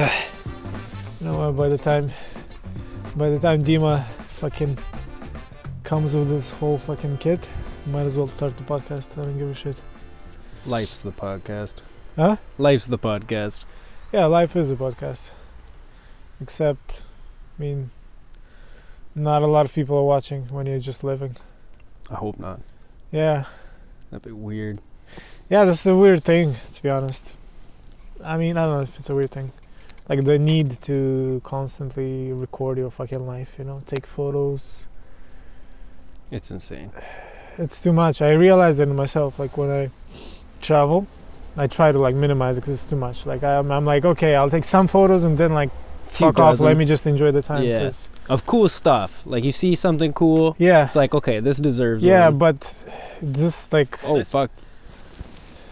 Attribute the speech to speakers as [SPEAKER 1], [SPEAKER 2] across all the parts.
[SPEAKER 1] you know, uh, by the time, by the time Dima fucking comes with this whole fucking kit, might as well start the podcast. I don't give a shit.
[SPEAKER 2] Life's the podcast.
[SPEAKER 1] Huh?
[SPEAKER 2] Life's the podcast.
[SPEAKER 1] Yeah, life is a podcast. Except, I mean, not a lot of people are watching when you're just living.
[SPEAKER 2] I hope not.
[SPEAKER 1] Yeah,
[SPEAKER 2] That'd be weird.
[SPEAKER 1] yeah, that's a weird thing to be honest. I mean, I don't know if it's a weird thing, like the need to constantly record your fucking life. You know, take photos.
[SPEAKER 2] It's insane.
[SPEAKER 1] It's too much. I realize it in myself. Like when I travel, I try to like minimize it because it's too much. Like I'm, I'm like, okay, I'll take some photos and then like
[SPEAKER 2] Few
[SPEAKER 1] fuck off. Let
[SPEAKER 2] dozen
[SPEAKER 1] me just enjoy the time.
[SPEAKER 2] Yeah.
[SPEAKER 1] 'cause-
[SPEAKER 2] Of cool stuff. Like you see something cool,
[SPEAKER 1] Yeah.
[SPEAKER 2] it's like okay, this deserves.
[SPEAKER 1] Yeah,
[SPEAKER 2] one.
[SPEAKER 1] but just like
[SPEAKER 2] oh fuck.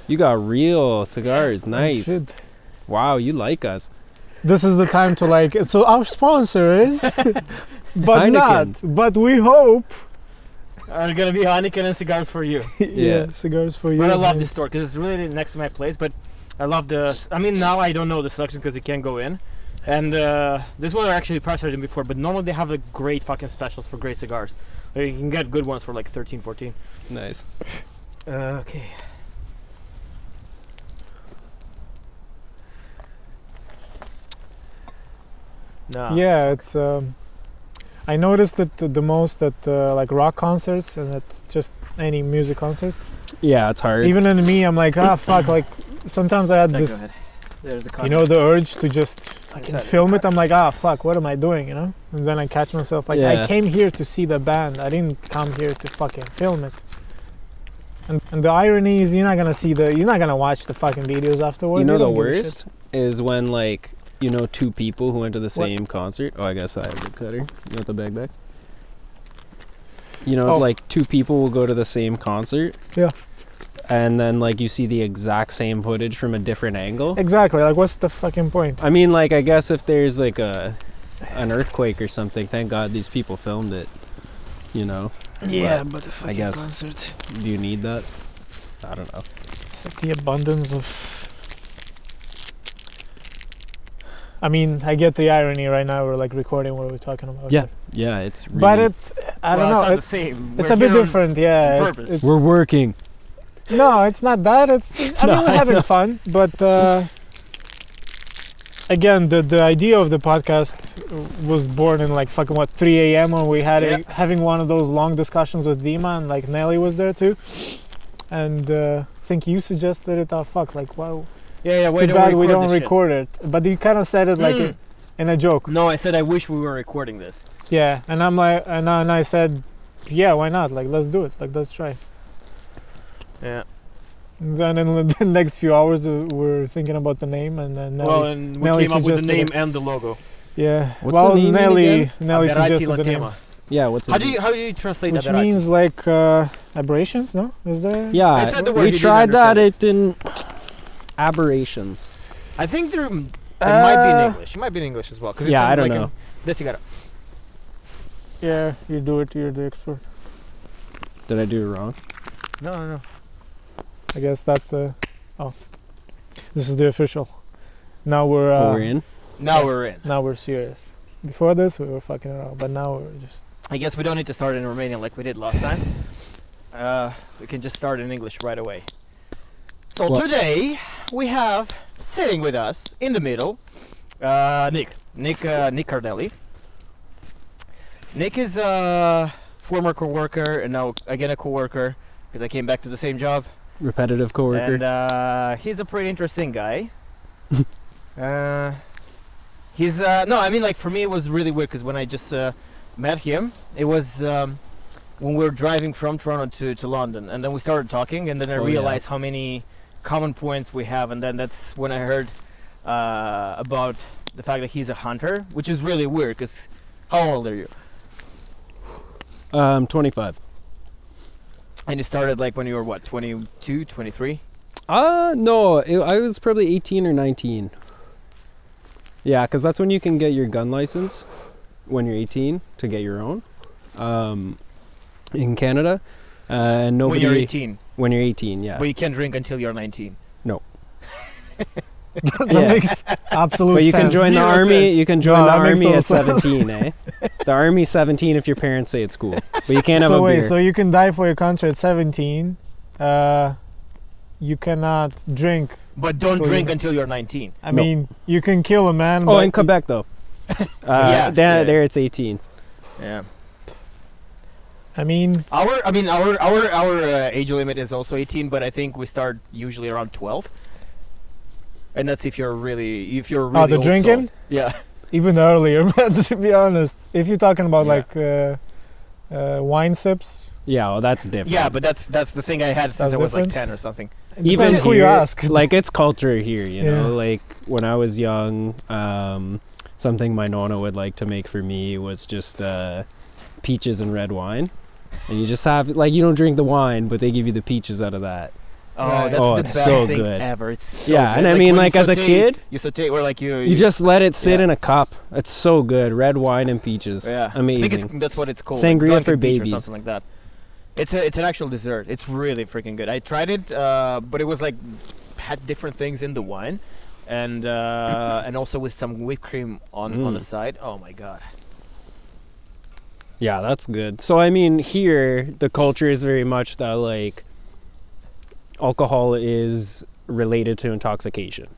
[SPEAKER 2] You got real cigars. Nice.
[SPEAKER 1] Shit.
[SPEAKER 2] Wow, you like us.
[SPEAKER 1] This is the time to like. So our sponsor is, but not.
[SPEAKER 2] Heineken.
[SPEAKER 1] But we hope.
[SPEAKER 3] Are gonna be Heineken and cigars for you.
[SPEAKER 1] Yeah,
[SPEAKER 2] Yeah.
[SPEAKER 1] cigars for you.
[SPEAKER 3] But I love
[SPEAKER 1] man.
[SPEAKER 3] this store because it's really next to my place. But I love the. I mean, now I don't know the selection because you can't go in. And uh, this one I actually priced than before, but normally they have a great fucking specials for great cigars. Like, you can get good ones for like 13, 14.
[SPEAKER 2] Nice.
[SPEAKER 3] Uh, okay. No.
[SPEAKER 1] Yeah, it's. Um, I noticed that the the most at uh, like rock concerts and at just any music concerts.
[SPEAKER 2] Yeah, it's hard.
[SPEAKER 1] Even in me, I'm like, ah, fuck. Like sometimes I had
[SPEAKER 3] Yeah, go
[SPEAKER 1] this,
[SPEAKER 3] ahead. There's the
[SPEAKER 1] you
[SPEAKER 3] concept.
[SPEAKER 1] know, the urge to just fucking
[SPEAKER 3] Exactly.
[SPEAKER 1] film it. I'm like, ah, fuck. What am I doing? You know. And then I catch myself like, I
[SPEAKER 2] Yeah.
[SPEAKER 1] came here to see the band. I didn't come here to fucking film it. And, and the irony is, you're not gonna see the, you're not gonna watch the fucking videos afterwards.
[SPEAKER 2] you know the
[SPEAKER 1] don't give a shit.
[SPEAKER 2] worst is when like you know two people who went to the same concert. Oh, I guess I have the cutter, not the bag bag. You know,
[SPEAKER 1] Oh.
[SPEAKER 2] like two people will go to the same concert.
[SPEAKER 1] Yeah.
[SPEAKER 2] And then like you see the exact same footage from a different angle.
[SPEAKER 1] Exactly. Like, what's the fucking point?
[SPEAKER 2] I mean, like I guess if there's like a an earthquake or something, thank God these people filmed it. You know, Yeah,
[SPEAKER 1] but the
[SPEAKER 2] fucking guess.
[SPEAKER 1] concert.
[SPEAKER 2] do you need that? I don't know.
[SPEAKER 1] It's like the abundance of. I mean, I get the irony right now. We're like recording what we're talking about.
[SPEAKER 2] Yeah, yeah, it's. Really,
[SPEAKER 1] But it, I
[SPEAKER 3] Well,
[SPEAKER 1] don't
[SPEAKER 3] It's,
[SPEAKER 1] know.
[SPEAKER 3] not
[SPEAKER 1] It's,
[SPEAKER 3] the same.
[SPEAKER 1] it's
[SPEAKER 3] We're
[SPEAKER 1] a bit
[SPEAKER 3] here on-
[SPEAKER 1] different. Yeah. It's,
[SPEAKER 3] purpose.
[SPEAKER 1] it's-
[SPEAKER 2] we're working.
[SPEAKER 1] no, it's not that. It's. I mean,
[SPEAKER 2] No,
[SPEAKER 1] we're
[SPEAKER 2] I
[SPEAKER 1] having
[SPEAKER 2] know.
[SPEAKER 1] fun, but. Uh, Again, the, the idea of the podcast was born in like fucking what 3 a.m. when we had
[SPEAKER 3] Yeah.
[SPEAKER 1] a, having one of those long discussions with Dima and like Nelly was there too, and uh, I think you suggested it. Oh fuck! Like wow,
[SPEAKER 3] Yeah, yeah.
[SPEAKER 1] It's
[SPEAKER 3] Why
[SPEAKER 1] too
[SPEAKER 3] don't
[SPEAKER 1] bad we
[SPEAKER 3] record
[SPEAKER 1] don't
[SPEAKER 3] this shit?
[SPEAKER 1] record it. But you kind of said it like
[SPEAKER 3] Mm.
[SPEAKER 1] in a joke.
[SPEAKER 3] No, I said I wish we were recording this.
[SPEAKER 1] Yeah, and I'm like, and I, and I said, yeah, why not? Like, let's do it. Like, let's try.
[SPEAKER 3] Yeah.
[SPEAKER 1] And then in the next few hours, uh, we're thinking about the name, and then Nelly,
[SPEAKER 3] Well, and we
[SPEAKER 1] Nelly
[SPEAKER 3] came up with the
[SPEAKER 1] suggested
[SPEAKER 3] name
[SPEAKER 1] it.
[SPEAKER 3] and the logo.
[SPEAKER 1] yeah.
[SPEAKER 2] What's
[SPEAKER 1] well,
[SPEAKER 2] the name
[SPEAKER 1] Nelly,
[SPEAKER 2] again?
[SPEAKER 1] Nelly
[SPEAKER 3] Aberrazi
[SPEAKER 1] suggested the name,
[SPEAKER 3] Latema.
[SPEAKER 2] Yeah, what's
[SPEAKER 3] How
[SPEAKER 2] it?
[SPEAKER 3] do you how do you translate
[SPEAKER 1] which
[SPEAKER 3] that? Aberrazi?
[SPEAKER 1] means like uh, aberrations. No, is there?
[SPEAKER 2] Yeah,
[SPEAKER 3] I said the word,
[SPEAKER 2] we
[SPEAKER 3] you didn't
[SPEAKER 2] tried that.
[SPEAKER 3] understand
[SPEAKER 2] It didn't. Aberrations.
[SPEAKER 3] I think there, there might be
[SPEAKER 1] Uh,
[SPEAKER 3] in English. It might be in English as well. 'cause it
[SPEAKER 2] Yeah, I don't
[SPEAKER 3] sounds like
[SPEAKER 2] know.
[SPEAKER 3] An, this you got
[SPEAKER 1] Yeah, you do it. You're the expert.
[SPEAKER 2] Did I do it wrong?
[SPEAKER 3] No, no, no.
[SPEAKER 1] I guess that's the. Oh, this is the official. Now we're. Uh,
[SPEAKER 2] oh, we're in.
[SPEAKER 3] Now
[SPEAKER 1] Yeah.
[SPEAKER 3] we're in.
[SPEAKER 1] Now we're serious. Before this, we were fucking around, but now we're just.
[SPEAKER 3] I guess we don't need to start in Romanian like we did last time. Uh, we can just start in English right away. So
[SPEAKER 2] Well-
[SPEAKER 3] today we have sitting with us in the middle, uh, Nick, Nick, uh, Nick Cardelli. Nick is a former coworker and now again a coworker because I came back to the same job.
[SPEAKER 2] Repetitive coworker.
[SPEAKER 3] And uh, he's a pretty interesting guy. uh, he's uh, no, I mean like for me it was really weird because when I just uh, met him, it was um, when we were driving from Toronto to, to London, and then we started talking, and then I
[SPEAKER 2] Oh, yeah.
[SPEAKER 3] realized how many common points we have, and then that's when I heard uh, about the fact that he's a hunter, which is really weird because how old are you? uh,
[SPEAKER 2] um, 25.
[SPEAKER 3] And you started like when you were what, 22, 23?
[SPEAKER 2] Uh, no, it, I was probably 18 or 19. Yeah, because that's when you can get your gun license when you're 18 to get your own um, in Canada. Uh, and nobody
[SPEAKER 3] When you're 18,
[SPEAKER 2] When you're 18, yeah.
[SPEAKER 3] but you can't drink until you're 19.
[SPEAKER 1] that
[SPEAKER 2] Yeah.
[SPEAKER 1] makes absolute
[SPEAKER 2] But you can
[SPEAKER 1] sense.
[SPEAKER 2] join the
[SPEAKER 3] Zero
[SPEAKER 2] army.
[SPEAKER 3] sense.
[SPEAKER 2] You can join
[SPEAKER 1] No,
[SPEAKER 2] the
[SPEAKER 1] that makes
[SPEAKER 2] army
[SPEAKER 1] no
[SPEAKER 2] at
[SPEAKER 1] sense.
[SPEAKER 2] seventeen, eh? The army seventeen if your parents say it's cool, but you can't have
[SPEAKER 1] so
[SPEAKER 2] a
[SPEAKER 1] wait,
[SPEAKER 2] beer.
[SPEAKER 1] so you can die for your country at 17. Uh, you cannot drink.
[SPEAKER 3] But don't
[SPEAKER 1] So
[SPEAKER 3] drink
[SPEAKER 1] you-
[SPEAKER 3] until you're 19.
[SPEAKER 1] I
[SPEAKER 2] No.
[SPEAKER 1] mean, you can kill a man.
[SPEAKER 2] oh,
[SPEAKER 1] but
[SPEAKER 2] in Quebec though, uh,
[SPEAKER 3] Yeah,
[SPEAKER 2] there,
[SPEAKER 3] yeah.
[SPEAKER 2] there it's eighteen.
[SPEAKER 3] Yeah.
[SPEAKER 1] I mean,
[SPEAKER 3] Our, I mean, our our our uh, age limit is also 18, but I think we start usually around 12. And that's if you're really, if you're really.
[SPEAKER 1] oh, the
[SPEAKER 3] old
[SPEAKER 1] drinking
[SPEAKER 3] soul. Yeah.
[SPEAKER 1] even earlier. Man, to be honest, if you're talking about
[SPEAKER 3] Yeah.
[SPEAKER 1] like uh, uh, wine sips,
[SPEAKER 2] Yeah, well, that's different.
[SPEAKER 3] Yeah, but that's that's the thing I had
[SPEAKER 1] That's
[SPEAKER 3] since I was like
[SPEAKER 1] different?
[SPEAKER 3] 10 or something.
[SPEAKER 1] it
[SPEAKER 2] even
[SPEAKER 1] depends who you
[SPEAKER 2] here,
[SPEAKER 1] ask.
[SPEAKER 2] like it's culture here, you
[SPEAKER 1] Yeah.
[SPEAKER 2] know. Like when I was young, um, something my nonna would like to make for me was just uh, peaches and red wine, and you just have like you don't drink the wine, but they give you the peaches out of that.
[SPEAKER 3] Oh,
[SPEAKER 1] Right.
[SPEAKER 3] that's
[SPEAKER 2] Oh,
[SPEAKER 3] the
[SPEAKER 2] it's
[SPEAKER 3] best
[SPEAKER 2] so
[SPEAKER 3] thing
[SPEAKER 2] good.
[SPEAKER 3] ever. It's so
[SPEAKER 2] yeah,
[SPEAKER 3] good.
[SPEAKER 2] and I mean,
[SPEAKER 3] when
[SPEAKER 2] like
[SPEAKER 3] you
[SPEAKER 2] as a
[SPEAKER 3] saute-
[SPEAKER 2] kid,
[SPEAKER 3] you saute or like you
[SPEAKER 2] you just let it sit
[SPEAKER 3] yeah.
[SPEAKER 2] in a cup. It's so good. Red wine and peaches.
[SPEAKER 3] yeah
[SPEAKER 2] amazing.
[SPEAKER 3] I think it's, that's what it's called.
[SPEAKER 2] Sangria
[SPEAKER 3] Drunken
[SPEAKER 2] for
[SPEAKER 3] peach
[SPEAKER 2] babies.
[SPEAKER 3] or something like that. It's a it's an actual dessert. It's really freaking good. I tried it, uh, but it was like had different things in the wine, and uh, and also with some whipped cream on on the
[SPEAKER 2] Mm.
[SPEAKER 3] side. Oh my god.
[SPEAKER 2] Yeah, that's good. So I mean, here the culture is very much that like alcohol is related to intoxication.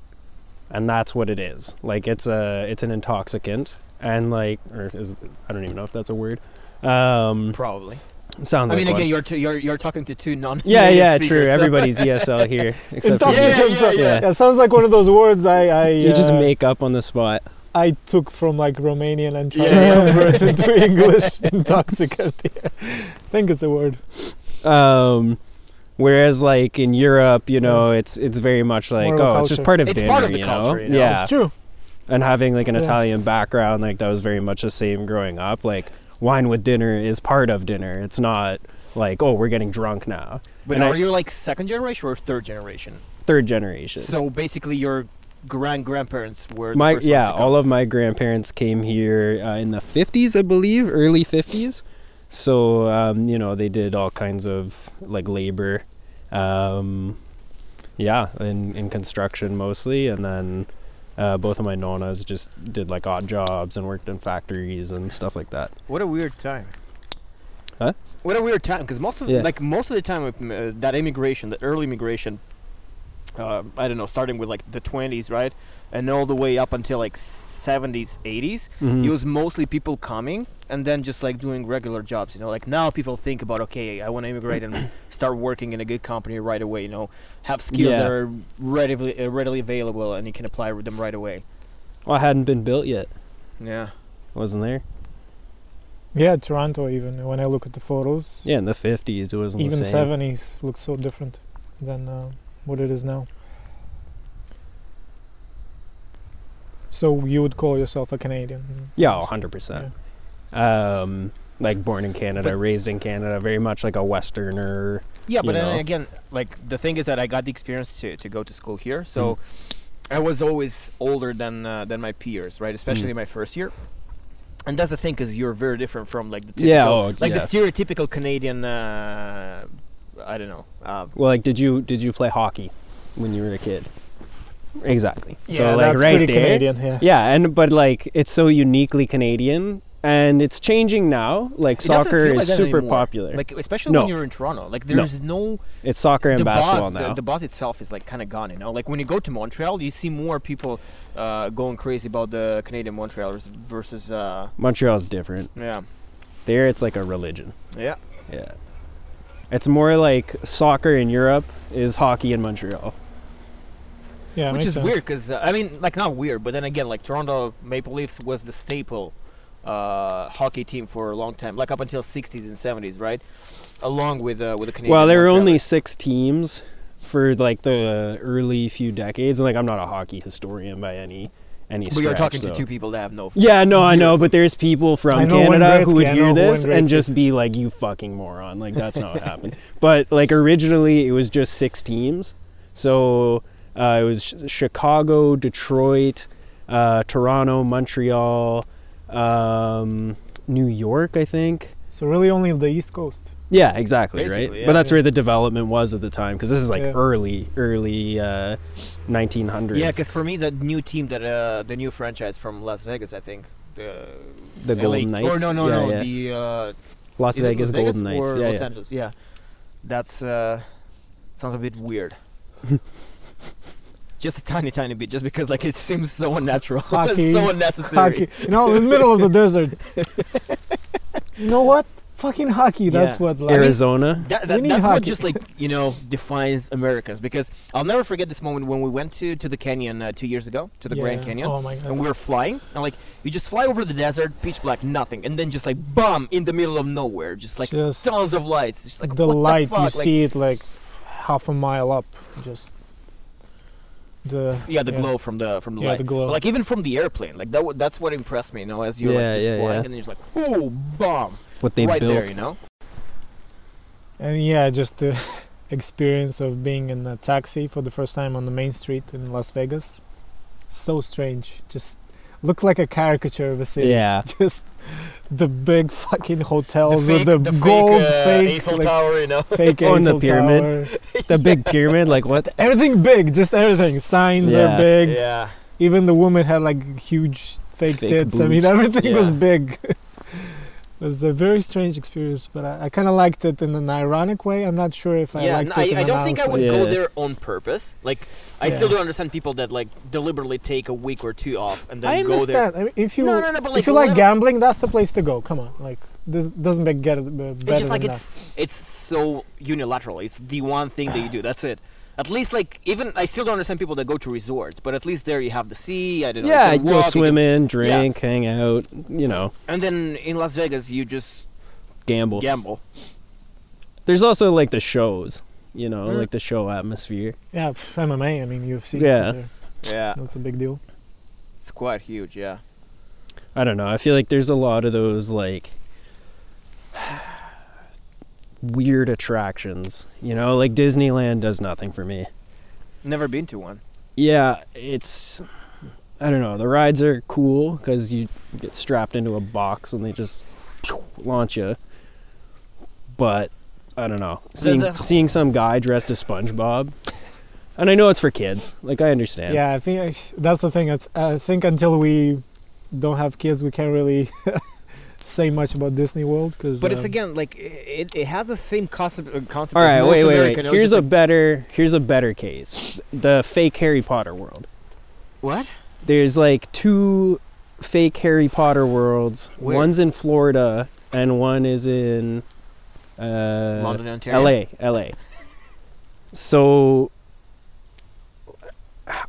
[SPEAKER 2] And that's what it is. Like it's a it's an intoxicant and like or is I don't even know if that's a word. Um
[SPEAKER 3] Probably.
[SPEAKER 2] sounds
[SPEAKER 3] I
[SPEAKER 2] like
[SPEAKER 3] mean,
[SPEAKER 2] one.
[SPEAKER 3] again, you're two, you're you're talking to two non.
[SPEAKER 2] Yeah,
[SPEAKER 3] native
[SPEAKER 2] yeah,
[SPEAKER 3] speakers,
[SPEAKER 2] true.
[SPEAKER 3] so-
[SPEAKER 2] Everybody's ESL here except for
[SPEAKER 3] Intoxicant.
[SPEAKER 2] you.
[SPEAKER 1] Intoxicants,
[SPEAKER 3] Yeah, yeah,
[SPEAKER 1] uh,
[SPEAKER 2] yeah.
[SPEAKER 1] sounds like one of those words I I,
[SPEAKER 2] You just
[SPEAKER 1] uh,
[SPEAKER 2] make up on the spot.
[SPEAKER 1] I took from like Romanian and tried
[SPEAKER 3] Yeah.
[SPEAKER 1] to convert into English. Intoxicant. Yeah. I think it's a word.
[SPEAKER 2] Um whereas like in Europe, you know, it's it's very much like,
[SPEAKER 1] More of a
[SPEAKER 2] oh, it's just
[SPEAKER 1] culture.
[SPEAKER 2] part of
[SPEAKER 3] It's
[SPEAKER 2] dinner,
[SPEAKER 3] part of the
[SPEAKER 2] you
[SPEAKER 3] culture, you know?
[SPEAKER 2] Yeah.
[SPEAKER 1] It's true.
[SPEAKER 2] and having like an
[SPEAKER 1] Yeah.
[SPEAKER 2] Italian background, like that was very much the same growing up. Like wine with dinner is part of dinner. It's not like oh we're getting drunk now.
[SPEAKER 3] But
[SPEAKER 2] And I-
[SPEAKER 3] are you like second generation or third generation?
[SPEAKER 2] Third generation.
[SPEAKER 3] So basically, your grand grandparents were.
[SPEAKER 2] my
[SPEAKER 3] the first
[SPEAKER 2] yeah, all of my grandparents came here uh, in the fifties, I believe, early fifties. So um, you know they did all kinds of like labor, um, yeah, in in construction mostly, and then. Uh, both of my nonas just did like odd jobs and worked in factories and stuff like that.
[SPEAKER 3] What a weird time.
[SPEAKER 2] Huh?
[SPEAKER 3] What a weird time, because most of
[SPEAKER 2] Yeah.
[SPEAKER 3] like most of the time with, uh, that immigration, the early immigration, uh, I don't know, starting with like the twenties, right, and all the way up until like seventies, eighties,
[SPEAKER 2] Mm.
[SPEAKER 3] it was mostly people coming and then just like doing regular jobs. You know, like now people think about okay, I want to immigrate and start working in a good company right away. You know, have skills
[SPEAKER 2] Yeah.
[SPEAKER 3] that are readily uh, readily available and you can apply with them right away.
[SPEAKER 2] Well, it hadn't been built yet.
[SPEAKER 3] Yeah.
[SPEAKER 2] wasn't there?
[SPEAKER 1] Yeah, Toronto even. When I look at the photos,
[SPEAKER 2] Yeah, in the fifties it wasn't
[SPEAKER 1] even
[SPEAKER 2] the same.
[SPEAKER 1] 70s looks so different than uh, what it is now. So you would call yourself a Canadian?
[SPEAKER 2] Yeah, hundred percent. Um, like born in Canada,
[SPEAKER 3] But-
[SPEAKER 2] raised in Canada, very much like a Westerner.
[SPEAKER 3] Yeah,
[SPEAKER 2] you
[SPEAKER 3] but then
[SPEAKER 2] know?
[SPEAKER 3] again, like the thing is that I got the experience to, to go to school here,
[SPEAKER 2] Hmm.
[SPEAKER 3] so I was always older than uh, than my peers, right? Especially
[SPEAKER 2] Hmm.
[SPEAKER 3] my first year. And that's the thing, because you're very different from like the typical,
[SPEAKER 2] Yeah, oh,
[SPEAKER 3] like the
[SPEAKER 2] yeah.
[SPEAKER 3] stereotypical Canadian. Uh, I don't know. Uh,
[SPEAKER 2] Well, like, did you did you play hockey when you were a kid? Exactly. so
[SPEAKER 1] Yeah,
[SPEAKER 2] like
[SPEAKER 1] that's
[SPEAKER 2] right
[SPEAKER 1] pretty
[SPEAKER 2] there.
[SPEAKER 1] Canadian. Yeah.
[SPEAKER 2] Yeah, and but like it's so uniquely Canadian, and it's changing now. Like
[SPEAKER 3] it doesn't
[SPEAKER 2] soccer
[SPEAKER 3] feel like
[SPEAKER 2] is
[SPEAKER 3] that
[SPEAKER 2] super
[SPEAKER 3] anymore.
[SPEAKER 2] popular.
[SPEAKER 3] Like especially
[SPEAKER 2] No.
[SPEAKER 3] when you're in Toronto, like
[SPEAKER 2] No.
[SPEAKER 3] there's no,
[SPEAKER 2] it's soccer and
[SPEAKER 3] the
[SPEAKER 2] basketball
[SPEAKER 3] buzz.
[SPEAKER 2] now.
[SPEAKER 3] The, the buzz itself is like kind of gone, you know. Like when you go to Montreal, you see more people uh, going crazy about the Canadian Montrealers versus uh,
[SPEAKER 2] Montreal's different.
[SPEAKER 3] yeah,
[SPEAKER 2] There, it's like a religion.
[SPEAKER 3] yeah.
[SPEAKER 2] Yeah. It's more like soccer in Europe is hockey in Montreal.
[SPEAKER 1] yeah
[SPEAKER 3] which
[SPEAKER 1] makes
[SPEAKER 3] is
[SPEAKER 1] sense.
[SPEAKER 3] weird because uh, I mean, like not weird, but then again, like Toronto Maple Leafs was the staple uh, hockey team for a long time, like up until '60s and '70s, right? Along with uh, with the Canadian.
[SPEAKER 2] well, there were only
[SPEAKER 3] Montrealers.
[SPEAKER 2] six teams for like the early few decades, and like I'm not a hockey historian by any any
[SPEAKER 3] But
[SPEAKER 2] stretch.
[SPEAKER 3] you're talking
[SPEAKER 2] so-
[SPEAKER 3] to two people that have no.
[SPEAKER 2] Yeah, no, I know, but there's people
[SPEAKER 1] I
[SPEAKER 2] from
[SPEAKER 1] know when
[SPEAKER 2] Canada who
[SPEAKER 1] Gretzky-
[SPEAKER 2] would
[SPEAKER 1] I
[SPEAKER 2] hear
[SPEAKER 1] know when
[SPEAKER 2] this and just
[SPEAKER 1] Gretzky-
[SPEAKER 2] be like, "You fucking moron!" Like that's not what happened. But like originally, it was just six teams, so uh, it was Ch- Chicago, Detroit, uh, Toronto, Montreal, um, New York, I think.
[SPEAKER 1] So really, only the East Coast.
[SPEAKER 2] Yeah, exactly, right?
[SPEAKER 3] Basically, yeah.
[SPEAKER 2] but that's
[SPEAKER 1] Yeah.
[SPEAKER 2] where the development was at the time because this is like
[SPEAKER 1] Yeah.
[SPEAKER 2] early, early uh, 1900s.
[SPEAKER 3] Yeah, because for me, the new team that uh, the new franchise from Las Vegas, I think. The,
[SPEAKER 2] the
[SPEAKER 3] LA
[SPEAKER 2] Golden Knights.
[SPEAKER 3] Or no, no,
[SPEAKER 2] Yeah,
[SPEAKER 3] no.
[SPEAKER 2] yeah.
[SPEAKER 3] The uh,
[SPEAKER 2] Las
[SPEAKER 3] is it
[SPEAKER 2] Vegas
[SPEAKER 3] Las Vegas
[SPEAKER 2] Golden Knights.
[SPEAKER 3] or
[SPEAKER 2] Yeah,
[SPEAKER 3] Los
[SPEAKER 2] yeah.
[SPEAKER 3] Angeles. Yeah, that's uh, sounds a bit weird. just a tiny, tiny bit. Just because like it seems so unnatural,
[SPEAKER 1] Hockey,
[SPEAKER 3] it's so unnecessary.
[SPEAKER 1] Hockey. You know, in the middle of the desert. you know what? Fucking hockey. That's
[SPEAKER 3] Yeah.
[SPEAKER 1] what. Like,
[SPEAKER 2] Arizona.
[SPEAKER 3] That,
[SPEAKER 1] We
[SPEAKER 3] that,
[SPEAKER 1] need
[SPEAKER 3] that's what
[SPEAKER 1] hockey.
[SPEAKER 3] just like you know defines Americans because I'll never forget this moment when we went to to the canyon uh, two years ago to the Grand
[SPEAKER 1] Yeah.
[SPEAKER 3] Canyon
[SPEAKER 1] Oh my
[SPEAKER 3] and
[SPEAKER 1] god.
[SPEAKER 3] we were flying and like you just fly over the desert pitch black nothing and then just like bum in the middle of nowhere just like
[SPEAKER 1] Just
[SPEAKER 3] tons of lights just like
[SPEAKER 1] the
[SPEAKER 3] what
[SPEAKER 1] light
[SPEAKER 3] the
[SPEAKER 1] you
[SPEAKER 3] fuck? like,
[SPEAKER 1] see it like half a mile up. Just the
[SPEAKER 3] yeah the
[SPEAKER 1] yeah.
[SPEAKER 3] glow from the from the
[SPEAKER 1] yeah
[SPEAKER 3] light
[SPEAKER 1] the glow.
[SPEAKER 3] But, like even from the airplane like that w- that's what impressed me you know as you're
[SPEAKER 2] Yeah,
[SPEAKER 3] like just
[SPEAKER 2] yeah,
[SPEAKER 3] flying
[SPEAKER 2] yeah.
[SPEAKER 3] and then you're just like oh bomb
[SPEAKER 2] What they
[SPEAKER 3] right
[SPEAKER 2] built.
[SPEAKER 3] there you know
[SPEAKER 1] And yeah, just the experience of being in a taxi for the first time on the main street in Las Vegas. So strange. Just looked like a caricature of a city.
[SPEAKER 2] Yeah.
[SPEAKER 1] Just the big fucking hotels
[SPEAKER 3] the fake,
[SPEAKER 1] Oh, with the,
[SPEAKER 3] the
[SPEAKER 1] gold
[SPEAKER 3] fake, uh,
[SPEAKER 1] fake
[SPEAKER 3] Eiffel
[SPEAKER 1] like,
[SPEAKER 3] Tower you know
[SPEAKER 1] fake
[SPEAKER 2] Oh, and the
[SPEAKER 1] Eiffel
[SPEAKER 2] pyramid.
[SPEAKER 1] Tower.
[SPEAKER 2] the big pyramid. Like what?
[SPEAKER 1] Everything big, just everything. Signs
[SPEAKER 2] Yeah.
[SPEAKER 1] are big.
[SPEAKER 3] yeah
[SPEAKER 1] Even the woman had like huge fake,
[SPEAKER 2] Fake
[SPEAKER 1] tits. I mean,
[SPEAKER 2] boobs.
[SPEAKER 1] everything
[SPEAKER 3] Yeah.
[SPEAKER 1] was big. it was a very strange experience, but I, I kind of liked it in an ironic way. I'm not sure if I
[SPEAKER 3] yeah,
[SPEAKER 1] liked
[SPEAKER 3] n-
[SPEAKER 1] it. in
[SPEAKER 3] I, I
[SPEAKER 1] an
[SPEAKER 3] don't think I
[SPEAKER 1] honest
[SPEAKER 3] would
[SPEAKER 1] way.
[SPEAKER 3] go
[SPEAKER 2] Yeah.
[SPEAKER 3] there on purpose. Like, I still
[SPEAKER 1] Yeah.
[SPEAKER 3] don't understand people that like deliberately take a week or two off and then
[SPEAKER 1] I
[SPEAKER 3] go there.
[SPEAKER 1] understand. I mean, if you
[SPEAKER 3] No, no, no, but like,
[SPEAKER 1] if you like
[SPEAKER 3] let-
[SPEAKER 1] gambling, that's the place to go. Come on, like this doesn't make get uh, better
[SPEAKER 3] it's just like
[SPEAKER 1] than
[SPEAKER 3] it's it's so unilateral. It's the one thing that you do. That's it. At least like even I still don't understand people that go to resorts, but at least there you have the sea. I don't know. you
[SPEAKER 2] Yeah,
[SPEAKER 3] can
[SPEAKER 2] you go
[SPEAKER 3] walk, you can-
[SPEAKER 2] swim in, drink, hang out, you know,
[SPEAKER 3] and then in Las Vegas you just
[SPEAKER 2] gamble.
[SPEAKER 3] gamble.
[SPEAKER 2] There's also like the shows, you know,
[SPEAKER 3] Mm.
[SPEAKER 2] like the show atmosphere.
[SPEAKER 1] that. Yeah, pff, MMA. I mean, UFC. is
[SPEAKER 2] Yeah.
[SPEAKER 1] there.
[SPEAKER 3] Yeah,
[SPEAKER 1] that's a big deal.
[SPEAKER 3] it's quite huge. Yeah,
[SPEAKER 2] I don't know. I feel like there's a lot of those like weird attractions, you know, like Disneyland does nothing for me.
[SPEAKER 3] never been to one.
[SPEAKER 2] Yeah, it's I don't know. The rides are cool because you get strapped into a box and they just launch you. But I don't know.
[SPEAKER 3] The-
[SPEAKER 2] Seeing
[SPEAKER 3] the-
[SPEAKER 2] seeing some guy dressed as SpongeBob, and I know it's for kids. Like I
[SPEAKER 1] Yeah,
[SPEAKER 2] understand.
[SPEAKER 1] I think I, that's the thing. It's, I think until we don't have kids, we can't really say much about Disney World uh, because.
[SPEAKER 3] But it's again like i- it, it has the same concept. uh, concept
[SPEAKER 2] All
[SPEAKER 3] as
[SPEAKER 2] right,
[SPEAKER 3] most
[SPEAKER 2] wait, wait,
[SPEAKER 3] American
[SPEAKER 2] wait.
[SPEAKER 3] ocean-
[SPEAKER 2] Here's a better here's a better case. The fake Harry Potter world.
[SPEAKER 3] what?
[SPEAKER 2] There's like two fake Harry Potter worlds.
[SPEAKER 3] Where?
[SPEAKER 2] One's in Florida and one is in uh,
[SPEAKER 3] London, Ontario.
[SPEAKER 2] LA, LA. So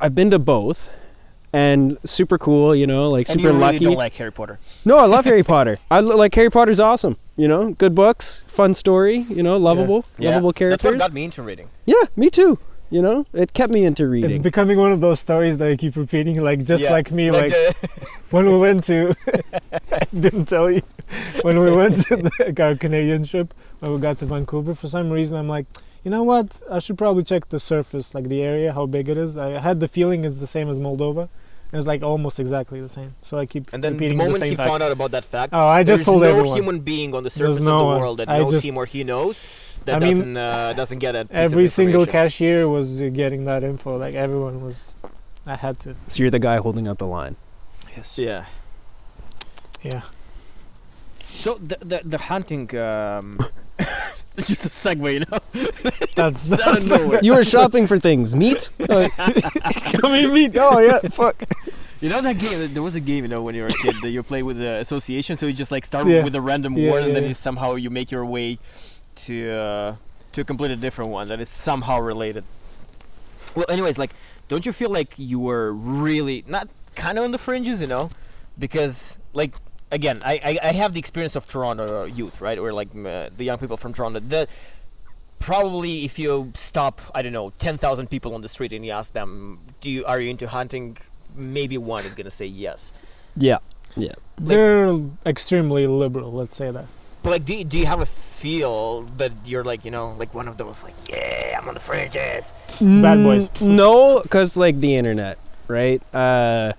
[SPEAKER 2] I've been to both and super cool, you know, like
[SPEAKER 3] and
[SPEAKER 2] super
[SPEAKER 3] you really
[SPEAKER 2] lucky.
[SPEAKER 3] don't like Harry Potter.
[SPEAKER 2] no, I love Harry Potter. I lo- like Harry Potter's awesome, you know, good books, fun story, you know, lovable,
[SPEAKER 3] Yeah.
[SPEAKER 2] lovable
[SPEAKER 3] That's what
[SPEAKER 2] characters.
[SPEAKER 3] got me into reading.
[SPEAKER 2] yeah, me too. You know, it kept me into
[SPEAKER 1] It's
[SPEAKER 2] reading.
[SPEAKER 1] becoming one of those stories that I keep repeating, like just
[SPEAKER 3] Yeah.
[SPEAKER 1] like me, like,
[SPEAKER 3] the-
[SPEAKER 1] when we went to I didn't tell you when we went to the, like, our Canadian trip when we got to Vancouver for some reason I'm like you know what I should probably check the surface like the area how big it is I had the feeling it's the same as Moldova and it's like almost exactly the same so I keep
[SPEAKER 3] uh, and then the
[SPEAKER 1] repeating
[SPEAKER 3] moment
[SPEAKER 1] same
[SPEAKER 3] he
[SPEAKER 1] fact.
[SPEAKER 3] found out about that fact,
[SPEAKER 1] oh I just
[SPEAKER 3] there's
[SPEAKER 1] told
[SPEAKER 3] no
[SPEAKER 1] everyone
[SPEAKER 3] human being on the
[SPEAKER 1] There's
[SPEAKER 3] surface
[SPEAKER 1] no
[SPEAKER 3] of
[SPEAKER 1] one.
[SPEAKER 3] the world that
[SPEAKER 1] I
[SPEAKER 3] knows
[SPEAKER 1] just-
[SPEAKER 3] him or he knows that
[SPEAKER 1] I mean,
[SPEAKER 3] doesn't uh, doesn't get that. piece of
[SPEAKER 1] every single
[SPEAKER 3] information.
[SPEAKER 1] cashier was uh, getting that info like everyone was I had to
[SPEAKER 2] so you're the guy holding up the line.
[SPEAKER 1] yes
[SPEAKER 3] Yeah.
[SPEAKER 1] yeah
[SPEAKER 3] So the the, the hunting. Um, it's just a segue, you know.
[SPEAKER 1] that's,
[SPEAKER 3] It's out
[SPEAKER 1] that's
[SPEAKER 3] of nowhere.
[SPEAKER 2] You were shopping for things, meat. Uh,
[SPEAKER 1] coming meat oh yeah fuck
[SPEAKER 3] You know that game? There was a game, you know, when you were a kid that you play with the association. So you just like start
[SPEAKER 1] Yeah.
[SPEAKER 3] with a random
[SPEAKER 1] Yeah,
[SPEAKER 3] word, and
[SPEAKER 1] yeah,
[SPEAKER 3] then
[SPEAKER 1] yeah.
[SPEAKER 3] you somehow you make your way to uh, to a completely different one that is somehow related. Well, anyways, like, don't you feel like you were really not kind of on the fringes, you know? Because like again, I I, I have the experience of Toronto youth, right, or like m- uh, the young people from Toronto. The probably if you stop i don't know 10000 people on the street and you ask them do you are you into hunting maybe one is gonna say yes.
[SPEAKER 2] yeah.
[SPEAKER 1] they're extremely liberal let's say that
[SPEAKER 3] But like, do you, do you have a feel that you're like you know like one of those like yeah I'm on the fringes?
[SPEAKER 1] Bad boys.
[SPEAKER 2] Mm, No, because like the internet, right? Uh,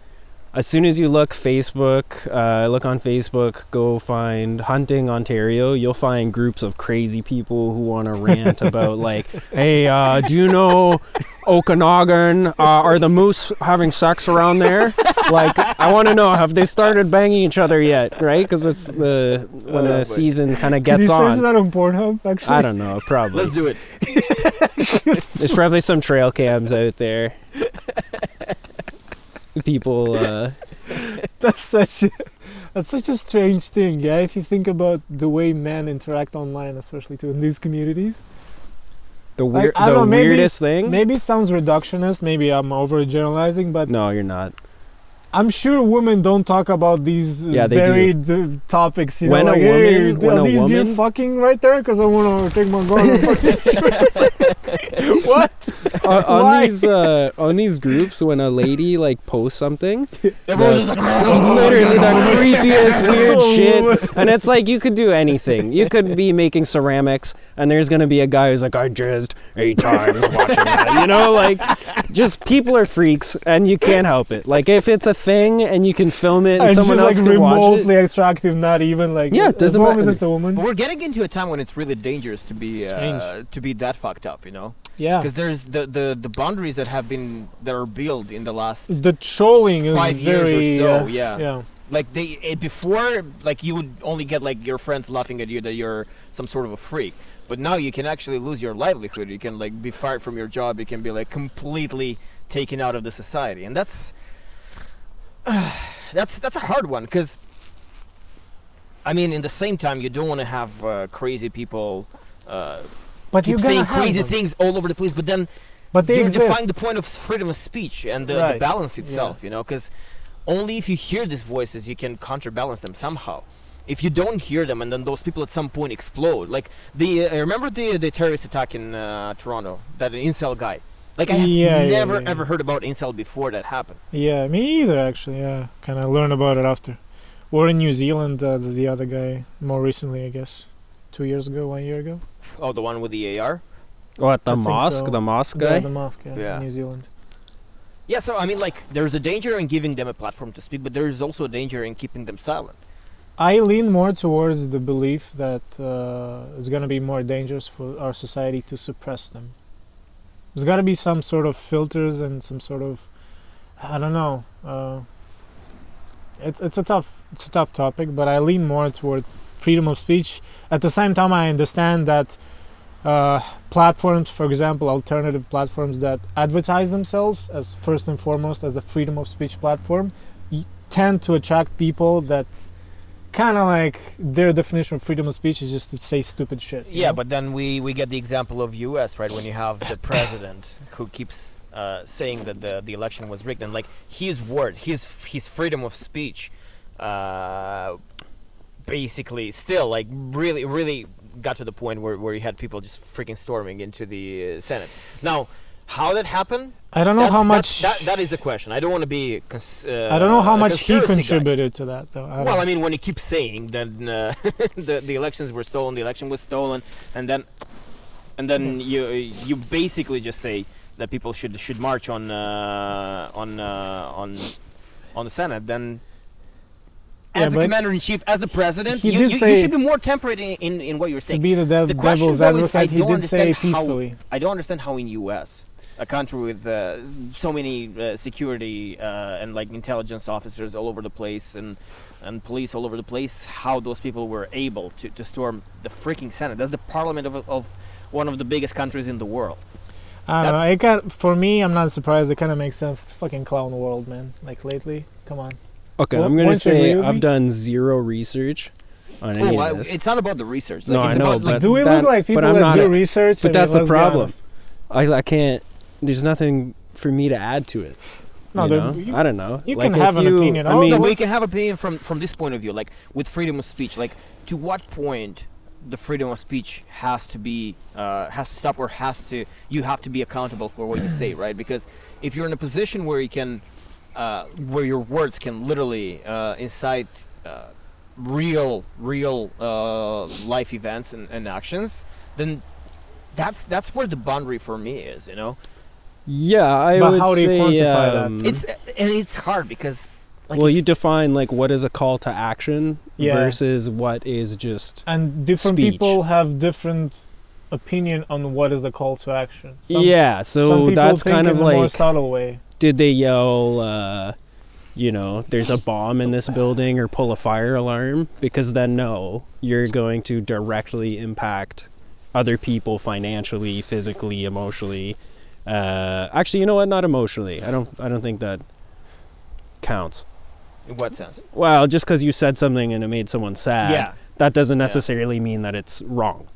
[SPEAKER 2] as soon as you look Facebook, uh, look on Facebook, go find hunting Ontario. You'll find groups of crazy people who want to rant about like, hey, uh, do you know Okanagan? Uh, are the moose having sex around there? Like, I want to know have they started banging each other yet? Right? Because it's the when
[SPEAKER 3] Oh,
[SPEAKER 2] the
[SPEAKER 3] boy.
[SPEAKER 2] season kind of
[SPEAKER 1] Can you
[SPEAKER 2] gets
[SPEAKER 1] search
[SPEAKER 2] on.
[SPEAKER 1] that on Pornhub? Actually,
[SPEAKER 2] I don't know. Probably
[SPEAKER 3] Let's do it.
[SPEAKER 2] there's probably some trail cams out there. People, uh,
[SPEAKER 1] that's such a, that's such a strange thing. Yeah, if you think about the way men interact online, especially too in these communities.
[SPEAKER 2] the, weir-
[SPEAKER 1] I don't
[SPEAKER 2] the
[SPEAKER 1] know, maybe-
[SPEAKER 2] weirdest thing.
[SPEAKER 1] Maybe it sounds reductionist. Maybe I'm over generalizing, but
[SPEAKER 2] No, you're not.
[SPEAKER 1] I'm sure women don't talk about these uh,
[SPEAKER 2] Yeah, they do.
[SPEAKER 1] varied uh, topics. You
[SPEAKER 2] When
[SPEAKER 1] know,
[SPEAKER 2] a
[SPEAKER 1] like,
[SPEAKER 2] woman-
[SPEAKER 1] hey,
[SPEAKER 2] when
[SPEAKER 1] are
[SPEAKER 2] a
[SPEAKER 1] these deer
[SPEAKER 2] woman-
[SPEAKER 1] fucking right there because I want to take my gun. and fucking- what?
[SPEAKER 2] on, on
[SPEAKER 1] Why?
[SPEAKER 2] these uh, on these groups when a lady like posts something
[SPEAKER 3] Everyone's
[SPEAKER 2] The-
[SPEAKER 3] just like, "Oh,
[SPEAKER 2] literally the creepiest weird
[SPEAKER 1] Oh, woman.
[SPEAKER 2] shit Oh, and it's like you could do anything you could be making ceramics and there's gonna be a guy who's like i jizzed eight times watching that you know like just people are freaks and you can't help it like if it's a thing and you can film it and,
[SPEAKER 1] And
[SPEAKER 2] someone
[SPEAKER 1] she's
[SPEAKER 2] else
[SPEAKER 1] like
[SPEAKER 2] can watch it
[SPEAKER 1] remotely attractive, not even like
[SPEAKER 2] Yeah, it
[SPEAKER 1] as
[SPEAKER 2] doesn't
[SPEAKER 1] long as
[SPEAKER 2] matter.
[SPEAKER 1] it's a woman.
[SPEAKER 3] We're getting into a time when it's really dangerous to be uh,
[SPEAKER 1] Strange.
[SPEAKER 3] to be that fucked up, you know?
[SPEAKER 1] Yeah,
[SPEAKER 3] Because there's the, the the boundaries that have been that are built in the last
[SPEAKER 1] the trolling is
[SPEAKER 3] five
[SPEAKER 1] very
[SPEAKER 3] years or so.
[SPEAKER 1] uh,
[SPEAKER 3] yeah.
[SPEAKER 1] yeah.
[SPEAKER 3] Like they eh, before, like you would only get like your friends laughing at you that you're some sort of a freak. But now you can actually lose your livelihood. You can like be fired from your job. You can be like completely taken out of the society, and that's that's that's a hard one because. I mean, in the same time, you don't want to have uh, crazy people uh,
[SPEAKER 1] But
[SPEAKER 3] keep
[SPEAKER 1] you're
[SPEAKER 3] saying
[SPEAKER 1] gonna have
[SPEAKER 3] crazy
[SPEAKER 1] them.
[SPEAKER 3] things all over the place. But then
[SPEAKER 1] But they
[SPEAKER 3] you're
[SPEAKER 1] exist.
[SPEAKER 3] defying the point of s- freedom of speech and the, the
[SPEAKER 1] Right.
[SPEAKER 3] balance
[SPEAKER 1] Yeah.
[SPEAKER 3] itself, you know, because only if you hear these voices you can counterbalance them somehow. If you don't hear them, and then those people at some point explode, like the uh, remember the the terrorist attack in uh, Toronto, that incel guy. Like I have
[SPEAKER 1] Yeah, yeah,
[SPEAKER 3] never
[SPEAKER 1] yeah,
[SPEAKER 3] ever
[SPEAKER 1] yeah.
[SPEAKER 3] heard about incel before that happened.
[SPEAKER 1] Yeah, me either actually. Yeah, kind of learn about it after. Or in New Zealand, uh, the, the other guy more recently, I guess, two years ago, one year ago.
[SPEAKER 3] Oh, the one with the AR.
[SPEAKER 2] what Oh,
[SPEAKER 1] I
[SPEAKER 2] the
[SPEAKER 1] think
[SPEAKER 2] mosque
[SPEAKER 1] so.
[SPEAKER 2] the mosque
[SPEAKER 1] Yeah,
[SPEAKER 2] guy
[SPEAKER 1] the mosque, yeah,
[SPEAKER 3] Yeah.
[SPEAKER 1] in New Zealand.
[SPEAKER 3] Yeah, so I mean, like, there's a danger in giving them a platform to speak, but there is also a danger in keeping them silent.
[SPEAKER 1] I lean more towards the belief that uh, it's gonna be more dangerous for our society to suppress them. There's gotta be some sort of filters and some sort of, I don't know. Uh, it's it's a tough it's a tough topic, but I lean more toward freedom of speech. At the same time, I understand that uh, platforms, for example, alternative platforms that advertise themselves as first and foremost as a freedom of speech platform, y- tend to attract people that kind of like their definition of freedom of speech is just to say stupid shit. you
[SPEAKER 3] Yeah,
[SPEAKER 1] know?
[SPEAKER 3] but then we, we get the example of U.S. right when you have the president who keeps uh, saying that the, the election was rigged and like his word, his his freedom of speech, uh, basically still like really really got to the point where where you had people just freaking storming into the uh, Senate. Now, how that happened?
[SPEAKER 1] I don't know how
[SPEAKER 3] that's-
[SPEAKER 1] much
[SPEAKER 3] that, that is a question. I don't want to be. Cons- uh,
[SPEAKER 1] I don't know how
[SPEAKER 3] a
[SPEAKER 1] much he
[SPEAKER 3] conspiracy guy.
[SPEAKER 1] contributed to that though. I don't
[SPEAKER 3] Well, I mean, when you keep saying that uh, the the elections were stolen, the election was stolen, and then and
[SPEAKER 1] Hmm.
[SPEAKER 3] then you you basically just say that people should should march on uh, on uh, on on the Senate, then.
[SPEAKER 1] Yeah,
[SPEAKER 3] As the
[SPEAKER 1] but
[SPEAKER 3] commander in chief, as the president,
[SPEAKER 1] he
[SPEAKER 3] you,
[SPEAKER 1] did
[SPEAKER 3] you, you
[SPEAKER 1] say-
[SPEAKER 3] should be more temperate in, in, in what you're
[SPEAKER 1] to
[SPEAKER 3] saying.
[SPEAKER 1] be the, dev-
[SPEAKER 3] the question
[SPEAKER 1] devil's
[SPEAKER 3] though is, I
[SPEAKER 1] advocate, he
[SPEAKER 3] don't
[SPEAKER 1] did say
[SPEAKER 3] understand how-
[SPEAKER 1] peacefully.
[SPEAKER 3] I don't understand how in U.S. a country with uh, so many uh, security uh, and like intelligence officers all over the place and and police all over the place, how those people were able to, to storm the freaking Senate. That's the parliament of, of one of the biggest countries in the world.
[SPEAKER 1] I don't know.
[SPEAKER 3] That's-
[SPEAKER 1] It kind for me, I'm not surprised. It kind of makes sense. It's Fucking clown world, man. Like lately, come on.
[SPEAKER 2] okay
[SPEAKER 1] Wha-
[SPEAKER 2] i'm gonna
[SPEAKER 1] once you
[SPEAKER 2] say
[SPEAKER 1] read
[SPEAKER 2] i've
[SPEAKER 1] me-
[SPEAKER 2] done zero research on any
[SPEAKER 3] Oh, I,
[SPEAKER 2] of this
[SPEAKER 3] it's not about the research.
[SPEAKER 2] No, I
[SPEAKER 3] it's
[SPEAKER 2] know,
[SPEAKER 3] about, like,
[SPEAKER 2] But
[SPEAKER 1] do we
[SPEAKER 2] that-
[SPEAKER 1] look like
[SPEAKER 2] but
[SPEAKER 1] people
[SPEAKER 2] I'm
[SPEAKER 1] that
[SPEAKER 2] not
[SPEAKER 1] do
[SPEAKER 2] a-
[SPEAKER 1] research? I
[SPEAKER 2] but
[SPEAKER 1] mean,
[SPEAKER 2] that's the
[SPEAKER 1] let's be
[SPEAKER 2] problem.
[SPEAKER 1] honest.
[SPEAKER 2] I, I can't. There's nothing for me to add to it.
[SPEAKER 1] No,
[SPEAKER 2] you
[SPEAKER 1] there-
[SPEAKER 2] know?
[SPEAKER 1] you-
[SPEAKER 2] I don't know.
[SPEAKER 1] you
[SPEAKER 2] Like,
[SPEAKER 1] can
[SPEAKER 2] if
[SPEAKER 1] have an
[SPEAKER 2] you-
[SPEAKER 1] opinion
[SPEAKER 2] I
[SPEAKER 1] on
[SPEAKER 2] mean,
[SPEAKER 1] that.
[SPEAKER 3] no, we can have opinion from from this point of view, like with freedom of speech. Like, to what point the freedom of speech has to be uh, has to stop, or has to you have to be accountable for what you say, right? Because if you're in a position where you can, uh, where your words can literally uh, incite uh, real, real uh, life events and, and actions, then that's that's where the boundary for me is, you know.
[SPEAKER 2] yeah, I
[SPEAKER 1] But
[SPEAKER 2] would
[SPEAKER 1] how do you
[SPEAKER 2] say
[SPEAKER 1] quantify that?
[SPEAKER 2] um,
[SPEAKER 3] It's and it's hard because Like
[SPEAKER 2] well,
[SPEAKER 3] if-
[SPEAKER 2] you define like what is a call to action
[SPEAKER 1] Yeah.
[SPEAKER 2] versus what is just
[SPEAKER 1] and different
[SPEAKER 2] Speech.
[SPEAKER 1] people have different opinion on what is a call to action. Some-
[SPEAKER 2] yeah.
[SPEAKER 1] some
[SPEAKER 2] So
[SPEAKER 1] people
[SPEAKER 2] that's
[SPEAKER 1] think
[SPEAKER 2] kind
[SPEAKER 1] in
[SPEAKER 2] of
[SPEAKER 1] a more
[SPEAKER 2] like
[SPEAKER 1] subtle way.
[SPEAKER 2] did they yell, uh, you know, there's a bomb in this building or pull a fire alarm? Because then no, you're going to directly impact other people financially, physically, emotionally. Uh, actually, you know what? Not emotionally. I don't. I don't think that counts.
[SPEAKER 3] in what sense?
[SPEAKER 2] Well, just because you said something and it made someone sad.
[SPEAKER 3] yeah.
[SPEAKER 2] that doesn't necessarily mean that it's wrong.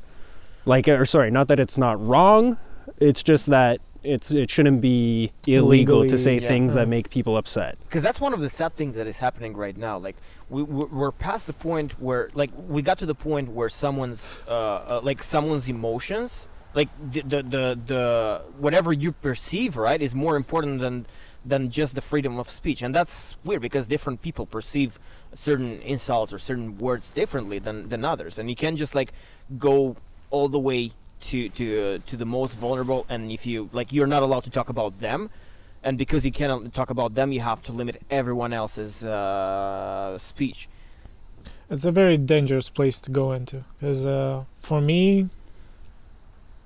[SPEAKER 2] Like, or sorry, not that it's not wrong. It's just that it's it shouldn't be illegal
[SPEAKER 1] Legally,
[SPEAKER 2] to say
[SPEAKER 3] yeah.
[SPEAKER 2] things that
[SPEAKER 1] Mhm.
[SPEAKER 2] make people upset.
[SPEAKER 3] because that's one of the sad things that is happening right now like we we're we're past the point where like we got to the point where someone's uh, uh like someone's emotions like the, the the the whatever you perceive right is more important than than just the freedom of speech and that's weird because different people perceive certain insults or certain words differently than than others and you can't just like go all the way to to uh, to the most vulnerable and if you like you're not allowed to talk about them and because you cannot talk about them, you have to limit everyone else's uh, speech.
[SPEAKER 1] It's a very dangerous place to go into because uh, for me,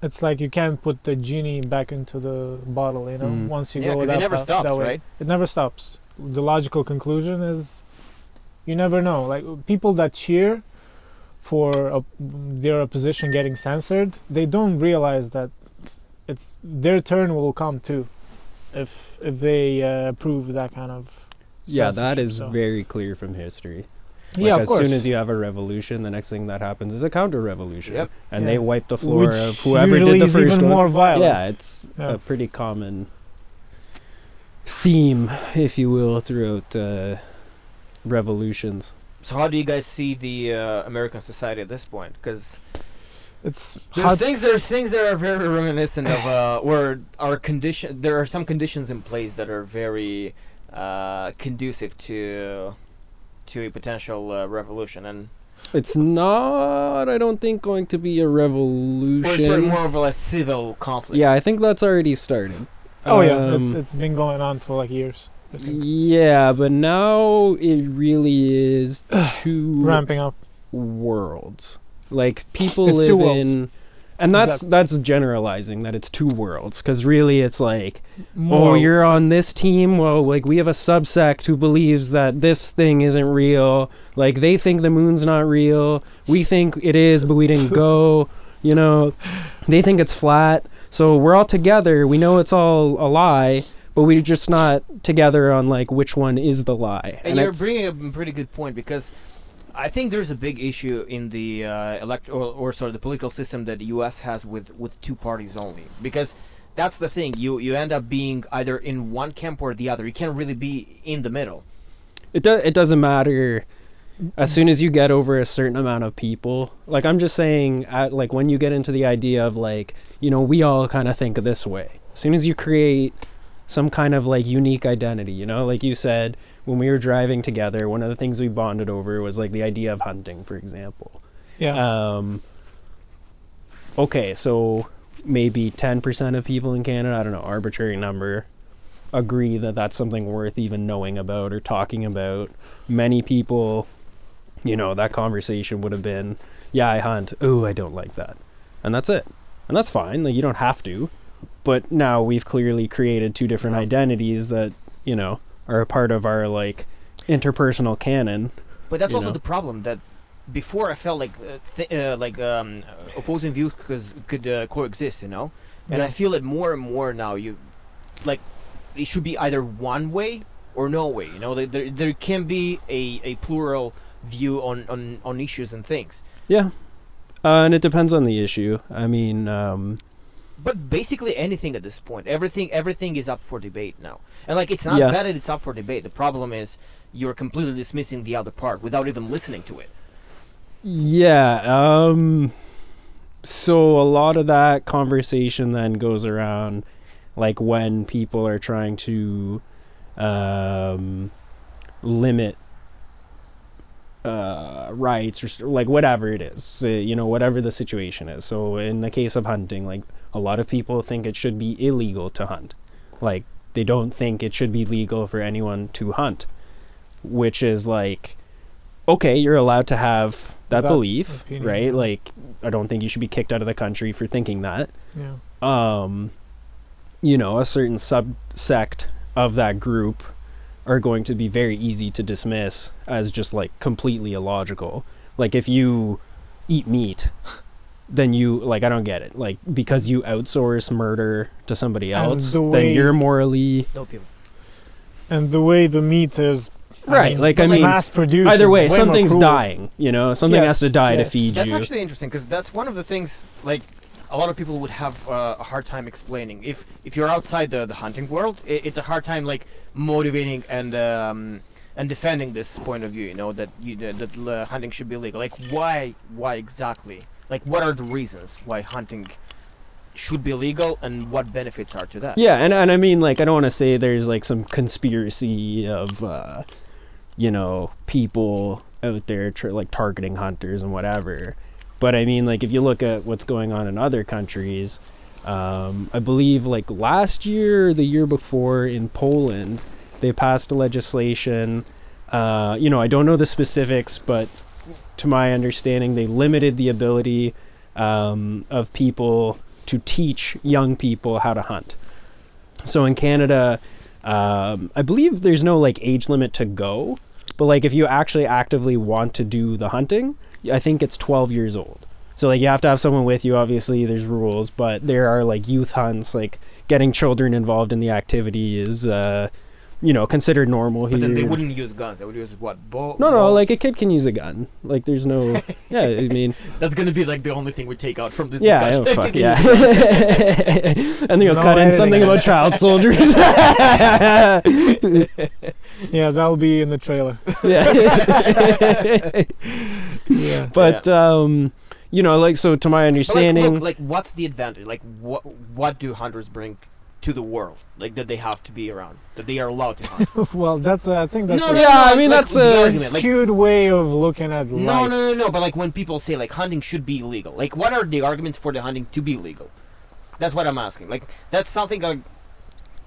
[SPEAKER 1] it's like you can't put the genie back into the bottle. You know,
[SPEAKER 2] Mm.
[SPEAKER 1] once you go
[SPEAKER 3] Yeah, because
[SPEAKER 1] that
[SPEAKER 3] it never
[SPEAKER 1] pa-
[SPEAKER 3] stops,
[SPEAKER 1] that way.
[SPEAKER 3] right?
[SPEAKER 1] It never stops. The logical conclusion is, you never know. Like people that cheer for op- their opposition getting censored, they don't realize that it's their turn will come too, if if they uh, approve that kind of.
[SPEAKER 2] Yeah, that
[SPEAKER 1] censorship,
[SPEAKER 2] is
[SPEAKER 1] so.
[SPEAKER 2] very clear from history.
[SPEAKER 1] yeah,
[SPEAKER 2] like
[SPEAKER 1] of
[SPEAKER 2] as
[SPEAKER 1] course.
[SPEAKER 2] soon as you have a revolution, the next thing that happens is a counter revolution,
[SPEAKER 3] Yep.
[SPEAKER 2] and
[SPEAKER 1] Yeah.
[SPEAKER 2] they wipe the floor
[SPEAKER 1] Which
[SPEAKER 2] of whoever
[SPEAKER 1] usually
[SPEAKER 2] did the
[SPEAKER 1] is
[SPEAKER 2] first
[SPEAKER 1] even
[SPEAKER 2] one.
[SPEAKER 1] more violent.
[SPEAKER 2] yeah, it's
[SPEAKER 1] Yeah.
[SPEAKER 2] a pretty common theme, if you will, throughout uh, revolutions.
[SPEAKER 3] So how do you guys see the uh, American society at this point? Because
[SPEAKER 1] It's
[SPEAKER 3] there's
[SPEAKER 1] hard.
[SPEAKER 3] things there's things that are very reminiscent of uh, or are condition. There are some conditions in place that are very uh, conducive to to a potential uh, revolution and
[SPEAKER 2] It's not, I don't think, going to be a
[SPEAKER 3] or sorry,
[SPEAKER 2] revolution.
[SPEAKER 3] more of a civil conflict.
[SPEAKER 2] Yeah, I think that's already started.
[SPEAKER 1] Oh yeah,
[SPEAKER 2] Um,
[SPEAKER 1] it's, it's been going on for like years. I think.
[SPEAKER 2] yeah, but now it really is two
[SPEAKER 1] Ramping up.
[SPEAKER 2] Oh, worlds. Like people
[SPEAKER 1] It's two
[SPEAKER 2] live
[SPEAKER 1] worlds.
[SPEAKER 2] in, and that's
[SPEAKER 1] Exactly.
[SPEAKER 2] that's generalizing that it's two worlds because really it's like
[SPEAKER 1] More.
[SPEAKER 2] oh you're on this team well like we have a subsect who believes that this thing isn't real like they think the moon's not real we think it is but we didn't go you know they think it's flat so we're all together we know it's all a lie but we're just not together on like which one is the lie
[SPEAKER 3] And, you're
[SPEAKER 2] it's-
[SPEAKER 3] bringing up a pretty good point because I think there's a big issue in the uh, elect or, or sorry the political system that the U.S. has with with two parties only because that's the thing you you end up being either in one camp or the other you can't really be in the middle
[SPEAKER 2] It do, it doesn't matter. As soon as you get over a certain amount of people, like I'm just saying, at, like when you get into the idea of like, you know, we all kind of think this way. As soon as you create some kind of like unique identity, you know, like you said when we were driving together, one of the things we bonded over was like the idea of hunting, for example.
[SPEAKER 1] yeah.
[SPEAKER 2] Um, okay, so maybe 10% of people in Canada, I don't know, arbitrary number, agree that that's something worth even knowing about or talking about. Many people, you know, that conversation would have been, yeah, I hunt. Oh, I don't like that. And that's it. And that's fine. Like, you don't have to. But now we've clearly created two different identities that, you know, are a part of our, like, interpersonal canon.
[SPEAKER 3] But that's
[SPEAKER 2] you
[SPEAKER 3] also
[SPEAKER 2] know?
[SPEAKER 3] the problem that before I felt like uh, th- uh, like um, uh, opposing views cause, could uh, coexist, you know. And I
[SPEAKER 1] Yeah.
[SPEAKER 3] feel it more and more now. You like it should be either one way or no way. You know, there there, there can be a, a plural view on, on, on issues and things.
[SPEAKER 2] Yeah. Uh, and it depends on the issue. I mean, um,
[SPEAKER 3] But basically anything at this point, everything everything is up for debate now. And like it's not
[SPEAKER 2] Yeah.
[SPEAKER 3] bad that it's up for debate. The problem is you're completely dismissing the other part without even listening to it.
[SPEAKER 2] yeah. Um, so a lot of that conversation then goes around like when people are trying to um, limit uh, rights or s- like whatever it is, uh, you know, whatever the situation is. So in the case of hunting, like a lot of people think it should be illegal to hunt. Like they don't think it should be legal for anyone to hunt. which is like, okay, you're allowed to have that
[SPEAKER 1] That
[SPEAKER 2] belief,
[SPEAKER 1] opinion, yeah.
[SPEAKER 2] right? Like, I don't think you should be kicked out of the country for thinking that.
[SPEAKER 1] Yeah.
[SPEAKER 2] Um, you know, a certain subsect of that group are going to be very easy to dismiss as just like completely illogical. Like, if you eat meat, then you like I don't get it. Like because you outsource murder to somebody
[SPEAKER 1] And
[SPEAKER 2] else,
[SPEAKER 1] the
[SPEAKER 2] then
[SPEAKER 1] way-
[SPEAKER 2] you're morally
[SPEAKER 3] No people.
[SPEAKER 1] And the way the meat is, I
[SPEAKER 2] Right,
[SPEAKER 1] mean,
[SPEAKER 2] like, I mean,
[SPEAKER 1] mass produced.
[SPEAKER 2] either
[SPEAKER 1] is
[SPEAKER 2] way,
[SPEAKER 1] more
[SPEAKER 2] something's
[SPEAKER 1] cruel.
[SPEAKER 2] dying. You know, something
[SPEAKER 1] Yes,
[SPEAKER 2] has to die to
[SPEAKER 1] yes.
[SPEAKER 2] feed
[SPEAKER 3] That's
[SPEAKER 2] you.
[SPEAKER 3] actually interesting because that's one of the things like a lot of people would have uh, a hard time explaining. If if you're outside the, the hunting world, i it's a hard time like motivating and um, and defending this point of view. You know that you, that that, uh, hunting should be legal. Like why why exactly? Like what are the reasons why hunting should be legal and what benefits are to that?
[SPEAKER 2] yeah, and and I mean, like, I don't want to say there's like some conspiracy of, uh, you know, people out there tr like targeting hunters and whatever. But I mean, like, if you look at what's going on in other countries, um, I believe like last year, or the year before in Poland, they passed legislation. Uh, you know, I don't know the specifics, but to my understanding, they limited the ability um, of people to teach young people how to hunt. So in Canada, um, I believe there's no like age limit to go, but like if you actually actively want to do the hunting, I think it's 12 years old. So like you have to have someone with you. Obviously, there's rules, but there are like youth hunts. Like getting children involved in the activity is, uh, you know, considered normal here.
[SPEAKER 3] But then they wouldn't use guns. They would use what? Bow.
[SPEAKER 2] No,
[SPEAKER 3] bow?
[SPEAKER 2] no, like a kid can use a gun. Like there's no, yeah. I mean,
[SPEAKER 3] that's gonna be like the only thing we take out from this
[SPEAKER 2] yeah, oh,
[SPEAKER 3] discussion.
[SPEAKER 2] fuck yeah. and then you'll
[SPEAKER 1] No
[SPEAKER 2] cut in
[SPEAKER 1] editing.
[SPEAKER 2] something about child soldiers. yeah.
[SPEAKER 1] Yeah, that'll be in the trailer. Yeah.
[SPEAKER 2] but um, you know, like so, to my
[SPEAKER 3] But, like,
[SPEAKER 2] understanding,
[SPEAKER 3] look, like, what's the advantage? Like, what what do hunters bring to the world? Like that they have to be around, that they are allowed to hunt.
[SPEAKER 1] well, that's uh, I think that's
[SPEAKER 3] no,
[SPEAKER 1] a
[SPEAKER 3] no,
[SPEAKER 2] Yeah,
[SPEAKER 3] no,
[SPEAKER 2] I
[SPEAKER 3] like-
[SPEAKER 2] mean,
[SPEAKER 3] like,
[SPEAKER 2] that's
[SPEAKER 3] the
[SPEAKER 2] a
[SPEAKER 3] argument, like,
[SPEAKER 1] skewed way of looking at life.
[SPEAKER 3] no, no, no, no. But like when people say like hunting should be illegal, like what are the arguments for the hunting to be legal? That's what I'm asking. Like that's something like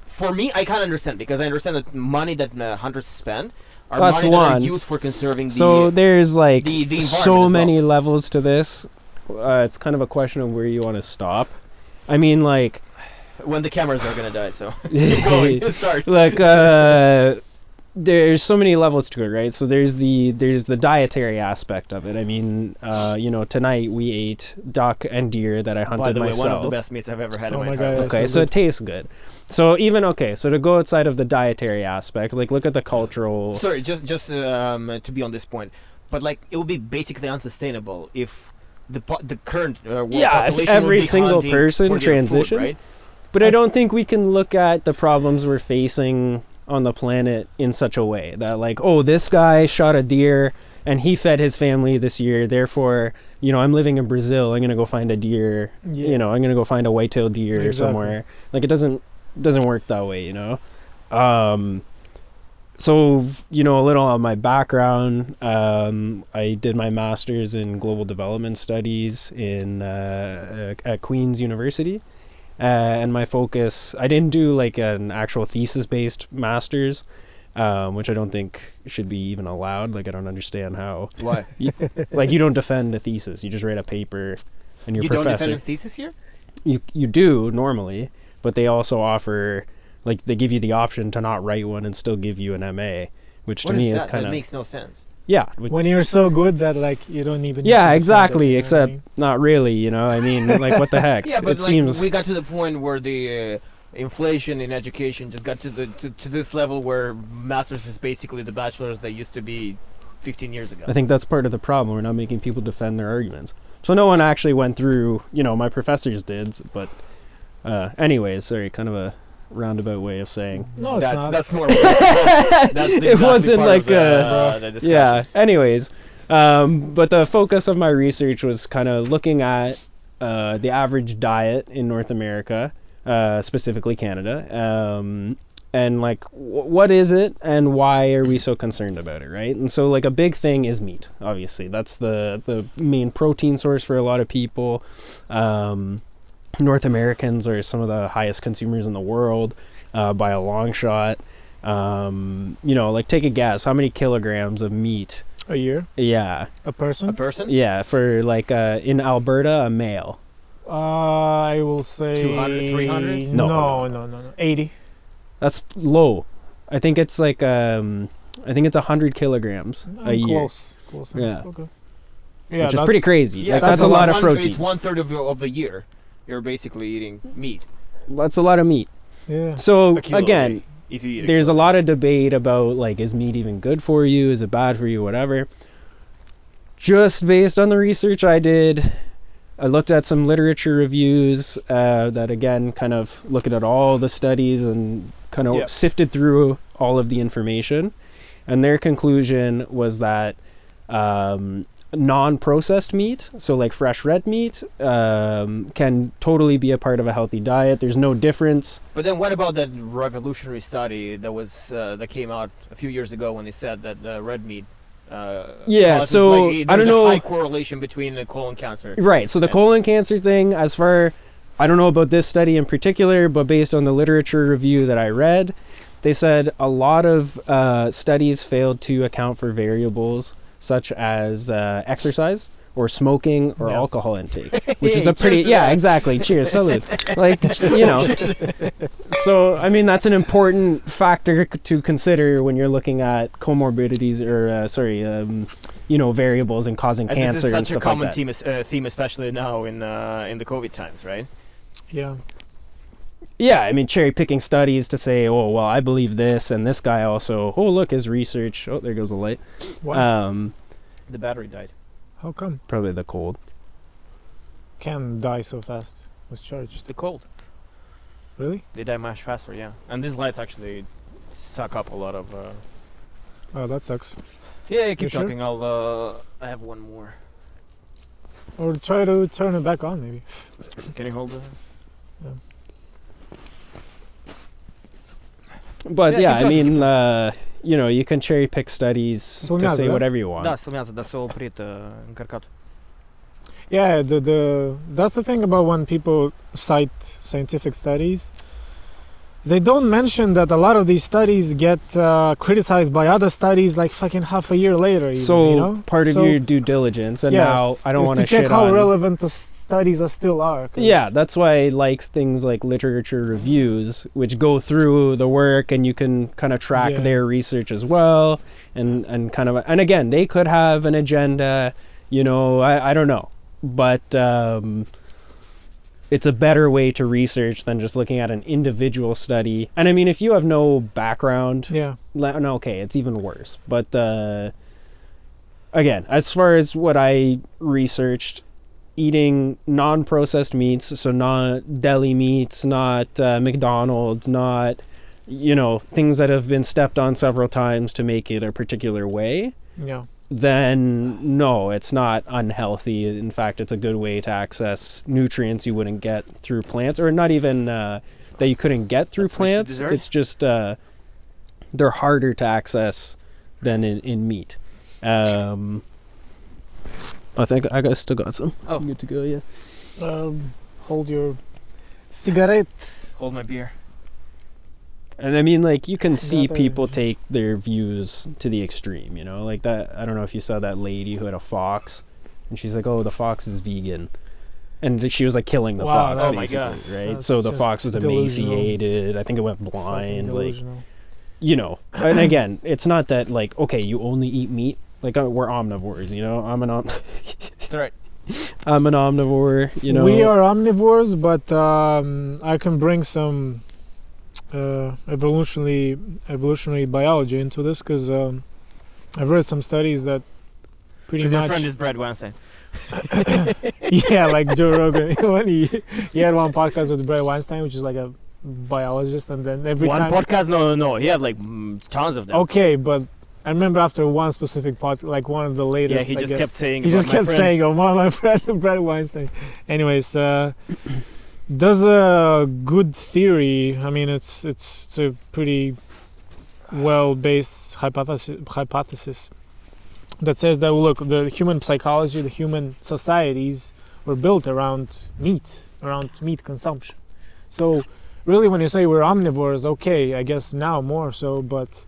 [SPEAKER 3] for me I can't understand because I understand that money that uh, hunters spend are
[SPEAKER 2] That's
[SPEAKER 3] money
[SPEAKER 2] one.
[SPEAKER 3] that are used for conserving
[SPEAKER 2] so
[SPEAKER 3] the.
[SPEAKER 2] there's like
[SPEAKER 3] the- the environment
[SPEAKER 2] so
[SPEAKER 3] as
[SPEAKER 2] many levels to this. Uh, it's kind of a question of where you want to stop. I mean, like,
[SPEAKER 3] when the cameras are gonna die, so keep going. Sorry.
[SPEAKER 2] like uh there's so many levels to it right so there's the there's the dietary aspect of it i mean uh you know tonight we ate duck and deer that i hunted
[SPEAKER 3] By the way,
[SPEAKER 2] myself
[SPEAKER 3] one of the best meats I've ever had
[SPEAKER 1] Oh
[SPEAKER 3] in my
[SPEAKER 1] my
[SPEAKER 3] entire
[SPEAKER 1] God,
[SPEAKER 3] life.
[SPEAKER 2] okay
[SPEAKER 1] so
[SPEAKER 2] so it
[SPEAKER 1] good.
[SPEAKER 2] tastes good so even okay so to go outside of the dietary aspect like look at the cultural
[SPEAKER 3] Sorry, just just um, to be on this point, but like it would be basically unsustainable if the po- the current uh, world
[SPEAKER 2] Yeah, if
[SPEAKER 3] population
[SPEAKER 2] every
[SPEAKER 3] would be
[SPEAKER 2] single
[SPEAKER 3] hunting
[SPEAKER 2] person
[SPEAKER 3] for their
[SPEAKER 2] transitioned.
[SPEAKER 3] food, right?
[SPEAKER 2] but i don't think we can look at the problems we're facing on the planet in such a way that like oh this guy shot a deer and he fed his family this year therefore you know i'm living in brazil i'm gonna go find a deer
[SPEAKER 1] Yeah.
[SPEAKER 2] you know i'm gonna go find a white-tailed deer
[SPEAKER 1] Exactly.
[SPEAKER 2] somewhere like it doesn't doesn't work that way you know um so you know a little on my background um i did my master's in global development studies in uh, uh, at queen's university uh, and my focus i didn't do like an actual thesis based master's um, which i don't think should be even allowed like i don't understand how
[SPEAKER 3] Why
[SPEAKER 2] like you don't defend a thesis you just write a paper and your
[SPEAKER 3] you don't
[SPEAKER 2] professor
[SPEAKER 3] defend a thesis here?
[SPEAKER 2] you you do normally, but they also offer like they give you the option to not write one and still give you an MA, which
[SPEAKER 3] What
[SPEAKER 2] to
[SPEAKER 3] is
[SPEAKER 2] me is
[SPEAKER 3] that?
[SPEAKER 2] kind
[SPEAKER 3] that
[SPEAKER 2] of
[SPEAKER 3] makes no sense.
[SPEAKER 2] yeah. would-
[SPEAKER 1] When you're so good that like you don't even. need to
[SPEAKER 2] yeah,
[SPEAKER 1] defend it,
[SPEAKER 2] exactly.
[SPEAKER 1] you know what I
[SPEAKER 2] Except
[SPEAKER 1] mean?
[SPEAKER 2] not really, you know. I mean, like, what the heck?
[SPEAKER 3] Yeah, but
[SPEAKER 2] it
[SPEAKER 3] like
[SPEAKER 2] seems
[SPEAKER 3] we got to the point where the uh, inflation in education just got to the to, to this level where masters is basically the bachelors that used to be 15 years ago.
[SPEAKER 2] I think that's part of the problem. We're not making people defend their arguments. So no one actually went through. You know, my professors did, but uh, anyways, sorry, kind of a roundabout way of saying
[SPEAKER 1] No, it's
[SPEAKER 3] that's
[SPEAKER 1] not.
[SPEAKER 3] that's more. that's the
[SPEAKER 2] It
[SPEAKER 3] exactly
[SPEAKER 2] wasn't
[SPEAKER 3] part of
[SPEAKER 2] like
[SPEAKER 3] the, uh,
[SPEAKER 2] a-
[SPEAKER 3] the discussion.
[SPEAKER 2] yeah anyways um, but the focus of my research was kind of looking at uh, the average diet in north america uh, specifically canada um, and like w- what is it and why are we so concerned about it right and so like a big thing is meat obviously that's the the main protein source for a lot of people um, north americans are some of the highest consumers in the world uh, by a long shot um, you know, like take a guess, how many kilograms of meat?
[SPEAKER 1] A year?
[SPEAKER 2] Yeah,
[SPEAKER 1] A person?
[SPEAKER 3] A person?
[SPEAKER 2] yeah, for like uh, in Alberta, a male.
[SPEAKER 1] Uh, I will say
[SPEAKER 3] 200, 300?
[SPEAKER 1] No, no,
[SPEAKER 2] No.
[SPEAKER 1] no, no, no. 80.
[SPEAKER 2] That's low. I think it's like um, I think it's hundred kilograms a
[SPEAKER 1] I'm
[SPEAKER 2] year,
[SPEAKER 1] Close. close enough.
[SPEAKER 2] Yeah.
[SPEAKER 1] Okay. Yeah,
[SPEAKER 2] which is pretty
[SPEAKER 1] that's-
[SPEAKER 2] crazy. like that's,
[SPEAKER 1] that's a
[SPEAKER 2] a lot of
[SPEAKER 3] one-
[SPEAKER 2] protein.
[SPEAKER 3] It's one third of, your- of the year. You're basically eating meat.
[SPEAKER 2] That's a lot of meat.
[SPEAKER 1] Yeah.
[SPEAKER 2] So
[SPEAKER 3] A kilo
[SPEAKER 2] again,
[SPEAKER 3] a day, if you eat
[SPEAKER 2] there's a lot of debate about like is meat even good for you is it bad for you whatever just based on the research i did i looked at some literature reviews uh, that again kind of looked at all the studies and kind of
[SPEAKER 1] Yeah.
[SPEAKER 2] sifted through all of the information and their conclusion was that um, non-processed meat so like fresh red meat um, can totally be a part of a healthy diet there's no difference
[SPEAKER 3] But then, what about that revolutionary study that was uh, that came out a few years ago when they said that uh, red meat? Uh,
[SPEAKER 2] Yeah,
[SPEAKER 3] causes,
[SPEAKER 2] so,
[SPEAKER 3] like,
[SPEAKER 2] I
[SPEAKER 3] there's
[SPEAKER 2] don't
[SPEAKER 3] a
[SPEAKER 2] know-
[SPEAKER 3] High correlation between the colon cancer.
[SPEAKER 2] Right. So the
[SPEAKER 3] And-
[SPEAKER 2] colon cancer thing, as far I don't know about this study in particular, but based on the literature review that I read, they said a lot of uh, studies failed to account for variables such as uh, exercise or smoking or
[SPEAKER 1] Yeah.
[SPEAKER 2] alcohol intake, which is
[SPEAKER 3] Hey,
[SPEAKER 2] a pretty
[SPEAKER 3] cheers to
[SPEAKER 2] yeah
[SPEAKER 3] that.
[SPEAKER 2] exactly cheers salute like you know. So I mean that's an important factor c- to consider when you're looking at comorbidities or uh, sorry um, you know variables and causing
[SPEAKER 3] And
[SPEAKER 2] cancer
[SPEAKER 3] this is
[SPEAKER 2] and
[SPEAKER 3] such
[SPEAKER 2] stuff
[SPEAKER 3] a common
[SPEAKER 2] like that.
[SPEAKER 3] theme, es- uh, theme, especially now in uh, in the COVID times, right?
[SPEAKER 1] Yeah.
[SPEAKER 2] yeah, I mean, cherry picking studies to say, oh, well, I believe this, and this guy also, oh, look, his research. Oh, there goes the light.
[SPEAKER 1] Wow.
[SPEAKER 2] Um,
[SPEAKER 3] The battery died.
[SPEAKER 1] How come
[SPEAKER 2] probably the cold.
[SPEAKER 1] can die so fast? Was charged.
[SPEAKER 3] The cold.
[SPEAKER 1] Really?
[SPEAKER 3] They die much faster, yeah. And these lights actually suck up a lot of. Uh...
[SPEAKER 1] Oh, that sucks.
[SPEAKER 3] Yeah, you keep
[SPEAKER 1] You sure?
[SPEAKER 3] talking. I'll. Uh, I have one more.
[SPEAKER 1] Or try to turn it back on, maybe.
[SPEAKER 3] Can you hold it?
[SPEAKER 2] But
[SPEAKER 3] Yeah,
[SPEAKER 2] yeah,
[SPEAKER 3] keep
[SPEAKER 2] I
[SPEAKER 3] talking,
[SPEAKER 2] mean, uh, you know, you can cherry pick studies to
[SPEAKER 1] Сломяз,
[SPEAKER 2] say
[SPEAKER 1] да?
[SPEAKER 2] whatever you want.
[SPEAKER 3] Да, сломяться, да, сол прит, э, каркат.
[SPEAKER 1] Yeah, the the that's the thing about when people cite scientific studies. They don't mention that a lot of these studies get uh, criticized by other studies like fucking half a year later. Even,
[SPEAKER 2] so
[SPEAKER 1] you know?
[SPEAKER 2] part of
[SPEAKER 1] So-
[SPEAKER 2] your due diligence, and
[SPEAKER 1] Yes,
[SPEAKER 2] now I don't
[SPEAKER 1] is
[SPEAKER 2] want to
[SPEAKER 1] to check
[SPEAKER 2] shit
[SPEAKER 1] how
[SPEAKER 2] on.
[SPEAKER 1] relevant the s- studies are still are. 'cause-
[SPEAKER 2] yeah, that's why I like things like literature reviews, which go through the work and you can kind of track
[SPEAKER 1] Yeah.
[SPEAKER 2] their research as well, and and kind of and again they could have an agenda, you know, I, I don't know, but um, it's a better way to research than just looking at an individual study. And I mean, if you have no background
[SPEAKER 1] yeah,
[SPEAKER 2] La- no, okay, it's even worse. But uh, again, as far as what I researched, eating non-processed meats, so not deli meats, not uh, McDonald's, not you know things that have been stepped on several times to make it a particular way.
[SPEAKER 1] yeah,
[SPEAKER 2] Then no, it's not unhealthy. In fact, it's a good way to access nutrients you wouldn't get through plants, or not even uh, that you couldn't get through
[SPEAKER 3] That's what she
[SPEAKER 2] plants.
[SPEAKER 3] deserved.
[SPEAKER 2] It's just uh, they're harder to access than in, in meat. Um, I think I got- still got some.
[SPEAKER 3] Oh.
[SPEAKER 2] I'm good to go. Yeah.
[SPEAKER 1] um, hold your cigarette.
[SPEAKER 3] Hold my beer.
[SPEAKER 2] And I mean, like you can see
[SPEAKER 1] Another-
[SPEAKER 2] people take their views to the extreme. You know, like that. I don't know if you saw that lady who had a fox, and she's like, "Oh, the fox is vegan," and she was like killing the
[SPEAKER 1] Wow,
[SPEAKER 2] fox.
[SPEAKER 3] that's- Oh my God.
[SPEAKER 2] basically, Right.
[SPEAKER 1] That's
[SPEAKER 2] So the
[SPEAKER 1] just
[SPEAKER 2] fox was
[SPEAKER 1] delusional.
[SPEAKER 2] emaciated. I think it went
[SPEAKER 1] Fucking
[SPEAKER 2] blind. Like
[SPEAKER 1] delusional.
[SPEAKER 2] you know, and again, it's not that like okay, you only eat meat. Like uh, we're omnivores. You know, I'm an om-
[SPEAKER 3] It's all right.
[SPEAKER 2] I'm an omnivore. You know,
[SPEAKER 1] we are omnivores, but um, I can bring some uh, evolutionary evolutionary biology into this because um, I've read some studies that pretty
[SPEAKER 3] Because your
[SPEAKER 1] much
[SPEAKER 3] friend is Brad Weinstein.
[SPEAKER 1] yeah, like Joe Rogan. when he, he had one podcast with Brad Weinstein, which is like a biologist, and then every
[SPEAKER 3] One
[SPEAKER 1] time
[SPEAKER 3] podcast? No, no, no. He had like mm, tons of them.
[SPEAKER 1] okay, but I remember after one specific podcast, like one of the latest.
[SPEAKER 3] Yeah, he
[SPEAKER 1] I
[SPEAKER 3] just
[SPEAKER 1] guess,
[SPEAKER 3] kept saying.
[SPEAKER 1] he
[SPEAKER 3] about
[SPEAKER 1] just
[SPEAKER 3] my
[SPEAKER 1] kept
[SPEAKER 3] friend.
[SPEAKER 1] saying, "Oh my, my friend Brad Weinstein." Anyways, uh, there's a good theory. I mean, it's it's it's a pretty well-based hypothesis hypothesis that says that look, the human psychology, the human societies were built around meat, around meat consumption. So really, when you say we're omnivores, okay, I guess now more so, but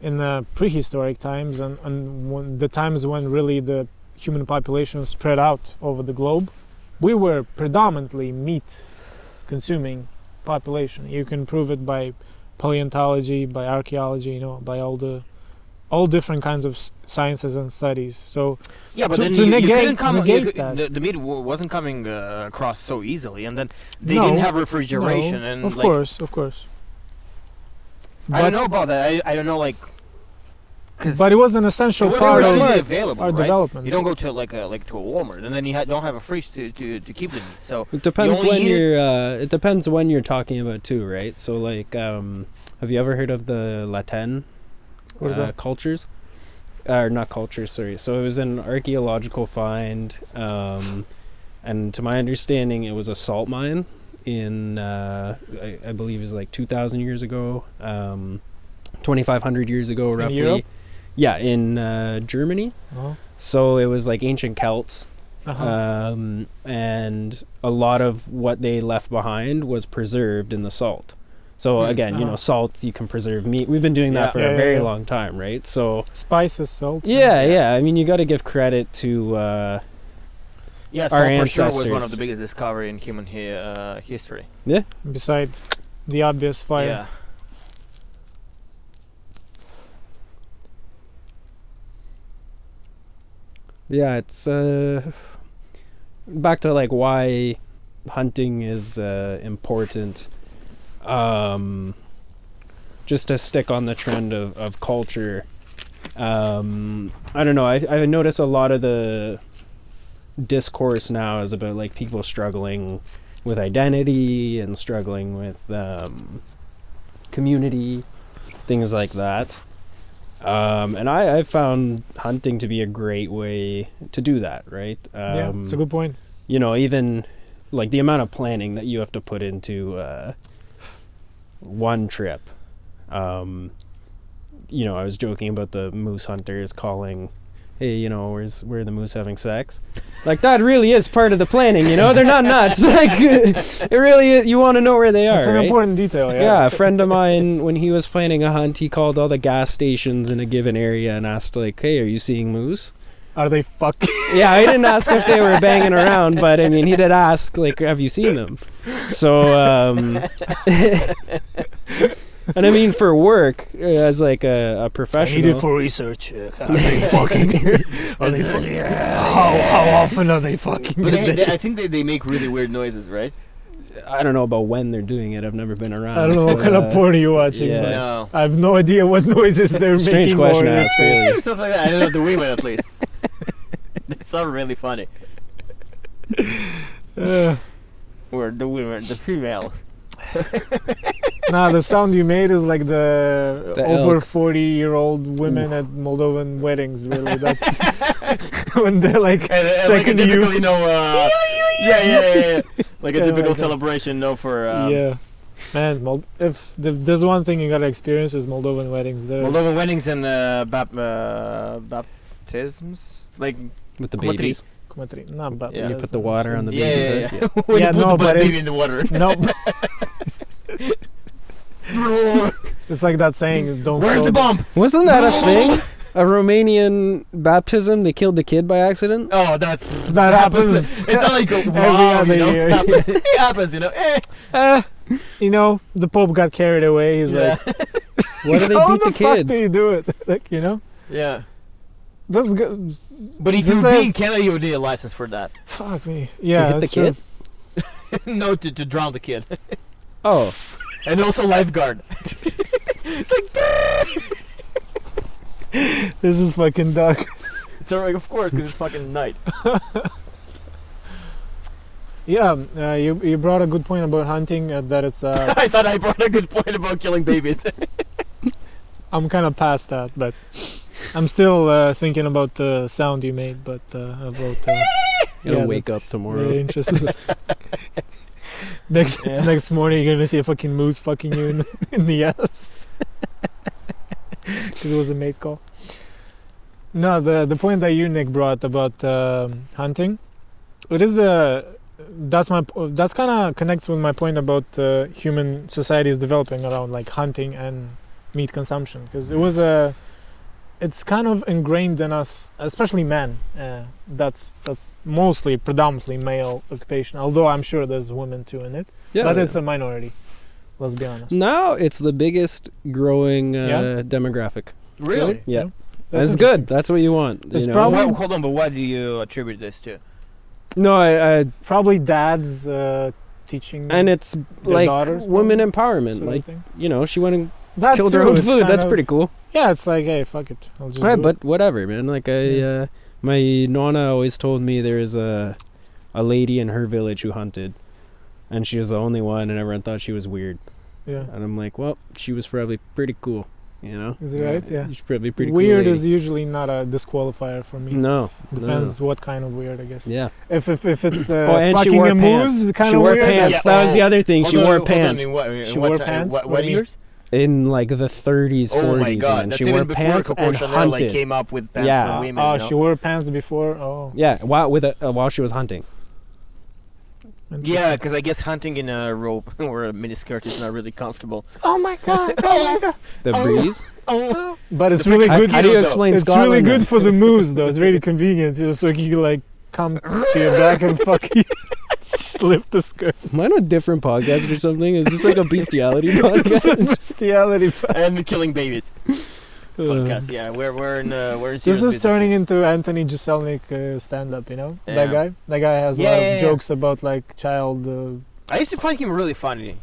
[SPEAKER 1] in the prehistoric times and, and when the times when really the human population spread out over the globe, we were predominantly meat consuming population. You can prove it by paleontology, by archaeology, you know, by all the all different kinds of s- sciences and studies. So
[SPEAKER 3] Yeah, but
[SPEAKER 1] To-
[SPEAKER 3] then
[SPEAKER 1] to
[SPEAKER 3] you, you
[SPEAKER 1] negate-
[SPEAKER 3] couldn't come. you
[SPEAKER 1] negate
[SPEAKER 3] could-
[SPEAKER 1] that.
[SPEAKER 3] the, the meat w- wasn't coming uh, across so easily, and then they
[SPEAKER 1] No,
[SPEAKER 3] didn't have refrigeration.
[SPEAKER 1] no,
[SPEAKER 3] and
[SPEAKER 1] of
[SPEAKER 3] Mm, like,
[SPEAKER 1] course, of course.
[SPEAKER 3] I don't
[SPEAKER 1] But,
[SPEAKER 3] know about that. I, I don't know like. 'cause
[SPEAKER 1] but it was an
[SPEAKER 3] it
[SPEAKER 1] essential
[SPEAKER 3] wasn't
[SPEAKER 1] part
[SPEAKER 3] readily
[SPEAKER 1] of
[SPEAKER 3] available,
[SPEAKER 1] our
[SPEAKER 3] right?
[SPEAKER 1] development.
[SPEAKER 3] You don't go to like a like to a Walmart, and then you ha- don't have a fridge to, to, to keep the meat. So
[SPEAKER 2] It depends
[SPEAKER 3] only
[SPEAKER 2] when
[SPEAKER 3] eat it-
[SPEAKER 2] you're. Uh, it depends when you're talking about too, right? So like, um, have you ever heard of the Latin
[SPEAKER 1] What is
[SPEAKER 2] uh,
[SPEAKER 1] that?
[SPEAKER 2] cultures? Or not cultures, sorry. So it was an archaeological find, um, and to my understanding, it was a salt mine in uh, I, I believe is like two thousand years ago, um, twenty five hundred years ago, roughly.
[SPEAKER 1] Europe?
[SPEAKER 2] Yeah, in uh, Germany.
[SPEAKER 1] Oh,
[SPEAKER 2] So it was like ancient Celts
[SPEAKER 3] uh,
[SPEAKER 1] uh-huh.
[SPEAKER 2] um, and a lot of what they left behind was preserved in the salt. So
[SPEAKER 3] Hmm,
[SPEAKER 2] again, you
[SPEAKER 1] uh-huh.
[SPEAKER 2] know, salt you can preserve meat. We've been doing
[SPEAKER 3] Yeah.
[SPEAKER 2] that for
[SPEAKER 1] Yeah,
[SPEAKER 2] a
[SPEAKER 1] yeah,
[SPEAKER 2] very
[SPEAKER 1] yeah.
[SPEAKER 2] long time, right? So
[SPEAKER 1] Spices, salt.
[SPEAKER 2] yeah, yeah. I mean, you got to give credit to uh,
[SPEAKER 3] yeah,
[SPEAKER 2] Our
[SPEAKER 3] salt for sure was one of
[SPEAKER 2] ancestors.
[SPEAKER 3] the biggest discovery in human he- uh, history.
[SPEAKER 1] Besides the obvious fire.
[SPEAKER 3] Yeah.
[SPEAKER 2] yeah. It's uh, back to like why hunting is uh, important. Um, just to stick on the trend of, of culture. Um, I don't know. I, I notice a lot of the discourse now is about like people struggling with identity and struggling with um, community, things like that. Um, and I, I found hunting to be a great way to do that, right? Um,
[SPEAKER 1] yeah, it's a good point.
[SPEAKER 2] you know, even like the amount of planning that you have to put into uh, one trip. Um, you know, I was joking about the moose hunters calling, "Hey, you know, where's where are the moose having sex?" Like that really is part of the planning. You know, they're not nuts. like it really, is, you want to know where they are.
[SPEAKER 1] it's an
[SPEAKER 2] right?
[SPEAKER 1] important detail. Yeah.
[SPEAKER 2] yeah, a friend of mine, when he was planning a hunt, he called all the gas stations in a given area and asked, like, "Hey, are you seeing moose?"
[SPEAKER 1] Are they fucking?
[SPEAKER 2] yeah, I didn't ask if they were banging around, but I mean, he did ask, like, have you seen them? So, um, and I mean, for work, uh, as like a, a professional,
[SPEAKER 1] for research.
[SPEAKER 4] uh,
[SPEAKER 1] Are they fucking? are they fucking? How how often are they fucking?
[SPEAKER 3] But they, they, I think they, they make really weird noises, right?
[SPEAKER 2] I don't know about when they're doing it. I've never been around.
[SPEAKER 1] I don't know what
[SPEAKER 2] but,
[SPEAKER 1] kind
[SPEAKER 2] uh,
[SPEAKER 1] of porn are you watching.
[SPEAKER 2] yeah.
[SPEAKER 1] but
[SPEAKER 3] No.
[SPEAKER 1] I have no idea what noises they're making.
[SPEAKER 2] Strange question
[SPEAKER 1] or
[SPEAKER 2] to ask, really.
[SPEAKER 3] Stuff like that. I don't know the women at least. they sound really funny.
[SPEAKER 1] Uh,
[SPEAKER 3] Or the women, the female.
[SPEAKER 1] nah, the sound you made is like the,
[SPEAKER 2] The
[SPEAKER 1] over
[SPEAKER 2] elk.
[SPEAKER 1] forty-year-old women at Moldovan weddings. Really, that's when they're like
[SPEAKER 3] And, and like a
[SPEAKER 1] second
[SPEAKER 3] typical,
[SPEAKER 1] youth.
[SPEAKER 3] you know, uh, yeah, yeah, yeah, yeah. Like a
[SPEAKER 1] Yeah,
[SPEAKER 3] typical
[SPEAKER 1] like that.
[SPEAKER 3] celebration, no, for um,
[SPEAKER 1] yeah, man. Mold- if, if there's one thing you gotta experience is Moldovan weddings. They're
[SPEAKER 3] Moldovan weddings and uh, bap- uh, baptisms. Like
[SPEAKER 2] with the
[SPEAKER 3] Come on,
[SPEAKER 2] babies.
[SPEAKER 1] Kumatri. No, but
[SPEAKER 3] Yeah.
[SPEAKER 2] You
[SPEAKER 1] that's
[SPEAKER 2] put the
[SPEAKER 1] not
[SPEAKER 2] water on the
[SPEAKER 1] same.
[SPEAKER 3] Yeah,
[SPEAKER 2] babies.
[SPEAKER 3] yeah,
[SPEAKER 2] eh?
[SPEAKER 3] when
[SPEAKER 1] Yeah,
[SPEAKER 3] you put
[SPEAKER 1] no,
[SPEAKER 3] the
[SPEAKER 1] but it-
[SPEAKER 3] baby in the water.
[SPEAKER 1] No, but it's like that saying. Don't.
[SPEAKER 3] Where's
[SPEAKER 1] throw
[SPEAKER 3] the bump?
[SPEAKER 2] Wasn't that a thing? A Romanian baptism? They killed the kid by accident.
[SPEAKER 3] Oh, that's
[SPEAKER 1] That happens.
[SPEAKER 3] It's not like a
[SPEAKER 1] Every
[SPEAKER 3] wow,
[SPEAKER 1] other
[SPEAKER 3] you know.
[SPEAKER 1] year.
[SPEAKER 3] It happens, it happens, you know. Eh.
[SPEAKER 1] Uh, you know, the Pope got carried away. He's
[SPEAKER 3] yeah.
[SPEAKER 1] like,
[SPEAKER 2] Why do they
[SPEAKER 1] how
[SPEAKER 2] beat
[SPEAKER 1] the,
[SPEAKER 2] the
[SPEAKER 1] fuck do
[SPEAKER 2] kids?
[SPEAKER 1] you do it? like, you know,
[SPEAKER 3] yeah.
[SPEAKER 1] that's good.
[SPEAKER 3] But if
[SPEAKER 1] This
[SPEAKER 3] you be in
[SPEAKER 1] is-
[SPEAKER 3] Canada, you would need a license for that.
[SPEAKER 1] Fuck me. Yeah,
[SPEAKER 2] to hit the
[SPEAKER 1] that's true.
[SPEAKER 2] kid.
[SPEAKER 3] no, to, to drown the kid.
[SPEAKER 2] Oh,
[SPEAKER 3] And also lifeguard.
[SPEAKER 1] This is fucking dark.
[SPEAKER 3] It's alright, of course, because it's fucking night.
[SPEAKER 1] Yeah, uh, you you brought a good point about hunting. Uh, that it's uh,
[SPEAKER 3] I thought I brought a good point about killing babies.
[SPEAKER 1] I'm kind of past that, but I'm still uh, thinking about the sound you made. But uh, about uh,
[SPEAKER 2] It'll
[SPEAKER 1] yeah,
[SPEAKER 2] wake up
[SPEAKER 1] that's
[SPEAKER 2] tomorrow.
[SPEAKER 1] Really interesting. next
[SPEAKER 3] Yeah.
[SPEAKER 1] next morning, you're gonna see a fucking moose fucking you in, in the ass because it was a mate call. No, the the point that you Nick brought about um hunting, it is a that's my po- that's kind of connects with my point about uh, human society is developing around like hunting and meat consumption because it was a it's kind of ingrained in us especially men uh, that's that's mostly predominantly male occupation although i'm sure there's women too in it
[SPEAKER 2] Yeah.
[SPEAKER 1] but it's a minority let's be honest
[SPEAKER 2] now it's the biggest growing uh,
[SPEAKER 1] Yeah?
[SPEAKER 2] demographic.
[SPEAKER 3] Really?
[SPEAKER 1] Yeah.
[SPEAKER 2] Yeah. That's,
[SPEAKER 1] interesting.
[SPEAKER 2] good. That's what you want.
[SPEAKER 1] It's
[SPEAKER 2] you know?
[SPEAKER 1] prob-
[SPEAKER 3] Wha- hold on, but what do you attribute this to?
[SPEAKER 2] no, I, I,
[SPEAKER 1] probably dads uh, teaching
[SPEAKER 2] and it's like
[SPEAKER 1] daughters,
[SPEAKER 2] women
[SPEAKER 1] probably?
[SPEAKER 2] empowerment.
[SPEAKER 1] sort of
[SPEAKER 2] Like
[SPEAKER 1] thing.
[SPEAKER 2] you know, she went and
[SPEAKER 1] That
[SPEAKER 2] killed
[SPEAKER 1] too,
[SPEAKER 2] her own
[SPEAKER 1] it's
[SPEAKER 2] food.
[SPEAKER 1] kind
[SPEAKER 2] That's
[SPEAKER 1] of-
[SPEAKER 2] pretty cool.
[SPEAKER 1] yeah it's like hey fuck it I'll just
[SPEAKER 2] Right,
[SPEAKER 1] do it.
[SPEAKER 2] but whatever, man. Like I,
[SPEAKER 1] Yeah.
[SPEAKER 2] uh, my nonna always told me there is a, a lady in her village who hunted, and she was the only one, and everyone thought she was weird.
[SPEAKER 1] yeah
[SPEAKER 2] And I'm like, well, she was probably pretty cool, you know.
[SPEAKER 1] Is it right? Yeah.
[SPEAKER 2] She's probably pretty
[SPEAKER 1] weird
[SPEAKER 2] cool.
[SPEAKER 1] is usually not a disqualifier for me.
[SPEAKER 2] no no, no.
[SPEAKER 1] Depends what kind of weird, I guess.
[SPEAKER 2] Yeah.
[SPEAKER 1] If if if it's the
[SPEAKER 2] Oh, and she
[SPEAKER 1] fucking
[SPEAKER 2] wore
[SPEAKER 1] amuse
[SPEAKER 2] pants.
[SPEAKER 1] kind
[SPEAKER 2] she
[SPEAKER 1] of
[SPEAKER 2] wore
[SPEAKER 1] weird.
[SPEAKER 2] pants.
[SPEAKER 1] that's-
[SPEAKER 3] Yeah,
[SPEAKER 2] That was the
[SPEAKER 3] oh.
[SPEAKER 2] other thing. She
[SPEAKER 3] Hold on,
[SPEAKER 2] wore
[SPEAKER 3] hold on,
[SPEAKER 2] pants
[SPEAKER 3] in what- in
[SPEAKER 1] She
[SPEAKER 3] what
[SPEAKER 1] wore
[SPEAKER 3] ti-
[SPEAKER 1] pants?
[SPEAKER 3] What,
[SPEAKER 1] What
[SPEAKER 3] what
[SPEAKER 1] do you mean?
[SPEAKER 3] years?
[SPEAKER 2] in like the 30s, 40s.
[SPEAKER 3] Oh my god,
[SPEAKER 2] man.
[SPEAKER 3] that's
[SPEAKER 2] she
[SPEAKER 3] even
[SPEAKER 2] wore
[SPEAKER 3] before
[SPEAKER 2] pants
[SPEAKER 3] Coco
[SPEAKER 2] and
[SPEAKER 3] Chanel like
[SPEAKER 2] hunted.
[SPEAKER 3] came up with pants
[SPEAKER 2] Yeah.
[SPEAKER 3] for women.
[SPEAKER 1] oh,
[SPEAKER 3] you know?
[SPEAKER 1] she wore pants before. Oh,
[SPEAKER 2] Yeah, while with a, uh, while she was hunting.
[SPEAKER 1] interesting.
[SPEAKER 3] Yeah, because I guess hunting in a robe or a miniskirt is not really comfortable.
[SPEAKER 1] Oh my god. Oh my god.
[SPEAKER 2] The
[SPEAKER 3] Oh.
[SPEAKER 2] breeze.
[SPEAKER 3] Oh,
[SPEAKER 1] But it's
[SPEAKER 3] The
[SPEAKER 1] really
[SPEAKER 2] How,
[SPEAKER 1] good.
[SPEAKER 2] how do you
[SPEAKER 3] though.
[SPEAKER 2] explain
[SPEAKER 1] It's
[SPEAKER 2] Scotland?
[SPEAKER 1] really
[SPEAKER 2] then?
[SPEAKER 1] good for the moose though. It's really convenient. Just so you can like come to your back and fuck you. Just lift the skirt.
[SPEAKER 2] Am I on a different podcast or something? Is this like a bestiality podcast?
[SPEAKER 1] Bestiality.
[SPEAKER 3] and killing babies podcast.
[SPEAKER 2] Uh,
[SPEAKER 3] Yeah, we're we're in uh, we're in
[SPEAKER 1] This
[SPEAKER 3] serious
[SPEAKER 1] is
[SPEAKER 3] business.
[SPEAKER 1] turning into Anthony Jeselnik uh, stand-up. You know that
[SPEAKER 3] Yeah.
[SPEAKER 1] guy. That guy has a
[SPEAKER 3] Yeah,
[SPEAKER 1] lot
[SPEAKER 3] yeah, yeah.
[SPEAKER 1] of jokes about like child. Uh,
[SPEAKER 3] I used to find him really funny,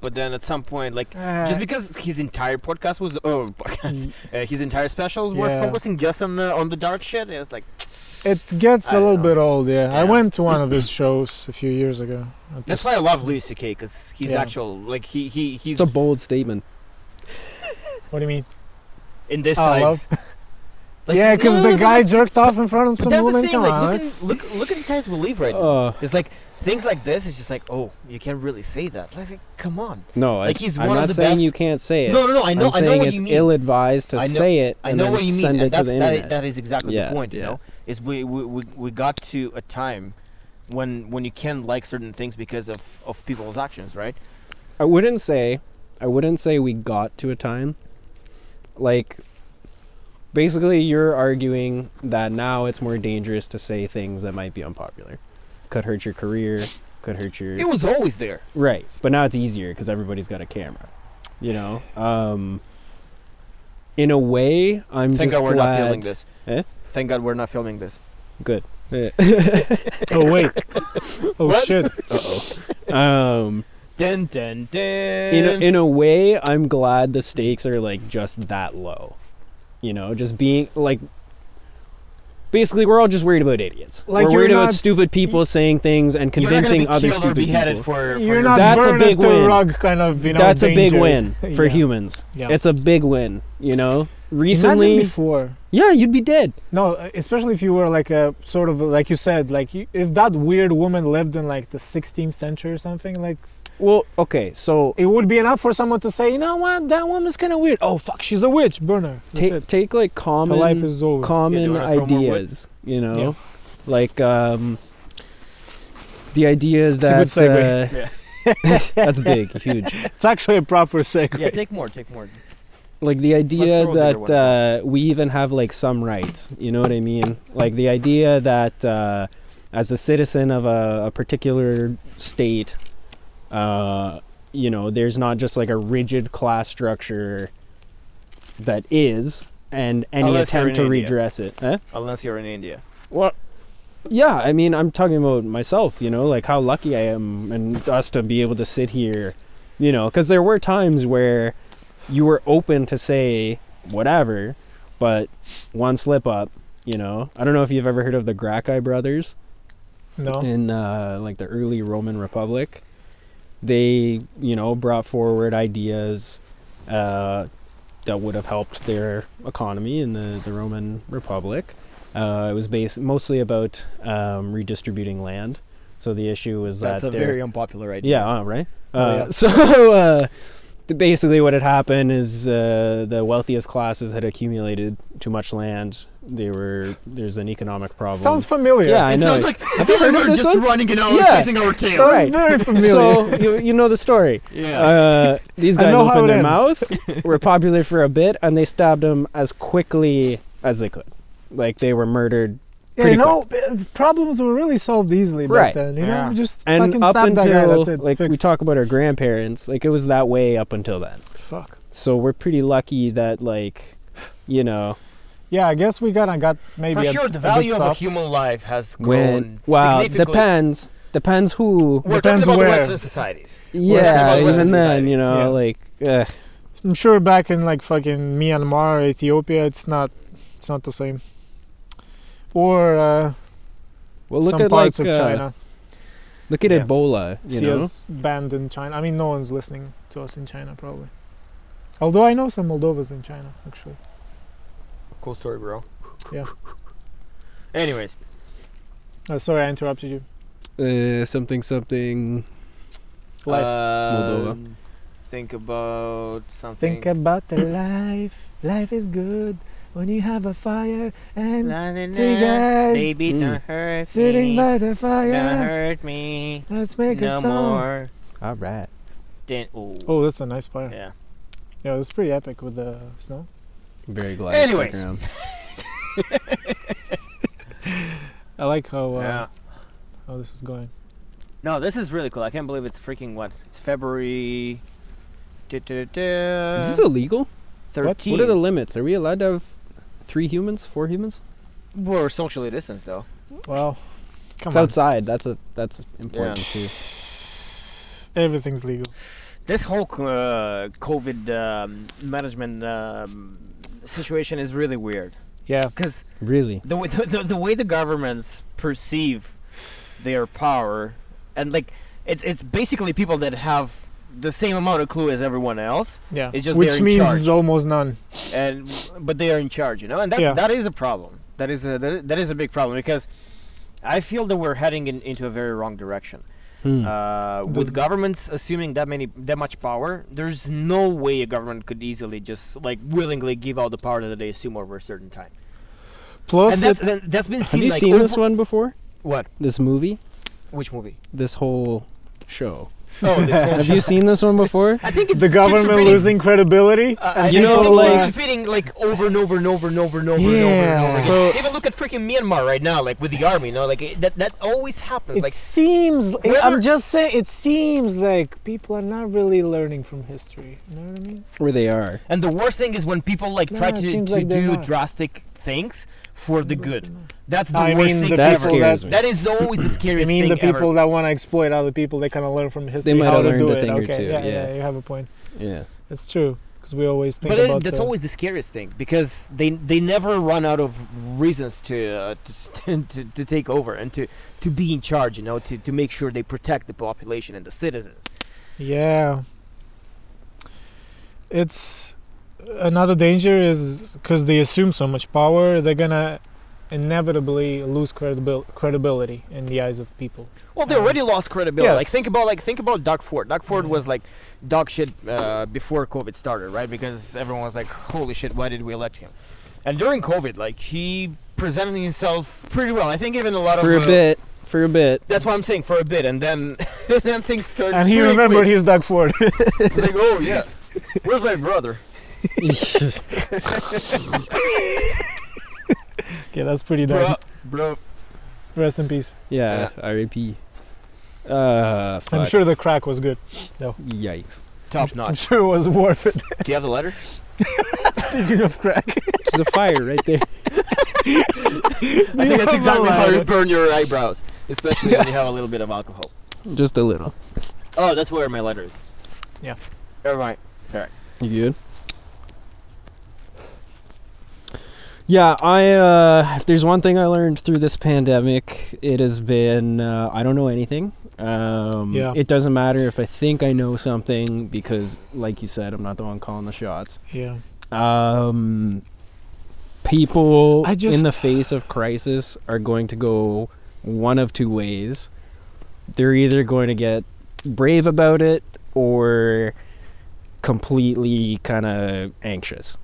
[SPEAKER 3] but then at some point, like just because his entire podcast was oh podcast, uh, his entire specials were
[SPEAKER 1] Mm. Yeah.
[SPEAKER 3] focusing just on uh, on the dark shit. It was like
[SPEAKER 1] Mm, It gets
[SPEAKER 3] I
[SPEAKER 1] a
[SPEAKER 3] don't
[SPEAKER 1] little
[SPEAKER 3] know.
[SPEAKER 1] bit old, yeah. I
[SPEAKER 3] Yeah.
[SPEAKER 1] went to one of his shows a few years ago. It
[SPEAKER 3] that's
[SPEAKER 1] was-
[SPEAKER 3] why I love Louis C.K. because he's
[SPEAKER 1] Yeah.
[SPEAKER 3] actual like he he he's
[SPEAKER 2] it's a bold statement.
[SPEAKER 1] What do you mean?
[SPEAKER 3] in this
[SPEAKER 1] Oh, I
[SPEAKER 3] times. Like,
[SPEAKER 1] yeah,
[SPEAKER 3] no,
[SPEAKER 1] because
[SPEAKER 3] no,
[SPEAKER 1] the
[SPEAKER 3] no,
[SPEAKER 1] guy
[SPEAKER 3] but-
[SPEAKER 1] jerked off in front of
[SPEAKER 3] But
[SPEAKER 1] some
[SPEAKER 3] that's the
[SPEAKER 1] woman.
[SPEAKER 3] thing.
[SPEAKER 1] Come
[SPEAKER 3] Like
[SPEAKER 1] on,
[SPEAKER 3] look,
[SPEAKER 1] that's-
[SPEAKER 3] at, look look at the times we live right
[SPEAKER 1] Oh.
[SPEAKER 3] now.
[SPEAKER 2] Uh,
[SPEAKER 3] It's like things like this. It's just like, oh, you can't really say that. Like, come on.
[SPEAKER 2] no,
[SPEAKER 3] Like,
[SPEAKER 2] it's-
[SPEAKER 3] he's
[SPEAKER 2] I'm
[SPEAKER 3] one of
[SPEAKER 2] not
[SPEAKER 3] the
[SPEAKER 2] saying
[SPEAKER 3] best-
[SPEAKER 2] you can't say it.
[SPEAKER 3] No, no, no. I know.
[SPEAKER 2] I'm
[SPEAKER 3] I
[SPEAKER 2] saying
[SPEAKER 3] know what
[SPEAKER 2] it's
[SPEAKER 3] you mean.
[SPEAKER 2] ill-advised to
[SPEAKER 3] I know-
[SPEAKER 2] say it
[SPEAKER 3] I
[SPEAKER 2] and
[SPEAKER 3] know
[SPEAKER 2] then
[SPEAKER 3] what you mean.
[SPEAKER 2] send
[SPEAKER 3] And
[SPEAKER 2] it to
[SPEAKER 3] that's
[SPEAKER 2] the
[SPEAKER 3] that,
[SPEAKER 2] internet.
[SPEAKER 3] that is exactly
[SPEAKER 2] Yeah,
[SPEAKER 3] the point. You
[SPEAKER 2] yeah.
[SPEAKER 3] know, is we, we we we got to a time when when you can't like certain things because of of people's actions, right?
[SPEAKER 2] I wouldn't say I wouldn't say we got to a time. Like basically you're arguing that now it's more dangerous to say things that might be unpopular. Could hurt your career, could hurt your
[SPEAKER 3] It was always there.
[SPEAKER 2] Right. But now it's easier because everybody's got a camera. You know? Um in a way, I'm
[SPEAKER 3] Thank
[SPEAKER 2] just
[SPEAKER 3] God we're
[SPEAKER 2] glad.
[SPEAKER 3] not filming this.
[SPEAKER 2] Eh?
[SPEAKER 3] Thank God we're not filming this.
[SPEAKER 2] Good. Uh
[SPEAKER 1] oh wait, oh
[SPEAKER 3] What?
[SPEAKER 1] shit.
[SPEAKER 2] oh. Um,
[SPEAKER 3] Dun dun dun.
[SPEAKER 2] in a, in a way, I'm glad the stakes are like just that low. You know, just being like. Basically, we're all just worried about idiots.
[SPEAKER 1] Like,
[SPEAKER 2] we're
[SPEAKER 1] you're
[SPEAKER 2] worried
[SPEAKER 1] not-
[SPEAKER 2] about stupid people saying things and
[SPEAKER 3] You're not gonna
[SPEAKER 2] convincing
[SPEAKER 3] be
[SPEAKER 2] other
[SPEAKER 3] killed or
[SPEAKER 2] stupid
[SPEAKER 3] beheaded
[SPEAKER 2] people.
[SPEAKER 3] For, for
[SPEAKER 1] You're
[SPEAKER 3] your-
[SPEAKER 1] not
[SPEAKER 2] That's a
[SPEAKER 1] burning
[SPEAKER 2] big
[SPEAKER 1] the
[SPEAKER 2] win.
[SPEAKER 1] rug, kind of. You know,
[SPEAKER 2] That's a big
[SPEAKER 1] danger.
[SPEAKER 2] win for
[SPEAKER 1] Yeah.
[SPEAKER 2] humans.
[SPEAKER 1] Yeah.
[SPEAKER 2] It's a big win, you know.
[SPEAKER 1] Imagine
[SPEAKER 2] Recently,
[SPEAKER 1] before.
[SPEAKER 2] yeah, you'd be dead.
[SPEAKER 1] No, especially if you were like a sort of like you said, like you, if that weird woman lived in like the 16th century or something, like s-
[SPEAKER 2] Well, okay, so
[SPEAKER 1] it would be enough for someone to say, you know what, that woman's kind of weird. Oh fuck, she's a witch, burn her. That's
[SPEAKER 2] take
[SPEAKER 1] it.
[SPEAKER 2] take like
[SPEAKER 1] Her life
[SPEAKER 2] common
[SPEAKER 1] is over.
[SPEAKER 2] common
[SPEAKER 3] wanna throw more wood?
[SPEAKER 2] ideas, you know,
[SPEAKER 1] Yeah.
[SPEAKER 2] like um, the idea
[SPEAKER 1] a good
[SPEAKER 2] that uh, that's big, huge.
[SPEAKER 1] It's actually a proper segue.
[SPEAKER 3] yeah, take more, take more.
[SPEAKER 2] like the idea
[SPEAKER 3] throw the other one
[SPEAKER 2] that uh, we even have like some rights you know what i mean like the idea that uh, as a citizen of a, a particular state uh, you know there's not just like a rigid class structure that is and any
[SPEAKER 3] Unless you're
[SPEAKER 2] attempt to
[SPEAKER 3] in India.
[SPEAKER 2] redress it eh?
[SPEAKER 3] Unless you're in India.
[SPEAKER 2] well yeah i mean i'm talking about myself you know like how lucky i am and us to be able to sit here you know because there were times where you were open to say whatever but one slip up you know i don't know if you've ever heard of the gracchi brothers
[SPEAKER 3] Oh.
[SPEAKER 1] No.
[SPEAKER 2] in uh, like the early roman republic they you know brought forward ideas uh, that would have helped their economy in the, the roman republic uh, it was based mostly about um, redistributing land so the issue was
[SPEAKER 3] That's
[SPEAKER 2] that
[SPEAKER 3] a
[SPEAKER 2] there-
[SPEAKER 3] very unpopular idea.
[SPEAKER 2] yeah, uh, right. Uh,
[SPEAKER 1] Oh, yeah.
[SPEAKER 2] So uh, th- basically, what had happened is uh, the wealthiest classes had accumulated too much land they were there's an economic problem.
[SPEAKER 1] Sounds familiar.
[SPEAKER 2] Yeah, I
[SPEAKER 3] it
[SPEAKER 2] know.
[SPEAKER 3] sounds like
[SPEAKER 2] Have you heard of
[SPEAKER 3] we're
[SPEAKER 2] this
[SPEAKER 3] just
[SPEAKER 2] one?
[SPEAKER 3] running it out,
[SPEAKER 2] Yeah.
[SPEAKER 3] chasing our tail.
[SPEAKER 1] Sounds
[SPEAKER 2] Right.
[SPEAKER 1] very familiar.
[SPEAKER 2] so you, you know the story.
[SPEAKER 3] yeah.
[SPEAKER 2] Uh, these
[SPEAKER 1] I
[SPEAKER 2] guys
[SPEAKER 1] know how
[SPEAKER 2] opened
[SPEAKER 1] it
[SPEAKER 2] their mouth, were popular for a bit, and they stabbed them as quickly as they could. Like they were murdered.
[SPEAKER 1] yeah,
[SPEAKER 2] pretty
[SPEAKER 1] you know, b- problems were really solved easily
[SPEAKER 2] Right.
[SPEAKER 1] back then. You
[SPEAKER 3] Yeah.
[SPEAKER 1] know, you just
[SPEAKER 2] And
[SPEAKER 1] fucking
[SPEAKER 2] up
[SPEAKER 1] stab that guy.
[SPEAKER 2] until
[SPEAKER 1] That's it.
[SPEAKER 2] like we
[SPEAKER 1] fixed.
[SPEAKER 2] talk about our grandparents, like it was that way up until then.
[SPEAKER 1] Fuck.
[SPEAKER 2] So we're pretty lucky that like, you know,
[SPEAKER 1] Yeah, I guess we kind of got maybe
[SPEAKER 3] For
[SPEAKER 1] a,
[SPEAKER 3] sure, the
[SPEAKER 1] a bit
[SPEAKER 3] value of a
[SPEAKER 1] soft.
[SPEAKER 3] human life has grown
[SPEAKER 2] when wow
[SPEAKER 3] significantly.
[SPEAKER 2] depends depends who.
[SPEAKER 3] We're
[SPEAKER 1] Depends
[SPEAKER 3] talking about
[SPEAKER 1] where.
[SPEAKER 3] the Western societies.
[SPEAKER 2] Yeah,
[SPEAKER 3] about Western
[SPEAKER 2] even then,
[SPEAKER 3] societies,
[SPEAKER 2] you know,
[SPEAKER 1] yeah.
[SPEAKER 2] like uh,
[SPEAKER 1] I'm sure back in like fucking Myanmar, Ethiopia, it's not, it's not the same. Or uh,
[SPEAKER 2] well, look
[SPEAKER 1] some
[SPEAKER 2] at like
[SPEAKER 1] parts of
[SPEAKER 2] uh,
[SPEAKER 1] China.
[SPEAKER 2] look at
[SPEAKER 3] Yeah.
[SPEAKER 2] Ebola, you
[SPEAKER 1] see
[SPEAKER 2] know.
[SPEAKER 1] us banned in China. I mean, no one's listening to us in China probably. Although I know some Moldovans in China actually.
[SPEAKER 3] Cool story, bro.
[SPEAKER 1] Yeah.
[SPEAKER 3] Anyways,
[SPEAKER 1] Uh, sorry, I interrupted you.
[SPEAKER 2] Uh, something something.
[SPEAKER 1] Life.
[SPEAKER 3] uh,
[SPEAKER 2] Moldova.
[SPEAKER 3] Think about something.
[SPEAKER 1] Think about the life. Life is good when you have a fire and
[SPEAKER 3] Na, na, na.
[SPEAKER 1] three guys Hmm.
[SPEAKER 3] Baby,
[SPEAKER 2] Mm.
[SPEAKER 3] don't hurt
[SPEAKER 1] sitting
[SPEAKER 3] me.
[SPEAKER 1] by the
[SPEAKER 3] Don't
[SPEAKER 1] fire.
[SPEAKER 3] hurt me.
[SPEAKER 1] Let's make
[SPEAKER 3] no
[SPEAKER 1] a song.
[SPEAKER 3] more.
[SPEAKER 2] All right.
[SPEAKER 3] Then, ooh.
[SPEAKER 1] Oh, that's a nice fire.
[SPEAKER 3] Yeah.
[SPEAKER 1] Yeah, it was pretty epic with the snow.
[SPEAKER 2] Very glad.
[SPEAKER 3] you stuck Anyways.
[SPEAKER 1] I like how uh,
[SPEAKER 3] yeah.
[SPEAKER 1] how this is going.
[SPEAKER 3] No, this is really cool. I can't believe it's freaking what? It's February. duh, duh, duh,
[SPEAKER 2] Is this illegal?
[SPEAKER 3] Uh, Thirteen.
[SPEAKER 2] What are the limits? Are we allowed to have three humans, four humans?
[SPEAKER 3] We're socially distanced, though.
[SPEAKER 1] Wow, come
[SPEAKER 2] it's
[SPEAKER 1] on,
[SPEAKER 2] outside. That's a that's important too.
[SPEAKER 1] everything's legal.
[SPEAKER 3] This whole uh, COVID um, management um, situation is really weird
[SPEAKER 1] Yeah,
[SPEAKER 3] because
[SPEAKER 2] Really?
[SPEAKER 3] the, way- the, the the way the governments perceive their power and like it's it's basically people that have the same amount of clue as everyone else
[SPEAKER 1] yeah.
[SPEAKER 3] It's just they're
[SPEAKER 1] which
[SPEAKER 3] in
[SPEAKER 1] means
[SPEAKER 3] charge.
[SPEAKER 1] almost none.
[SPEAKER 3] and but they are in charge you know and that
[SPEAKER 1] Yeah.
[SPEAKER 3] that is a problem that is a that, that is a big problem because I feel that we're heading in, into a very wrong direction.
[SPEAKER 2] Hmm.
[SPEAKER 3] Uh, with
[SPEAKER 1] Hmm. Does-
[SPEAKER 3] governments assuming that many that much power, there's no way a government could easily just like willingly give out the power that they assume over a certain time.
[SPEAKER 1] Plus,
[SPEAKER 3] And that's,
[SPEAKER 1] it-
[SPEAKER 3] and that's been seen.
[SPEAKER 2] have you
[SPEAKER 3] like,
[SPEAKER 2] seen
[SPEAKER 3] over-
[SPEAKER 2] this one before?
[SPEAKER 3] What?
[SPEAKER 2] This movie?
[SPEAKER 3] Which movie?
[SPEAKER 2] This whole show?
[SPEAKER 3] Oh, this whole
[SPEAKER 2] have you seen this one before?
[SPEAKER 3] I think it
[SPEAKER 1] the
[SPEAKER 3] keeps
[SPEAKER 1] government
[SPEAKER 3] repeating.
[SPEAKER 1] losing credibility.
[SPEAKER 3] Uh,
[SPEAKER 1] and
[SPEAKER 3] you know,
[SPEAKER 1] people,
[SPEAKER 3] like
[SPEAKER 1] uh,
[SPEAKER 3] repeating like over and over and over and over and over and over and over.
[SPEAKER 1] Yeah.
[SPEAKER 3] again.
[SPEAKER 2] So-
[SPEAKER 3] even look at freaking Myanmar right now, like with the army, you know, like it, that that always happens.
[SPEAKER 1] it
[SPEAKER 3] like
[SPEAKER 1] seems.
[SPEAKER 3] whoever-
[SPEAKER 1] I'm just saying. It seems like people are not really learning from history. You know what I mean?
[SPEAKER 2] Where they are?
[SPEAKER 3] And the worst thing is when people like
[SPEAKER 1] No,
[SPEAKER 3] try
[SPEAKER 1] it
[SPEAKER 3] to,
[SPEAKER 1] seems
[SPEAKER 3] to
[SPEAKER 1] like they're
[SPEAKER 3] do
[SPEAKER 1] not.
[SPEAKER 3] drastic things for the good. That's the
[SPEAKER 1] I
[SPEAKER 3] worst
[SPEAKER 1] mean,
[SPEAKER 3] thing
[SPEAKER 1] the
[SPEAKER 2] That
[SPEAKER 3] ever.
[SPEAKER 1] people
[SPEAKER 2] scares
[SPEAKER 1] that.
[SPEAKER 2] me.
[SPEAKER 3] That is always the
[SPEAKER 1] I
[SPEAKER 3] scariest
[SPEAKER 1] mean,
[SPEAKER 3] thing
[SPEAKER 1] the people
[SPEAKER 3] ever.
[SPEAKER 1] that want to exploit other people, they kind of learn from history
[SPEAKER 2] might
[SPEAKER 1] how
[SPEAKER 2] have
[SPEAKER 1] to
[SPEAKER 2] learned
[SPEAKER 1] do
[SPEAKER 2] a
[SPEAKER 1] it.
[SPEAKER 2] thing or
[SPEAKER 1] okay,
[SPEAKER 2] two,
[SPEAKER 1] yeah,
[SPEAKER 2] yeah.
[SPEAKER 1] you have a point.
[SPEAKER 2] Yeah.
[SPEAKER 1] It's true because we always think
[SPEAKER 3] But
[SPEAKER 1] about.
[SPEAKER 3] it, that's
[SPEAKER 1] the-
[SPEAKER 3] always the scariest thing because they they never run out of reasons to, uh, to, to to take over and to to be in charge. You know, to to make sure they protect the population and the citizens.
[SPEAKER 1] Yeah. It's another danger is because they assume so much power, they're gonna inevitably lose credibil- credibility in the eyes of people.
[SPEAKER 3] Well, they already lost credibility. Like
[SPEAKER 1] Yes.
[SPEAKER 3] think about like think about Doug Ford. Doug Ford
[SPEAKER 1] Mhm.
[SPEAKER 3] was like dog shit uh, before COVID started, right? Because everyone was like, "Holy shit, why did we elect him?" And during COVID, like he presented himself pretty well. I think even a lot
[SPEAKER 2] For a
[SPEAKER 3] of uh,
[SPEAKER 2] bit. For a bit.
[SPEAKER 3] That's what I'm saying for a bit, and then then things turned.
[SPEAKER 1] And he
[SPEAKER 3] pretty
[SPEAKER 1] remembered
[SPEAKER 3] quick.
[SPEAKER 1] he's Doug Ford.
[SPEAKER 3] He's like, "Oh yeah, where's my brother?"
[SPEAKER 1] okay, that's pretty
[SPEAKER 3] Bro,
[SPEAKER 1] dumb.
[SPEAKER 3] bro.
[SPEAKER 1] Rest in peace.
[SPEAKER 2] yeah. R.I.P. Uh. Fuck.
[SPEAKER 1] I'm sure the crack was good.
[SPEAKER 2] Yikes.
[SPEAKER 3] Top
[SPEAKER 1] I'm
[SPEAKER 3] notch.
[SPEAKER 1] sure it was worth it.
[SPEAKER 3] Do you have the letter?
[SPEAKER 1] Speaking of crack,
[SPEAKER 2] There's a fire right there.
[SPEAKER 3] I think that's
[SPEAKER 1] Yeah,
[SPEAKER 3] exactly
[SPEAKER 1] my
[SPEAKER 3] how you
[SPEAKER 1] letter.
[SPEAKER 3] burn your eyebrows, especially when you have a little bit of alcohol.
[SPEAKER 2] Just a little.
[SPEAKER 3] Oh, that's where my letter is.
[SPEAKER 1] Yeah.
[SPEAKER 3] Never mind.
[SPEAKER 2] You good? Yeah, I uh if there's one thing I learned through this pandemic, it has been uh, I don't know anything. Um
[SPEAKER 1] Yeah.
[SPEAKER 2] it doesn't matter if I think I know something because like you said, I'm not the one calling the shots.
[SPEAKER 1] yeah,
[SPEAKER 2] Um people
[SPEAKER 1] I just-
[SPEAKER 2] in the face of crisis are going to go one of two ways. They're either going to get brave about it or completely kind of anxious.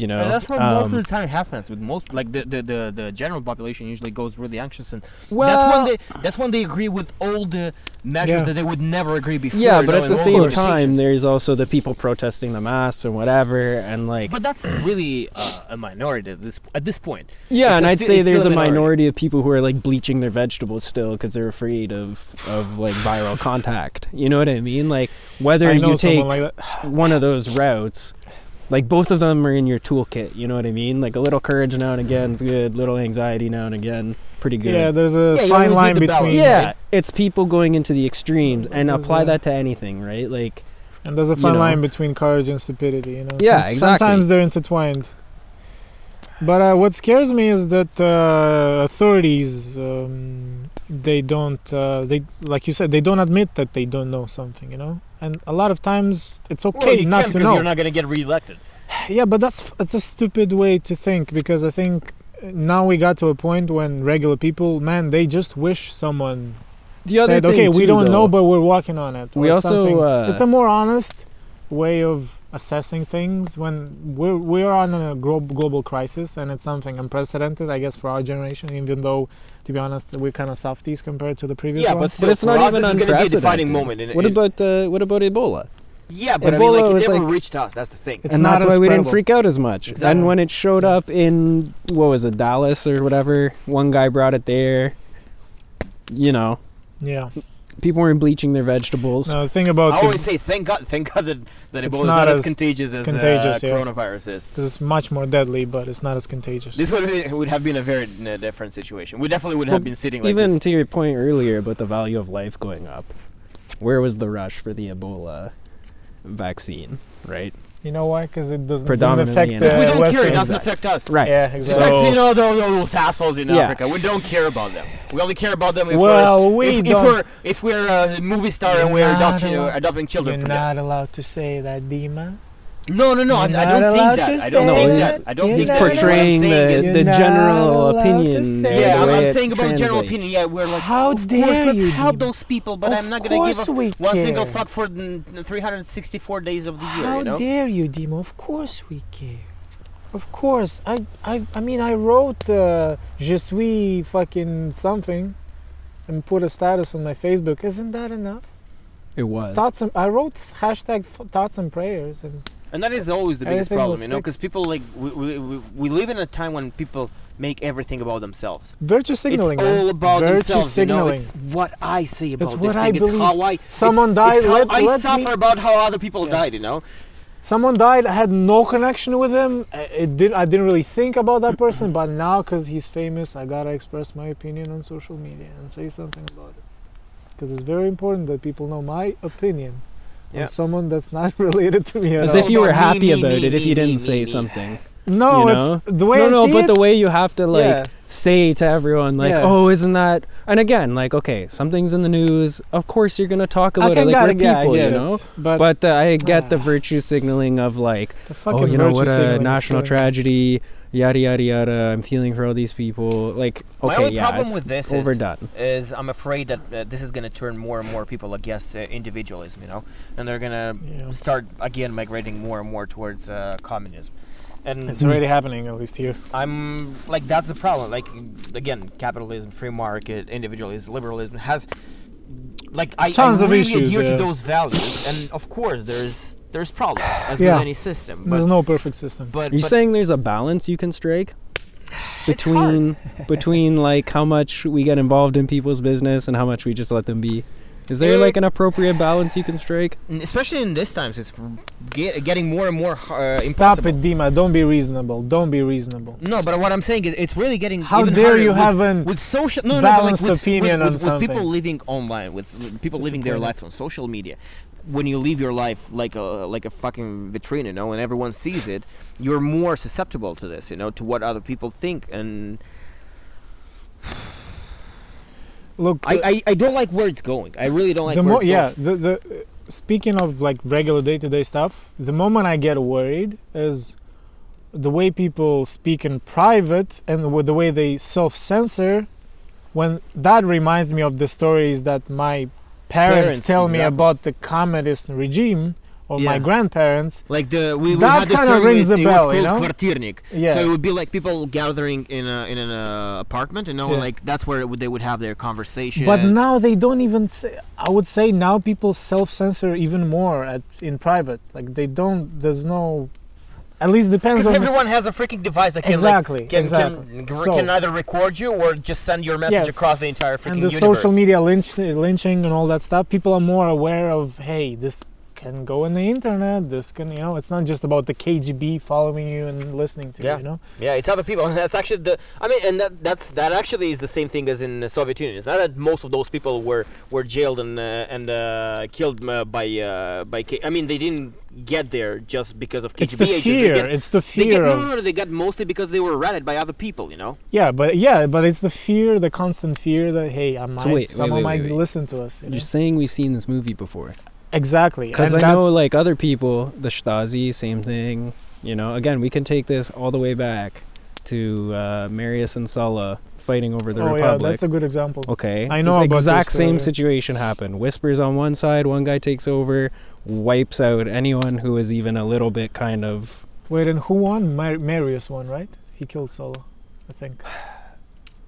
[SPEAKER 2] you know.
[SPEAKER 3] And that's what most
[SPEAKER 2] um,
[SPEAKER 3] of the time happens with most, like the, the, the, the general population usually goes really anxious, and
[SPEAKER 2] well,
[SPEAKER 3] that's when they that's when they agree with all the measures
[SPEAKER 1] Yeah.
[SPEAKER 3] that they would never agree before.
[SPEAKER 2] yeah,
[SPEAKER 3] you
[SPEAKER 2] but
[SPEAKER 3] know,
[SPEAKER 2] at the
[SPEAKER 3] and all
[SPEAKER 2] same
[SPEAKER 3] those
[SPEAKER 2] time,
[SPEAKER 3] decisions.
[SPEAKER 2] there's also the people protesting the masks and whatever, and like
[SPEAKER 3] but that's really uh, a minority at this at this point.
[SPEAKER 2] yeah,
[SPEAKER 3] it's
[SPEAKER 2] and
[SPEAKER 3] a
[SPEAKER 2] I'd
[SPEAKER 3] sti-
[SPEAKER 2] say
[SPEAKER 3] it's
[SPEAKER 2] there's a
[SPEAKER 3] still a minority.
[SPEAKER 2] minority of people who are like bleaching their vegetables still because they're afraid of of like viral contact. You know what I mean? Like whether
[SPEAKER 1] I know
[SPEAKER 2] you take
[SPEAKER 1] someone like that.
[SPEAKER 2] one of those routes. Like both of them are in your toolkit, you know what I mean? Like a little courage now and again is good, little anxiety now and again, pretty good.
[SPEAKER 1] Yeah, there's a
[SPEAKER 3] Yeah, you always
[SPEAKER 1] fine
[SPEAKER 3] need
[SPEAKER 1] line
[SPEAKER 3] the
[SPEAKER 1] between
[SPEAKER 3] balance,
[SPEAKER 2] yeah
[SPEAKER 3] right?
[SPEAKER 2] it's people going into the extremes and
[SPEAKER 1] Because,
[SPEAKER 2] apply
[SPEAKER 1] uh,
[SPEAKER 2] that to anything right like
[SPEAKER 1] and there's a
[SPEAKER 2] you
[SPEAKER 1] fine
[SPEAKER 2] know.
[SPEAKER 1] line between courage and stupidity. You know.
[SPEAKER 2] Yeah,
[SPEAKER 1] Some-
[SPEAKER 2] exactly.
[SPEAKER 1] Sometimes they're intertwined. But uh, what scares me is that uh, authorities um, they don't uh, they like you said they don't admit that they don't know something. You know. And a lot of times it's okay
[SPEAKER 3] well, you
[SPEAKER 1] not
[SPEAKER 3] can
[SPEAKER 1] to
[SPEAKER 3] 'cause
[SPEAKER 1] know.
[SPEAKER 3] you're not gonna get reelected.
[SPEAKER 1] Yeah, but that's it's a stupid way to think because I think now we got to a point when regular people, man, they just wish someone
[SPEAKER 2] the other
[SPEAKER 1] said,
[SPEAKER 2] thing
[SPEAKER 1] "Okay, we
[SPEAKER 2] too,
[SPEAKER 1] don't
[SPEAKER 2] though-
[SPEAKER 1] know, but we're working on it."
[SPEAKER 2] We
[SPEAKER 1] or
[SPEAKER 2] also,
[SPEAKER 1] something.
[SPEAKER 2] uh,
[SPEAKER 1] it's a more honest way of assessing things when we're we're on a glo- global crisis and it's something unprecedented, I guess, for our generation. Even though, to be honest, we're kind of softies compared to the previous
[SPEAKER 3] Yeah,
[SPEAKER 1] one.
[SPEAKER 3] but still,
[SPEAKER 2] but it's
[SPEAKER 3] for
[SPEAKER 2] not
[SPEAKER 3] us,
[SPEAKER 2] even
[SPEAKER 3] this is gonna be a
[SPEAKER 2] unprecedented.
[SPEAKER 3] defining moment. In,
[SPEAKER 2] what
[SPEAKER 3] in,
[SPEAKER 2] about uh, what about ebola
[SPEAKER 3] yeah? But I mean,
[SPEAKER 2] Ebola
[SPEAKER 3] like, it
[SPEAKER 2] was
[SPEAKER 3] never
[SPEAKER 2] like-
[SPEAKER 3] reached us. That's the thing.
[SPEAKER 1] It's
[SPEAKER 2] and
[SPEAKER 1] not
[SPEAKER 2] that's
[SPEAKER 1] as
[SPEAKER 2] why we didn't
[SPEAKER 1] prevalent.
[SPEAKER 2] freak out as much
[SPEAKER 1] Exactly.
[SPEAKER 2] and when it showed
[SPEAKER 1] Yeah.
[SPEAKER 2] up in what was it dallas or whatever one guy brought it there you know
[SPEAKER 1] yeah.
[SPEAKER 2] people weren't bleaching their vegetables
[SPEAKER 1] No, the thing about
[SPEAKER 3] I
[SPEAKER 1] the-
[SPEAKER 3] always say, thank God, thank God that, that
[SPEAKER 1] It's
[SPEAKER 3] Ebola is
[SPEAKER 1] not
[SPEAKER 3] not as
[SPEAKER 1] as
[SPEAKER 3] contagious as
[SPEAKER 1] contagious,
[SPEAKER 3] uh,
[SPEAKER 1] yeah.
[SPEAKER 3] coronavirus is.
[SPEAKER 1] 'cause it's much more deadly, but it's not as contagious.
[SPEAKER 3] This would be, would have been a very uh, different situation. We definitely would have
[SPEAKER 2] Well,
[SPEAKER 3] been sitting like
[SPEAKER 2] even
[SPEAKER 3] this.
[SPEAKER 2] to your point earlier about the value of life going up where was the rush for the ebola vaccine right
[SPEAKER 1] You know why? Because it doesn't, doesn't
[SPEAKER 2] Predominantly
[SPEAKER 1] affect
[SPEAKER 2] in
[SPEAKER 1] the
[SPEAKER 2] Because
[SPEAKER 3] we don't care. It
[SPEAKER 1] Western-
[SPEAKER 3] doesn't
[SPEAKER 2] Exactly.
[SPEAKER 3] affect us.
[SPEAKER 2] right
[SPEAKER 1] Yeah,
[SPEAKER 3] It affects,
[SPEAKER 1] exactly.
[SPEAKER 2] So-
[SPEAKER 3] you know, those, those assholes in
[SPEAKER 2] Yeah.
[SPEAKER 3] Africa. We don't care about them. We only care about them if
[SPEAKER 1] Well,
[SPEAKER 3] we're,
[SPEAKER 1] we
[SPEAKER 3] if, if
[SPEAKER 1] don't-
[SPEAKER 3] we're if we're a movie star and
[SPEAKER 1] You're
[SPEAKER 3] we're
[SPEAKER 1] not
[SPEAKER 3] adopting
[SPEAKER 1] allowed-
[SPEAKER 3] uh, adopting
[SPEAKER 1] You're
[SPEAKER 3] children from them.
[SPEAKER 1] not allowed to say that, Dima.
[SPEAKER 3] No, no, no. I, I
[SPEAKER 1] You're not
[SPEAKER 3] don't
[SPEAKER 1] allowed
[SPEAKER 3] think
[SPEAKER 1] to
[SPEAKER 3] that. I don't
[SPEAKER 2] say
[SPEAKER 3] think
[SPEAKER 2] that.
[SPEAKER 3] that. I don't
[SPEAKER 1] You're
[SPEAKER 3] think
[SPEAKER 2] he's
[SPEAKER 1] not
[SPEAKER 3] that. What I'm
[SPEAKER 2] portraying
[SPEAKER 3] saying
[SPEAKER 2] the,
[SPEAKER 3] is-
[SPEAKER 1] You're
[SPEAKER 2] the
[SPEAKER 1] not
[SPEAKER 2] general
[SPEAKER 1] allowed to
[SPEAKER 2] opinion
[SPEAKER 1] say
[SPEAKER 2] the
[SPEAKER 1] that.
[SPEAKER 3] yeah, I'm,
[SPEAKER 2] way
[SPEAKER 3] I'm
[SPEAKER 2] it
[SPEAKER 3] saying about general
[SPEAKER 2] translates.
[SPEAKER 3] opinion. Yeah, we're like,
[SPEAKER 1] How
[SPEAKER 3] of
[SPEAKER 1] dare
[SPEAKER 3] course, let's
[SPEAKER 1] you,
[SPEAKER 3] help
[SPEAKER 1] Dima.
[SPEAKER 3] those people, but
[SPEAKER 1] Of
[SPEAKER 3] I'm not gonna give
[SPEAKER 1] course
[SPEAKER 3] a,
[SPEAKER 1] we
[SPEAKER 3] one single
[SPEAKER 1] care.
[SPEAKER 3] fuck for the 364 days of the year.
[SPEAKER 1] How
[SPEAKER 3] you know?
[SPEAKER 1] dare you, Dima? Of course we care. Of course. I I, I mean, I wrote uh, Je suis fucking something and put a status on my Facebook. Isn't that enough?
[SPEAKER 2] it was
[SPEAKER 1] Thoughts and, I wrote hashtag f- thoughts and prayers. and
[SPEAKER 3] And that is always the biggest
[SPEAKER 1] Everything
[SPEAKER 3] problem,
[SPEAKER 1] was
[SPEAKER 3] you know, because
[SPEAKER 1] fixed.
[SPEAKER 3] people like we, we, we, we live in a time when people make everything about themselves.
[SPEAKER 1] Virtue signaling.
[SPEAKER 3] it's
[SPEAKER 1] man.
[SPEAKER 3] all about
[SPEAKER 1] Virtue
[SPEAKER 3] themselves,
[SPEAKER 1] signaling.
[SPEAKER 3] you know. It's what I say about
[SPEAKER 1] what
[SPEAKER 3] this
[SPEAKER 1] I
[SPEAKER 3] thing. It's
[SPEAKER 1] believe.
[SPEAKER 3] how I
[SPEAKER 1] Someone
[SPEAKER 3] it's,
[SPEAKER 1] died,
[SPEAKER 3] It's how
[SPEAKER 1] let-
[SPEAKER 3] I
[SPEAKER 1] let me-
[SPEAKER 3] suffer about how other people
[SPEAKER 1] Yeah.
[SPEAKER 3] died, you know.
[SPEAKER 1] Someone died. I had no connection with him. I, it didn't, I didn't really think about that person, but now because he's famous, I gotta express my opinion on social media and say something about it. Because it's very important that people know my opinion
[SPEAKER 3] Yeah.
[SPEAKER 1] on someone that's not related to me at
[SPEAKER 2] as
[SPEAKER 1] all.
[SPEAKER 2] if you
[SPEAKER 3] about
[SPEAKER 2] were
[SPEAKER 3] me,
[SPEAKER 2] happy
[SPEAKER 3] me,
[SPEAKER 2] about
[SPEAKER 3] me,
[SPEAKER 2] it if you
[SPEAKER 3] me,
[SPEAKER 2] didn't
[SPEAKER 3] me,
[SPEAKER 2] say
[SPEAKER 3] me.
[SPEAKER 2] something
[SPEAKER 1] no,
[SPEAKER 2] you
[SPEAKER 1] it's the way.
[SPEAKER 2] no
[SPEAKER 1] I
[SPEAKER 2] no
[SPEAKER 1] see
[SPEAKER 2] but
[SPEAKER 1] it,
[SPEAKER 2] the way you have to like
[SPEAKER 1] Yeah.
[SPEAKER 2] say to everyone like
[SPEAKER 1] Yeah.
[SPEAKER 2] oh isn't that and again like okay something's in the news of course you're gonna talk
[SPEAKER 1] I
[SPEAKER 2] about it
[SPEAKER 1] can
[SPEAKER 2] like
[SPEAKER 1] gotta
[SPEAKER 2] we're
[SPEAKER 1] get, I
[SPEAKER 2] people
[SPEAKER 1] get
[SPEAKER 2] you
[SPEAKER 1] it.
[SPEAKER 2] know
[SPEAKER 1] but,
[SPEAKER 2] but uh, I get the
[SPEAKER 1] Ah.
[SPEAKER 2] virtue signaling of like,
[SPEAKER 1] the fucking
[SPEAKER 2] oh, you know
[SPEAKER 1] virtue
[SPEAKER 2] what a
[SPEAKER 1] signaling is
[SPEAKER 2] national
[SPEAKER 1] killing me.
[SPEAKER 2] tragedy, yada yada yada. I'm feeling for all these people. Like, okay,
[SPEAKER 3] My only
[SPEAKER 2] yeah,
[SPEAKER 3] problem
[SPEAKER 2] it's
[SPEAKER 3] with this is
[SPEAKER 2] overdone.
[SPEAKER 3] is I'm afraid that uh, this is going to turn more and more people against uh, individualism, you know, and they're going to
[SPEAKER 1] Yeah.
[SPEAKER 3] start again migrating more and more towards uh, communism. And
[SPEAKER 1] It's already happening, at least here.
[SPEAKER 3] I'm like that's the problem. Like again, capitalism, free market, individualism, liberalism has like I, I
[SPEAKER 1] Tons of
[SPEAKER 3] really
[SPEAKER 1] issues,
[SPEAKER 3] adhere
[SPEAKER 1] yeah.
[SPEAKER 3] to those values, and of course there's there's problems as
[SPEAKER 1] Yeah.
[SPEAKER 3] with any system. But
[SPEAKER 1] There's no perfect system.
[SPEAKER 3] but,
[SPEAKER 2] You're
[SPEAKER 3] but
[SPEAKER 2] saying there's a balance you can strike
[SPEAKER 3] It's hard.
[SPEAKER 2] between between like how much we get involved in people's business and how much we just let them be. Is there
[SPEAKER 3] Uh,
[SPEAKER 2] like an appropriate balance you can strike?
[SPEAKER 3] n- especially in this times, it's r- get, getting more and more uh,
[SPEAKER 1] Stop
[SPEAKER 3] impossible.
[SPEAKER 1] it, Dima. Don't be reasonable. Don't be reasonable.
[SPEAKER 3] No, but what I'm saying is it's really getting
[SPEAKER 1] How
[SPEAKER 3] even
[SPEAKER 1] dare
[SPEAKER 3] harder
[SPEAKER 1] you
[SPEAKER 3] with,
[SPEAKER 1] have an
[SPEAKER 3] with social no, no, but like
[SPEAKER 1] balanced
[SPEAKER 3] with,
[SPEAKER 1] opinion
[SPEAKER 3] with,
[SPEAKER 1] on
[SPEAKER 3] with, with people
[SPEAKER 1] something.
[SPEAKER 3] living online with, with people living their
[SPEAKER 1] Disappointed.
[SPEAKER 3] lives on social media when you live your life like a like a fucking vitrine you know and everyone sees it you're more susceptible to this you know to what other people think and
[SPEAKER 1] Look,
[SPEAKER 3] I, I, I don't like where it's going I really don't like
[SPEAKER 1] the
[SPEAKER 3] where
[SPEAKER 1] mo-
[SPEAKER 3] it's
[SPEAKER 1] yeah
[SPEAKER 3] going
[SPEAKER 1] the, the uh, speaking of like regular day-to-day stuff the moment i get worried is the way people speak in private and with the way they self-censor when that reminds me of the stories that my parents,
[SPEAKER 3] Parents,
[SPEAKER 1] tell me
[SPEAKER 3] exactly.
[SPEAKER 1] about the communist regime or
[SPEAKER 3] Yeah.
[SPEAKER 1] my grandparents.
[SPEAKER 3] Like the we, we
[SPEAKER 1] That
[SPEAKER 3] had this
[SPEAKER 1] kinda
[SPEAKER 3] survey.
[SPEAKER 1] rings the
[SPEAKER 3] it
[SPEAKER 1] bell,
[SPEAKER 3] was
[SPEAKER 1] you
[SPEAKER 3] called
[SPEAKER 1] know?
[SPEAKER 3] kvartirnik.
[SPEAKER 1] Yeah.
[SPEAKER 3] So it would be like people gathering in a, in an uh, apartment, and no,
[SPEAKER 1] Yeah.
[SPEAKER 3] like that's where it would, they would have their conversation.
[SPEAKER 1] but now they don't even. Say, I would say now people self-censor even more at in private. Like they don't. There's no. At least depends
[SPEAKER 3] because
[SPEAKER 1] on
[SPEAKER 3] everyone has a freaking device that can
[SPEAKER 1] exactly
[SPEAKER 3] like can,
[SPEAKER 1] exactly.
[SPEAKER 3] can,
[SPEAKER 1] So-
[SPEAKER 3] can either record you or just send your message
[SPEAKER 1] Yes.
[SPEAKER 3] across the entire freaking
[SPEAKER 1] and the
[SPEAKER 3] universe.
[SPEAKER 1] social media lynch, lynching and all that stuff. People are more aware of hey, this can go on the internet. This can you know. It's not just about the KGB following you and listening to
[SPEAKER 3] Yeah.
[SPEAKER 1] you. You know.
[SPEAKER 3] Yeah, it's other people. That's actually the. I mean, and that that's that actually is the same thing as in the Soviet Union. It's not that most of those people were were jailed and uh, and uh, killed uh, by uh, by. K- I mean, they didn't get there just because of KGB
[SPEAKER 1] It's the
[SPEAKER 3] agents.
[SPEAKER 1] fear.
[SPEAKER 3] They get,
[SPEAKER 1] it's the
[SPEAKER 3] they
[SPEAKER 1] fear
[SPEAKER 3] get,
[SPEAKER 1] of
[SPEAKER 3] no, no, no, they got mostly because they were ratted by other people. You know.
[SPEAKER 1] Yeah, but yeah, but it's the fear, the constant fear that hey, I might
[SPEAKER 2] So wait, wait,
[SPEAKER 1] someone
[SPEAKER 2] wait,
[SPEAKER 1] might
[SPEAKER 2] wait, wait.
[SPEAKER 1] listen to us. you
[SPEAKER 2] You're
[SPEAKER 1] know?
[SPEAKER 2] saying we've seen this movie before.
[SPEAKER 1] Exactly.
[SPEAKER 2] Because I
[SPEAKER 1] and
[SPEAKER 2] know,
[SPEAKER 1] that's-
[SPEAKER 2] like, other people, the Stasi, same thing. You know, again, we can take this all the way back to uh, Marius and Sulla fighting over the
[SPEAKER 1] oh yeah,
[SPEAKER 2] Republic. Oh.
[SPEAKER 1] that's a good example.
[SPEAKER 2] okay.
[SPEAKER 1] I know
[SPEAKER 2] This
[SPEAKER 1] about this uh,
[SPEAKER 2] exact same
[SPEAKER 1] story.
[SPEAKER 2] situation happened. Whispers on one side, one guy takes over, wipes out anyone who is even a little bit kind of.
[SPEAKER 1] Wait, and who won? Mar- Marius won, right? He killed Solo, I think.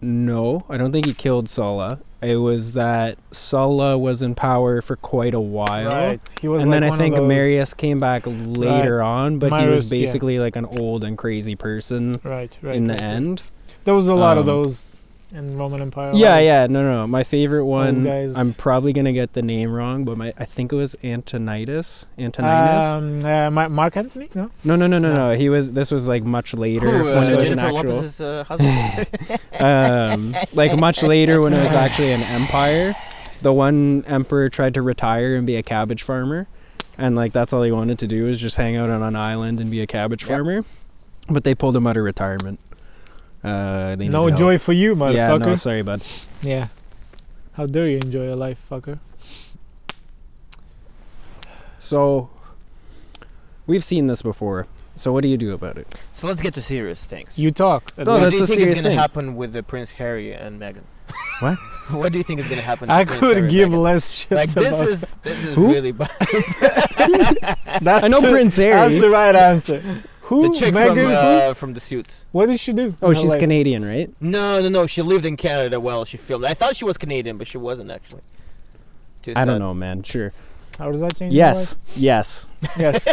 [SPEAKER 2] No, I don't think he killed Sulla. It was that Sulla was in power for quite a while.
[SPEAKER 1] Right. He was.
[SPEAKER 2] and
[SPEAKER 1] like
[SPEAKER 2] then I
[SPEAKER 1] one
[SPEAKER 2] think
[SPEAKER 1] of those,
[SPEAKER 2] Marius came back later on, but he
[SPEAKER 1] Marius,
[SPEAKER 2] was
[SPEAKER 1] yeah.
[SPEAKER 2] basically like an old and crazy person
[SPEAKER 1] Right. Right.
[SPEAKER 2] in the
[SPEAKER 1] right, right.
[SPEAKER 2] end.
[SPEAKER 1] there was a lot of
[SPEAKER 2] um,
[SPEAKER 1] those in Roman Empire. a lot
[SPEAKER 2] Yeah,
[SPEAKER 1] of-
[SPEAKER 2] yeah, no, no. My favorite one.
[SPEAKER 1] guys.
[SPEAKER 2] I'm probably gonna get the name wrong, but my I think it was Antonitus. Antonitus.
[SPEAKER 1] Um, uh, Ma- Mark Antony? No.
[SPEAKER 2] no, no, no, no, no. He was. This was like much later
[SPEAKER 3] uh,
[SPEAKER 2] when it was an actual, um, like much later when it was actually an empire. The one emperor tried to retire and be a cabbage farmer, and like that's all he wanted to do was just hang out on an island and be a cabbage
[SPEAKER 3] Yep.
[SPEAKER 2] farmer. But they pulled him out of retirement. Uh, they
[SPEAKER 1] No
[SPEAKER 2] needed help.
[SPEAKER 1] joy for you,
[SPEAKER 2] Yeah, no,
[SPEAKER 1] motherfucker.
[SPEAKER 2] sorry, bud.
[SPEAKER 1] Yeah, How dare you enjoy your life, fucker?
[SPEAKER 2] So we've seen this before. So what do you do about it?
[SPEAKER 3] So let's get to serious things.
[SPEAKER 1] You talk. at
[SPEAKER 2] No,
[SPEAKER 1] least.
[SPEAKER 2] that's
[SPEAKER 3] what do you
[SPEAKER 2] a
[SPEAKER 3] think
[SPEAKER 2] serious
[SPEAKER 3] is going
[SPEAKER 2] thing.
[SPEAKER 3] to happen with the Prince Harry and Meghan?
[SPEAKER 2] What?
[SPEAKER 3] what do you think is going to happen? to
[SPEAKER 1] I
[SPEAKER 3] Prince
[SPEAKER 1] could
[SPEAKER 3] Harry
[SPEAKER 1] give
[SPEAKER 3] and Meghan?
[SPEAKER 1] less shit.
[SPEAKER 3] like this
[SPEAKER 1] about
[SPEAKER 3] is this is
[SPEAKER 2] Who?
[SPEAKER 3] really bad.
[SPEAKER 1] That's
[SPEAKER 2] I know
[SPEAKER 1] the,
[SPEAKER 2] Prince
[SPEAKER 1] That's
[SPEAKER 2] Harry.
[SPEAKER 1] the right answer. Who?
[SPEAKER 3] the chick
[SPEAKER 1] Megan?
[SPEAKER 3] from uh, from the suits.
[SPEAKER 1] what did she do?
[SPEAKER 2] oh,
[SPEAKER 1] in her
[SPEAKER 2] she's
[SPEAKER 1] life?
[SPEAKER 2] Canadian, right?
[SPEAKER 3] No, no, no. She lived in Canada while she filmed. I thought she was Canadian, but she wasn't actually. Too
[SPEAKER 2] I don't
[SPEAKER 3] sad.
[SPEAKER 2] know, man. Sure.
[SPEAKER 1] How does that change? your
[SPEAKER 2] Yes. Yes.
[SPEAKER 1] life? Yes.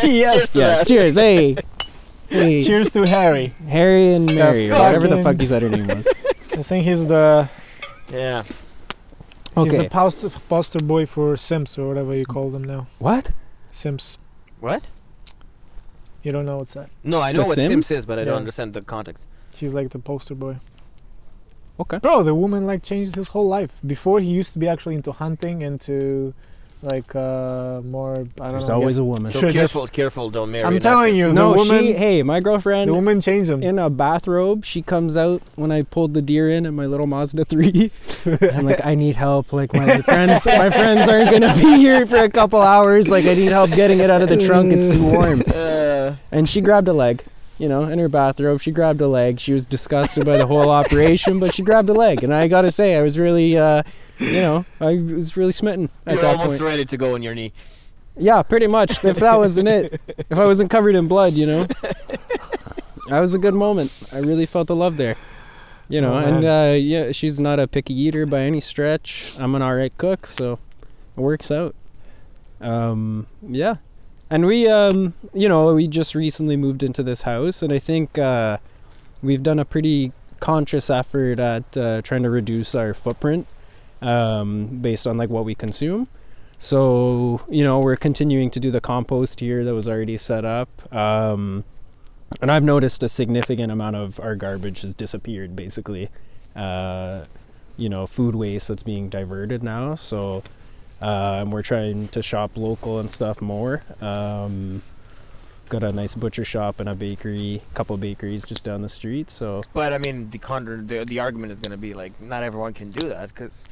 [SPEAKER 3] Cheers
[SPEAKER 2] Yes.
[SPEAKER 3] to
[SPEAKER 2] Yes.
[SPEAKER 3] that.
[SPEAKER 2] Cheers. Hey. Hey.
[SPEAKER 1] Cheers to Harry.
[SPEAKER 2] Harry and Mary,
[SPEAKER 1] Yeah,
[SPEAKER 2] or whatever the
[SPEAKER 1] fucking-
[SPEAKER 2] fuck you said her name was.
[SPEAKER 1] I think he's the
[SPEAKER 3] Yeah.
[SPEAKER 1] he's
[SPEAKER 2] Okay.
[SPEAKER 1] the poster, poster boy for Sims or whatever you call them now.
[SPEAKER 2] What?
[SPEAKER 1] Sims.
[SPEAKER 3] What?
[SPEAKER 1] You don't know what's that?
[SPEAKER 3] No, I know
[SPEAKER 2] The
[SPEAKER 3] what
[SPEAKER 2] Sims?
[SPEAKER 3] Sims is, but I don't
[SPEAKER 1] Yeah.
[SPEAKER 3] understand the context.
[SPEAKER 1] He's like the poster boy.
[SPEAKER 2] Okay.
[SPEAKER 1] Bro, the woman like changed his whole life. Before he used to be actually into hunting, into like uh more I don't
[SPEAKER 2] There's
[SPEAKER 1] know.
[SPEAKER 2] always
[SPEAKER 1] yes-
[SPEAKER 2] a woman.
[SPEAKER 3] So
[SPEAKER 1] Sure, just-
[SPEAKER 3] careful, careful, don't marry.
[SPEAKER 1] I'm
[SPEAKER 3] an
[SPEAKER 1] telling
[SPEAKER 3] actress.
[SPEAKER 1] you,
[SPEAKER 2] no,
[SPEAKER 1] the woman
[SPEAKER 2] she. Hey, my
[SPEAKER 1] the
[SPEAKER 2] girlfriend
[SPEAKER 1] woman changed him.
[SPEAKER 2] in a bathrobe. She comes out when I pulled the deer in in my little Mazda three. I'm like, I need help. Like my friends, my friends aren't gonna be here for a couple hours. Like I need help getting it out of the trunk. It's too warm.
[SPEAKER 3] Uh,
[SPEAKER 2] And she grabbed a leg, you know, in her bathrobe. She grabbed a leg. She was disgusted by the whole operation, but she grabbed a leg. And I gotta say, I was really, uh, you know, I was really smitten at
[SPEAKER 3] you're
[SPEAKER 2] that
[SPEAKER 3] almost
[SPEAKER 2] point.
[SPEAKER 3] ready to go on your knee.
[SPEAKER 2] Yeah, pretty much. If that wasn't it, if I wasn't covered in blood, you know, that was a good moment. I really felt the love there. You know,
[SPEAKER 1] Oh,
[SPEAKER 2] and uh, yeah, she's not a picky eater by any stretch. I'm an alright cook, so it works out. Um, yeah, and we, um, you know, we just recently moved into this house, and I think uh, we've done a pretty conscious effort at uh, trying to reduce our footprint um, based on like what we consume. So you know, we're continuing to do the compost here that was already set up. Um, and I've noticed a significant amount of our garbage has disappeared basically. Uh, you know, food waste that's being diverted now. So um, we're trying to shop local and stuff more. Um, got a nice butcher shop and a bakery, couple bakeries just down the street. So
[SPEAKER 3] But I mean, the counter, the, the argument is going to be like, not everyone can do that because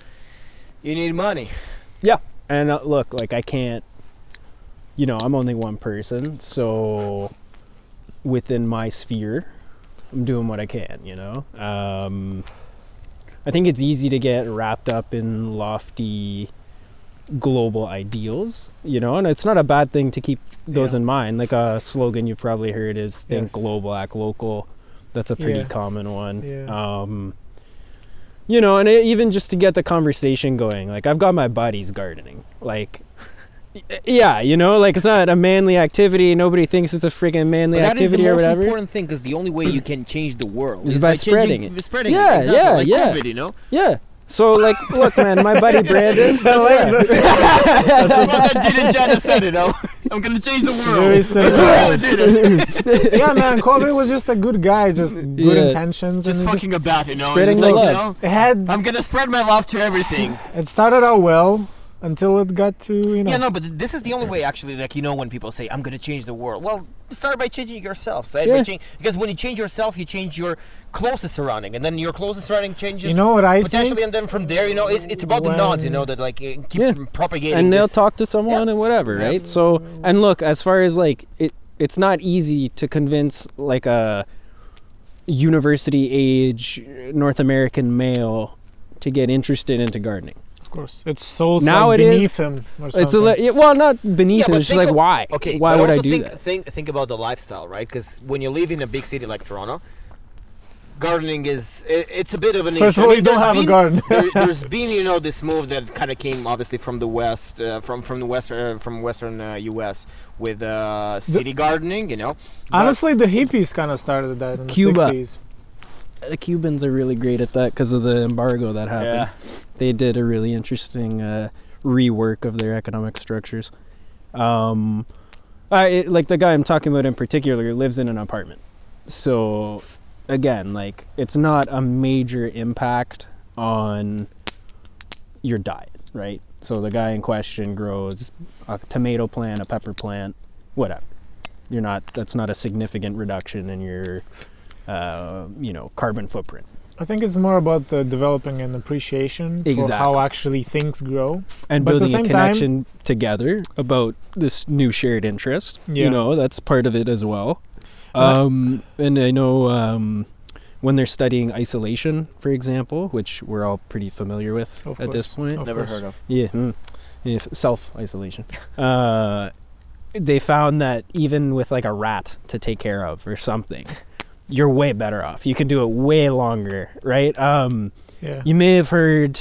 [SPEAKER 3] you need money.
[SPEAKER 2] and uh, look, like I can't, you know, I'm only one person, so within my sphere, I'm doing what I can, you know. Um, I think it's easy to get wrapped up in lofty global ideals, you know, and it's not a bad thing to keep those
[SPEAKER 1] Yeah.
[SPEAKER 2] in mind. Like a slogan you've probably heard is think
[SPEAKER 1] Yes.
[SPEAKER 2] global, act local. That's a pretty
[SPEAKER 1] Yeah.
[SPEAKER 2] common one.
[SPEAKER 1] Yeah.
[SPEAKER 2] Um, you know, and it, even just to get the conversation going, like I've got my buddies gardening. Like, y- yeah, you know, like it's not a manly activity. Nobody thinks it's a freaking manly
[SPEAKER 3] But that is the
[SPEAKER 2] activity
[SPEAKER 3] most
[SPEAKER 2] or whatever.
[SPEAKER 3] important thing because the only way you can change the world
[SPEAKER 2] Is by
[SPEAKER 3] changing-
[SPEAKER 2] spreading it.
[SPEAKER 3] Spreading
[SPEAKER 2] Yeah,
[SPEAKER 3] it. Exactly,
[SPEAKER 2] yeah,
[SPEAKER 3] like
[SPEAKER 2] yeah.
[SPEAKER 3] COVID, you know.
[SPEAKER 2] Yeah. So like, look, man, my buddy Brandon.
[SPEAKER 3] That's what I did in China said, you know. I'm gonna change the world.
[SPEAKER 1] Very simple.
[SPEAKER 3] I did it.
[SPEAKER 1] yeah, man, Kobe was just a good guy, just good
[SPEAKER 2] Yeah.
[SPEAKER 1] intentions,
[SPEAKER 3] Just
[SPEAKER 1] and he
[SPEAKER 3] fucking about, you know.
[SPEAKER 2] Spreading
[SPEAKER 3] It's like,
[SPEAKER 2] the
[SPEAKER 3] you
[SPEAKER 2] love.
[SPEAKER 1] just, it had
[SPEAKER 3] know, I'm gonna spread my love to everything.
[SPEAKER 1] it started out well until it got to you know.
[SPEAKER 3] Yeah, no, but th- this is the only way, actually. Like you know, when people say, "I'm gonna change the world," well, start by changing yourself. Right? By
[SPEAKER 2] Yeah.
[SPEAKER 3] change, because when you change yourself, you change your closest surrounding, and then your closest surrounding changes.
[SPEAKER 1] you know what I
[SPEAKER 3] potentially,
[SPEAKER 1] think?
[SPEAKER 3] and then from there, you know, it's, it's about the nods, you
[SPEAKER 1] When-
[SPEAKER 3] know, that like eh, keep
[SPEAKER 2] Yeah.
[SPEAKER 3] propagating.
[SPEAKER 2] and they'll
[SPEAKER 3] this-
[SPEAKER 2] talk to someone and whatever,
[SPEAKER 3] Yeah.
[SPEAKER 2] right? So, and look, as far as like it, it's not easy to convince like a university age North American male to get interested into gardening.
[SPEAKER 1] Of course, it's sold
[SPEAKER 2] Now
[SPEAKER 1] like
[SPEAKER 2] it is-
[SPEAKER 1] beneath him or something.
[SPEAKER 2] It's a li- yeah, well, not beneath
[SPEAKER 3] Yeah,
[SPEAKER 2] it.
[SPEAKER 3] but
[SPEAKER 2] It's just
[SPEAKER 3] think
[SPEAKER 2] like
[SPEAKER 3] of-
[SPEAKER 2] why?
[SPEAKER 3] Okay,
[SPEAKER 2] why
[SPEAKER 3] but
[SPEAKER 2] would I
[SPEAKER 3] also
[SPEAKER 2] do
[SPEAKER 3] think,
[SPEAKER 2] that?
[SPEAKER 3] Think think about the lifestyle, right? Because when you live in a big city like Toronto, gardening is it, it's a bit of an
[SPEAKER 1] First
[SPEAKER 3] issue.
[SPEAKER 1] of all,
[SPEAKER 3] I mean,
[SPEAKER 1] you don't
[SPEAKER 3] there's
[SPEAKER 1] have a
[SPEAKER 3] been-
[SPEAKER 1] garden.
[SPEAKER 3] there, there's been you know this move that kind of came obviously from the west uh, from from the western uh, from western uh, US with uh, city gardening you know But-
[SPEAKER 1] Honestly, the hippies kind of started that in
[SPEAKER 2] Cuba.
[SPEAKER 1] the 60s.
[SPEAKER 2] The Cubans are really great at that because of the embargo that happened.
[SPEAKER 3] yeah.
[SPEAKER 2] they did a really interesting uh, rework of their economic structures. Um, I it- like the guy I'm talking about in particular lives in an apartment, so again, like it's not a major impact on your diet, right? So the guy in question grows a tomato plant, a pepper plant, whatever. You're not. That's not a significant reduction in your, uh, you know, carbon footprint.
[SPEAKER 1] I think it's more about uh, developing an appreciation for
[SPEAKER 2] Exactly.
[SPEAKER 1] how actually things grow.
[SPEAKER 2] and
[SPEAKER 1] But at the
[SPEAKER 2] building a
[SPEAKER 1] same time-
[SPEAKER 2] connection together about this new shared interest.
[SPEAKER 1] Yeah.
[SPEAKER 2] You know, that's part of it as well.
[SPEAKER 1] And I-
[SPEAKER 2] Um, and I know um, when they're studying isolation, for example, which we're all pretty familiar with
[SPEAKER 1] Of
[SPEAKER 2] at this
[SPEAKER 1] course.
[SPEAKER 2] point.
[SPEAKER 1] Of
[SPEAKER 3] never
[SPEAKER 1] course.
[SPEAKER 3] heard of
[SPEAKER 2] Yeah, mm, yeah self isolation. uh, they found that even with like a rat to take care of or something, you're way better off. You can do it way longer, right? Um,
[SPEAKER 1] Yeah.
[SPEAKER 2] you may have heard,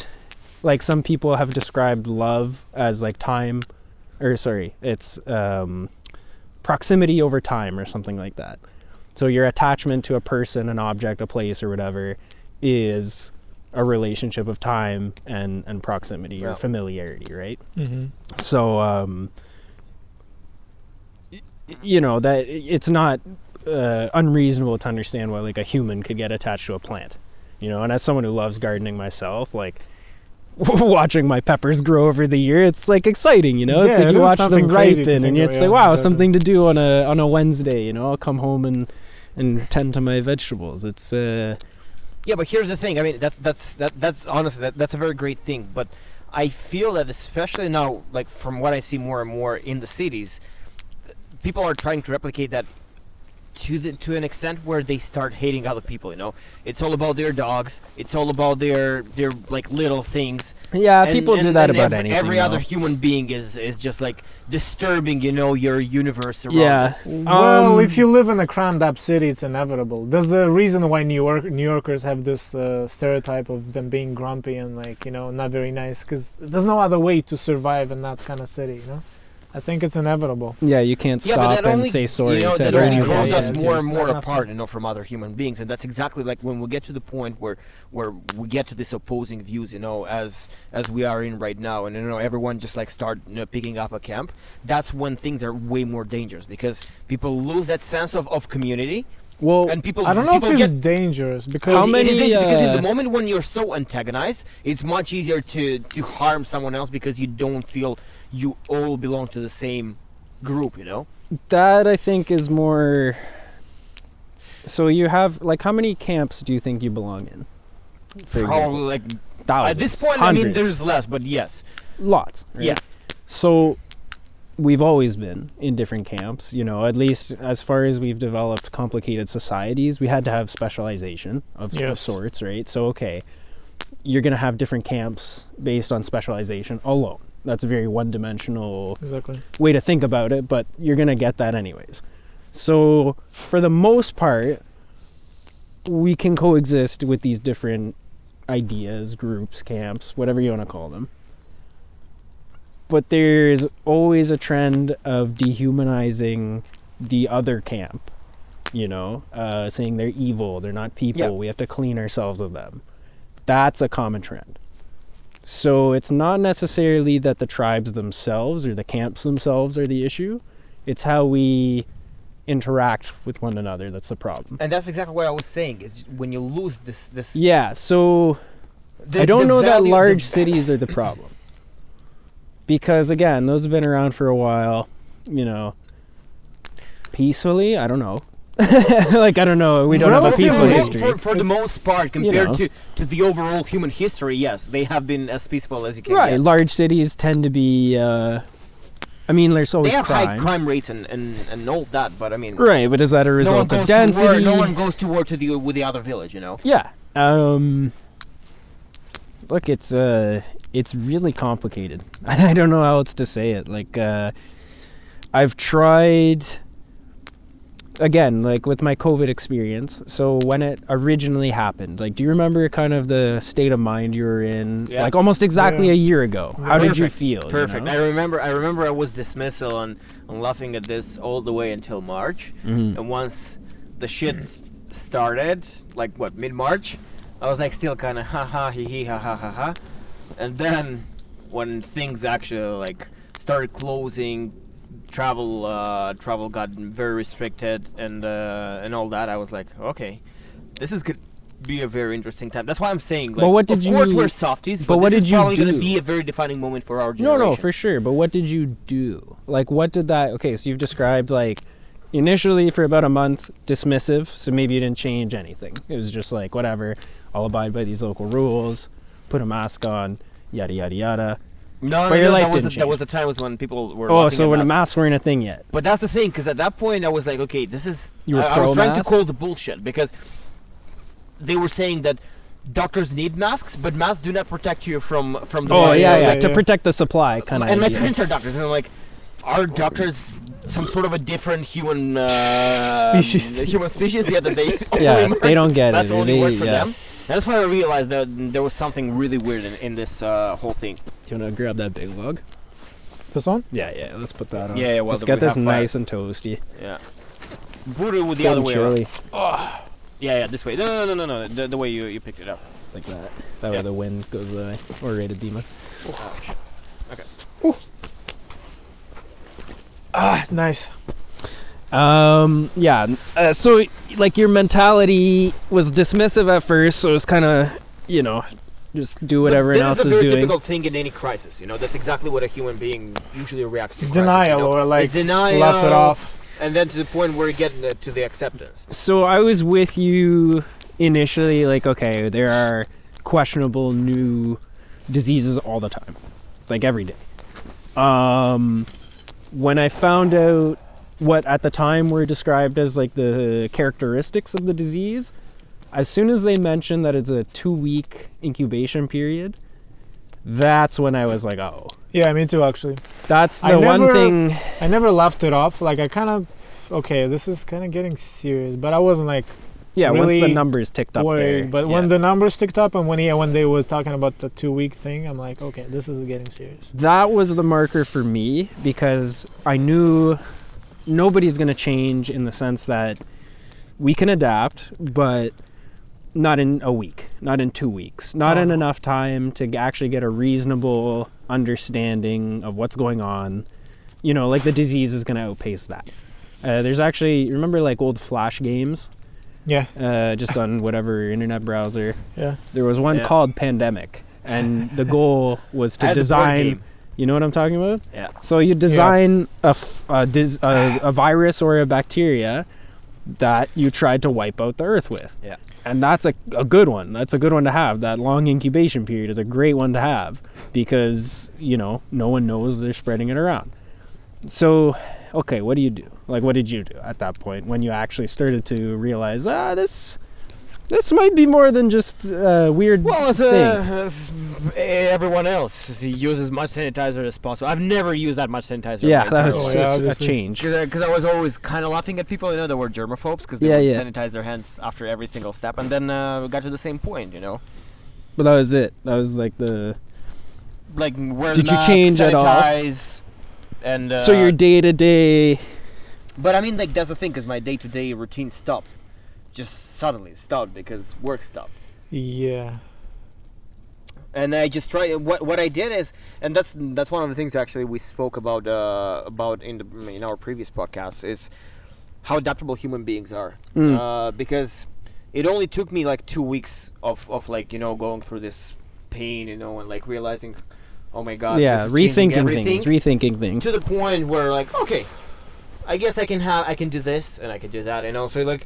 [SPEAKER 2] like some people have described love as like time, or sorry, it's um, proximity over time or something like that. So your attachment to a person, an object, a place, or whatever, is a relationship of time and and proximity
[SPEAKER 3] Yeah.
[SPEAKER 2] or familiarity, right?
[SPEAKER 1] Mhm.
[SPEAKER 2] So, um, y- you know, that it's not uh, unreasonable to understand why, like, a human could get attached to a plant, you know. And as someone who loves gardening myself, like, watching my peppers grow over the year, it's like exciting, you know. it's
[SPEAKER 1] Yeah,
[SPEAKER 2] like
[SPEAKER 1] it
[SPEAKER 2] you
[SPEAKER 1] is
[SPEAKER 2] watch
[SPEAKER 1] something
[SPEAKER 2] them
[SPEAKER 1] crazy to
[SPEAKER 2] ripen, and
[SPEAKER 1] think
[SPEAKER 2] it's
[SPEAKER 1] about,
[SPEAKER 2] like,
[SPEAKER 1] yeah,
[SPEAKER 2] wow,
[SPEAKER 1] exactly.
[SPEAKER 2] something to do on a on a Wednesday, you know. I'll come home and and tend to my vegetables. It's uh,
[SPEAKER 3] Yeah, but here's the thing. I mean, that's that's that that's honestly that, that's a very great thing. But I feel that especially now, like from what I see more and more in the cities, people are trying to replicate that to the to an extent where they start hating other people. You know, it's all about their dogs. It's all about their their like little things.
[SPEAKER 2] yeah,
[SPEAKER 3] And-
[SPEAKER 2] Uh, people do
[SPEAKER 3] and-
[SPEAKER 2] that
[SPEAKER 3] and
[SPEAKER 2] about
[SPEAKER 3] every,
[SPEAKER 2] anything.
[SPEAKER 3] Every other
[SPEAKER 2] though.
[SPEAKER 3] human being is is just like disturbing. You know, your universe. around
[SPEAKER 2] yeah.
[SPEAKER 3] us.
[SPEAKER 1] well,
[SPEAKER 2] Um,
[SPEAKER 1] if you live in a crammed-up city, it's inevitable. There's a reason why New York New Yorkers have this uh, stereotype of them being grumpy and like you know not very nice, because there's no other way to survive in that kind of city. You know, I think it's inevitable.
[SPEAKER 2] Yeah, you can't
[SPEAKER 3] Yeah, but
[SPEAKER 2] stop
[SPEAKER 3] that
[SPEAKER 2] and
[SPEAKER 3] only-
[SPEAKER 2] say sorry
[SPEAKER 3] You know,
[SPEAKER 2] to
[SPEAKER 3] that
[SPEAKER 1] every
[SPEAKER 3] only
[SPEAKER 1] individual.
[SPEAKER 2] everyone.
[SPEAKER 3] grows
[SPEAKER 1] Yeah,
[SPEAKER 3] us
[SPEAKER 1] it's
[SPEAKER 3] more and
[SPEAKER 1] just
[SPEAKER 3] more
[SPEAKER 1] not
[SPEAKER 3] apart, you know, from other human beings, and that's exactly like when we get to the point where where we get to this opposing views, you know, as as we are in right now, and you know, everyone just like start you know, picking up a camp. That's when things are way more dangerous because people lose that sense of, of community,
[SPEAKER 2] Well,
[SPEAKER 3] and people
[SPEAKER 1] I don't know if
[SPEAKER 3] Oh, people
[SPEAKER 1] it's
[SPEAKER 3] get
[SPEAKER 1] dangerous because
[SPEAKER 2] How
[SPEAKER 3] it- it is
[SPEAKER 2] many,
[SPEAKER 3] dangerous because in
[SPEAKER 2] uh,
[SPEAKER 3] the moment when you're so antagonized, it's much easier to to harm someone else because you don't feel you all belong to the same group, you know.
[SPEAKER 2] that I think is more. So you have like how many camps do you think you belong in? For example,
[SPEAKER 3] Probably like
[SPEAKER 2] thousands.
[SPEAKER 3] At this point, I mean,
[SPEAKER 2] hundreds,
[SPEAKER 3] there's less, but yes.
[SPEAKER 2] lots. right?
[SPEAKER 3] Yeah.
[SPEAKER 2] So we've always been in different camps, you know. At least as far as we've developed complicated societies, we had to have specialization of, of
[SPEAKER 1] Yes.
[SPEAKER 2] sorts, right? So okay, you're gonna have different camps based on specialization alone. that's a very one-dimensional
[SPEAKER 1] Exactly.
[SPEAKER 2] way to think about it, but you're gonna get that anyways. So for the most part, we can coexist with these different ideas, groups, camps, whatever you want to call them. But there's always a trend of dehumanizing the other camp, you know, uh, saying they're evil, they're not people,
[SPEAKER 3] Yeah.
[SPEAKER 2] we have to clean ourselves of them. That's a common trend. So it's not necessarily that the tribes themselves or the camps themselves are the issue. It's how we interact with one another that's the problem.
[SPEAKER 3] And that's exactly what I was saying. Is when you lose this this.
[SPEAKER 2] Yeah, so
[SPEAKER 3] the-
[SPEAKER 2] I
[SPEAKER 3] the
[SPEAKER 2] don't know that
[SPEAKER 3] value-
[SPEAKER 2] large
[SPEAKER 3] the-
[SPEAKER 2] cities are the problem. Because again, those have been around for a while, you know. Peacefully, I don't know. like I don't know, we don't have a
[SPEAKER 1] Relatively,
[SPEAKER 2] peaceful
[SPEAKER 1] yeah.
[SPEAKER 2] history.
[SPEAKER 3] For, for the
[SPEAKER 1] It's-
[SPEAKER 3] most part, compared
[SPEAKER 2] know.
[SPEAKER 3] to, to the overall human history, yes, they have been as peaceful as you can.
[SPEAKER 2] Right,
[SPEAKER 3] get.
[SPEAKER 2] large cities tend to be uh I mean, there's
[SPEAKER 3] They
[SPEAKER 2] always
[SPEAKER 3] have high
[SPEAKER 2] crime.
[SPEAKER 3] crime rates and, and, and all that, but I mean,
[SPEAKER 2] Right, but is that a
[SPEAKER 3] no one
[SPEAKER 2] result
[SPEAKER 3] goes
[SPEAKER 2] of
[SPEAKER 3] to war.
[SPEAKER 2] density?
[SPEAKER 3] No one goes to war to the with the other village, you know.
[SPEAKER 2] Yeah. Um, look, it's uh, it's really complicated. I don't know how else to say it. Like, uh, I've tried again, like with my COVID experience. So when it originally happened, like, do you remember kind of the state of mind you were in,
[SPEAKER 3] Yeah.
[SPEAKER 2] like almost exactly
[SPEAKER 1] Yeah.
[SPEAKER 2] a year ago? How did you
[SPEAKER 3] Perfect.
[SPEAKER 2] feel? you
[SPEAKER 3] Perfect.
[SPEAKER 2] know?
[SPEAKER 3] I remember. I remember. I was dismissal and, and laughing at this all the way until March.
[SPEAKER 2] Mhm.
[SPEAKER 3] And once the shit s- started, like what mid March, I was like still kind of ha ha he he ha ha ha ha. And then when things actually like started closing, travel uh, travel got very restricted and uh, and all that, I was like, okay, this is good. Be a very interesting time. That's why I'm saying. Like,
[SPEAKER 2] But what did
[SPEAKER 3] of course,
[SPEAKER 2] you-
[SPEAKER 3] we're softies,
[SPEAKER 2] but what
[SPEAKER 3] this
[SPEAKER 2] did
[SPEAKER 3] is
[SPEAKER 2] you
[SPEAKER 3] probably
[SPEAKER 2] do?
[SPEAKER 3] gonna be a very defining moment for our
[SPEAKER 2] No,
[SPEAKER 3] generation.
[SPEAKER 2] no, for sure. But what did you do? Like, what did that? Okay, so you've described like initially for about a month dismissive. So maybe you didn't change anything. It was just like whatever. I'll abide by these local rules. Put a mask on. Yada yada yada.
[SPEAKER 3] No,
[SPEAKER 2] But
[SPEAKER 3] no,
[SPEAKER 2] your
[SPEAKER 3] no,
[SPEAKER 2] life
[SPEAKER 3] that, was the,
[SPEAKER 2] didn't
[SPEAKER 3] that was the time was when people were.
[SPEAKER 2] Oh,
[SPEAKER 3] laughing
[SPEAKER 2] so
[SPEAKER 3] at
[SPEAKER 2] when the
[SPEAKER 3] masks.
[SPEAKER 2] masks weren't a thing yet.
[SPEAKER 3] But that's the thing, because at that point I was like, okay, this is.
[SPEAKER 2] You were
[SPEAKER 3] I, I was trying to
[SPEAKER 2] pro-mask?
[SPEAKER 3] call the bullshit because they were saying that doctors need masks, but masks do not protect you from from the.
[SPEAKER 2] Oh
[SPEAKER 3] virus.
[SPEAKER 2] yeah,
[SPEAKER 1] yeah,
[SPEAKER 2] yeah.
[SPEAKER 1] yeah.
[SPEAKER 2] To protect the supply, kind of.
[SPEAKER 3] And my parents are doctors, and I'm like, are doctors some sort of a different human uh,
[SPEAKER 1] Species.
[SPEAKER 3] Human species, yeah, that they. only
[SPEAKER 2] Yeah, they
[SPEAKER 3] works-
[SPEAKER 2] don't get
[SPEAKER 3] That's
[SPEAKER 2] it.
[SPEAKER 3] the only
[SPEAKER 2] They-
[SPEAKER 3] word for
[SPEAKER 2] yeah.
[SPEAKER 3] them. And that's why I realized that there was something really weird in, in this uh, whole thing.
[SPEAKER 2] Do you want to grab that big log?
[SPEAKER 1] This one?
[SPEAKER 2] Yeah, yeah. Let's put that on.
[SPEAKER 3] Yeah, yeah, well,
[SPEAKER 2] let's
[SPEAKER 3] we
[SPEAKER 2] get this
[SPEAKER 3] have fire.
[SPEAKER 2] nice and toasty.
[SPEAKER 3] Yeah. Put it with
[SPEAKER 2] It's
[SPEAKER 3] the other
[SPEAKER 2] getting
[SPEAKER 3] way around.
[SPEAKER 2] chilly.
[SPEAKER 3] Yeah, yeah, this way. No, no, no, no, no. The, the way you, you picked it up.
[SPEAKER 2] like that. That
[SPEAKER 3] Yeah.
[SPEAKER 2] way the wind goes away. Or edema.
[SPEAKER 1] Ah, nice.
[SPEAKER 2] Um, yeah. Uh, so, like, your mentality was dismissive at first, so it's kind of, you know, just do what
[SPEAKER 3] But
[SPEAKER 2] everyone else
[SPEAKER 3] this
[SPEAKER 2] is
[SPEAKER 3] is a very
[SPEAKER 2] doing.
[SPEAKER 3] typical thing in any crisis. You know, that's exactly what a human being usually reacts to. crisis, you
[SPEAKER 1] Denial
[SPEAKER 3] know?
[SPEAKER 1] or like
[SPEAKER 3] It's denial,
[SPEAKER 1] laugh it off.
[SPEAKER 3] and then to the point where you get uh, to the acceptance.
[SPEAKER 2] So, I was with you initially, like, okay, there are questionable new diseases all the time. It's like every day. Um, when I found out what at the time were described as like the characteristics of the disease, as soon as they mentioned that it's a two week incubation period, that's when I was like, oh,
[SPEAKER 1] Yeah, me too actually.
[SPEAKER 2] that's
[SPEAKER 1] I
[SPEAKER 2] the one
[SPEAKER 1] never-
[SPEAKER 2] thing.
[SPEAKER 1] I never laughed it off. Like I kind of okay, this is kind of getting serious, but I wasn't like
[SPEAKER 2] Yeah, once the
[SPEAKER 1] really
[SPEAKER 2] numbers ticked up
[SPEAKER 1] worried.
[SPEAKER 2] there.
[SPEAKER 1] But
[SPEAKER 2] yeah.
[SPEAKER 1] when the numbers ticked up and when yeah, when they were talking about the two week thing, I'm like, okay, this is getting serious.
[SPEAKER 2] that was the marker for me because I knew nobody's going to change in the sense that we can adapt, but not in a week, not in two weeks, not
[SPEAKER 1] No,
[SPEAKER 2] in
[SPEAKER 1] no.
[SPEAKER 2] enough time to g- actually get a reasonable understanding of what's going on. You know, like the disease is going to outpace that. Uh, there's actually, remember like old Flash games,
[SPEAKER 1] Yeah,
[SPEAKER 2] uh, just on whatever internet browser?
[SPEAKER 1] yeah.
[SPEAKER 2] There was one
[SPEAKER 3] Yeah.
[SPEAKER 2] called Pandemic, and the goal was
[SPEAKER 3] I
[SPEAKER 2] to
[SPEAKER 3] had the board
[SPEAKER 2] design.
[SPEAKER 3] game.
[SPEAKER 2] You know what I'm talking about?
[SPEAKER 3] Yeah.
[SPEAKER 2] So you design a f a dis- a, a virus or a bacteria that you tried to wipe out the earth with.
[SPEAKER 3] Yeah.
[SPEAKER 2] And that's a, a good one. That's a good one to have. That long incubation period is a great one to have because, you know, no one knows they're spreading it around. So, okay, what do you do? Like, what did you do at that point when you actually started to realize, ah, this This might be more than just uh, weird.
[SPEAKER 3] Well, as,
[SPEAKER 2] thing.
[SPEAKER 3] uh, as everyone else, he uses as much sanitizer as possible. I've never used that much sanitizer.
[SPEAKER 2] yeah,
[SPEAKER 3] in my
[SPEAKER 2] that
[SPEAKER 1] Oh,
[SPEAKER 2] was
[SPEAKER 1] yeah,
[SPEAKER 2] a- a
[SPEAKER 1] obviously.
[SPEAKER 2] change.
[SPEAKER 3] Because I was always kind of laughing at people, you know, that were germaphobes because they
[SPEAKER 2] Yeah,
[SPEAKER 3] would
[SPEAKER 2] yeah.
[SPEAKER 3] sanitize their hands after every single step, and then uh, we got to the same point, you know,
[SPEAKER 2] But that was it. That was like the.
[SPEAKER 3] like wear
[SPEAKER 2] Did
[SPEAKER 3] the
[SPEAKER 2] you
[SPEAKER 3] mask,
[SPEAKER 2] change at all?
[SPEAKER 3] sanitize, And uh,
[SPEAKER 2] so your day to day.
[SPEAKER 3] But I mean, like that's the thing, because my day-to-day routine stopped, just suddenly stopped because work stopped.
[SPEAKER 1] Yeah.
[SPEAKER 3] and I just tried. What what I did is, and that's that's one of the things actually we spoke about uh, about in the, in our previous podcast is how adaptable human beings are.
[SPEAKER 2] Mm.
[SPEAKER 3] Uh, because it only took me like two weeks of of like you know going through this pain, you know, and like realizing, oh my god,
[SPEAKER 2] yeah,
[SPEAKER 3] this is changing
[SPEAKER 2] rethinking
[SPEAKER 3] everything
[SPEAKER 2] things, rethinking things.
[SPEAKER 3] to the point where like okay i guess i can have i can do this and i can do that and also like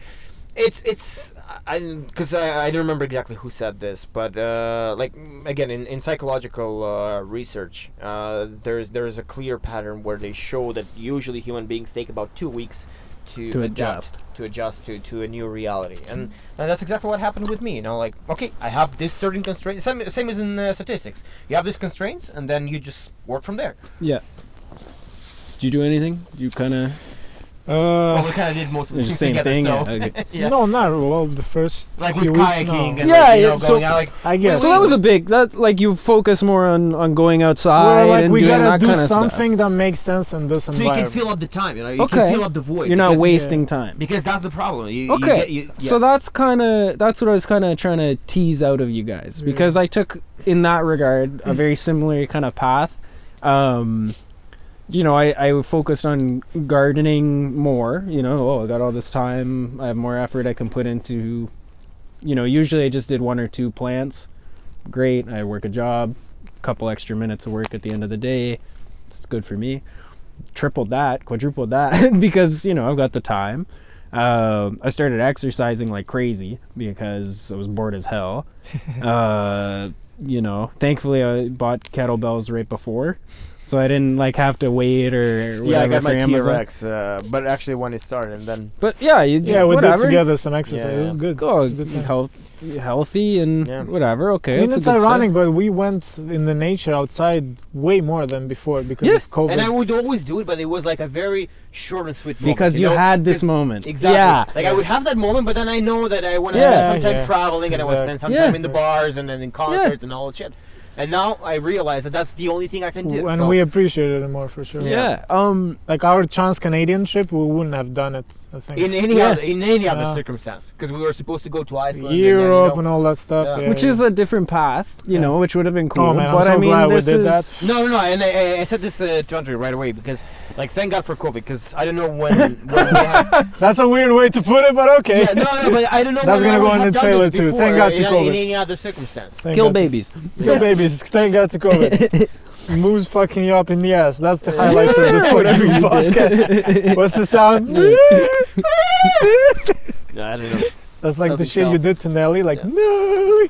[SPEAKER 3] it's it's i because I, I don't remember exactly who said this but uh like mm, again in, in psychological uh, research uh there's there's a clear pattern where they show that usually human beings take about two weeks to,
[SPEAKER 2] To adjust.
[SPEAKER 3] adjust to adjust to to a new reality and and that's exactly what happened with me. You know, like okay, I have this certain constraint. Same, same as in uh, statistics. You have these constraints, and then you just work from there.
[SPEAKER 2] Yeah. Did you do anything? You kind of
[SPEAKER 3] Well,
[SPEAKER 1] Uh,
[SPEAKER 3] we kind of did most of the
[SPEAKER 2] the
[SPEAKER 3] things
[SPEAKER 2] same
[SPEAKER 3] together,
[SPEAKER 2] thing.
[SPEAKER 3] so
[SPEAKER 2] yeah, okay.
[SPEAKER 3] yeah.
[SPEAKER 1] No, not well. The first
[SPEAKER 3] like with
[SPEAKER 1] few weeks, no.
[SPEAKER 3] kayaking and
[SPEAKER 2] Yeah,
[SPEAKER 3] like,
[SPEAKER 2] yeah,
[SPEAKER 3] you know,
[SPEAKER 2] so-
[SPEAKER 3] going out, like
[SPEAKER 1] I guess.
[SPEAKER 2] So that was a big. That like you focus more on on going outside
[SPEAKER 1] We're like,
[SPEAKER 2] and
[SPEAKER 1] we
[SPEAKER 2] doing
[SPEAKER 1] gotta
[SPEAKER 2] that
[SPEAKER 1] do
[SPEAKER 2] kind of
[SPEAKER 1] something
[SPEAKER 2] stuff.
[SPEAKER 1] that makes sense in this
[SPEAKER 3] so you can
[SPEAKER 1] environment.
[SPEAKER 3] fill up the time. You know, you
[SPEAKER 2] Okay.
[SPEAKER 3] can fill up the void.
[SPEAKER 2] You're not
[SPEAKER 3] because,
[SPEAKER 2] wasting time.
[SPEAKER 3] because that's the problem. You, You
[SPEAKER 2] Okay,
[SPEAKER 3] get, you, yeah.
[SPEAKER 2] So that's kind of that's what I was kind of trying to tease out of you guys
[SPEAKER 1] Yeah.
[SPEAKER 2] because I took in that regard a very similar kind of path. Um, you know, I, I focused on gardening more. You know, oh, I got all this time. I have more effort I can put into. You know, usually I just did one or two plants. Great, I work a job, couple extra minutes of work at the end of the day. It's good for me. Tripled that, quadrupled that because you know I've got the time. Um, I started exercising like crazy because I was bored as hell. uh, you know, thankfully I bought kettlebells right before, so I didn't like have to wait or whatever
[SPEAKER 3] yeah, I got my
[SPEAKER 2] for Amazon.
[SPEAKER 3] T-Rex, uh, but actually when it started, and then
[SPEAKER 2] But yeah, you,
[SPEAKER 1] yeah, we did
[SPEAKER 2] whatever.
[SPEAKER 1] together some exercise.
[SPEAKER 3] Yeah,
[SPEAKER 1] It was
[SPEAKER 3] yeah.
[SPEAKER 1] good.
[SPEAKER 2] Go
[SPEAKER 1] It's a good time.
[SPEAKER 2] health, healthy and
[SPEAKER 3] Yeah.
[SPEAKER 2] whatever. Okay,
[SPEAKER 1] I mean,
[SPEAKER 2] a
[SPEAKER 1] it's
[SPEAKER 2] good step.
[SPEAKER 1] ironic, but we went in the nature outside way more than before because
[SPEAKER 2] Yeah.
[SPEAKER 1] of COVID.
[SPEAKER 3] and I would always do it, but it was like a very short and sweet. Moment,
[SPEAKER 2] because you,
[SPEAKER 3] know?
[SPEAKER 2] had this
[SPEAKER 3] 'Cause-
[SPEAKER 2] moment.
[SPEAKER 3] Exactly.
[SPEAKER 2] Yeah.
[SPEAKER 3] Like I would have that moment, but then I know that I want to
[SPEAKER 2] Yeah.
[SPEAKER 3] spend some time
[SPEAKER 1] Yeah.
[SPEAKER 3] traveling, and I want to spend some
[SPEAKER 2] Yeah.
[SPEAKER 3] time in the bars and then in concerts and all that shit. And now I realize that that's the only thing I can do.
[SPEAKER 1] and
[SPEAKER 3] so-
[SPEAKER 1] we appreciated it more for sure.
[SPEAKER 2] Yeah. Um.
[SPEAKER 1] Like our trans Canadian trip, we wouldn't have done it, I think.
[SPEAKER 3] in any
[SPEAKER 2] Yeah.
[SPEAKER 3] other in any other
[SPEAKER 1] Yeah.
[SPEAKER 3] circumstance because we were supposed to go to Iceland and then, you
[SPEAKER 1] Europe
[SPEAKER 3] know-
[SPEAKER 1] and all that stuff.
[SPEAKER 3] Yeah.
[SPEAKER 1] yeah,
[SPEAKER 2] Which
[SPEAKER 1] yeah.
[SPEAKER 2] is a different path, you
[SPEAKER 1] Yeah.
[SPEAKER 2] know, which would have been cool.
[SPEAKER 1] Oh, man, I'm
[SPEAKER 2] but I
[SPEAKER 1] so
[SPEAKER 2] mean,
[SPEAKER 1] glad we
[SPEAKER 2] this
[SPEAKER 1] did
[SPEAKER 2] is
[SPEAKER 1] that.
[SPEAKER 3] no, no, no, and I, I- I said this uh, to Andre right away because, like, thank God for COVID because I don't know when. when we have,
[SPEAKER 1] That's a weird way to put it, but okay.
[SPEAKER 3] yeah, no, no, but I don't know.
[SPEAKER 1] That's
[SPEAKER 3] when
[SPEAKER 1] gonna
[SPEAKER 3] I
[SPEAKER 1] go
[SPEAKER 3] would
[SPEAKER 1] in
[SPEAKER 3] have
[SPEAKER 1] the
[SPEAKER 3] done
[SPEAKER 1] trailer
[SPEAKER 3] this
[SPEAKER 1] too.
[SPEAKER 3] before,
[SPEAKER 1] Thank God
[SPEAKER 3] uh,
[SPEAKER 1] to
[SPEAKER 3] in, in
[SPEAKER 1] COVID.
[SPEAKER 3] any other circumstance.
[SPEAKER 1] Thank
[SPEAKER 2] kill
[SPEAKER 1] God.
[SPEAKER 2] babies.
[SPEAKER 1] Kill babies. Thank God to COVID. Moose fucking you up in the ass. That's the highlights of this
[SPEAKER 2] Whatever
[SPEAKER 1] fucking
[SPEAKER 2] you
[SPEAKER 1] podcast.
[SPEAKER 2] did.
[SPEAKER 1] What's the sound?
[SPEAKER 3] Yeah, I don't know.
[SPEAKER 1] That's like the
[SPEAKER 3] Southern
[SPEAKER 1] shit
[SPEAKER 3] Shell.
[SPEAKER 1] you did to Nelly. Like,
[SPEAKER 3] Yeah.
[SPEAKER 1] Nelly.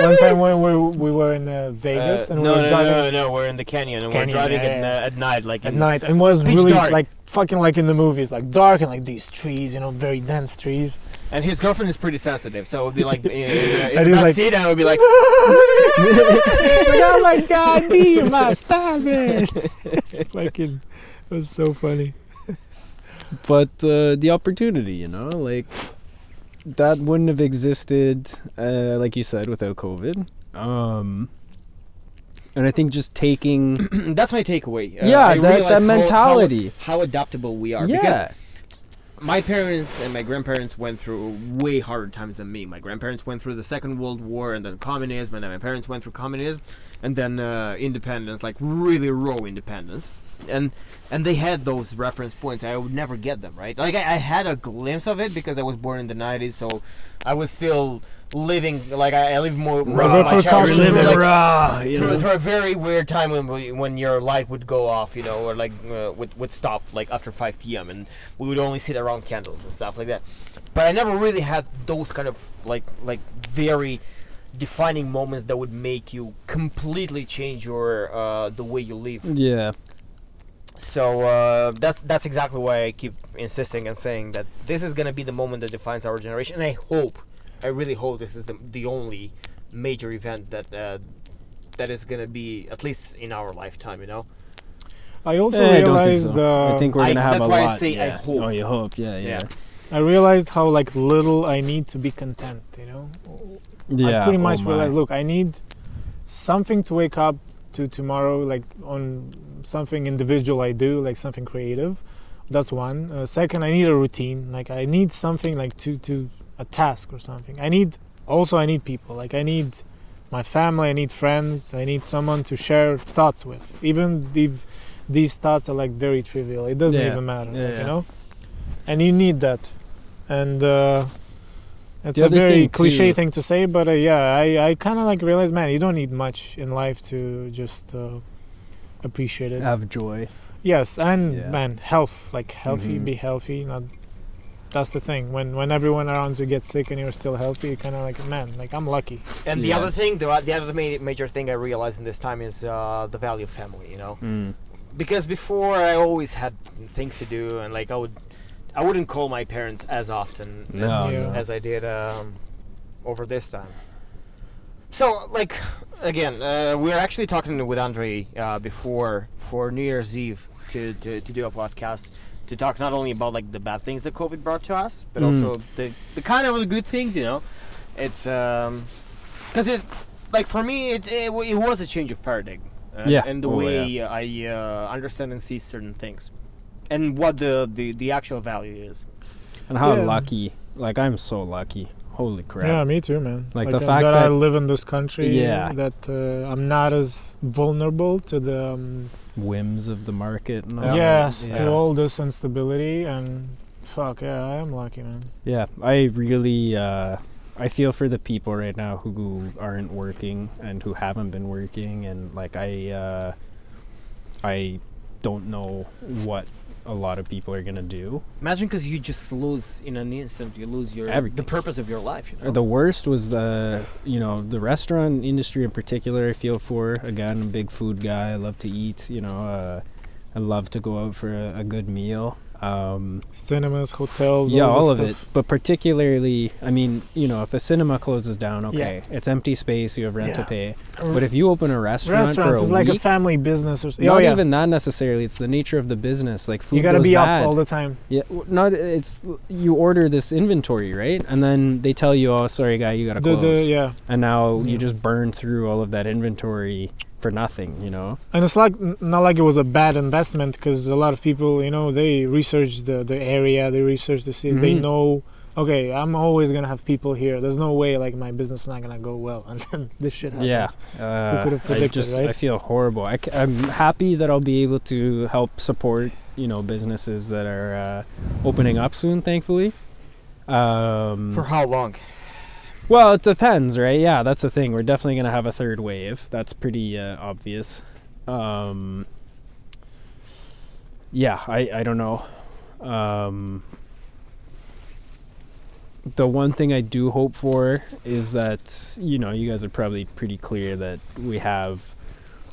[SPEAKER 1] One time when we, we were in uh, Vegas and we
[SPEAKER 3] no,
[SPEAKER 1] were
[SPEAKER 3] no,
[SPEAKER 1] driving
[SPEAKER 3] no, no, no, we're in the canyon and
[SPEAKER 1] Canyon,
[SPEAKER 3] we're driving
[SPEAKER 1] yeah,
[SPEAKER 3] at,
[SPEAKER 1] yeah.
[SPEAKER 3] uh, at night, like
[SPEAKER 1] at
[SPEAKER 3] in-
[SPEAKER 1] night and was
[SPEAKER 3] Pitch
[SPEAKER 1] really
[SPEAKER 3] dark.
[SPEAKER 1] like fucking like in the movies, like dark and like these trees, you know, very dense trees.
[SPEAKER 3] And his girlfriend is pretty sensitive, so it would be like in, in, uh, in
[SPEAKER 1] And
[SPEAKER 3] the
[SPEAKER 1] he's
[SPEAKER 3] back
[SPEAKER 1] like-
[SPEAKER 3] seat, and I would be like,
[SPEAKER 1] It's like, oh my god, Dima, stop it! It's fucking, it was so funny.
[SPEAKER 2] but uh, the opportunity, you know, like that wouldn't have existed, uh, like you said, without COVID. Um, and I think just taking,
[SPEAKER 3] "That's my takeaway." Uh, I
[SPEAKER 2] yeah,
[SPEAKER 3] realized
[SPEAKER 2] that,
[SPEAKER 3] how-
[SPEAKER 2] that mentality.
[SPEAKER 3] how, how adaptable we are. because
[SPEAKER 2] yeah,
[SPEAKER 3] my parents and my grandparents went through way harder times than me. My grandparents went through the Second World War and then communism, and then my parents went through communism and then uh, independence, like really raw independence. And and they had those reference points. I would never get them, right? Like I, I had a glimpse of it because I was born in the '90s, so I was still living. Like I, I live more most of my
[SPEAKER 1] Repercussions.
[SPEAKER 3] childhood through, like,
[SPEAKER 2] raw.
[SPEAKER 3] through, through a very weird time when we, when your light would go off, you know, or like uh, would would stop like after 5 p.m. and we would only sit around candles and stuff like that. But I never really had those kind of like like very defining moments that would make you completely change your uh, the way you live.
[SPEAKER 2] Yeah,
[SPEAKER 3] So uh, that's that's exactly why I keep insisting and saying that this is gonna be the moment that defines our generation, and I hope I really hope this is the, the only major event that uh, that is gonna be at least in our lifetime. You know,
[SPEAKER 1] I also
[SPEAKER 2] Eh, I don't think
[SPEAKER 1] realized
[SPEAKER 2] so.
[SPEAKER 1] uh,
[SPEAKER 2] I think we're
[SPEAKER 3] I-
[SPEAKER 2] gonna have
[SPEAKER 3] that's
[SPEAKER 2] a
[SPEAKER 3] why I
[SPEAKER 2] lot.
[SPEAKER 3] say I
[SPEAKER 2] yeah.
[SPEAKER 3] hope.
[SPEAKER 2] Oh, you hope. Yeah, yeah.
[SPEAKER 1] I realized how like little I need to be content. You know, I pretty
[SPEAKER 2] oh
[SPEAKER 1] much
[SPEAKER 2] my.
[SPEAKER 1] realized. Look, I need something to wake up to tomorrow, like on something individual I do, like something creative. That's one. Uh, second, I need a routine. Like I need something like to to a task or something. I need also I need people. Like I need my family. I need friends. I need someone to share thoughts with. Even if these thoughts are like very trivial, it doesn't
[SPEAKER 2] Yeah.
[SPEAKER 1] even matter.
[SPEAKER 2] Yeah,
[SPEAKER 1] like,
[SPEAKER 2] yeah.
[SPEAKER 1] You know, and you need that. And uh, it's
[SPEAKER 2] The
[SPEAKER 1] a
[SPEAKER 2] other
[SPEAKER 1] very
[SPEAKER 2] thing,
[SPEAKER 1] cliche
[SPEAKER 2] too-
[SPEAKER 1] thing to say, but uh, yeah, I, I kind of like realized, man, you don't need much in life to just uh, appreciate it.
[SPEAKER 2] Have joy.
[SPEAKER 1] Yes, and
[SPEAKER 2] Yeah.
[SPEAKER 1] man, health, like healthy,
[SPEAKER 2] Mhm.
[SPEAKER 1] be healthy. Not that's the thing. When when everyone around you gets sick and you're still healthy, you're kind of like, man, like I'm lucky.
[SPEAKER 3] and
[SPEAKER 2] Yeah.
[SPEAKER 3] the other thing, the, the other ma- major thing I realized in this time is uh, the value of family. You know,
[SPEAKER 2] Mm.
[SPEAKER 3] because before I always had things to do, and like I would, I wouldn't call my parents as often
[SPEAKER 2] No,
[SPEAKER 3] as,
[SPEAKER 1] Yeah. no.
[SPEAKER 3] as I did um, over this time. So like, again, uh, we were actually talking with Andre uh, before for New Year's Eve to, to to do a podcast to talk not only about like the bad things that COVID brought to us, but
[SPEAKER 2] Mm.
[SPEAKER 3] also the the kind of good things, you know. It's um, because it like for me it it, wa- it was a change of paradigm uh,
[SPEAKER 2] Yeah.
[SPEAKER 3] and the
[SPEAKER 2] Oh,
[SPEAKER 3] way i uh, understand and see certain things and what the, the the actual value is
[SPEAKER 2] And how
[SPEAKER 1] Yeah.
[SPEAKER 2] lucky. Like, I'm so lucky. Holy crap.
[SPEAKER 1] Yeah, me too, man.
[SPEAKER 2] Like, the
[SPEAKER 1] uh,
[SPEAKER 2] fact
[SPEAKER 1] that I
[SPEAKER 2] that-
[SPEAKER 1] live in this country,
[SPEAKER 2] Yeah.
[SPEAKER 1] that uh, I'm not as vulnerable to the um,
[SPEAKER 2] Whims of the market and all that.
[SPEAKER 1] Yes,
[SPEAKER 2] yeah.
[SPEAKER 1] to all this instability and fuck yeah, I am lucky man.
[SPEAKER 2] Yeah, I really uh, I feel for the people right now who aren't working and who haven't been working, and like I uh, I don't know what a lot of people are gonna do.
[SPEAKER 3] imagine because you just lose in an instant you lose your the
[SPEAKER 2] Everything.
[SPEAKER 3] purpose of your life you know?
[SPEAKER 2] The worst was the you know the restaurant industry in particular. I feel for again, I'm a big food guy. I love to eat. You know, uh, I love to go out for a, a good meal. Um,
[SPEAKER 1] Cinemas, hotels,
[SPEAKER 2] yeah,
[SPEAKER 1] all,
[SPEAKER 2] all
[SPEAKER 1] this
[SPEAKER 2] of
[SPEAKER 1] stuff.
[SPEAKER 2] it. But particularly, I mean, you know, if a cinema closes down, okay, it's empty space. You have rent to
[SPEAKER 1] Yeah.
[SPEAKER 2] pay. But if you open a restaurant for
[SPEAKER 1] Restaurants
[SPEAKER 2] a
[SPEAKER 1] is like
[SPEAKER 2] week,
[SPEAKER 1] a family business or something.
[SPEAKER 2] not
[SPEAKER 1] oh, yeah.
[SPEAKER 2] even that necessarily. It's the nature of the business. Like food
[SPEAKER 1] you gotta
[SPEAKER 2] goes
[SPEAKER 1] be
[SPEAKER 2] bad.
[SPEAKER 1] up all the time.
[SPEAKER 2] yeah, w- not it's you order this inventory right, and then they tell you, oh, sorry, guy, you gotta
[SPEAKER 1] The,
[SPEAKER 2] close,
[SPEAKER 1] the, yeah.
[SPEAKER 2] and now
[SPEAKER 1] Yeah.
[SPEAKER 2] you just burn through all of that inventory for nothing. You know.
[SPEAKER 1] And it's like n- not like it was a bad investment because a lot of people, you know, they research the, the area, they research the city, they
[SPEAKER 2] Mhm.
[SPEAKER 1] know. Okay, I'm always gonna have people here. There's no way like my business is not gonna go well, and then this shit happens.
[SPEAKER 2] Yeah, uh,
[SPEAKER 1] could've
[SPEAKER 2] I
[SPEAKER 1] predicted,
[SPEAKER 2] just
[SPEAKER 1] right?
[SPEAKER 2] I feel horrible. I, am happy that I'll be able to help support you know businesses that are uh, opening up soon, thankfully. Um,
[SPEAKER 3] for how long
[SPEAKER 2] well, it depends, right? Yeah, that's the thing. We're definitely gonna have a third wave. That's pretty uh, obvious. Um, yeah, I I don't know. Um, the one thing I do hope for is that you know you guys are probably pretty clear that we have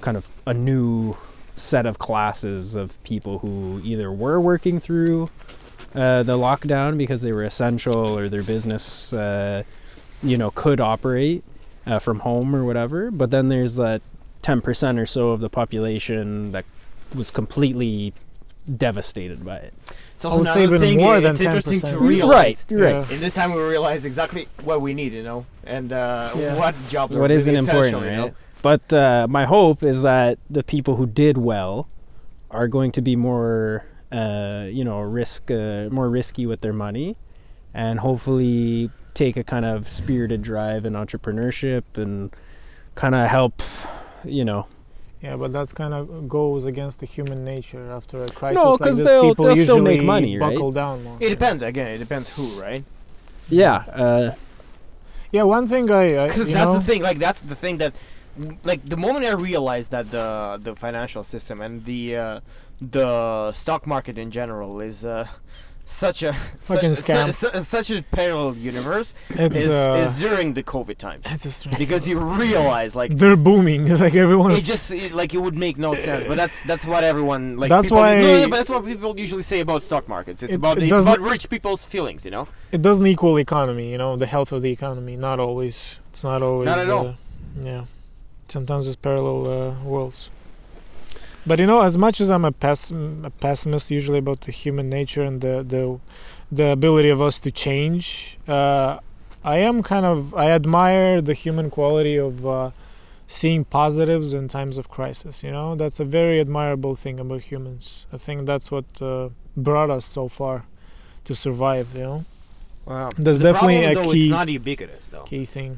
[SPEAKER 2] kind of a new set of classes of people who either were working through uh, the lockdown because they were essential or their business uh, you know could operate uh, from home or whatever but then there's that 10% or so of the population that was completely devastated by it
[SPEAKER 3] it's also
[SPEAKER 1] would say
[SPEAKER 3] another
[SPEAKER 1] even
[SPEAKER 3] thing
[SPEAKER 1] more
[SPEAKER 3] i-
[SPEAKER 1] than
[SPEAKER 3] it's interesting to
[SPEAKER 1] 10%.
[SPEAKER 3] realize
[SPEAKER 2] right right
[SPEAKER 3] in this time we realize exactly what we need you know and uh,
[SPEAKER 1] Yeah.
[SPEAKER 3] what job
[SPEAKER 2] what isn't important
[SPEAKER 3] essential,
[SPEAKER 2] right
[SPEAKER 3] you know?
[SPEAKER 2] but uh, my hope is that the people who did well are going to be more uh, you know risk uh, more risky with their money and hopefully take a kind of spirited drive in entrepreneurship and kind of help you know
[SPEAKER 1] Yeah, but that's kind of goes against the human nature after a crisis. like
[SPEAKER 2] 'cause
[SPEAKER 1] this,
[SPEAKER 2] they'll-
[SPEAKER 1] people
[SPEAKER 2] they'll still make
[SPEAKER 1] usually
[SPEAKER 2] money, right?
[SPEAKER 1] Buckle down more.
[SPEAKER 3] it depends again it depends who right
[SPEAKER 2] Yeah, uh,
[SPEAKER 1] Yeah, one thing I, I
[SPEAKER 3] Because
[SPEAKER 1] you
[SPEAKER 3] that's
[SPEAKER 1] know,
[SPEAKER 3] the thing. Like that's the thing that, like the moment I realized that the the financial system and the uh, the stock market in general is uh, such a
[SPEAKER 1] Fucking
[SPEAKER 3] such,
[SPEAKER 1] scam.
[SPEAKER 3] Such, such a parallel universe
[SPEAKER 1] It's
[SPEAKER 3] is,
[SPEAKER 1] uh,
[SPEAKER 3] is during the COVID times
[SPEAKER 1] it's a strange-
[SPEAKER 3] because you realize like
[SPEAKER 1] they're booming. It's like everyone.
[SPEAKER 3] it just it, like it would make no sense. But that's that's what everyone like.
[SPEAKER 1] That's
[SPEAKER 3] people,
[SPEAKER 1] why-
[SPEAKER 3] No, no, but that's what people usually say about stock markets. It's
[SPEAKER 1] It-
[SPEAKER 3] about
[SPEAKER 1] it
[SPEAKER 3] it's
[SPEAKER 1] doesn't-
[SPEAKER 3] about rich people's feelings, you know.
[SPEAKER 1] it doesn't equal economy. You know, the health of the economy. Not always. It's not always.
[SPEAKER 3] Not at
[SPEAKER 1] uh,
[SPEAKER 3] all.
[SPEAKER 1] Yeah. Sometimes it's parallel uh, worlds. But you know, as much as I'm a, pessim- a pessimist usually about the human nature and the the, the ability of us to change, uh, I am kind of I admire the human quality of. Uh, seeing positives in times of crisis you know that's a very admirable thing about humans i think that's what uh, brought us so far to survive you know
[SPEAKER 3] Wow.
[SPEAKER 1] That's
[SPEAKER 3] the
[SPEAKER 1] definitely
[SPEAKER 3] problem,
[SPEAKER 1] a
[SPEAKER 3] though,
[SPEAKER 1] key-
[SPEAKER 3] It's not ubicuitous though.
[SPEAKER 1] key thing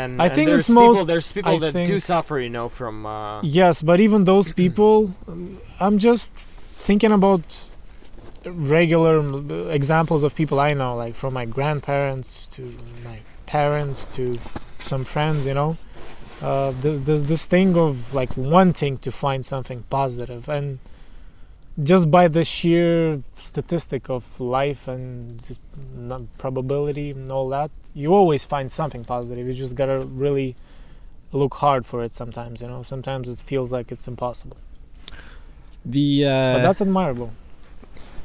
[SPEAKER 3] And
[SPEAKER 1] I
[SPEAKER 3] and
[SPEAKER 1] think
[SPEAKER 3] there's
[SPEAKER 1] it's
[SPEAKER 3] people,
[SPEAKER 1] most-
[SPEAKER 3] There's people
[SPEAKER 1] I
[SPEAKER 3] that do
[SPEAKER 1] think-
[SPEAKER 3] suffer, you know, from. Uh,
[SPEAKER 1] Yes, but even those people, um, I'm just thinking about regular m- b- examples of people I know, like from my grandparents to my parents to some friends, you know. Uh, there's, there's this thing of like wanting to find something positive, and just by the sheer statistic of life and s- n- probability and all that, you always find something positive. You just gotta really look hard for it sometimes you know sometimes it feels like it's impossible
[SPEAKER 2] The
[SPEAKER 1] but
[SPEAKER 2] uh,
[SPEAKER 1] that's admirable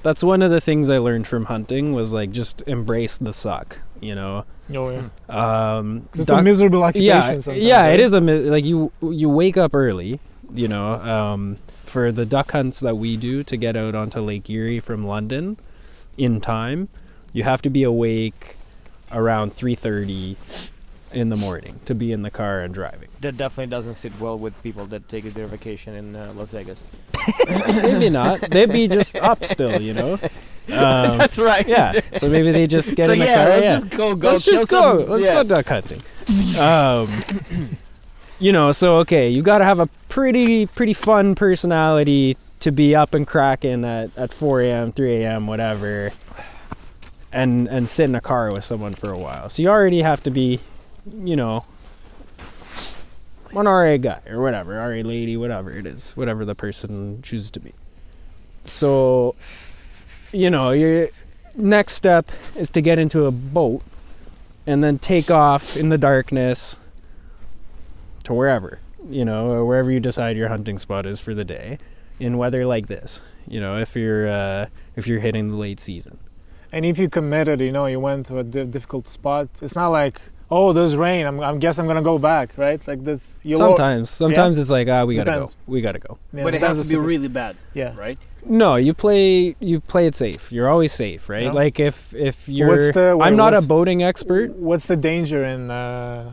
[SPEAKER 2] that's one of the things I learned from hunting was like just embrace the suck, you know.
[SPEAKER 1] oh, yeah.
[SPEAKER 3] Hmm.
[SPEAKER 2] Um,
[SPEAKER 1] 'Cause it's a
[SPEAKER 2] doc-
[SPEAKER 1] miserable occupation
[SPEAKER 2] yeah,
[SPEAKER 1] sometimes,
[SPEAKER 2] yeah,
[SPEAKER 1] right?
[SPEAKER 2] it is a mi- like you you wake up early, you know. Um, for the duck hunts that we do to get out onto Lake Erie from London in time, you have to be awake around three thirty in the morning to be in the car and driving.
[SPEAKER 3] That definitely doesn't sit well with people that take their vacation in uh, Las Vegas.
[SPEAKER 2] Maybe not. They'd be just up still, you know. Um,
[SPEAKER 3] That's right.
[SPEAKER 2] yeah. So maybe they just get
[SPEAKER 3] so
[SPEAKER 2] in the
[SPEAKER 3] yeah,
[SPEAKER 2] car.
[SPEAKER 3] let's
[SPEAKER 2] yeah.
[SPEAKER 3] just go. go
[SPEAKER 2] let's
[SPEAKER 3] kill
[SPEAKER 2] just go.
[SPEAKER 3] some-
[SPEAKER 2] let's
[SPEAKER 3] yeah.
[SPEAKER 2] go duck hunting. um, you know, so okay, you got to have a pretty pretty fun personality to be up and cracking at at 4 a.m., 3 a.m., whatever, and and sit in a car with someone for a while. So you already have to be, you know. An RA guy or whatever, RA lady, whatever it is, whatever the person chooses to be. So, you know, your next step is to get into a boat and then take off in the darkness to wherever, you know, or wherever you decide your hunting spot is for the day in weather like this. You know, if you're uh, if you're hitting the late season.
[SPEAKER 1] and if you committed you know you went to a di- difficult spot it's not like oh there's rain i'm, I'm guess i'm gonna go back right like this you'll al-
[SPEAKER 2] sometimes sometimes it's like, ah, we got to go.
[SPEAKER 1] Depends.
[SPEAKER 2] We got to go.
[SPEAKER 1] yeah,
[SPEAKER 4] but it
[SPEAKER 1] sometimes
[SPEAKER 4] has to
[SPEAKER 1] it's
[SPEAKER 4] be
[SPEAKER 1] super-
[SPEAKER 4] really bad,
[SPEAKER 1] yeah
[SPEAKER 4] right?
[SPEAKER 2] No, you play you play it safe. You're always safe, right?
[SPEAKER 1] Yeah.
[SPEAKER 2] Like if if you're
[SPEAKER 1] the- wait,
[SPEAKER 2] I'm not a
[SPEAKER 1] what's-
[SPEAKER 2] boating expert.
[SPEAKER 1] what's the danger in uh,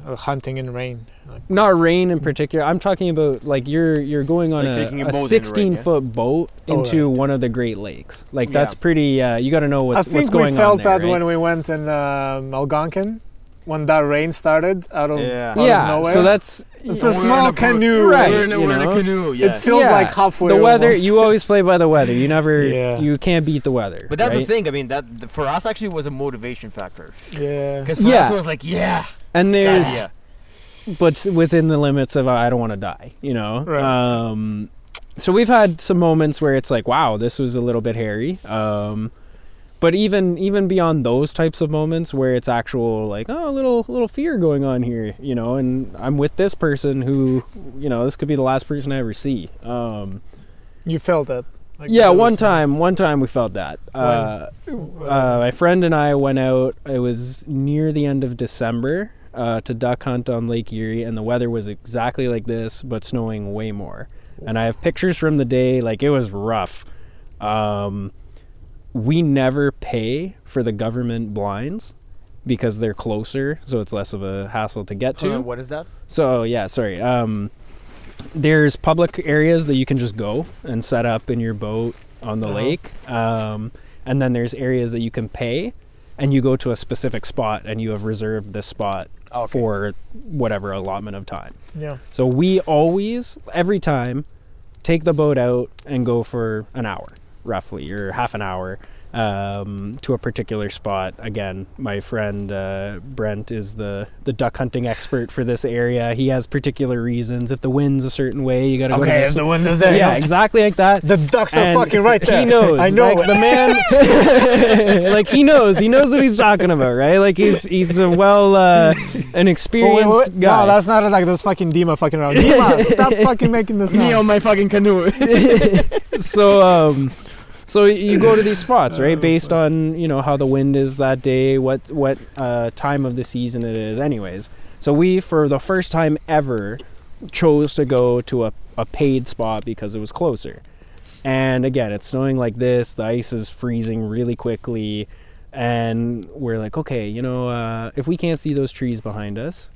[SPEAKER 1] uh, hunting in rain like,
[SPEAKER 2] Not rain in particular. I'm talking about like you're you're going on
[SPEAKER 3] Like
[SPEAKER 2] a,
[SPEAKER 3] taking a
[SPEAKER 2] a
[SPEAKER 3] boat in rain,
[SPEAKER 2] 16 foot boat
[SPEAKER 1] Oh,
[SPEAKER 2] into
[SPEAKER 1] right.
[SPEAKER 2] one of the Great Lakes. Like
[SPEAKER 3] Yeah.
[SPEAKER 2] that's pretty. Uh, you got to know what's
[SPEAKER 1] i think
[SPEAKER 2] what's going
[SPEAKER 1] we felt
[SPEAKER 2] on there,
[SPEAKER 1] that
[SPEAKER 2] right?
[SPEAKER 1] when we went in um, algonquin when that rain started out of out
[SPEAKER 3] Yeah.
[SPEAKER 1] of
[SPEAKER 2] yeah,
[SPEAKER 1] nowhere.
[SPEAKER 2] so that's
[SPEAKER 1] it's
[SPEAKER 3] We're
[SPEAKER 1] a
[SPEAKER 3] in
[SPEAKER 1] small
[SPEAKER 3] a boat.
[SPEAKER 1] canoe
[SPEAKER 2] Right.
[SPEAKER 3] We're in a,
[SPEAKER 2] you
[SPEAKER 3] we're in a
[SPEAKER 2] know.
[SPEAKER 3] canoe.
[SPEAKER 1] it
[SPEAKER 3] Yeah.
[SPEAKER 1] feels
[SPEAKER 2] Yeah.
[SPEAKER 1] like halfway
[SPEAKER 2] the weather.
[SPEAKER 1] almost.
[SPEAKER 2] You always play by the weather. You never.
[SPEAKER 1] Yeah.
[SPEAKER 2] You can't beat the weather.
[SPEAKER 3] But that's the
[SPEAKER 2] right?
[SPEAKER 3] thing. I mean, that for us actually was a motivation factor.
[SPEAKER 1] yeah
[SPEAKER 3] Because for
[SPEAKER 2] Yeah.
[SPEAKER 3] us it was like, yeah,
[SPEAKER 2] And
[SPEAKER 3] God,
[SPEAKER 2] there's
[SPEAKER 3] yeah.
[SPEAKER 2] but s- within the limits of uh, I don't want to die, you know.
[SPEAKER 1] Right.
[SPEAKER 2] Um, so we've had some moments where it's like, wow, this was a little bit hairy. Um, but even even beyond those types of moments where it's actual like, oh, a little little fear going on here, you know, and I'm with this person who, you know, this could be the last person I ever see. Um,
[SPEAKER 1] You felt that. Like,
[SPEAKER 2] yeah,
[SPEAKER 1] that was-
[SPEAKER 2] one time, one time we felt that. Uh, uh, my friend and I went out. It was near the end of December uh, to duck hunt on Lake Erie, and the weather was exactly like this, but snowing way more. And I have pictures from the day. Like it was rough. Um, we never pay for the government blinds because they're closer, so it's less of a hassle to get to.
[SPEAKER 3] Uh, what is that?
[SPEAKER 2] So yeah, sorry. Um, there's public areas that you can just go and set up in your boat on the
[SPEAKER 1] Uh-huh.
[SPEAKER 2] lake, um, and then there's areas that you can pay, and you go to a specific spot and you have reserved this spot
[SPEAKER 3] Okay.
[SPEAKER 2] for whatever allotment of time.
[SPEAKER 1] Oh, Yeah.
[SPEAKER 2] So we always, every time, take the boat out and go for an hour, roughly, or half an hour, um, to a particular spot. Again, my friend uh, Brent is the, the duck hunting expert for this area. He has particular reasons. If the wind's a certain way, you got to go to
[SPEAKER 1] Okay,
[SPEAKER 2] this.
[SPEAKER 1] if the wind is there.
[SPEAKER 2] yeah,
[SPEAKER 1] you know,
[SPEAKER 2] exactly like that.
[SPEAKER 1] the ducks are
[SPEAKER 2] And
[SPEAKER 1] fucking right there.
[SPEAKER 2] He knows.
[SPEAKER 1] I know.
[SPEAKER 2] Like, the man, like he knows. He knows what he's talking about, right? Like he's he's a well, uh, an
[SPEAKER 1] Wait, wait,
[SPEAKER 2] experienced
[SPEAKER 1] wait.
[SPEAKER 2] guy.
[SPEAKER 1] No, that's not like those fucking Dima fucking around. Dima, stop fucking making this.
[SPEAKER 3] Me
[SPEAKER 1] Sound.
[SPEAKER 3] on my fucking canoe.
[SPEAKER 2] so um so you go to these spots right based on you know how the wind is that day what what uh, time of the season it is anyways so we for the first time ever chose to go to a, a paid spot because it was closer and again it's snowing like this the ice is freezing really quickly and we're like okay you know uh, if we can't see those trees behind us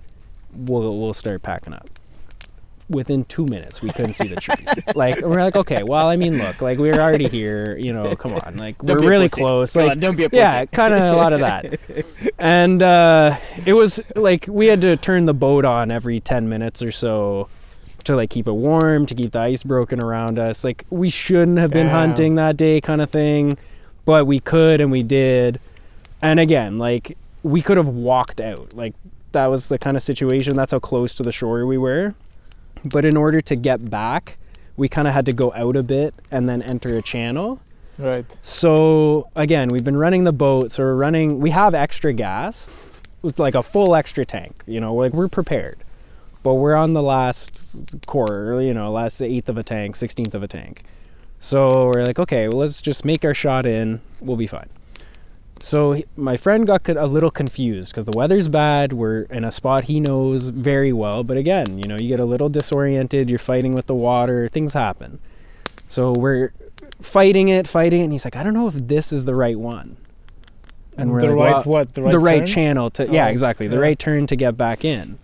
[SPEAKER 2] we'll, we'll start packing up within two minutes we couldn't see the trees like we're like okay well i mean look like we're already here you know come on like
[SPEAKER 3] Don't
[SPEAKER 2] we're
[SPEAKER 3] be a
[SPEAKER 2] really
[SPEAKER 3] pussy.
[SPEAKER 2] close
[SPEAKER 3] Come
[SPEAKER 2] like
[SPEAKER 3] on, don't be a pussy.
[SPEAKER 2] yeah kind of a lot of that and uh it was like we had to turn the boat on every 10 minutes or so to like keep it warm to keep the ice broken around us like we shouldn't have been
[SPEAKER 1] Damn.
[SPEAKER 2] hunting that day kind of thing but we could and we did and again like we could have walked out like that was the kind of situation that's how close to the shore we were but in order to get back we kind of had to go out a bit and then enter a channel
[SPEAKER 1] Right.
[SPEAKER 2] so again, we've been running the boat, so we're running. We have extra gas, with like a full extra tank. You know, like we're prepared, but we're on the last quarter. You know, last eighth of a tank, sixteenth of a tank. So we're like, okay, well, let's just make our shot in. We'll be fine. So he- my friend got co- a little confused because the weather's bad. We're in a spot he knows very well, but again, you know, you get a little disoriented. You're fighting with the water. Things happen. So we're fighting it, fighting it, and he's like, I don't know if this is the right one. And we're
[SPEAKER 1] the
[SPEAKER 2] like,
[SPEAKER 1] right
[SPEAKER 2] "Well,
[SPEAKER 1] what? The right.
[SPEAKER 2] the right
[SPEAKER 1] turn?
[SPEAKER 2] channel to
[SPEAKER 1] Oh,
[SPEAKER 2] yeah exactly the
[SPEAKER 1] yeah.
[SPEAKER 2] right turn to get back in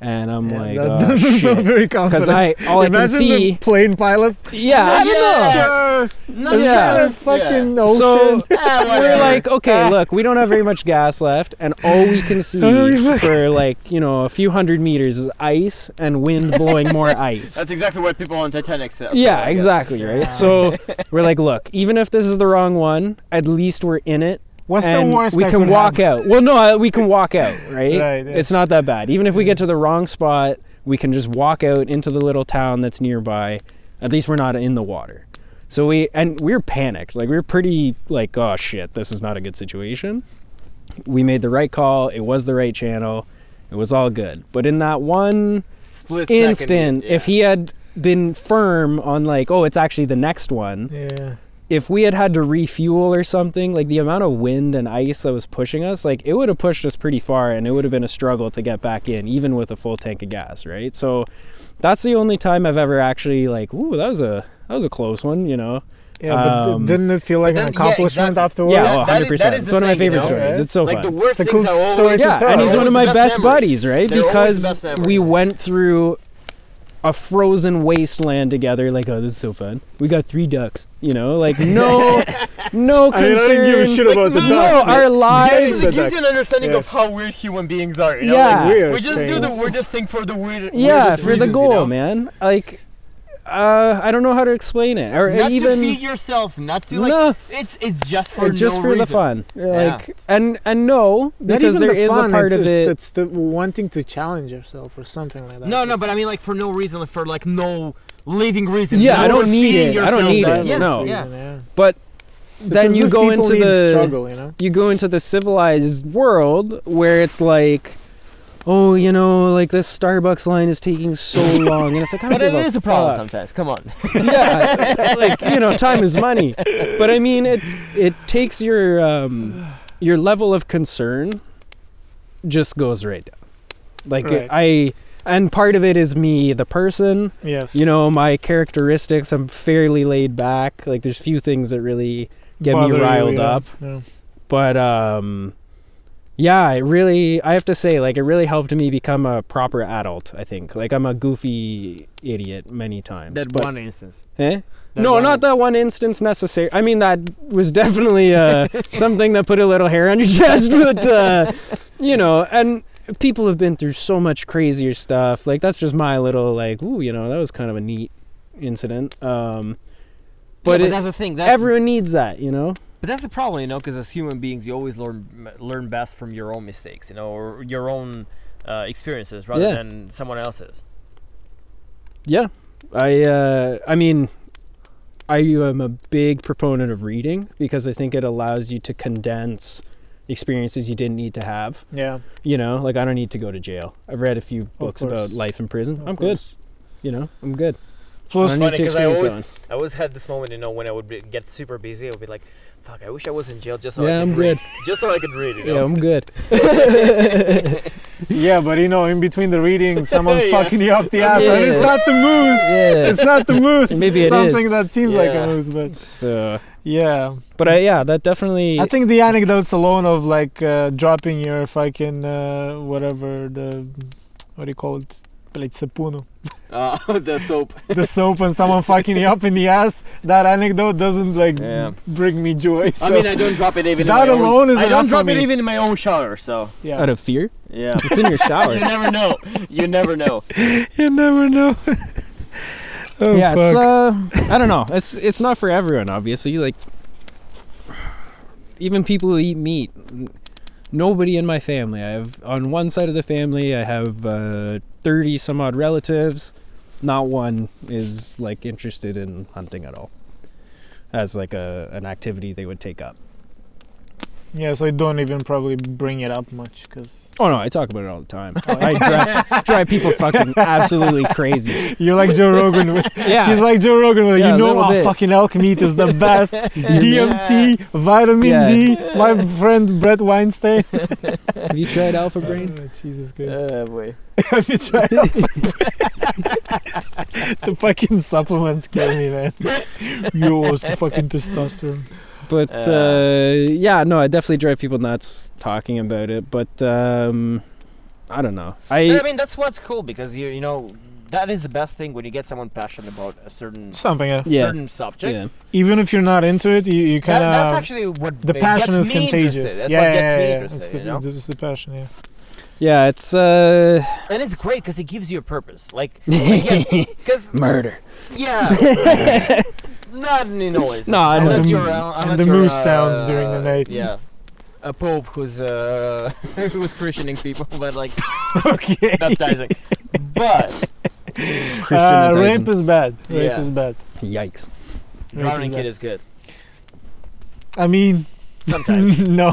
[SPEAKER 2] and i'm
[SPEAKER 1] Yeah,
[SPEAKER 2] like
[SPEAKER 1] that
[SPEAKER 2] oh,
[SPEAKER 1] doesn't sound
[SPEAKER 2] shit.
[SPEAKER 1] very
[SPEAKER 2] because
[SPEAKER 1] confident.
[SPEAKER 2] i all i
[SPEAKER 1] Imagine
[SPEAKER 2] can see
[SPEAKER 1] the plane pilots.
[SPEAKER 2] yeah i don't know
[SPEAKER 1] Sure.
[SPEAKER 3] Not
[SPEAKER 2] Yeah.
[SPEAKER 3] sure.
[SPEAKER 1] Fucking ocean. Ah.
[SPEAKER 2] so
[SPEAKER 3] Yeah,
[SPEAKER 2] we're
[SPEAKER 3] whatever.
[SPEAKER 2] like okay look we don't have very much gas left and all we can see for like you know a few hundred meters is ice and wind blowing more ice
[SPEAKER 3] That's exactly what people on Titanic said.
[SPEAKER 2] yeah exactly right so we're like look even if this is the wrong one at least we're in it
[SPEAKER 1] What's
[SPEAKER 2] and
[SPEAKER 1] the worst
[SPEAKER 2] we
[SPEAKER 1] that
[SPEAKER 2] can
[SPEAKER 1] could
[SPEAKER 2] walk
[SPEAKER 1] happen?
[SPEAKER 2] out. Well, no, I- we can walk out, right?
[SPEAKER 1] Right, yeah.
[SPEAKER 2] It's not that bad. Even if we get to the wrong spot, we can just walk out into the little town that's nearby. At least we're not in the water. So we and we were panicked. Like we were pretty like, oh shit, this is not a good situation. We made the right call. It was the right channel. It was all good. But in that one
[SPEAKER 3] Split second,
[SPEAKER 2] instant,
[SPEAKER 3] yeah.
[SPEAKER 2] if he had been firm on like, oh, it's actually the next one,
[SPEAKER 1] Yeah.
[SPEAKER 2] if we had had to refuel or something, like the amount of wind and ice that was pushing us, like it would have pushed us pretty far and it would have been a struggle to get back in, even with a full tank of gas, right? So that's the only time I've ever actually like, ooh, that was a that was a close one, you know.
[SPEAKER 1] Yeah, but d-
[SPEAKER 2] Um,
[SPEAKER 1] didn't it feel like
[SPEAKER 3] then-
[SPEAKER 1] an
[SPEAKER 3] yeah,
[SPEAKER 1] accomplishment
[SPEAKER 3] exactly.
[SPEAKER 1] afterwards?
[SPEAKER 2] yeah,
[SPEAKER 3] that-
[SPEAKER 2] oh,
[SPEAKER 3] that is-
[SPEAKER 2] 100%.
[SPEAKER 3] that is the
[SPEAKER 2] it's one of my
[SPEAKER 3] thing, you
[SPEAKER 2] favorite
[SPEAKER 1] know,
[SPEAKER 2] stories.
[SPEAKER 1] right?
[SPEAKER 2] It's so
[SPEAKER 3] like
[SPEAKER 2] fun.
[SPEAKER 3] the worst
[SPEAKER 1] It's a
[SPEAKER 3] things
[SPEAKER 1] cool
[SPEAKER 3] are always
[SPEAKER 1] story to
[SPEAKER 2] yeah,
[SPEAKER 1] tell.
[SPEAKER 2] and he's
[SPEAKER 1] Those
[SPEAKER 2] one of
[SPEAKER 3] are
[SPEAKER 2] my
[SPEAKER 3] the
[SPEAKER 2] best
[SPEAKER 3] best
[SPEAKER 2] buddies, right?
[SPEAKER 3] They're always the
[SPEAKER 2] because
[SPEAKER 3] best
[SPEAKER 2] we
[SPEAKER 3] memories.
[SPEAKER 2] went through a frozen wasteland together. Like, oh, this is so fun. We got three ducks, you know, like no, no
[SPEAKER 1] I mean, I
[SPEAKER 2] concern.
[SPEAKER 1] didn't give a shit about the
[SPEAKER 2] no,
[SPEAKER 1] ducks, but-
[SPEAKER 2] our
[SPEAKER 3] Yeah, it
[SPEAKER 1] Yes,
[SPEAKER 2] lives.
[SPEAKER 3] gives
[SPEAKER 1] the
[SPEAKER 3] gives you an
[SPEAKER 1] ducks.
[SPEAKER 3] understanding
[SPEAKER 1] Yeah.
[SPEAKER 3] of how weird human beings are. You know?
[SPEAKER 2] Yeah.
[SPEAKER 3] Like,
[SPEAKER 1] Weird
[SPEAKER 3] we just do the
[SPEAKER 1] things.
[SPEAKER 3] weirdest thing for the weird.
[SPEAKER 2] Yeah,
[SPEAKER 3] weirdest
[SPEAKER 2] for the
[SPEAKER 3] reasons,
[SPEAKER 2] goal,
[SPEAKER 3] you know?
[SPEAKER 2] man. Like, uh, I don't know how to explain it, or
[SPEAKER 3] Not
[SPEAKER 2] even
[SPEAKER 3] to feed yourself, not to like.
[SPEAKER 2] no,
[SPEAKER 3] It's it's just for
[SPEAKER 2] just
[SPEAKER 3] no
[SPEAKER 2] for
[SPEAKER 3] reason.
[SPEAKER 2] the fun.
[SPEAKER 3] Yeah.
[SPEAKER 2] Like, and and no,
[SPEAKER 1] Not
[SPEAKER 2] because
[SPEAKER 1] even
[SPEAKER 2] there
[SPEAKER 1] the
[SPEAKER 2] is
[SPEAKER 1] fun,
[SPEAKER 2] a part
[SPEAKER 1] it's,
[SPEAKER 2] of
[SPEAKER 1] it's,
[SPEAKER 2] it.
[SPEAKER 1] It's the wanting to challenge yourself or something like that.
[SPEAKER 3] No, no,
[SPEAKER 1] It's-
[SPEAKER 3] but I mean like for no reason, like, for like no living reason.
[SPEAKER 2] Yeah,
[SPEAKER 3] not
[SPEAKER 2] I don't
[SPEAKER 3] for
[SPEAKER 2] need
[SPEAKER 3] feeding
[SPEAKER 2] it. I don't
[SPEAKER 3] yourself
[SPEAKER 2] need
[SPEAKER 3] that.
[SPEAKER 2] it.
[SPEAKER 3] Yeah,
[SPEAKER 2] No.
[SPEAKER 3] yeah.
[SPEAKER 2] Then
[SPEAKER 1] It's as
[SPEAKER 2] you
[SPEAKER 1] if
[SPEAKER 2] go
[SPEAKER 1] people
[SPEAKER 2] into
[SPEAKER 1] need
[SPEAKER 2] the
[SPEAKER 1] struggle, you know.
[SPEAKER 2] you go into the civilized world where it's like, oh, you know, like this Starbucks line is taking so long, and it's like, I don't
[SPEAKER 3] But it
[SPEAKER 2] give a
[SPEAKER 3] is a problem
[SPEAKER 2] fuck.
[SPEAKER 3] sometimes. Come on.
[SPEAKER 2] yeah, like you know, time is money. But I mean, it it takes your um, your level of concern just goes right down. Like
[SPEAKER 1] Right.
[SPEAKER 2] I, and part of it is me, the person.
[SPEAKER 1] Yes.
[SPEAKER 2] You know, my characteristics. I'm fairly laid back. Like there's few things that really get me
[SPEAKER 1] Bother you,
[SPEAKER 2] riled
[SPEAKER 1] yeah.
[SPEAKER 2] up
[SPEAKER 1] Yeah.
[SPEAKER 2] but um yeah it really i have to say like it really helped me become a proper adult i think like i'm a goofy idiot many times but,
[SPEAKER 3] instance.
[SPEAKER 2] eh?
[SPEAKER 3] that
[SPEAKER 2] no
[SPEAKER 3] one-
[SPEAKER 2] not that one instance necessary i mean that was definitely uh something that put a little hair on your chest but uh you know and people have been through so much crazier stuff like that's just my little like ooh you know that was kind of a neat incident um But,
[SPEAKER 3] but
[SPEAKER 2] it,
[SPEAKER 3] that's the thing. That's,
[SPEAKER 2] everyone needs that, you know.
[SPEAKER 3] But that's the problem, you know, because as human beings, you always learn learn best from your own mistakes, you know, or your own uh, experiences rather
[SPEAKER 2] Yeah.
[SPEAKER 3] than someone else's.
[SPEAKER 2] Yeah, I uh, I mean, I am a big proponent of reading because I think it allows you to condense experiences you didn't need to have.
[SPEAKER 1] Yeah.
[SPEAKER 2] You know, like I don't need to go to jail. I've read a few books about
[SPEAKER 1] course.
[SPEAKER 2] life in prison.
[SPEAKER 1] of
[SPEAKER 2] I'm good.
[SPEAKER 1] course.
[SPEAKER 2] You know, I'm good.
[SPEAKER 1] Plus,
[SPEAKER 2] I don't
[SPEAKER 3] It's
[SPEAKER 2] need
[SPEAKER 3] funny
[SPEAKER 2] to
[SPEAKER 3] 'cause I
[SPEAKER 2] experience that
[SPEAKER 3] always-
[SPEAKER 2] one.
[SPEAKER 3] I always had this moment, you know, when I would be, get super busy, I would be like, "Fuck, I wish I was in jail just so
[SPEAKER 2] Yeah,
[SPEAKER 3] I could
[SPEAKER 2] I'm
[SPEAKER 3] read, just so I could read." You
[SPEAKER 2] Yeah,
[SPEAKER 3] know?
[SPEAKER 2] I'm good.
[SPEAKER 1] yeah, but you know, in between the reading, someone's
[SPEAKER 3] Yeah.
[SPEAKER 1] fucking you up the ass, and it's
[SPEAKER 2] Yeah.
[SPEAKER 1] not the moose.
[SPEAKER 2] Yeah.
[SPEAKER 1] It's not the moose.
[SPEAKER 2] Maybe it is.
[SPEAKER 1] something that seems like
[SPEAKER 3] Yeah.
[SPEAKER 1] a moose, but
[SPEAKER 2] So,
[SPEAKER 1] yeah.
[SPEAKER 2] but I yeah, that definitely.
[SPEAKER 1] I think the anecdotes alone of like uh, dropping your fucking uh, whatever the what do you call it, like sapuno,
[SPEAKER 3] Uh, the soap.
[SPEAKER 1] the soap, and someone fucking you up in the ass. That anecdote doesn't like
[SPEAKER 3] Yeah.
[SPEAKER 1] bring me joy. So.
[SPEAKER 3] I mean, I don't drop it even.
[SPEAKER 1] That
[SPEAKER 3] in my
[SPEAKER 1] alone
[SPEAKER 3] own,
[SPEAKER 1] is
[SPEAKER 3] I
[SPEAKER 1] enough
[SPEAKER 3] don't
[SPEAKER 1] for
[SPEAKER 3] drop it
[SPEAKER 1] me.
[SPEAKER 3] even in my own shower. So
[SPEAKER 1] yeah,
[SPEAKER 2] out of fear,
[SPEAKER 3] yeah,
[SPEAKER 2] it's in your shower.
[SPEAKER 3] you never know. You never know.
[SPEAKER 1] you never know. oh,
[SPEAKER 2] yeah,
[SPEAKER 1] fuck.
[SPEAKER 2] it's uh, I don't know. It's it's not for everyone, obviously. Like, even people who eat meat. n- Nobody in my family. I have on one side of the family, I have uh, thirty some odd relatives. Not one is like interested in hunting at all, as like a an activity they would take up.
[SPEAKER 1] yeah, so I don't even probably bring it up much because
[SPEAKER 2] Oh no, I talk about it all the time.
[SPEAKER 1] Oh,
[SPEAKER 2] I drive, drive people fucking absolutely crazy.
[SPEAKER 1] you're like Joe Rogan. With,
[SPEAKER 2] Yeah,
[SPEAKER 1] He's like Joe Rogan. With,
[SPEAKER 2] Yeah, a
[SPEAKER 1] you know,
[SPEAKER 2] little
[SPEAKER 1] our
[SPEAKER 2] bit.
[SPEAKER 1] fucking elk meat is the best. DMT, vitamin
[SPEAKER 2] Yeah.
[SPEAKER 1] D. My friend Brett Weinstein.
[SPEAKER 2] have you tried Alpha Brain?
[SPEAKER 1] Oh, Jesus Christ.
[SPEAKER 3] Uh, boy.
[SPEAKER 1] Have you tried Alpha Brain? the fucking supplements kill me, man. Yo, it's the fucking testosterone.
[SPEAKER 2] But
[SPEAKER 3] Uh,
[SPEAKER 2] uh, yeah, no, I definitely drive people nuts talking about it. But um, I don't know.
[SPEAKER 3] I
[SPEAKER 2] I
[SPEAKER 3] mean, that's what's cool because you you know that is the best thing when you get someone passionate about a certain
[SPEAKER 1] Something. Uh,
[SPEAKER 2] yeah,
[SPEAKER 3] certain subject.
[SPEAKER 2] yeah,
[SPEAKER 1] even if you're not into it, you, you
[SPEAKER 3] That,
[SPEAKER 1] kind
[SPEAKER 3] that's
[SPEAKER 1] of.
[SPEAKER 3] actually what
[SPEAKER 1] The
[SPEAKER 3] uh,
[SPEAKER 1] passion is
[SPEAKER 3] gets me
[SPEAKER 1] contagious.
[SPEAKER 3] Interested. That's
[SPEAKER 1] yeah,
[SPEAKER 3] what gets
[SPEAKER 1] yeah,
[SPEAKER 3] me
[SPEAKER 1] yeah.
[SPEAKER 3] interested,
[SPEAKER 1] It's the,
[SPEAKER 3] you know.
[SPEAKER 1] it's the passion, yeah.
[SPEAKER 2] yeah. It's uh,
[SPEAKER 3] And it's great because it gives you a purpose. Like, because
[SPEAKER 2] murder.
[SPEAKER 3] yeah, not in always.
[SPEAKER 2] No, I know.
[SPEAKER 3] unless
[SPEAKER 1] And
[SPEAKER 3] you're
[SPEAKER 1] the-
[SPEAKER 3] uh,
[SPEAKER 1] and
[SPEAKER 3] unless
[SPEAKER 1] the
[SPEAKER 3] you're,
[SPEAKER 1] moose
[SPEAKER 3] uh,
[SPEAKER 1] sounds during the night.
[SPEAKER 3] Yeah, a pope who's uh who's christening people, but like
[SPEAKER 1] Okay.
[SPEAKER 3] baptizing. But
[SPEAKER 2] Christian
[SPEAKER 1] Uh, rape is bad. Rape
[SPEAKER 3] Yeah.
[SPEAKER 1] is bad.
[SPEAKER 2] Yikes.
[SPEAKER 1] Rape
[SPEAKER 3] drowning
[SPEAKER 1] is
[SPEAKER 3] kid
[SPEAKER 1] bad.
[SPEAKER 3] is good
[SPEAKER 1] I mean,
[SPEAKER 3] sometimes.
[SPEAKER 1] no.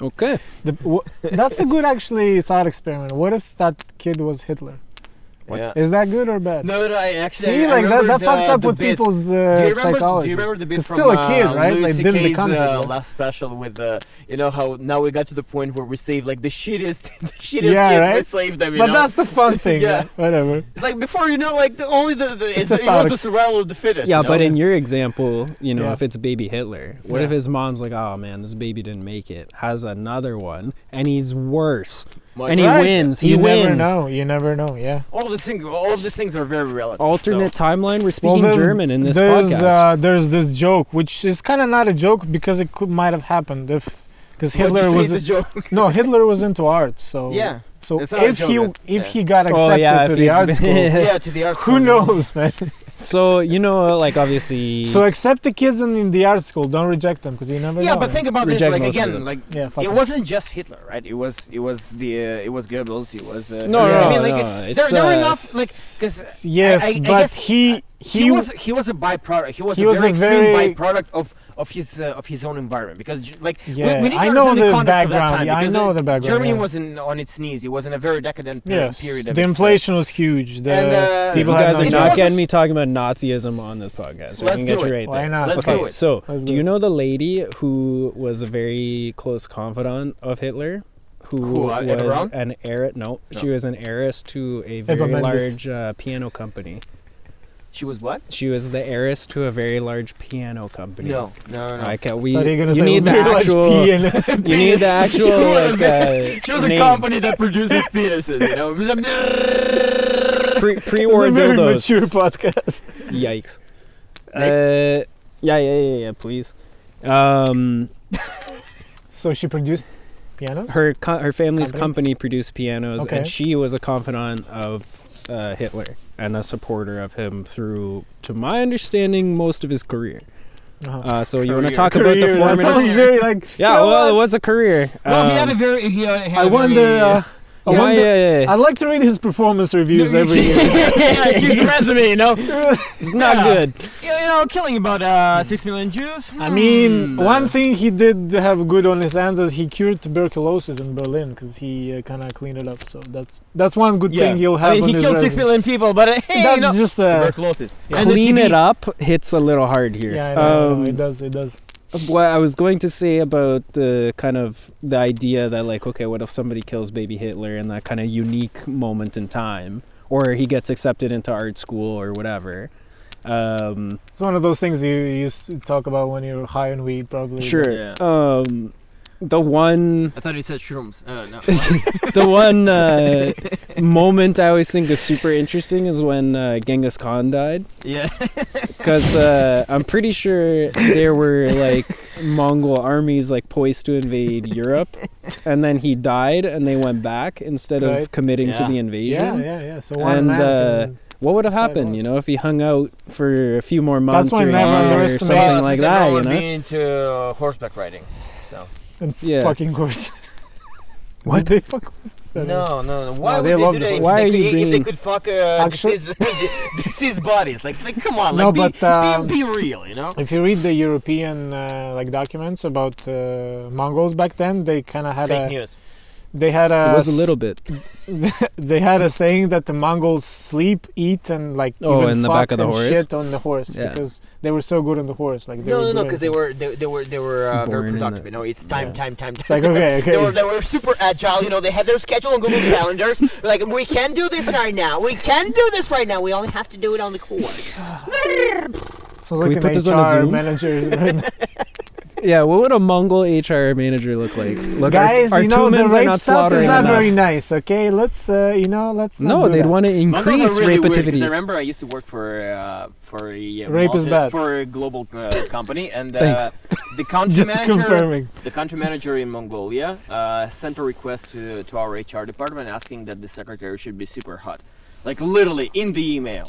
[SPEAKER 2] Okay.
[SPEAKER 1] The, w- that's a good actually thought experiment. What if that kid was Hitler?
[SPEAKER 2] What?
[SPEAKER 3] Yeah.
[SPEAKER 1] Is that good or bad?
[SPEAKER 3] No, no, I actually
[SPEAKER 1] See,
[SPEAKER 3] I
[SPEAKER 1] like that,
[SPEAKER 3] remembered
[SPEAKER 1] that
[SPEAKER 3] the-
[SPEAKER 1] fucks up
[SPEAKER 3] the
[SPEAKER 1] with
[SPEAKER 3] bit.
[SPEAKER 1] people's
[SPEAKER 3] Do
[SPEAKER 1] uh,
[SPEAKER 3] you remember?
[SPEAKER 1] psychology.
[SPEAKER 3] Do you remember the bit
[SPEAKER 1] He's
[SPEAKER 3] from
[SPEAKER 1] still a kid,
[SPEAKER 3] uh,
[SPEAKER 1] right? Like,
[SPEAKER 3] Louis
[SPEAKER 1] didn't
[SPEAKER 3] CK's,
[SPEAKER 1] become
[SPEAKER 3] uh,
[SPEAKER 1] Hitler.
[SPEAKER 3] last special with uh, you know how now we got to the point where we save like the shittiest, the shittiest
[SPEAKER 1] Yeah,
[SPEAKER 3] kids. We
[SPEAKER 1] right?
[SPEAKER 3] save them. You
[SPEAKER 1] but
[SPEAKER 3] know?
[SPEAKER 1] that's the fun thing.
[SPEAKER 3] Yeah.
[SPEAKER 1] Whatever.
[SPEAKER 3] It's like before, you know, like the only the, the
[SPEAKER 1] It's
[SPEAKER 3] it's
[SPEAKER 1] a
[SPEAKER 3] it was the
[SPEAKER 1] paradox.
[SPEAKER 3] survival of the fittest.
[SPEAKER 2] Yeah,
[SPEAKER 3] you know?
[SPEAKER 2] but in your example, you know,
[SPEAKER 1] Yeah.
[SPEAKER 2] if it's baby Hitler, what
[SPEAKER 1] Yeah.
[SPEAKER 2] if his mom's like, "Oh man, this baby didn't make it," has another one, and he's worse,
[SPEAKER 3] My-
[SPEAKER 2] and he
[SPEAKER 1] Right.
[SPEAKER 2] wins. He
[SPEAKER 1] you
[SPEAKER 2] wins.
[SPEAKER 1] never know. You never know. Yeah.
[SPEAKER 3] all the things, all of these things are very relative.
[SPEAKER 2] Alternate timeline. We're speaking
[SPEAKER 1] there's-
[SPEAKER 2] German in this
[SPEAKER 1] there's,
[SPEAKER 2] podcast.
[SPEAKER 1] Uh, there's this joke, which is kind of not a joke because it could might have happened if because
[SPEAKER 3] So, Hitler
[SPEAKER 1] Hitler
[SPEAKER 3] was a
[SPEAKER 1] was
[SPEAKER 3] joke.
[SPEAKER 1] no Hitler was into art. So
[SPEAKER 3] Yeah,
[SPEAKER 1] So
[SPEAKER 3] It's not a
[SPEAKER 1] if
[SPEAKER 3] joke,
[SPEAKER 1] he
[SPEAKER 3] it-
[SPEAKER 1] if
[SPEAKER 3] yeah.
[SPEAKER 1] he got
[SPEAKER 2] Oh,
[SPEAKER 1] accepted
[SPEAKER 2] yeah,
[SPEAKER 1] to
[SPEAKER 2] if
[SPEAKER 1] the
[SPEAKER 2] he-
[SPEAKER 1] art school,
[SPEAKER 3] yeah, to the arts.
[SPEAKER 1] who knows, man?
[SPEAKER 2] so you know, like obviously.
[SPEAKER 1] So accept the kids in, in the art school. Don't reject them because you never
[SPEAKER 3] Yeah,
[SPEAKER 1] know.
[SPEAKER 3] but
[SPEAKER 1] man.
[SPEAKER 3] think about this.
[SPEAKER 2] Reject
[SPEAKER 3] Like
[SPEAKER 2] most of
[SPEAKER 3] again,
[SPEAKER 2] them.
[SPEAKER 3] like
[SPEAKER 1] yeah, fuck
[SPEAKER 3] it
[SPEAKER 1] it.
[SPEAKER 3] wasn't just Hitler, right? It was it was the uh, it was Goebbels. It was uh,
[SPEAKER 2] No,
[SPEAKER 1] no,
[SPEAKER 3] I mean,
[SPEAKER 1] no,
[SPEAKER 3] like,
[SPEAKER 2] no,
[SPEAKER 3] it-
[SPEAKER 2] it's,
[SPEAKER 3] there, there were
[SPEAKER 2] uh,
[SPEAKER 3] enough like because
[SPEAKER 1] Yes,
[SPEAKER 3] I- I- I
[SPEAKER 1] but
[SPEAKER 3] guess-
[SPEAKER 1] he he,
[SPEAKER 3] he, was he was a byproduct. He was
[SPEAKER 1] he
[SPEAKER 3] a
[SPEAKER 1] was a
[SPEAKER 3] very extreme
[SPEAKER 1] very-
[SPEAKER 3] byproduct of of his uh, of his own environment because j- like we-
[SPEAKER 1] Yeah,
[SPEAKER 3] we, need to
[SPEAKER 1] I know
[SPEAKER 3] understand
[SPEAKER 1] the
[SPEAKER 3] context of that
[SPEAKER 1] background.
[SPEAKER 3] time
[SPEAKER 1] yeah, I
[SPEAKER 3] because
[SPEAKER 1] know the background.
[SPEAKER 3] Germany
[SPEAKER 1] yeah.
[SPEAKER 3] was in, on its knees. It was in a very decadent per-
[SPEAKER 1] yes.
[SPEAKER 3] period. Of
[SPEAKER 1] The
[SPEAKER 3] its, uh,
[SPEAKER 1] inflation was huge. The
[SPEAKER 3] And, uh,
[SPEAKER 1] people
[SPEAKER 2] you
[SPEAKER 1] had
[SPEAKER 2] guys
[SPEAKER 1] no
[SPEAKER 2] are
[SPEAKER 3] If
[SPEAKER 1] job.
[SPEAKER 2] not
[SPEAKER 3] it
[SPEAKER 2] getting me talking about Nazism on this podcast. I
[SPEAKER 3] Let's
[SPEAKER 2] can get
[SPEAKER 3] do
[SPEAKER 2] you
[SPEAKER 3] it.
[SPEAKER 2] right
[SPEAKER 1] Why
[SPEAKER 2] there.
[SPEAKER 1] not?
[SPEAKER 3] Let's
[SPEAKER 2] okay,
[SPEAKER 3] do it.
[SPEAKER 2] so
[SPEAKER 1] Let's
[SPEAKER 2] do
[SPEAKER 1] do
[SPEAKER 2] you
[SPEAKER 1] it.
[SPEAKER 2] know the lady who was a very close confidant of Hitler? Who
[SPEAKER 3] Who, uh, Eva
[SPEAKER 2] was
[SPEAKER 3] Braun?
[SPEAKER 2] an heiress? No,
[SPEAKER 3] No.
[SPEAKER 2] she was an heiress to a very
[SPEAKER 1] Mendes.
[SPEAKER 2] large uh, piano company.
[SPEAKER 3] She was what?
[SPEAKER 2] She was the heiress to a very large piano company.
[SPEAKER 3] No, no, no. no.
[SPEAKER 2] I can't. We.
[SPEAKER 1] Thought you were gonna
[SPEAKER 2] You
[SPEAKER 1] say
[SPEAKER 2] need the
[SPEAKER 1] very large
[SPEAKER 2] actual. You
[SPEAKER 1] penis.
[SPEAKER 2] need the
[SPEAKER 3] She
[SPEAKER 2] actual.
[SPEAKER 3] was
[SPEAKER 2] Like,
[SPEAKER 3] a-
[SPEAKER 2] uh,
[SPEAKER 3] She was a
[SPEAKER 2] name.
[SPEAKER 3] company that produces penises, you know.
[SPEAKER 2] Pre-
[SPEAKER 1] This is
[SPEAKER 2] pre-war
[SPEAKER 1] a very
[SPEAKER 2] dildos.
[SPEAKER 1] mature podcast.
[SPEAKER 2] Yikes. Uh, yeah, yeah, yeah, yeah, please. Um,
[SPEAKER 1] So she produced pianos.
[SPEAKER 2] her co- her family's
[SPEAKER 1] Company?
[SPEAKER 2] company produced pianos,
[SPEAKER 1] Okay.
[SPEAKER 2] and she was a confidant of uh, Hitler and a supporter of him through, to my understanding, most of his career.
[SPEAKER 1] Uh-huh.
[SPEAKER 2] Uh, so you want to
[SPEAKER 3] Career.
[SPEAKER 2] talk about the
[SPEAKER 1] Career, that
[SPEAKER 2] formative?
[SPEAKER 1] sounds very like.
[SPEAKER 2] Yeah,
[SPEAKER 1] you know
[SPEAKER 2] well, it
[SPEAKER 1] what?
[SPEAKER 2] was a career.
[SPEAKER 3] Well, he
[SPEAKER 2] Um,
[SPEAKER 3] had a very. He had, had
[SPEAKER 1] I
[SPEAKER 3] a
[SPEAKER 1] wonder.
[SPEAKER 3] Very,
[SPEAKER 1] Uh, I
[SPEAKER 2] yeah,
[SPEAKER 1] wonder.
[SPEAKER 2] yeah, yeah.
[SPEAKER 1] I like to read his performance reviews every year.
[SPEAKER 3] yeah, his resume, you know, you
[SPEAKER 2] It's not
[SPEAKER 3] yeah.
[SPEAKER 2] good.
[SPEAKER 3] you know, killing about uh, six million Jews.
[SPEAKER 1] I mean,
[SPEAKER 3] Hmm.
[SPEAKER 1] one thing he did have good on his hands is he cured tuberculosis in Berlin because he uh, kind of cleaned it up. So that's that's one good
[SPEAKER 3] Yeah.
[SPEAKER 1] thing he'll have.
[SPEAKER 3] I mean,
[SPEAKER 1] on
[SPEAKER 3] he
[SPEAKER 1] his
[SPEAKER 3] killed six
[SPEAKER 1] resume.
[SPEAKER 3] million people, but uh, hey,
[SPEAKER 1] That's
[SPEAKER 3] you know,
[SPEAKER 1] just uh,
[SPEAKER 3] tuberculosis. And the
[SPEAKER 2] Clean
[SPEAKER 3] TB.
[SPEAKER 2] it up hits a little hard here.
[SPEAKER 1] yeah. I know, I know,
[SPEAKER 2] Um,
[SPEAKER 1] it does. It does.
[SPEAKER 2] what I was going to say about the kind of the idea that like okay, what if somebody kills baby Hitler in that kind of unique moment in time, or he gets accepted into art school or whatever. Um,
[SPEAKER 1] It's one of those things you you used to talk about when you're high on weed, probably.
[SPEAKER 2] sure.
[SPEAKER 3] Yeah.
[SPEAKER 2] Um, the one,
[SPEAKER 3] I thought he said shrooms. Uh, no.
[SPEAKER 2] the one uh, moment I always think is super interesting is when uh, Genghis Khan died.
[SPEAKER 3] yeah.
[SPEAKER 2] Because uh, I'm pretty sure there were like Mongol armies like poised to invade Europe, and then he died, and they went back instead of
[SPEAKER 1] Right.
[SPEAKER 2] committing to
[SPEAKER 3] Yeah.
[SPEAKER 2] the
[SPEAKER 1] Yeah,
[SPEAKER 2] invasion.
[SPEAKER 1] yeah, yeah. So one
[SPEAKER 2] And,
[SPEAKER 1] man.
[SPEAKER 2] uh,
[SPEAKER 1] can-
[SPEAKER 2] What would have
[SPEAKER 1] Side
[SPEAKER 2] happened,
[SPEAKER 1] one.
[SPEAKER 2] you know, if he hung out for a few more months
[SPEAKER 1] why
[SPEAKER 2] or, a
[SPEAKER 1] never
[SPEAKER 2] year or
[SPEAKER 1] underestimate-
[SPEAKER 2] something like that, you know?
[SPEAKER 3] into uh, horseback riding. So
[SPEAKER 1] and
[SPEAKER 2] yeah.
[SPEAKER 1] fucking horse.
[SPEAKER 2] What?
[SPEAKER 1] they fuck horses? I don't know.
[SPEAKER 3] no, no, no. Why
[SPEAKER 1] No, they
[SPEAKER 3] would
[SPEAKER 1] love
[SPEAKER 3] they do
[SPEAKER 1] the
[SPEAKER 3] that? If
[SPEAKER 1] horse.
[SPEAKER 2] Why
[SPEAKER 3] they
[SPEAKER 2] are
[SPEAKER 3] could,
[SPEAKER 2] you
[SPEAKER 3] if they
[SPEAKER 2] being-
[SPEAKER 3] could fuck uh,
[SPEAKER 1] Actu-
[SPEAKER 3] disease, disease bodies, like, like come on, like
[SPEAKER 1] No,
[SPEAKER 3] be,
[SPEAKER 1] but,
[SPEAKER 3] be-
[SPEAKER 1] um,
[SPEAKER 3] be, real, you know.
[SPEAKER 1] If you read the European uh, like documents about uh, Mongols back then, they kind of had
[SPEAKER 3] Fake
[SPEAKER 1] a
[SPEAKER 3] news.
[SPEAKER 1] they had a
[SPEAKER 2] It was a
[SPEAKER 1] s-
[SPEAKER 2] little bit.
[SPEAKER 1] they had a saying that the Mongols sleep, eat, and like
[SPEAKER 2] Oh,
[SPEAKER 1] even
[SPEAKER 2] in the
[SPEAKER 1] fuck
[SPEAKER 2] back of the
[SPEAKER 1] and
[SPEAKER 2] horse?
[SPEAKER 1] shit on the horse
[SPEAKER 2] Yeah.
[SPEAKER 1] because they were so good on the horse. Like they
[SPEAKER 3] No,
[SPEAKER 1] were
[SPEAKER 3] no, no,
[SPEAKER 1] good
[SPEAKER 3] because
[SPEAKER 1] at
[SPEAKER 3] they
[SPEAKER 1] it.
[SPEAKER 3] were they, they were they were uh,
[SPEAKER 2] Born
[SPEAKER 3] very
[SPEAKER 2] in
[SPEAKER 3] productive.
[SPEAKER 2] the-
[SPEAKER 3] You know, it's time, time, time,
[SPEAKER 1] It's
[SPEAKER 3] time.
[SPEAKER 1] like okay, okay.
[SPEAKER 3] They were, they were super agile. You know, they had their schedule on Google Calendars. like, we can do this right now. We can do this right now. We only have to do it on the core.
[SPEAKER 1] so
[SPEAKER 2] Can
[SPEAKER 1] like
[SPEAKER 2] we
[SPEAKER 1] an
[SPEAKER 2] put this
[SPEAKER 1] HR
[SPEAKER 2] on a Zoom?
[SPEAKER 1] manager. Right now.
[SPEAKER 2] Yeah, what would a Mongol HR manager look like? Look, our-
[SPEAKER 1] Guys,
[SPEAKER 2] our
[SPEAKER 1] you know the
[SPEAKER 2] Tumans are
[SPEAKER 1] rape stuff
[SPEAKER 2] not
[SPEAKER 1] is
[SPEAKER 2] slaughtering
[SPEAKER 1] not
[SPEAKER 2] enough.
[SPEAKER 1] very nice. Okay, let's uh, you know let's not
[SPEAKER 2] No,
[SPEAKER 1] do
[SPEAKER 2] they'd
[SPEAKER 1] that.
[SPEAKER 2] want to
[SPEAKER 3] Mongols
[SPEAKER 2] increase
[SPEAKER 3] are really weird, 'cause
[SPEAKER 2] rapidity.
[SPEAKER 3] I remember I used to work for uh, for a uh,
[SPEAKER 1] Rape is
[SPEAKER 3] multi-
[SPEAKER 1] bad.
[SPEAKER 3] for a global uh, company, and uh,
[SPEAKER 2] Thanks.
[SPEAKER 3] the country
[SPEAKER 1] just
[SPEAKER 3] manager
[SPEAKER 1] confirming.
[SPEAKER 3] the country manager in Mongolia uh, sent a request to to our HR department asking that the secretary should be super hot, like literally in the email.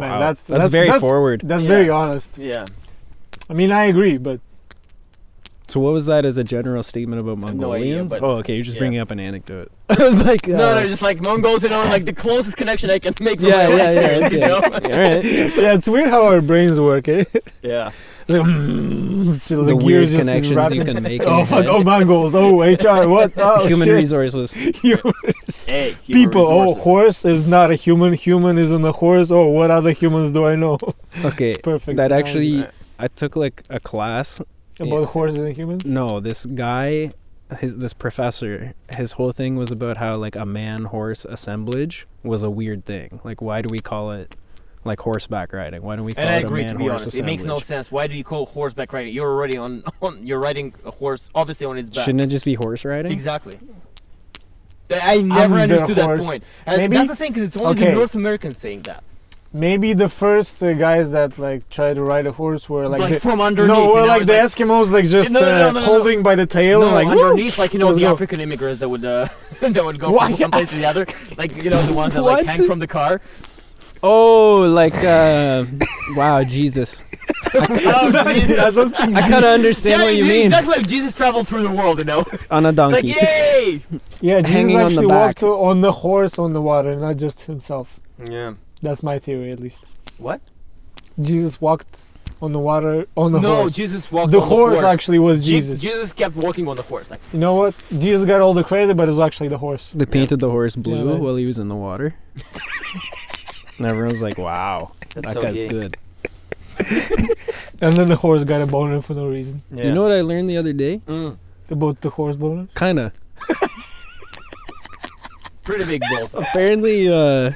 [SPEAKER 1] Man,
[SPEAKER 2] Wow.
[SPEAKER 1] that's,
[SPEAKER 2] That's very forward.
[SPEAKER 1] That's
[SPEAKER 3] Yeah.
[SPEAKER 1] very honest.
[SPEAKER 3] Yeah,
[SPEAKER 1] I mean, I agree, but
[SPEAKER 2] So what was that as a general statement about
[SPEAKER 3] have no idea,
[SPEAKER 2] Mongolians?
[SPEAKER 3] but-
[SPEAKER 2] oh, okay, you're just
[SPEAKER 3] yeah.
[SPEAKER 2] bringing up an anecdote. I was like,
[SPEAKER 3] no,
[SPEAKER 2] uh,
[SPEAKER 3] no, just like Mongols, you know, like the closest connection I can make. From
[SPEAKER 2] yeah,
[SPEAKER 3] my
[SPEAKER 2] yeah, yeah, yeah,
[SPEAKER 3] experience, You know?
[SPEAKER 2] All right.
[SPEAKER 1] yeah, it's weird how our brains work. Eh?
[SPEAKER 3] yeah.
[SPEAKER 1] Like, mm, so
[SPEAKER 2] The,
[SPEAKER 1] the gears
[SPEAKER 2] weird
[SPEAKER 1] just
[SPEAKER 2] connections you
[SPEAKER 1] rapid-
[SPEAKER 2] can make. in
[SPEAKER 1] Oh
[SPEAKER 2] your
[SPEAKER 1] fuck!
[SPEAKER 2] head.
[SPEAKER 1] Oh Mongols! Oh HR! What? Oh,
[SPEAKER 2] Human
[SPEAKER 1] shit.
[SPEAKER 2] resources.
[SPEAKER 3] Hey, human
[SPEAKER 1] people oh
[SPEAKER 3] resources.
[SPEAKER 1] horse is not a human human is on a horse oh what other humans do i know
[SPEAKER 2] Okay,
[SPEAKER 1] it's perfect
[SPEAKER 2] that
[SPEAKER 1] analogy.
[SPEAKER 2] actually, I took like a class.
[SPEAKER 1] about horses and humans
[SPEAKER 2] No, this guy, his this professor, his whole thing was about how like a man horse assemblage was a weird thing. Like, why do we call it like horseback riding? Why do we call
[SPEAKER 3] And I
[SPEAKER 2] it a
[SPEAKER 3] agree,
[SPEAKER 2] man
[SPEAKER 3] to be
[SPEAKER 2] horse
[SPEAKER 3] honest. It makes no
[SPEAKER 2] assemblage?
[SPEAKER 3] sense. Why do you call horseback riding? You're already on, on you're riding a horse, obviously on its back.
[SPEAKER 2] Shouldn't it just be horse riding?
[SPEAKER 3] Exactly. I I never
[SPEAKER 1] the
[SPEAKER 3] understood that
[SPEAKER 1] horse.
[SPEAKER 3] point. And
[SPEAKER 1] Maybe-
[SPEAKER 3] that's the thing, because it's only the
[SPEAKER 1] Okay.
[SPEAKER 3] North Americans saying that.
[SPEAKER 1] maybe the first uh, guys that like tried to ride a horse were like,
[SPEAKER 3] Like,
[SPEAKER 1] the,
[SPEAKER 3] from underneath.
[SPEAKER 1] no
[SPEAKER 3] you
[SPEAKER 1] were
[SPEAKER 3] know,
[SPEAKER 1] like
[SPEAKER 3] it's
[SPEAKER 1] the eskimos like just
[SPEAKER 3] No, no, no,
[SPEAKER 1] uh,
[SPEAKER 3] no, no.
[SPEAKER 1] holding by the tail
[SPEAKER 3] no,
[SPEAKER 1] and like
[SPEAKER 3] underneath, like you know,
[SPEAKER 1] let's
[SPEAKER 3] the
[SPEAKER 1] go.
[SPEAKER 3] African immigrants that would uh, that would go
[SPEAKER 1] Why?
[SPEAKER 3] from one place to the other, like you know, the ones that like
[SPEAKER 2] What?
[SPEAKER 3] hang from the car.
[SPEAKER 2] Oh, like uh, wow, Jesus.
[SPEAKER 3] Oh, Jesus.
[SPEAKER 1] I don't think
[SPEAKER 2] I kind of understand
[SPEAKER 3] Yeah,
[SPEAKER 2] what you
[SPEAKER 3] it's
[SPEAKER 2] mean.
[SPEAKER 3] Exactly like Jesus traveled through the world, you know. It's
[SPEAKER 2] On a
[SPEAKER 3] like
[SPEAKER 2] donkey.
[SPEAKER 3] yay.
[SPEAKER 1] yeah jesus
[SPEAKER 2] Hanging on the
[SPEAKER 1] actually
[SPEAKER 2] back.
[SPEAKER 1] walked uh, on the horse on the water not just himself
[SPEAKER 3] Yeah.
[SPEAKER 1] that's my theory at least
[SPEAKER 3] What?
[SPEAKER 1] jesus walked on the water on the
[SPEAKER 3] no,
[SPEAKER 1] horse
[SPEAKER 3] Jesus walked
[SPEAKER 1] the
[SPEAKER 3] on
[SPEAKER 1] horse,
[SPEAKER 3] the horse.
[SPEAKER 1] actually was
[SPEAKER 3] Je-
[SPEAKER 1] jesus
[SPEAKER 3] Jesus kept walking on the horse. Like,
[SPEAKER 1] you know what jesus got all the credit but it was actually the horse
[SPEAKER 2] They painted the horse blue
[SPEAKER 1] right.
[SPEAKER 2] while he was in the water. and everyone's like, wow,
[SPEAKER 3] That's
[SPEAKER 2] that
[SPEAKER 3] so
[SPEAKER 2] guy's
[SPEAKER 3] gay.
[SPEAKER 2] good.
[SPEAKER 1] And then the horse got a boner for no reason.
[SPEAKER 3] yeah.
[SPEAKER 2] You know what I learned the other day?
[SPEAKER 3] Mm,
[SPEAKER 1] About the horse boners.
[SPEAKER 2] Kind of.
[SPEAKER 3] pretty big balls.
[SPEAKER 2] Apparently, uh,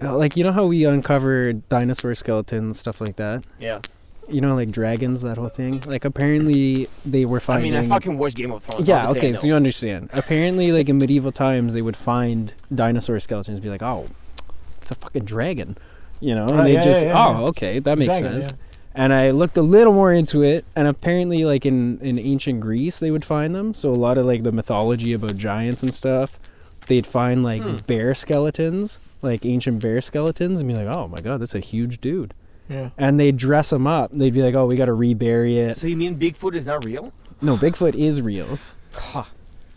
[SPEAKER 2] like, you know how we uncover dinosaur skeletons, stuff like that?
[SPEAKER 3] Yeah.
[SPEAKER 2] You know, like dragons, that whole thing? Like, apparently, they were
[SPEAKER 3] I
[SPEAKER 2] finding.
[SPEAKER 3] mean, I fucking watched Game of Thrones.
[SPEAKER 2] yeah,
[SPEAKER 3] obviously I
[SPEAKER 2] okay, so you understand. Apparently, like in medieval times, they would find dinosaur skeletons and be like, oh, it's a fucking dragon. You know?
[SPEAKER 1] Right,
[SPEAKER 2] and they
[SPEAKER 1] yeah,
[SPEAKER 2] just,
[SPEAKER 1] yeah, yeah,
[SPEAKER 2] oh,
[SPEAKER 1] yeah.
[SPEAKER 2] okay, that makes
[SPEAKER 1] Dragon,
[SPEAKER 2] sense.
[SPEAKER 1] yeah.
[SPEAKER 2] and I looked a little more into it, and apparently, like in in ancient Greece, they would find them. So a lot of like the mythology about giants and stuff, they'd find like
[SPEAKER 3] Hmm.
[SPEAKER 2] bear skeletons like ancient bear skeletons and be like, oh my god, that's a huge dude.
[SPEAKER 1] Yeah.
[SPEAKER 2] And they dress him up. They'd be like, oh, we got to rebury it.
[SPEAKER 3] So you mean Bigfoot is not real?
[SPEAKER 2] No, Bigfoot is real.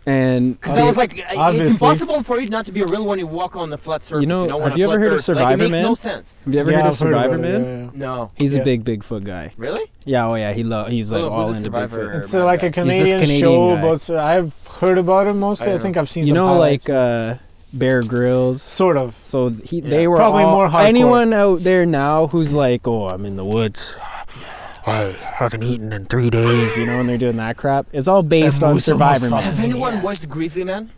[SPEAKER 2] And
[SPEAKER 3] Because I was like, I- it's
[SPEAKER 1] Obviously.
[SPEAKER 3] impossible for it not to be a real when you walk on the flat surface.
[SPEAKER 2] know,
[SPEAKER 3] know, on
[SPEAKER 2] have
[SPEAKER 3] a
[SPEAKER 2] you ever
[SPEAKER 3] flat
[SPEAKER 2] heard of
[SPEAKER 3] Earth. Like,
[SPEAKER 2] Survivor
[SPEAKER 3] It makes no
[SPEAKER 2] Man?
[SPEAKER 3] sense.
[SPEAKER 2] have you ever
[SPEAKER 1] Yeah,
[SPEAKER 2] heard of
[SPEAKER 1] I've heard about
[SPEAKER 2] Survivor
[SPEAKER 1] it,
[SPEAKER 2] Man?
[SPEAKER 1] yeah, yeah.
[SPEAKER 3] No,
[SPEAKER 2] He's a
[SPEAKER 1] Yeah.
[SPEAKER 2] big Bigfoot guy.
[SPEAKER 3] really?
[SPEAKER 2] Yeah, oh yeah, he lo- he's like
[SPEAKER 3] Well,
[SPEAKER 2] all
[SPEAKER 3] who's a
[SPEAKER 2] into
[SPEAKER 3] survivor?
[SPEAKER 2] Bigfoot.
[SPEAKER 1] It's
[SPEAKER 3] my
[SPEAKER 1] uh, like a
[SPEAKER 2] He's
[SPEAKER 3] bad.
[SPEAKER 2] this
[SPEAKER 1] Canadian,
[SPEAKER 2] Canadian
[SPEAKER 1] show,
[SPEAKER 2] guy.
[SPEAKER 1] but uh, I've heard about it mostly.
[SPEAKER 3] I
[SPEAKER 1] I,
[SPEAKER 3] don't
[SPEAKER 1] think I've seen
[SPEAKER 2] You
[SPEAKER 1] some
[SPEAKER 2] know,
[SPEAKER 1] highlights.
[SPEAKER 2] like uh, Bear Grylls.
[SPEAKER 1] sort of.
[SPEAKER 2] So th- he,
[SPEAKER 3] Yeah.
[SPEAKER 2] they were
[SPEAKER 1] Probably
[SPEAKER 2] all-
[SPEAKER 1] more hardcore.
[SPEAKER 2] Anyone out there now who's like, oh, I'm in the woods. I haven't eaten in three days, you know, and they're doing that crap. It's all based
[SPEAKER 1] That
[SPEAKER 2] on
[SPEAKER 1] moose
[SPEAKER 2] Survivor
[SPEAKER 1] almost
[SPEAKER 2] Oh, Man.
[SPEAKER 1] fucked
[SPEAKER 3] Has anyone
[SPEAKER 1] Yes.
[SPEAKER 3] watched Grizzly Man?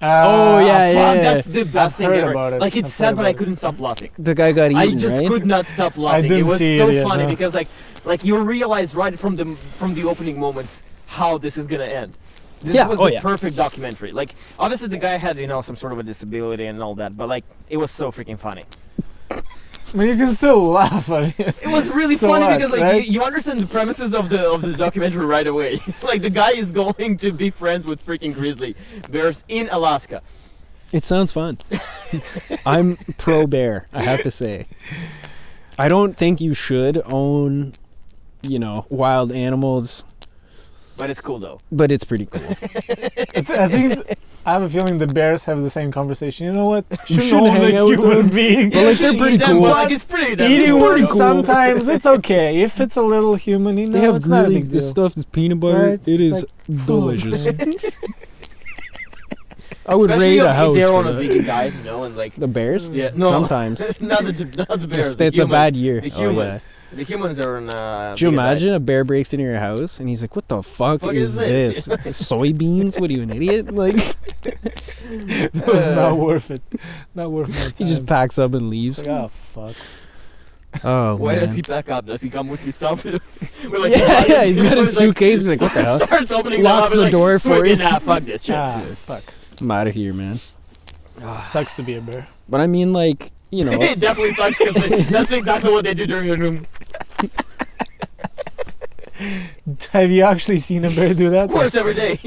[SPEAKER 2] Oh, yeah,
[SPEAKER 1] I've-
[SPEAKER 2] yeah.
[SPEAKER 3] Fuck, that's the best thing
[SPEAKER 1] heard
[SPEAKER 3] ever.
[SPEAKER 1] about it.
[SPEAKER 3] Like it's
[SPEAKER 1] I've
[SPEAKER 3] sad,
[SPEAKER 1] heard
[SPEAKER 3] but
[SPEAKER 1] about
[SPEAKER 3] I
[SPEAKER 1] it.
[SPEAKER 3] couldn't stop laughing.
[SPEAKER 2] The guy got eaten,
[SPEAKER 3] I just
[SPEAKER 2] right?
[SPEAKER 3] could not stop laughing.
[SPEAKER 1] didn't
[SPEAKER 3] it was
[SPEAKER 1] see
[SPEAKER 3] so
[SPEAKER 1] it yet,
[SPEAKER 3] funny
[SPEAKER 1] no.
[SPEAKER 3] because like, like you realize right from the from the opening moments how this is gonna end. This
[SPEAKER 2] Yeah,
[SPEAKER 3] was
[SPEAKER 2] oh
[SPEAKER 3] the
[SPEAKER 2] yeah.
[SPEAKER 3] perfect documentary. Like obviously the guy had you know some sort of a disability and all that, but like it was so freaking funny.
[SPEAKER 1] I mean, you can still laugh. I mean,
[SPEAKER 3] It was really
[SPEAKER 1] So
[SPEAKER 3] funny
[SPEAKER 1] what,
[SPEAKER 3] because like
[SPEAKER 1] right?
[SPEAKER 3] you, you understand the premises of the of the documentary right away. like the guy is going to be friends with freaking grizzly bears in Alaska.
[SPEAKER 2] It sounds fun. I'm pro bear, I have to say. I don't think you should own, you know, wild animals,
[SPEAKER 3] But it's cool though.
[SPEAKER 2] but it's pretty cool.
[SPEAKER 1] it's- I think I have a feeling the bears have the same conversation. You know what?
[SPEAKER 2] You
[SPEAKER 1] Shouldn't
[SPEAKER 2] shouldn't
[SPEAKER 1] own
[SPEAKER 2] hang
[SPEAKER 1] a
[SPEAKER 2] out with
[SPEAKER 1] human
[SPEAKER 2] them.
[SPEAKER 1] being.
[SPEAKER 2] But, like, they're
[SPEAKER 3] Eat
[SPEAKER 2] pretty
[SPEAKER 3] them,
[SPEAKER 2] cool.
[SPEAKER 3] but, like, it's pretty damn
[SPEAKER 1] Eating
[SPEAKER 3] cool.
[SPEAKER 1] one
[SPEAKER 2] cool.
[SPEAKER 1] sometimes it's okay. If it's a little human, you know,
[SPEAKER 2] They have
[SPEAKER 1] it's not a
[SPEAKER 2] grilling.
[SPEAKER 1] big deal.
[SPEAKER 2] This stuff is peanut butter.
[SPEAKER 1] Right?
[SPEAKER 2] It is
[SPEAKER 1] Like,
[SPEAKER 2] delicious. I would
[SPEAKER 3] Especially
[SPEAKER 2] raid a
[SPEAKER 3] if
[SPEAKER 2] house.
[SPEAKER 3] They're
[SPEAKER 2] for
[SPEAKER 3] on a
[SPEAKER 2] that.
[SPEAKER 3] vegan diet, you know, and like
[SPEAKER 2] The bears?
[SPEAKER 3] Yeah, no.
[SPEAKER 2] Sometimes.
[SPEAKER 3] not the not the bears.
[SPEAKER 2] If
[SPEAKER 3] the
[SPEAKER 2] it's a
[SPEAKER 3] humans.
[SPEAKER 2] bad year.
[SPEAKER 3] The
[SPEAKER 2] Oh, yeah.
[SPEAKER 3] humans. The humans are on. Uh,
[SPEAKER 2] Do you
[SPEAKER 3] vegan
[SPEAKER 2] imagine a bear breaks into your house and he's like, "What the fuck,
[SPEAKER 3] Fuck
[SPEAKER 2] is,
[SPEAKER 3] is
[SPEAKER 2] this?
[SPEAKER 3] this?"
[SPEAKER 2] Soybeans? What are you, an idiot?" Like
[SPEAKER 1] It was not worth it. Not worth my time.
[SPEAKER 2] he just packs up and leaves.
[SPEAKER 1] It's like, oh fuck.
[SPEAKER 2] Oh
[SPEAKER 3] diet. Why
[SPEAKER 2] man.
[SPEAKER 3] does he pack up? Does he come with his stuff? We're like,
[SPEAKER 2] yeah, yeah, he's got
[SPEAKER 3] We're
[SPEAKER 2] his suitcase. He's like, "What the hell?
[SPEAKER 3] Starts opening
[SPEAKER 2] Locks
[SPEAKER 3] them up and
[SPEAKER 2] the
[SPEAKER 3] like,
[SPEAKER 2] door for
[SPEAKER 3] "Sweet,
[SPEAKER 2] you."
[SPEAKER 3] Nah, fuck this shit.
[SPEAKER 1] Ah, fuck.
[SPEAKER 2] I'm out of here, man."
[SPEAKER 1] Sucks to be a bear.
[SPEAKER 2] But I mean, like, you know,
[SPEAKER 3] it definitely sucks because that's exactly what they do during the room.
[SPEAKER 1] Have you actually seen a bear do that?
[SPEAKER 3] Of course, every day.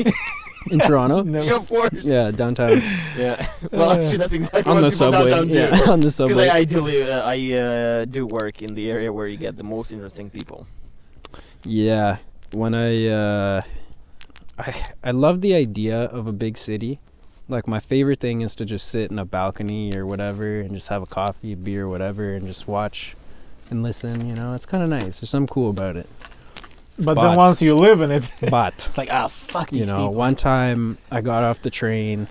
[SPEAKER 2] in Toronto.
[SPEAKER 1] No.
[SPEAKER 3] Yeah, of course.
[SPEAKER 2] Yeah, downtown
[SPEAKER 3] Yeah. Well, actually, that's exactly
[SPEAKER 2] on
[SPEAKER 3] what
[SPEAKER 2] the
[SPEAKER 3] people
[SPEAKER 2] subway.
[SPEAKER 3] downtown
[SPEAKER 2] Yeah,
[SPEAKER 3] do.
[SPEAKER 2] on the
[SPEAKER 3] Because
[SPEAKER 2] subway.
[SPEAKER 3] I, I do, uh, I uh, do work in the area where you get the most interesting people.
[SPEAKER 2] Yeah, when I uh, I I love the idea of a big city. Like my favorite thing is to just sit in a balcony or whatever and just have a coffee, beer, whatever, and just watch and listen. You know, it's kind of nice. There's something cool about it.
[SPEAKER 1] But,
[SPEAKER 2] But-
[SPEAKER 1] then once you live in it,
[SPEAKER 2] But
[SPEAKER 1] it's like ah fuck
[SPEAKER 2] you
[SPEAKER 1] these
[SPEAKER 2] know,
[SPEAKER 1] people.
[SPEAKER 2] one time I got off the train,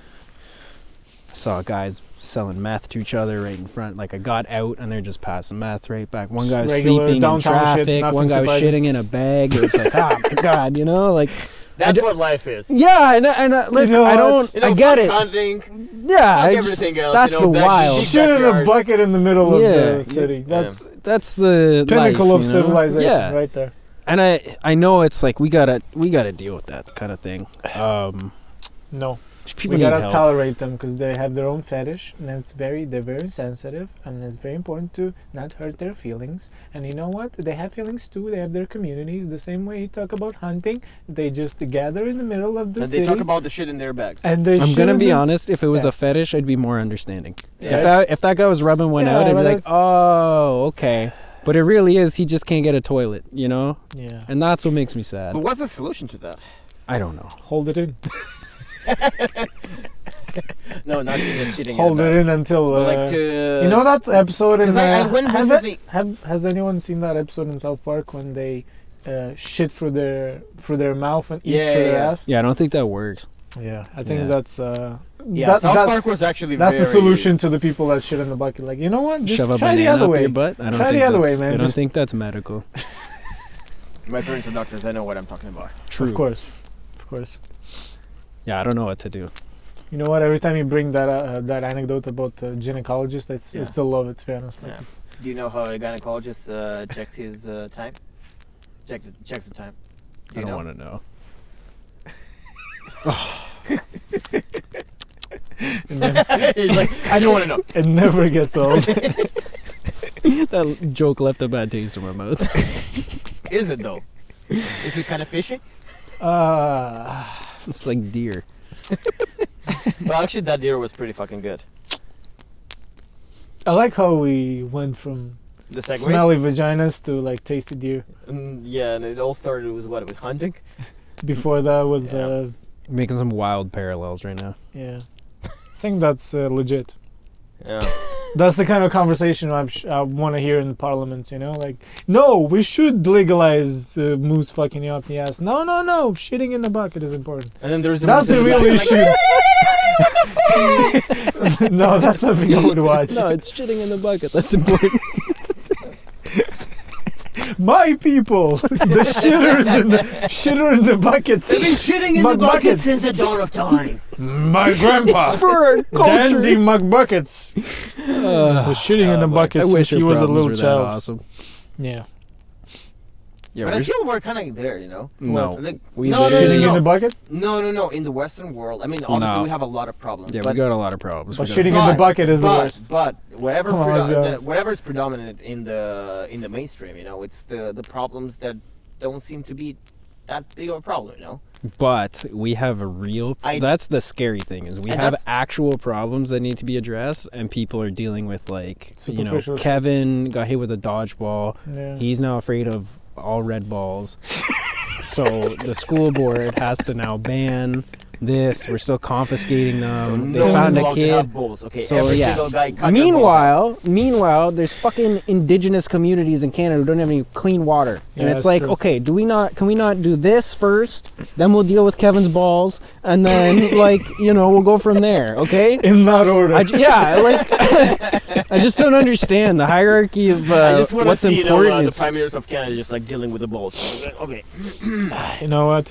[SPEAKER 2] saw guys selling meth to each other right in front. Like I got out and they're just passing meth right back. One guy was
[SPEAKER 1] Regular
[SPEAKER 2] sleeping in
[SPEAKER 1] downtown shit,
[SPEAKER 2] traffic.
[SPEAKER 1] nothing
[SPEAKER 2] one guy was
[SPEAKER 1] surprising.
[SPEAKER 2] shitting in a bag. It was like, oh my god, you know, like.
[SPEAKER 3] That's what life is.
[SPEAKER 2] Yeah, and and uh, like
[SPEAKER 1] know
[SPEAKER 2] I
[SPEAKER 1] what?
[SPEAKER 2] don't,
[SPEAKER 3] You know,
[SPEAKER 2] I get
[SPEAKER 3] fuck
[SPEAKER 2] it.
[SPEAKER 3] Hunting,
[SPEAKER 2] Yeah, I just-
[SPEAKER 3] everything else,
[SPEAKER 2] that's
[SPEAKER 3] you know,
[SPEAKER 2] the
[SPEAKER 3] back-
[SPEAKER 2] wild.
[SPEAKER 3] Shit.
[SPEAKER 1] Shit in a
[SPEAKER 3] backyard.
[SPEAKER 1] bucket in the middle of
[SPEAKER 2] Yeah.
[SPEAKER 1] the city. That's
[SPEAKER 2] That's the
[SPEAKER 1] pinnacle of
[SPEAKER 2] life, you know?
[SPEAKER 1] civilization
[SPEAKER 2] Yeah,
[SPEAKER 1] right there.
[SPEAKER 2] and I I know it's like we gotta we gotta deal with that kind of thing. Um,
[SPEAKER 1] No, we
[SPEAKER 2] people need
[SPEAKER 1] gotta
[SPEAKER 2] help.
[SPEAKER 1] tolerate them because they have their own fetish, and it's very they're very sensitive, and it's very important to not hurt their feelings. And you know what? They have feelings too. They have their communities. The same way you talk about hunting, they just gather in the middle of the
[SPEAKER 3] and
[SPEAKER 1] city,
[SPEAKER 3] they talk about the shit in their bags.
[SPEAKER 1] and they.
[SPEAKER 2] I'm gonna
[SPEAKER 1] shouldn't
[SPEAKER 2] be honest. If it was
[SPEAKER 1] Yeah.
[SPEAKER 2] a fetish, I'd be more understanding.
[SPEAKER 3] Yeah.
[SPEAKER 2] If that if that guy was rubbing one
[SPEAKER 1] Yeah,
[SPEAKER 2] out, I'd be
[SPEAKER 1] but
[SPEAKER 2] like,
[SPEAKER 1] that's-
[SPEAKER 2] oh, okay. But it really is. He just can't get a toilet, you know,
[SPEAKER 1] Yeah,
[SPEAKER 2] and that's what makes me sad.
[SPEAKER 3] But what's the solution to that?
[SPEAKER 2] I don't know.
[SPEAKER 1] hold it in.
[SPEAKER 3] No, not to just shitting.
[SPEAKER 1] Hold
[SPEAKER 3] in
[SPEAKER 1] it
[SPEAKER 3] a bag.
[SPEAKER 1] in until.
[SPEAKER 3] But
[SPEAKER 1] Uh,
[SPEAKER 3] like to
[SPEAKER 1] you know that episode in
[SPEAKER 3] Because I, I
[SPEAKER 1] uh,
[SPEAKER 3] went
[SPEAKER 1] has,
[SPEAKER 3] recently.
[SPEAKER 1] Have has anyone seen that episode in South Park when they uh, shit through their through their mouth and eat
[SPEAKER 3] Yeah,
[SPEAKER 1] through
[SPEAKER 3] yeah,
[SPEAKER 1] their
[SPEAKER 3] yeah.
[SPEAKER 1] ass?
[SPEAKER 2] Yeah, I don't think that works.
[SPEAKER 1] Yeah, I think
[SPEAKER 2] Yeah.
[SPEAKER 1] that's uh,
[SPEAKER 3] Yeah,
[SPEAKER 1] that-
[SPEAKER 3] South
[SPEAKER 1] that-
[SPEAKER 3] Park was actually
[SPEAKER 1] that's the
[SPEAKER 3] very-
[SPEAKER 1] solution to the people that shit in the bucket. Like you know what, just
[SPEAKER 2] Shove a
[SPEAKER 1] try
[SPEAKER 2] banana
[SPEAKER 1] the other
[SPEAKER 2] up
[SPEAKER 1] way.
[SPEAKER 2] your butt. I don't
[SPEAKER 1] Try
[SPEAKER 2] think
[SPEAKER 1] the other
[SPEAKER 2] that's-
[SPEAKER 1] way, man.
[SPEAKER 2] I don't
[SPEAKER 1] Just-
[SPEAKER 2] think that's medical.
[SPEAKER 3] My parents are doctors. I know what I'm talking about.
[SPEAKER 2] True.
[SPEAKER 1] Of course, of course.
[SPEAKER 2] Yeah, I don't know what to do.
[SPEAKER 1] You know what? Every time you bring that uh, that anecdote about uh, gynecologist, it's, I
[SPEAKER 3] Yeah.
[SPEAKER 1] still love it. To be honest, like,
[SPEAKER 3] Yeah.
[SPEAKER 1] it's-
[SPEAKER 3] Do you know how a gynecologist uh, checks his uh, time? Check the, checks the time.
[SPEAKER 2] I
[SPEAKER 3] you
[SPEAKER 2] don't
[SPEAKER 3] know?
[SPEAKER 2] want to know.
[SPEAKER 1] it, never,
[SPEAKER 3] He's like, I don't want to know.
[SPEAKER 1] it never gets old.
[SPEAKER 2] that joke left a bad taste in my mouth.
[SPEAKER 3] Is it though? Is it kind of fishy?
[SPEAKER 1] Uh,
[SPEAKER 2] it's like deer.
[SPEAKER 3] Well, actually, that deer was pretty fucking good.
[SPEAKER 1] I like how we went from
[SPEAKER 3] The segways.
[SPEAKER 1] smelly vaginas to like tasty deer.
[SPEAKER 3] Mm, yeah, and it all started with what? With hunting?
[SPEAKER 1] Before that, with
[SPEAKER 3] Yeah.
[SPEAKER 1] uh,
[SPEAKER 2] Making some wild parallels right now.
[SPEAKER 1] yeah, I think that's uh, legit.
[SPEAKER 3] Yeah.
[SPEAKER 1] That's the kind of conversation I'm sh- I want to hear in the parliament, you know? Like, no, we should legalize uh, moose fucking you up the ass. No, no, no, shitting in the bucket is important.
[SPEAKER 3] And then there's
[SPEAKER 1] That's
[SPEAKER 3] one
[SPEAKER 1] the
[SPEAKER 3] that-
[SPEAKER 1] real issue. no, that's something I would watch.
[SPEAKER 2] no, it's shitting in the bucket. That's important.
[SPEAKER 1] My people, the shitters in the shitter in the buckets.
[SPEAKER 3] They've been shitting in
[SPEAKER 1] Mud
[SPEAKER 3] the bucket
[SPEAKER 1] buckets.
[SPEAKER 3] since the dawn of time.
[SPEAKER 1] My grandpa,
[SPEAKER 2] it's for our culture.
[SPEAKER 1] Dandy McBuckets,
[SPEAKER 2] Uh,
[SPEAKER 1] was shitting in the bucket
[SPEAKER 2] I
[SPEAKER 1] since
[SPEAKER 2] wish
[SPEAKER 1] he
[SPEAKER 2] your
[SPEAKER 1] was a
[SPEAKER 2] problems
[SPEAKER 1] little
[SPEAKER 2] were that
[SPEAKER 1] child.
[SPEAKER 2] Awesome.
[SPEAKER 1] Yeah,
[SPEAKER 2] Yeah,
[SPEAKER 3] but
[SPEAKER 2] we're
[SPEAKER 3] I
[SPEAKER 2] sh-
[SPEAKER 3] feel we're kind of there, you know?
[SPEAKER 2] no.
[SPEAKER 3] Like,
[SPEAKER 2] We
[SPEAKER 3] no, no, no,
[SPEAKER 1] shitting
[SPEAKER 3] no,
[SPEAKER 1] in the
[SPEAKER 3] no.
[SPEAKER 1] bucket,
[SPEAKER 3] no, no, no. In the Western world, I mean, obviously
[SPEAKER 2] No.
[SPEAKER 3] we have a lot of problems.
[SPEAKER 2] Yeah,
[SPEAKER 3] but
[SPEAKER 2] we got a lot of problems.
[SPEAKER 1] but
[SPEAKER 2] We got-
[SPEAKER 1] shitting in the
[SPEAKER 3] But-
[SPEAKER 1] bucket is the
[SPEAKER 3] but,
[SPEAKER 1] worst.
[SPEAKER 3] But whatever
[SPEAKER 1] Come on, let's be
[SPEAKER 3] predo-
[SPEAKER 1] honest.
[SPEAKER 3] whatever's predominant in the in the mainstream, you know, it's the the problems that don't seem to be that big of a problem, you know.
[SPEAKER 2] But we have a real.
[SPEAKER 3] I-
[SPEAKER 2] that's the scary thing is we
[SPEAKER 3] And
[SPEAKER 2] have actual problems that need to be addressed, and people are dealing with like you know
[SPEAKER 1] Superficial shit.
[SPEAKER 2] Kevin got hit with a dodgeball.
[SPEAKER 1] Yeah.
[SPEAKER 2] He's now afraid of all red balls. so the school board has to now ban this. We're still confiscating them. Um, they
[SPEAKER 1] no
[SPEAKER 2] found
[SPEAKER 1] one's
[SPEAKER 2] a kid.
[SPEAKER 3] balls. Okay,
[SPEAKER 2] So,
[SPEAKER 3] every
[SPEAKER 2] yeah.
[SPEAKER 3] single guy. Cut their balls out.
[SPEAKER 2] Meanwhile, meanwhile, there's fucking indigenous communities in Canada who don't have any clean water, and
[SPEAKER 1] Yeah,
[SPEAKER 2] it's
[SPEAKER 1] that's
[SPEAKER 2] like,
[SPEAKER 1] true.
[SPEAKER 2] okay, do we not? Can we not do this first? Then we'll deal with Kevin's balls, and then like you know we'll go from there. Okay.
[SPEAKER 1] in that order.
[SPEAKER 2] I, j- yeah, like I just don't understand the hierarchy of uh,
[SPEAKER 3] I just want to
[SPEAKER 2] what's
[SPEAKER 3] see you know,
[SPEAKER 2] important.
[SPEAKER 3] uh, the
[SPEAKER 2] is-
[SPEAKER 3] prime minister of Canada just like dealing with the balls. Okay,
[SPEAKER 1] You know what?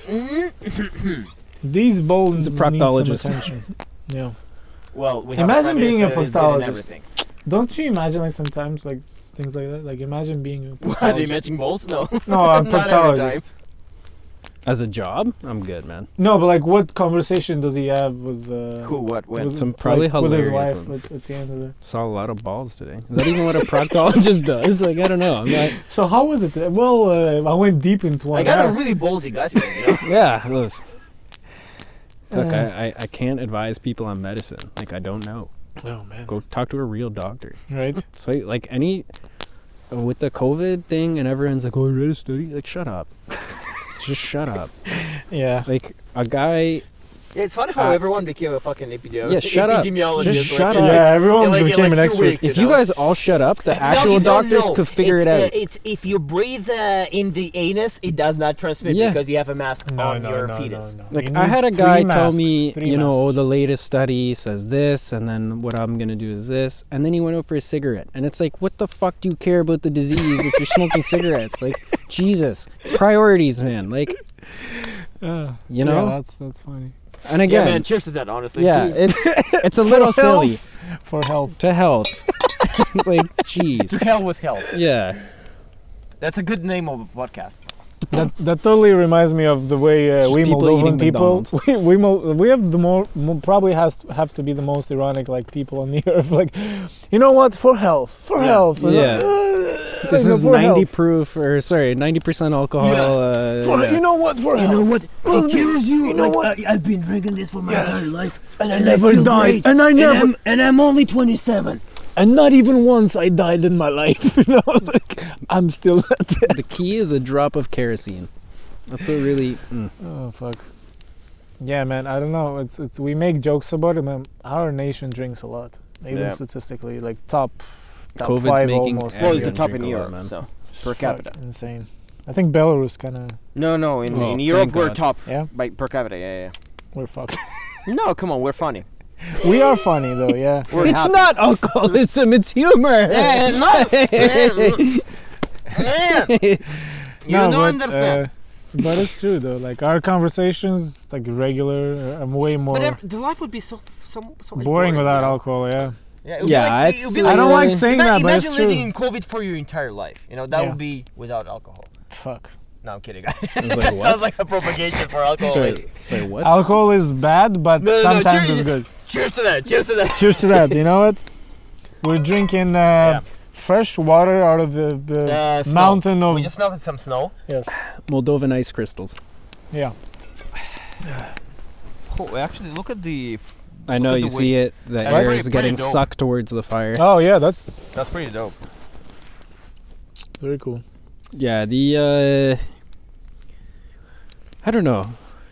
[SPEAKER 3] Mm-hmm.
[SPEAKER 1] These bones
[SPEAKER 2] He's a proctologist.
[SPEAKER 1] need some attention. yeah.
[SPEAKER 3] well, we have
[SPEAKER 1] Imagine
[SPEAKER 3] a prime
[SPEAKER 1] being a
[SPEAKER 3] minister who's good in
[SPEAKER 1] proctologist.
[SPEAKER 3] everything.
[SPEAKER 1] Don't you imagine like sometimes like s- things like that? Like imagine being a
[SPEAKER 3] What, do you
[SPEAKER 1] proctologist.
[SPEAKER 3] imagine balls? No.
[SPEAKER 1] no, I'm
[SPEAKER 3] Not every
[SPEAKER 1] proctologist.
[SPEAKER 2] as a job, I'm good, man.
[SPEAKER 1] No, but like what conversation does he have with uh,
[SPEAKER 3] Who? What? When?
[SPEAKER 1] with,
[SPEAKER 2] Some probably
[SPEAKER 1] like, with his
[SPEAKER 2] hilarious
[SPEAKER 1] wife
[SPEAKER 2] ones.
[SPEAKER 1] at, at the end of the.
[SPEAKER 2] Saw a lot of balls today. Is that even what a proctologist does? Like I don't know. I'm like,
[SPEAKER 1] So how was it? Well, uh, I went deep into one.
[SPEAKER 3] I got a
[SPEAKER 1] house.
[SPEAKER 3] really ballsy guy today. You know?
[SPEAKER 2] yeah. Look, look
[SPEAKER 1] Uh.
[SPEAKER 2] I, I I can't advise people on medicine. Like I don't know.
[SPEAKER 1] oh man,
[SPEAKER 2] Go talk to a real doctor.
[SPEAKER 1] right?
[SPEAKER 2] So like any with the COVID thing and everyone's like, oh, I read a study. Like shut up. Just shut up.
[SPEAKER 1] Yeah.
[SPEAKER 2] Like a guy
[SPEAKER 3] Yeah, it's funny how
[SPEAKER 2] Uh,
[SPEAKER 3] everyone became a fucking epidemiologist.
[SPEAKER 2] Yeah, shut up.
[SPEAKER 3] epidemiologist.
[SPEAKER 2] Just shut
[SPEAKER 3] in,
[SPEAKER 2] up.
[SPEAKER 1] Yeah, everyone
[SPEAKER 3] in like- in
[SPEAKER 1] became
[SPEAKER 3] like
[SPEAKER 1] an
[SPEAKER 3] two
[SPEAKER 1] expert.
[SPEAKER 3] weeks.
[SPEAKER 2] If
[SPEAKER 3] you
[SPEAKER 2] you
[SPEAKER 3] know?
[SPEAKER 2] guys all shut up, the
[SPEAKER 3] No,
[SPEAKER 2] actual
[SPEAKER 3] you don't
[SPEAKER 2] doctors
[SPEAKER 3] know.
[SPEAKER 2] could figure
[SPEAKER 3] It's,
[SPEAKER 2] it out.
[SPEAKER 3] uh, it's if you breathe uh, in the anus, it does not transmit
[SPEAKER 2] Yeah.
[SPEAKER 3] because you have a mask on your fetus.
[SPEAKER 2] like
[SPEAKER 1] You
[SPEAKER 2] I
[SPEAKER 1] need
[SPEAKER 2] had a
[SPEAKER 1] three
[SPEAKER 2] guy tell
[SPEAKER 1] masks,
[SPEAKER 2] me,
[SPEAKER 1] three
[SPEAKER 2] you know,
[SPEAKER 1] masks.
[SPEAKER 2] oh, the latest study says this, and then what I'm gonna do is this, and then he went out for a cigarette, and it's like, what the fuck do you care about the disease if you're smoking cigarettes? Like, Jesus, priorities, man. Like,
[SPEAKER 1] Uh,
[SPEAKER 2] you know.
[SPEAKER 1] yeah, that's that's funny
[SPEAKER 2] and
[SPEAKER 3] Yeah,
[SPEAKER 2] again,
[SPEAKER 3] man. Cheers to that. Honestly.
[SPEAKER 2] yeah,
[SPEAKER 3] Dude,
[SPEAKER 2] it's it's a little
[SPEAKER 1] health.
[SPEAKER 2] silly
[SPEAKER 1] for health.
[SPEAKER 2] to health. like,
[SPEAKER 3] To
[SPEAKER 2] jeez.
[SPEAKER 3] hell with health.
[SPEAKER 2] Yeah.
[SPEAKER 3] That's a good name of a podcast.
[SPEAKER 1] That that totally reminds me of the way uh,
[SPEAKER 2] Just
[SPEAKER 1] we
[SPEAKER 2] people eating
[SPEAKER 1] Moldovan people.
[SPEAKER 2] McDonald's.
[SPEAKER 1] We we, Mol- we have the more, mo probably has to, have to be the most ironic like people on the earth. Like, you know what? For health, for
[SPEAKER 3] Yeah.
[SPEAKER 1] health. for
[SPEAKER 2] Yeah.
[SPEAKER 1] health. Uh,
[SPEAKER 2] This
[SPEAKER 1] you know,
[SPEAKER 2] is
[SPEAKER 1] for
[SPEAKER 2] 90
[SPEAKER 1] health.
[SPEAKER 2] proof, or sorry, 90% alcohol.
[SPEAKER 3] Yeah.
[SPEAKER 2] Uh,
[SPEAKER 1] For,
[SPEAKER 2] yeah.
[SPEAKER 1] You know what? For health.
[SPEAKER 4] what?
[SPEAKER 1] Well, the- you know what?
[SPEAKER 4] I, I've been drinking this for my entire life, and
[SPEAKER 1] I never
[SPEAKER 4] feel
[SPEAKER 1] died,
[SPEAKER 4] great,
[SPEAKER 1] and I never-
[SPEAKER 4] I'm, and I'm only 27.
[SPEAKER 1] And not even once I died in my life. You know, like I'm still.
[SPEAKER 2] the key is a drop of kerosene. That's what really. Mm.
[SPEAKER 1] oh fuck. Yeah, man. I don't know. It's it's we make jokes about it, man. Our nation drinks a lot, even
[SPEAKER 3] Yeah.
[SPEAKER 1] statistically, like top. top
[SPEAKER 2] COVID's
[SPEAKER 1] five
[SPEAKER 2] making
[SPEAKER 1] almost.
[SPEAKER 2] Yeah,
[SPEAKER 3] Well, it's
[SPEAKER 2] you
[SPEAKER 3] the
[SPEAKER 2] don't
[SPEAKER 3] top
[SPEAKER 2] drink a
[SPEAKER 3] in
[SPEAKER 2] lot,
[SPEAKER 3] Europe,
[SPEAKER 2] man.
[SPEAKER 3] so per
[SPEAKER 1] Fuck,
[SPEAKER 3] capita.
[SPEAKER 1] insane. I think Belarus kind of
[SPEAKER 3] No, no, in,
[SPEAKER 2] Oh,
[SPEAKER 3] in Europe
[SPEAKER 2] thank
[SPEAKER 3] we're
[SPEAKER 2] God.
[SPEAKER 3] top
[SPEAKER 1] yeah.
[SPEAKER 3] by per capita. Yeah,
[SPEAKER 1] We're fucked.
[SPEAKER 3] yeah. No, come on, we're funny.
[SPEAKER 1] we are funny though. Yeah.
[SPEAKER 3] We're
[SPEAKER 2] it's
[SPEAKER 3] happy.
[SPEAKER 2] not alcoholism, it's humor.
[SPEAKER 3] Yeah, Eh, it's not. Yeah. you
[SPEAKER 1] No,
[SPEAKER 3] don't
[SPEAKER 1] but,
[SPEAKER 3] understand.
[SPEAKER 1] uh, but it's true though. Like our conversations, like regular, uh, I'm way more
[SPEAKER 3] but ev- the life would be so so, so much
[SPEAKER 1] boring without
[SPEAKER 3] you know?
[SPEAKER 1] alcohol. Yeah.
[SPEAKER 3] Yeah, it would
[SPEAKER 2] Yeah,
[SPEAKER 3] be like,
[SPEAKER 2] it's-
[SPEAKER 3] it would be
[SPEAKER 2] I
[SPEAKER 3] like
[SPEAKER 1] I don't like
[SPEAKER 2] really-
[SPEAKER 1] saying
[SPEAKER 3] Ima-
[SPEAKER 1] that, but
[SPEAKER 3] imagine
[SPEAKER 1] it's true.
[SPEAKER 3] living in COVID for your entire life. You know that
[SPEAKER 1] Yeah.
[SPEAKER 3] would be without alcohol.
[SPEAKER 1] Fuck.
[SPEAKER 3] No, I'm kidding.
[SPEAKER 2] It's like,
[SPEAKER 3] that sounds
[SPEAKER 2] what?
[SPEAKER 3] like a propagation for alcohol.
[SPEAKER 2] Sorry, sorry, what?
[SPEAKER 1] Alcohol is bad, but
[SPEAKER 3] No, no, no,
[SPEAKER 1] sometimes
[SPEAKER 3] cheers.
[SPEAKER 1] it's good.
[SPEAKER 3] Cheers to that. Cheers to that.
[SPEAKER 1] Cheers to that. You know what? We're drinking uh,
[SPEAKER 3] Yeah.
[SPEAKER 1] fresh water out of the, the
[SPEAKER 3] Uh, snow.
[SPEAKER 1] mountain of
[SPEAKER 3] We just melted some snow.
[SPEAKER 1] yes.
[SPEAKER 2] Moldovan ice crystals.
[SPEAKER 1] Yeah.
[SPEAKER 3] Oh, actually, look at the f-
[SPEAKER 2] I know
[SPEAKER 5] at
[SPEAKER 2] you
[SPEAKER 5] the
[SPEAKER 2] see it. The
[SPEAKER 5] That's
[SPEAKER 2] air
[SPEAKER 5] pretty-
[SPEAKER 2] is
[SPEAKER 5] pretty
[SPEAKER 2] getting
[SPEAKER 5] dope.
[SPEAKER 2] sucked towards the fire.
[SPEAKER 4] Oh yeah, that's
[SPEAKER 5] That's pretty dope.
[SPEAKER 4] very cool.
[SPEAKER 2] Yeah, the uh I don't know.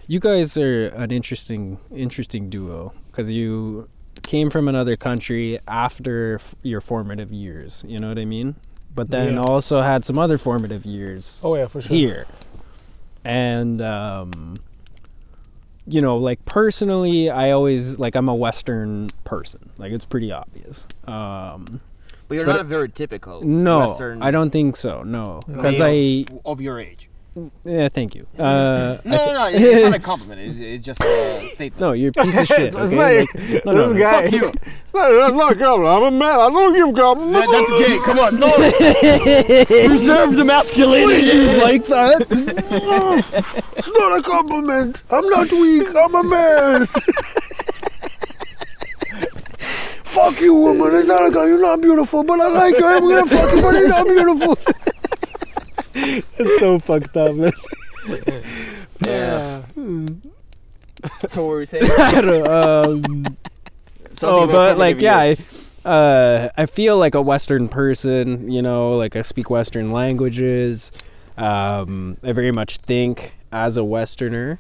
[SPEAKER 2] You guys are an interesting interesting duo cuz you came from another country after f- your formative years, you know what I mean? But then
[SPEAKER 4] Yeah.
[SPEAKER 2] also had some other formative years
[SPEAKER 4] Oh yeah, for sure.
[SPEAKER 2] here. And um you know, like personally, I always like I'm a western person. Like it's pretty obvious. Um
[SPEAKER 3] But you're
[SPEAKER 2] But-
[SPEAKER 3] not very typical.
[SPEAKER 2] no,
[SPEAKER 3] Western
[SPEAKER 2] I don't think so. No,
[SPEAKER 4] No.
[SPEAKER 2] cuz I
[SPEAKER 3] Of your age.
[SPEAKER 2] yeah, thank you. Uh, I
[SPEAKER 3] No,
[SPEAKER 2] thi-
[SPEAKER 3] no, no. It's, it's not a compliment. It's, it's just uh, a statement.
[SPEAKER 2] no, you're a piece of shit.
[SPEAKER 4] It's, it's
[SPEAKER 2] okay?
[SPEAKER 4] like,
[SPEAKER 2] Like, no, no, no.
[SPEAKER 4] this guy. It's not, that's not a problem. I'm a man. I don't give problem.
[SPEAKER 5] That- that's gay. Come on, no.
[SPEAKER 3] Preserve the masculinity.
[SPEAKER 2] you like that?
[SPEAKER 4] It's not a compliment. I'm not weak. I'm a man. Fuck you, woman. It's not a guy. You're not beautiful, but I like you. I'm gonna fuck you, but you're not beautiful. it's so fucked up, man.
[SPEAKER 3] Yeah. so what were we saying?
[SPEAKER 2] um,
[SPEAKER 3] Something
[SPEAKER 2] oh, but
[SPEAKER 3] about
[SPEAKER 2] like,
[SPEAKER 3] formative
[SPEAKER 2] yeah,
[SPEAKER 3] years.
[SPEAKER 2] I, uh, I feel like a Western person. You know, like I speak Western languages. Um, I very much think as a Westerner,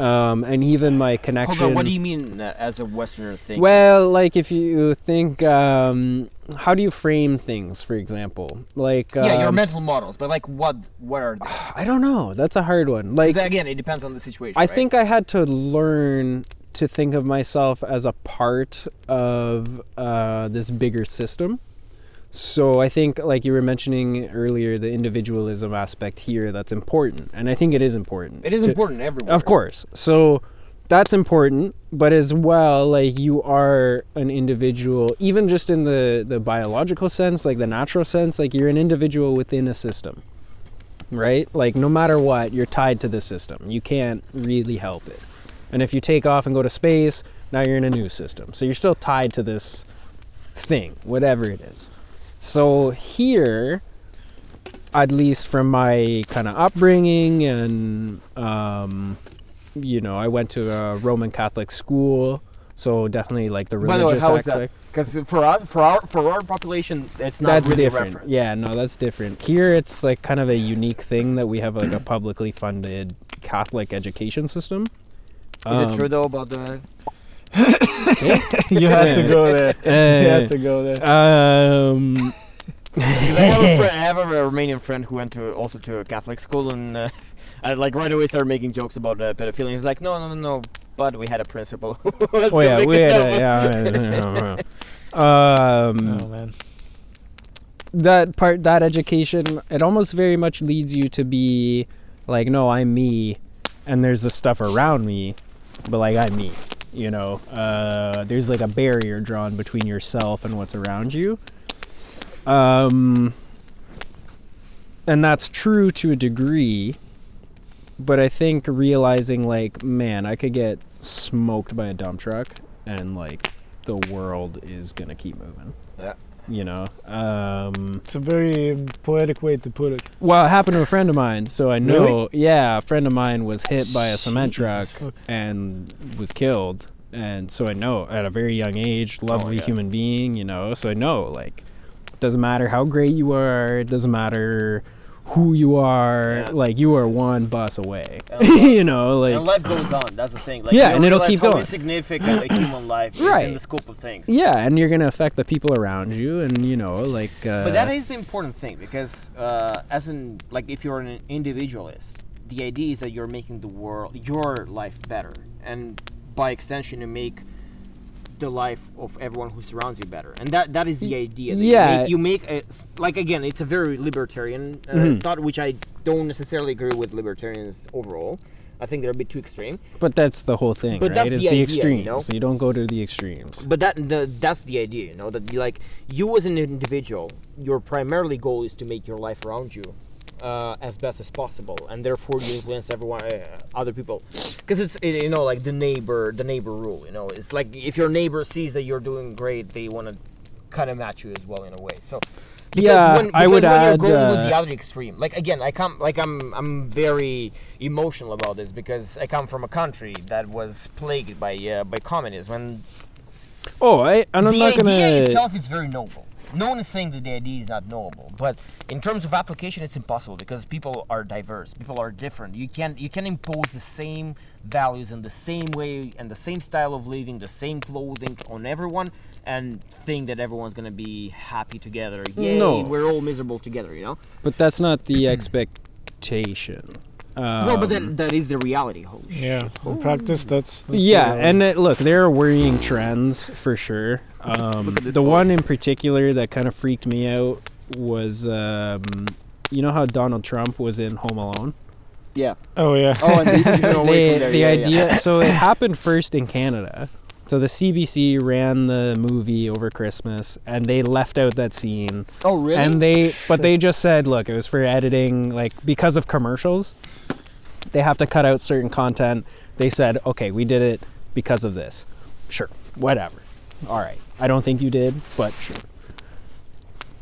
[SPEAKER 2] um, and even my connection.
[SPEAKER 3] Hold on. What do you mean uh, as a Westerner thing?
[SPEAKER 2] Well, like if you think, um, how do you frame things? For example, like um,
[SPEAKER 3] yeah, your mental models, but like, what? What are they?
[SPEAKER 2] I don't know. That's a hard one. Like
[SPEAKER 3] 'Cause again, it depends on the situation.
[SPEAKER 2] I
[SPEAKER 3] right?
[SPEAKER 2] think I had to learn to think of myself as a part of uh, this bigger system. So I think, like you were mentioning earlier, the individualism aspect here that's important, and I think it is important.
[SPEAKER 3] it is
[SPEAKER 2] to-
[SPEAKER 3] important everywhere.
[SPEAKER 2] of course. So that's important, but as well, like you are an individual, even just in the the biological sense, like the natural sense, like you're an individual within a system, right? Like no matter what, you're tied to the system. You can't really help it. And if you take off and go to space, now you're in a new system. So you're still tied to this thing, whatever it is. So here, at least from my kind of upbringing and um, you know i went to a roman catholic school so definitely like the
[SPEAKER 3] By the way,
[SPEAKER 2] religious
[SPEAKER 3] how is that?
[SPEAKER 2] aspect
[SPEAKER 3] Because for us, for our for our population, it's not
[SPEAKER 2] that's
[SPEAKER 3] really a
[SPEAKER 2] different
[SPEAKER 3] reference.
[SPEAKER 2] yeah no that's different here it's like kind of a unique thing that we have like a publicly funded catholic education system
[SPEAKER 3] Is
[SPEAKER 2] Um,
[SPEAKER 3] it true though about the?
[SPEAKER 4] You had to go there. You had to go there.
[SPEAKER 2] um
[SPEAKER 3] 'Cause I have, a friend, I have a Romanian friend who went to also to a Catholic school, and uh, I like right away started making jokes about uh, pedophilia. He's like, no, no, no, no. But we had a principal. who was
[SPEAKER 2] oh yeah
[SPEAKER 3] convicted
[SPEAKER 2] we had a,
[SPEAKER 3] of-
[SPEAKER 2] yeah um
[SPEAKER 3] Mm.
[SPEAKER 4] Oh man.
[SPEAKER 2] that part that education it almost very much leads you to be like no i'm me and there's the stuff around me but like i'm me you know uh, there's like a barrier drawn between yourself and what's around you um, and that's true to a degree but i think realizing like man i could get smoked by a dump truck and like the world is gonna keep moving
[SPEAKER 3] Yeah.
[SPEAKER 2] you know um
[SPEAKER 4] It's a very um, poetic way to put it.
[SPEAKER 2] well, it happened to a friend of mine, so I know. Yeah, a friend of mine was hit by a cement
[SPEAKER 4] Jesus
[SPEAKER 2] truck and was killed, and so I know at a very young age, lovely
[SPEAKER 3] Oh, yeah.
[SPEAKER 2] human being, you know. So I know, like, doesn't matter how great you are, it doesn't matter who you are,
[SPEAKER 3] Yeah.
[SPEAKER 2] like you are one bus away,
[SPEAKER 3] And life-
[SPEAKER 2] you know, like
[SPEAKER 3] and life goes on. That's the thing. Like,
[SPEAKER 2] Yeah,
[SPEAKER 3] you
[SPEAKER 2] and it'll
[SPEAKER 3] realize
[SPEAKER 2] keep
[SPEAKER 3] how
[SPEAKER 2] going.
[SPEAKER 3] Insignificant a human life is
[SPEAKER 2] Right.
[SPEAKER 3] in the scope of things.
[SPEAKER 2] yeah, and you're gonna affect the people around you, and you know, like. Uh,
[SPEAKER 3] But that is the important thing because, uh, as in, like, if you're an individualist, the idea is that you're making the world, your life better, and by extension, you make the life of everyone who surrounds you better, and that that is the idea. That
[SPEAKER 2] yeah.
[SPEAKER 3] you make, you make a, like again, it's a very libertarian uh,
[SPEAKER 2] Mm-hmm.
[SPEAKER 3] thought, which I don't necessarily agree with libertarians overall. I think they're a bit too extreme.
[SPEAKER 2] but that's the whole thing,
[SPEAKER 3] But
[SPEAKER 2] right?
[SPEAKER 3] that's
[SPEAKER 2] it's the,
[SPEAKER 3] the idea, you
[SPEAKER 2] extremes.
[SPEAKER 3] know?
[SPEAKER 2] you don't go to the extremes.
[SPEAKER 3] But that the, that's the idea, you know, that you, like you as an individual, your primarily goal is to make your life around you uh, as best as possible, and therefore you influence everyone, uh, other people, because it's it, you know like the neighbor, the neighbor rule, you know, it's like if your neighbor sees that you're doing great, they want to kind of match you as well in a way. So. Because
[SPEAKER 2] Yeah,
[SPEAKER 3] when,
[SPEAKER 2] I would
[SPEAKER 3] because when
[SPEAKER 2] add,
[SPEAKER 3] you're going with
[SPEAKER 2] uh,
[SPEAKER 3] the other extreme. Like again, I come like I'm I'm very emotional about this because I come from a country that was plagued by uh, by communism, and
[SPEAKER 2] Oh, I, and I'm
[SPEAKER 3] the
[SPEAKER 2] not gonna.
[SPEAKER 3] idea itself is very noble. No one is saying that the idea is not knowable, but in terms of application, it's impossible because people are diverse. People are different. You can you can impose the same values and the same way and the same style of living, the same clothing on everyone, and think that everyone's gonna be happy together. Yay,
[SPEAKER 2] No.
[SPEAKER 3] we're all miserable together. You know.
[SPEAKER 2] But that's not the expectation. Um,
[SPEAKER 3] no, but that that is the reality. Holy
[SPEAKER 1] Yeah, in practice, that's, that's the
[SPEAKER 2] yeah,
[SPEAKER 1] reality.
[SPEAKER 2] and it, look, there are worrying trends for sure. Um,
[SPEAKER 3] Look at this
[SPEAKER 2] the
[SPEAKER 3] photo.
[SPEAKER 2] one in particular that kind of freaked me out was, um, you know how Donald Trump was in Home Alone.
[SPEAKER 3] Yeah.
[SPEAKER 1] oh yeah,
[SPEAKER 3] Oh, and they,
[SPEAKER 2] They, the idea. So it happened first in Canada. So the CBC ran the movie over Christmas, and they left out that scene.
[SPEAKER 3] Oh, really?
[SPEAKER 2] And they, but they just said, look, it was for editing, like because of commercials, they have to cut out certain content. They said, okay, we did it because of this. Sure, whatever. All right. I don't think you did, but sure.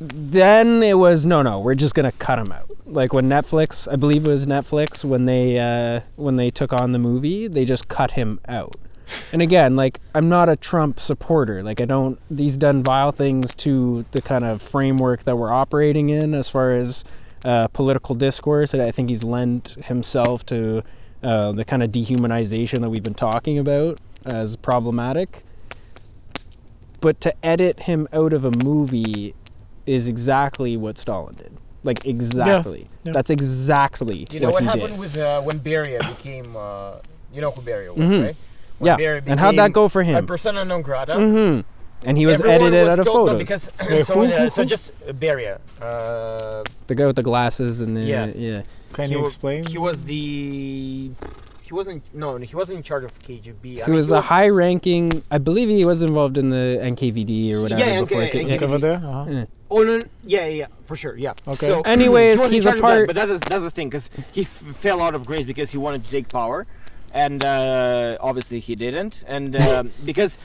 [SPEAKER 2] Then it was no, no. We're just gonna cut them out. Like when Netflix, I believe it was Netflix when they uh, when they took on the movie, they just cut him out. And again, like I'm not a Trump supporter. Like I don't he's done vile things to the kind of framework that we're operating in as far as uh, political discourse. And I think he's lent himself to uh, the kind of dehumanization that we've been talking about as problematic. But to edit him out of a movie is exactly what Stalin did. Like exactly.
[SPEAKER 1] yeah.
[SPEAKER 2] That's exactly
[SPEAKER 3] You know
[SPEAKER 2] what,
[SPEAKER 3] what,
[SPEAKER 2] he
[SPEAKER 3] happened
[SPEAKER 2] did.
[SPEAKER 3] with uh, when Beria became, uh, you know who Beria was,
[SPEAKER 2] Mhm.
[SPEAKER 3] right? When
[SPEAKER 2] Yeah.
[SPEAKER 3] Beria
[SPEAKER 2] And how'd that
[SPEAKER 3] became
[SPEAKER 2] go for
[SPEAKER 3] A
[SPEAKER 2] him?
[SPEAKER 3] persona non grata.
[SPEAKER 2] hmm And he was
[SPEAKER 3] Everyone
[SPEAKER 2] edited
[SPEAKER 3] was
[SPEAKER 2] out of
[SPEAKER 3] told- no,
[SPEAKER 2] photos.
[SPEAKER 3] because
[SPEAKER 1] Wait,
[SPEAKER 3] so,
[SPEAKER 1] who-
[SPEAKER 3] uh,
[SPEAKER 1] who-
[SPEAKER 3] so
[SPEAKER 1] who?
[SPEAKER 3] just uh, Beria. Uh,
[SPEAKER 2] The guy with the glasses and the yeah.
[SPEAKER 3] Yeah.
[SPEAKER 1] can
[SPEAKER 3] he
[SPEAKER 1] you
[SPEAKER 3] wa-
[SPEAKER 1] explain?
[SPEAKER 2] Mm.
[SPEAKER 3] He was the. He wasn't. No, he wasn't in charge of KGB. I
[SPEAKER 2] He
[SPEAKER 3] mean,
[SPEAKER 2] was a high-ranking. I believe he was involved in the NKVD or whatever
[SPEAKER 3] yeah,
[SPEAKER 2] before.
[SPEAKER 3] okay,
[SPEAKER 2] it came-
[SPEAKER 3] okay.
[SPEAKER 1] over there. Uh-huh.
[SPEAKER 3] Oh no, no, yeah, yeah, yeah, for sure, yeah.
[SPEAKER 1] Okay.
[SPEAKER 3] So,
[SPEAKER 2] Anyways,
[SPEAKER 3] he was in
[SPEAKER 2] he's a
[SPEAKER 3] charge of that,
[SPEAKER 2] part-
[SPEAKER 3] but that's that's the thing, because he f- fell out of grace because he wanted to take power, and uh, obviously he didn't, and um because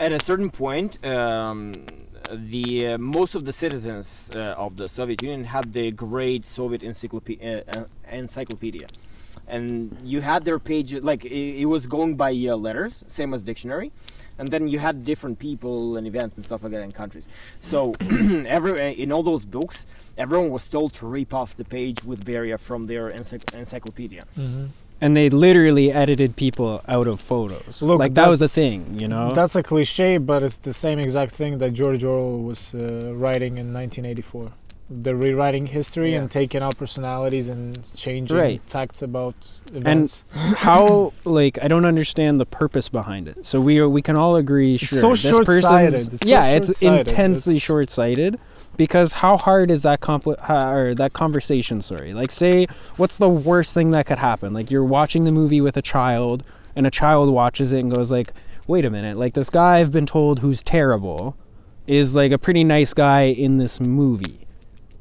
[SPEAKER 3] at a certain point, um, the uh, most of the citizens uh, of the Soviet Union had the great Soviet encyclopedia, uh, uh, encyclopedia, and you had their page like it, it was going by uh, letters, same as dictionary, and then you had different people and events and stuff like that in countries. So every eh, in all those books, everyone was told to rip off the page with Beria from their encyc- encyclopedia.
[SPEAKER 1] Mhm.
[SPEAKER 2] and they literally edited people out of photos.
[SPEAKER 1] Look,
[SPEAKER 2] like that was a
[SPEAKER 1] that's-
[SPEAKER 2] thing, you know.
[SPEAKER 1] That's a cliche, but it's the same exact thing that George Orwell was uh, writing in 1984. They're rewriting history
[SPEAKER 3] Yeah.
[SPEAKER 1] and taking out personalities and changing
[SPEAKER 2] Right.
[SPEAKER 1] facts about events.
[SPEAKER 2] How like I don't understand the purpose behind it. So we are, we can all agree, sure.
[SPEAKER 1] so
[SPEAKER 2] this person's
[SPEAKER 1] short-sighted. It's so
[SPEAKER 2] yeah, it's
[SPEAKER 1] short-sighted.
[SPEAKER 2] intensely
[SPEAKER 1] It's-
[SPEAKER 2] short-sighted because how hard is that compl- uh, or that conversation? Sorry, like say what's the worst thing that could happen? Like you're watching the movie with a child, and a child watches it and goes like, "Wait a minute! Like this guy I've been told who's terrible is like a pretty nice guy in this movie."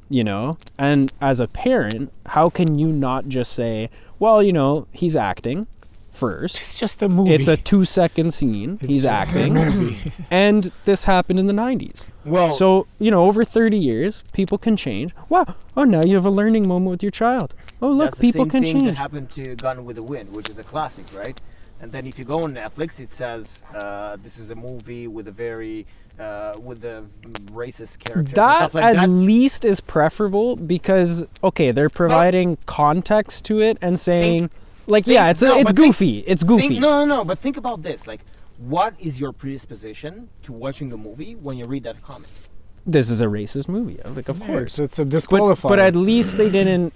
[SPEAKER 2] you know and as a parent how can you not just say well you know he's acting first
[SPEAKER 1] it's just a movie.
[SPEAKER 2] it's a two second scene
[SPEAKER 1] It's
[SPEAKER 2] he's
[SPEAKER 1] just a
[SPEAKER 2] acting
[SPEAKER 1] movie.
[SPEAKER 2] and this happened in the 90s
[SPEAKER 3] Well,
[SPEAKER 2] so you know over 30 years people can change wow oh now you have a learning moment with your child oh look
[SPEAKER 3] that's
[SPEAKER 2] people
[SPEAKER 3] the same
[SPEAKER 2] can
[SPEAKER 3] thing
[SPEAKER 2] change
[SPEAKER 3] that happened to Gone with the Wind, which is a classic, right? And then if you go on Netflix, it says uh, this is a movie with a very uh, with a racist character. and
[SPEAKER 2] that
[SPEAKER 3] stuff like
[SPEAKER 2] at
[SPEAKER 3] that.
[SPEAKER 2] least is preferable because okay they're providing context to it and saying like yeah
[SPEAKER 3] think-
[SPEAKER 2] it's a,
[SPEAKER 3] no,
[SPEAKER 2] it's
[SPEAKER 3] but think-
[SPEAKER 2] goofy it's goofy
[SPEAKER 3] Think, no, no, no. But think about this: like, what is your predisposition to watching the movie when you read that comment?
[SPEAKER 2] this is a racist movie I'm like of
[SPEAKER 1] Yeah,
[SPEAKER 2] course
[SPEAKER 1] it's, it's a
[SPEAKER 2] But,
[SPEAKER 1] disqualifier.
[SPEAKER 2] but at least they didn't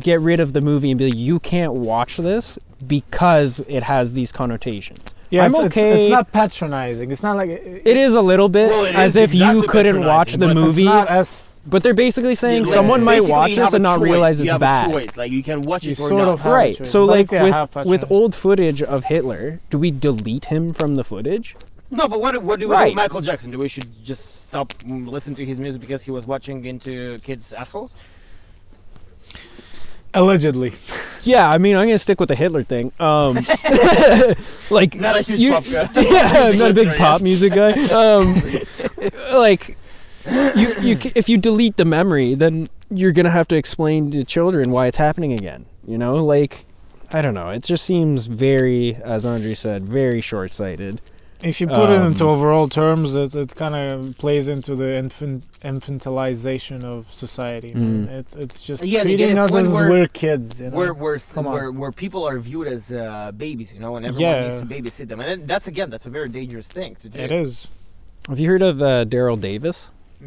[SPEAKER 2] get rid of the movie and be like, you can't watch this because it has these connotations.
[SPEAKER 1] yeah,
[SPEAKER 2] I'm
[SPEAKER 1] it's, it's-
[SPEAKER 2] okay.
[SPEAKER 1] It's, not patronizing. It's not like
[SPEAKER 2] It is a little bit
[SPEAKER 3] Well, it
[SPEAKER 2] as
[SPEAKER 3] is
[SPEAKER 2] if you
[SPEAKER 3] exactly
[SPEAKER 2] couldn't watch the
[SPEAKER 3] patronizing, but
[SPEAKER 2] movie,
[SPEAKER 1] It's not as
[SPEAKER 2] but they're basically saying
[SPEAKER 3] Like,
[SPEAKER 2] someone might
[SPEAKER 3] basically
[SPEAKER 2] watch
[SPEAKER 3] you
[SPEAKER 2] this
[SPEAKER 3] have a
[SPEAKER 2] and not
[SPEAKER 3] choice.
[SPEAKER 2] realize
[SPEAKER 3] you
[SPEAKER 2] it's
[SPEAKER 3] have A
[SPEAKER 2] bad.
[SPEAKER 3] choice. Like you can watch
[SPEAKER 1] You
[SPEAKER 3] it or
[SPEAKER 1] sort
[SPEAKER 3] not.
[SPEAKER 1] of have a
[SPEAKER 2] Right.
[SPEAKER 1] choice.
[SPEAKER 2] So
[SPEAKER 1] But
[SPEAKER 2] like
[SPEAKER 1] it's a half
[SPEAKER 2] with with
[SPEAKER 1] patronizing.
[SPEAKER 2] old footage of Hitler, do we delete him from the footage?
[SPEAKER 3] No, but what, what do we do
[SPEAKER 2] Right.
[SPEAKER 3] with Michael Jackson? Do we should just stop mm, listening to his music because he was watching into kids' assholes?
[SPEAKER 1] allegedly.
[SPEAKER 2] Yeah, I mean, I'm gonna stick with the Hitler thing. Um, like
[SPEAKER 3] Not a huge
[SPEAKER 2] you-
[SPEAKER 3] pop guy.
[SPEAKER 2] yeah, I'm not a big
[SPEAKER 3] Listener,
[SPEAKER 2] pop music guy. Um, like, you, you, c- if you delete the memory, then you're gonna have to explain to children why it's happening again. You know, like, I don't know. It just seems very, as Andre said, very short-sighted.
[SPEAKER 1] If you put it into
[SPEAKER 2] Um,
[SPEAKER 1] overall terms, it, it kind of plays into the infant, infantilization of society. man.
[SPEAKER 2] Mm.
[SPEAKER 1] It's it's just
[SPEAKER 3] Yeah, they get
[SPEAKER 1] treating
[SPEAKER 3] it
[SPEAKER 1] us
[SPEAKER 3] when
[SPEAKER 1] as
[SPEAKER 3] we're-
[SPEAKER 1] we're kids. You know?
[SPEAKER 3] where where,
[SPEAKER 1] Come on.
[SPEAKER 3] where where people are viewed as uh, babies, you know, and everyone
[SPEAKER 1] Yeah.
[SPEAKER 3] needs to babysit them, and then- that's again that's a very dangerous thing to do.
[SPEAKER 1] it is.
[SPEAKER 2] Have you heard of uh, Daryl Davis?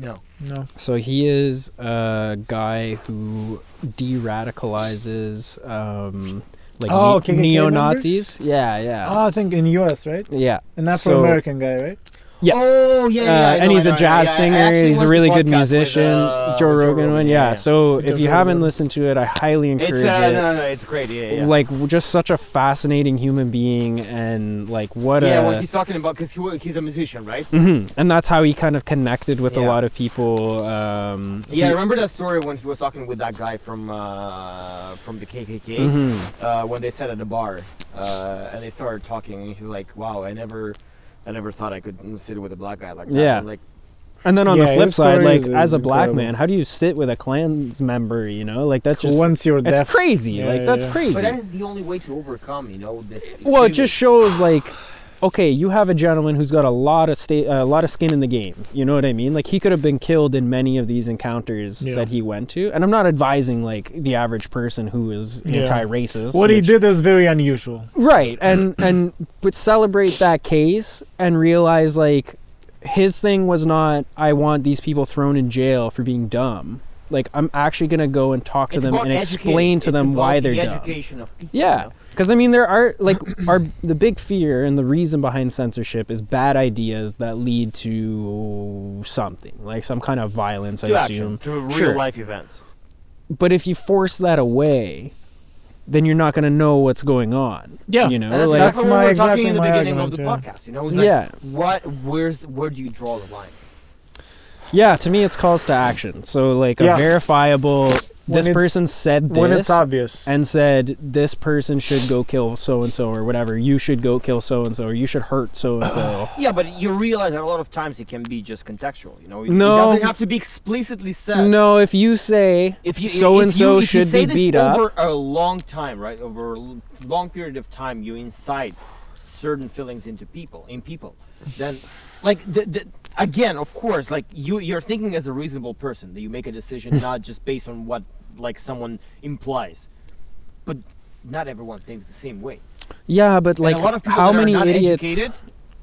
[SPEAKER 3] No,
[SPEAKER 1] No.
[SPEAKER 2] So he is a guy who de-radicalizes um, like
[SPEAKER 1] Oh,
[SPEAKER 2] ne-
[SPEAKER 1] KKK members?
[SPEAKER 2] neo Nazis. Yeah, yeah,
[SPEAKER 1] Oh, I think in U.S. right,
[SPEAKER 2] yeah.
[SPEAKER 1] an
[SPEAKER 2] So-
[SPEAKER 1] Afro American guy, right?
[SPEAKER 2] Yeah.
[SPEAKER 3] Oh yeah, yeah,
[SPEAKER 2] uh,
[SPEAKER 3] I
[SPEAKER 2] and
[SPEAKER 3] know,
[SPEAKER 2] he's
[SPEAKER 3] I
[SPEAKER 2] a
[SPEAKER 3] know, I know.
[SPEAKER 2] jazz
[SPEAKER 3] Yeah, I
[SPEAKER 2] singer.
[SPEAKER 3] actually
[SPEAKER 2] he's a
[SPEAKER 3] watched
[SPEAKER 2] really
[SPEAKER 3] the
[SPEAKER 2] good
[SPEAKER 3] podcast with,
[SPEAKER 2] musician.
[SPEAKER 3] uh,
[SPEAKER 2] Joe
[SPEAKER 3] with
[SPEAKER 2] Rogan one, yeah. So
[SPEAKER 1] It's a
[SPEAKER 2] if
[SPEAKER 1] good
[SPEAKER 2] you
[SPEAKER 1] Joe
[SPEAKER 2] haven't
[SPEAKER 1] Rogan.
[SPEAKER 2] listened to it, I highly encourage
[SPEAKER 3] It's uh,
[SPEAKER 2] it.
[SPEAKER 3] no, no, no, it's great. Yeah, yeah.
[SPEAKER 2] Like w- just such a fascinating human being, and like what
[SPEAKER 3] yeah,
[SPEAKER 2] a
[SPEAKER 3] what he's talking about because he, wa- he's a musician, right?
[SPEAKER 2] Mhm. and that's how he kind of connected with a
[SPEAKER 3] Yeah.
[SPEAKER 2] lot of people. Um,
[SPEAKER 3] Yeah, I remember that story when he was talking with that guy from uh, from the KKK
[SPEAKER 2] hmm
[SPEAKER 3] uh, when they sat at the bar uh, and they started talking. And he's like, "Wow, I never, I never thought I could sit with a black guy like that."
[SPEAKER 2] Yeah.
[SPEAKER 3] I'm like
[SPEAKER 2] And then on
[SPEAKER 1] Yeah,
[SPEAKER 2] the flip
[SPEAKER 1] his
[SPEAKER 2] side,
[SPEAKER 1] story
[SPEAKER 2] like
[SPEAKER 1] is-
[SPEAKER 2] as
[SPEAKER 1] is
[SPEAKER 2] a black
[SPEAKER 1] incredible.
[SPEAKER 2] man, how do you sit with a Klan's member? You know, like that's just
[SPEAKER 1] Once you're
[SPEAKER 2] it's
[SPEAKER 1] deaf,
[SPEAKER 2] crazy.
[SPEAKER 1] Yeah,
[SPEAKER 2] like
[SPEAKER 1] yeah,
[SPEAKER 2] that's
[SPEAKER 1] yeah.
[SPEAKER 2] crazy.
[SPEAKER 3] But that is the only way to overcome, you know, this.
[SPEAKER 2] Well, it
[SPEAKER 3] extremist-
[SPEAKER 2] just shows like, okay, you have a gentleman who's got a lot of sta- a lot of skin in the game. You know what I mean? Like he could have been killed in many of these encounters
[SPEAKER 1] Yeah.
[SPEAKER 2] that he went to. And I'm not advising like the average person who is
[SPEAKER 1] Yeah.
[SPEAKER 2] anti-racist.
[SPEAKER 1] what he
[SPEAKER 2] which-
[SPEAKER 1] did is very unusual.
[SPEAKER 2] right? And and but celebrate that case and realize like his thing was not I want these people thrown in jail for being dumb. Like I'm actually gonna go and talk to
[SPEAKER 3] it's
[SPEAKER 2] them
[SPEAKER 3] about
[SPEAKER 2] and
[SPEAKER 3] educating-
[SPEAKER 2] explain to
[SPEAKER 3] it's
[SPEAKER 2] them
[SPEAKER 3] about
[SPEAKER 2] why they're
[SPEAKER 3] the
[SPEAKER 2] dumb.
[SPEAKER 3] education of people.
[SPEAKER 2] Yeah, because I mean, there are like our the big fear and the reason behind censorship is bad ideas that lead to something like some kind of violence,
[SPEAKER 3] To
[SPEAKER 2] I
[SPEAKER 3] action,
[SPEAKER 2] assume.
[SPEAKER 3] to real
[SPEAKER 2] Sure.
[SPEAKER 3] life events.
[SPEAKER 2] But if you force that away, then you're not going to know what's going on.
[SPEAKER 1] Yeah.
[SPEAKER 2] you know,
[SPEAKER 3] And that's
[SPEAKER 2] like
[SPEAKER 3] exactly
[SPEAKER 1] That's
[SPEAKER 3] what we
[SPEAKER 1] my-
[SPEAKER 3] were
[SPEAKER 1] exactly
[SPEAKER 3] talking in the
[SPEAKER 1] my
[SPEAKER 3] beginning of
[SPEAKER 1] argument,
[SPEAKER 3] the
[SPEAKER 1] yeah.
[SPEAKER 3] podcast. You know, it's
[SPEAKER 2] Yeah.
[SPEAKER 3] like, what, where's, where do you draw the line?
[SPEAKER 2] yeah. To me, it's calls to action. So like a
[SPEAKER 1] Yeah.
[SPEAKER 2] verifiable. This
[SPEAKER 1] it's-
[SPEAKER 2] person said this.
[SPEAKER 1] When it's obvious,
[SPEAKER 2] and said this person should go kill so and so or whatever you should go kill so and so or you should hurt so and so
[SPEAKER 3] Yeah, but you realize that a lot of times it can be just contextual. You know, it, it
[SPEAKER 2] No.
[SPEAKER 3] doesn't have to be explicitly said.
[SPEAKER 2] no if you say
[SPEAKER 3] If you if
[SPEAKER 2] so and
[SPEAKER 3] you-
[SPEAKER 2] so
[SPEAKER 3] if you
[SPEAKER 2] should
[SPEAKER 3] say
[SPEAKER 2] be
[SPEAKER 3] this
[SPEAKER 2] beat up
[SPEAKER 3] over a long time, right? Over a l- long period of time, you incite certain feelings into people in people. Then, like the, the, again, of course, like you you're thinking as a reasonable person that you make a decision not just based on what like someone implies, but not everyone thinks the same way.
[SPEAKER 2] Yeah, but
[SPEAKER 3] And
[SPEAKER 2] like
[SPEAKER 3] a lot of people
[SPEAKER 2] how
[SPEAKER 3] that
[SPEAKER 2] many
[SPEAKER 3] are not
[SPEAKER 2] idiots?
[SPEAKER 3] Educated,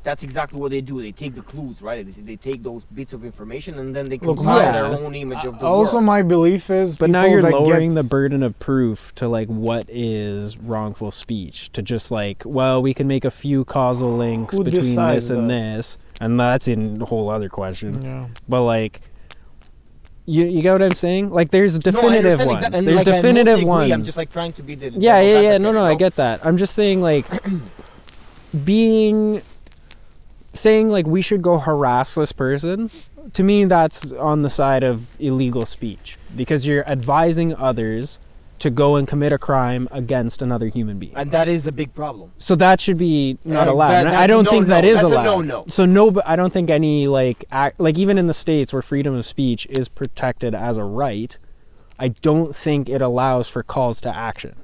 [SPEAKER 3] that's exactly what they do. They take the clues, right? They, they take those bits of information and then they
[SPEAKER 1] Look,
[SPEAKER 3] compile
[SPEAKER 2] yeah.
[SPEAKER 3] their own image of the
[SPEAKER 1] also
[SPEAKER 3] world.
[SPEAKER 1] my belief is.
[SPEAKER 2] But now
[SPEAKER 1] people
[SPEAKER 2] you're
[SPEAKER 1] that
[SPEAKER 2] lowering
[SPEAKER 1] get-
[SPEAKER 2] the burden of proof to like what is wrongful speech to just like well we can make a few causal links
[SPEAKER 1] Who
[SPEAKER 2] between this
[SPEAKER 1] decides
[SPEAKER 2] and
[SPEAKER 1] that?
[SPEAKER 2] this and that's in a whole other question.
[SPEAKER 1] Yeah.
[SPEAKER 2] But like you you get what I'm saying? Like there's
[SPEAKER 3] No, I
[SPEAKER 2] definitive
[SPEAKER 3] understand
[SPEAKER 2] ones.
[SPEAKER 3] exact- and,
[SPEAKER 2] There's
[SPEAKER 3] like, I mostly
[SPEAKER 2] definitive
[SPEAKER 3] agree,
[SPEAKER 2] ones.
[SPEAKER 3] I'm just like trying to be the
[SPEAKER 2] yeah,
[SPEAKER 3] devil's
[SPEAKER 2] yeah, yeah.
[SPEAKER 3] advocate,
[SPEAKER 2] No,
[SPEAKER 3] you
[SPEAKER 2] no,
[SPEAKER 3] know?
[SPEAKER 2] I get that. I'm just saying, like, being saying like we should go harass this person. To me, that's on the side of illegal speech because you're advising others to go and commit a crime against another human being.
[SPEAKER 3] and that is a big problem.
[SPEAKER 2] So that should be not
[SPEAKER 3] Uh,
[SPEAKER 2] allowed.
[SPEAKER 3] that-
[SPEAKER 2] And I
[SPEAKER 3] that's a
[SPEAKER 2] don't think
[SPEAKER 3] no-no.
[SPEAKER 2] that is
[SPEAKER 3] That's a
[SPEAKER 2] allowed.
[SPEAKER 3] no-no.
[SPEAKER 2] So no, but I don't think any like act, like even in the states where freedom of speech is protected as a right, I don't think it allows for calls to action.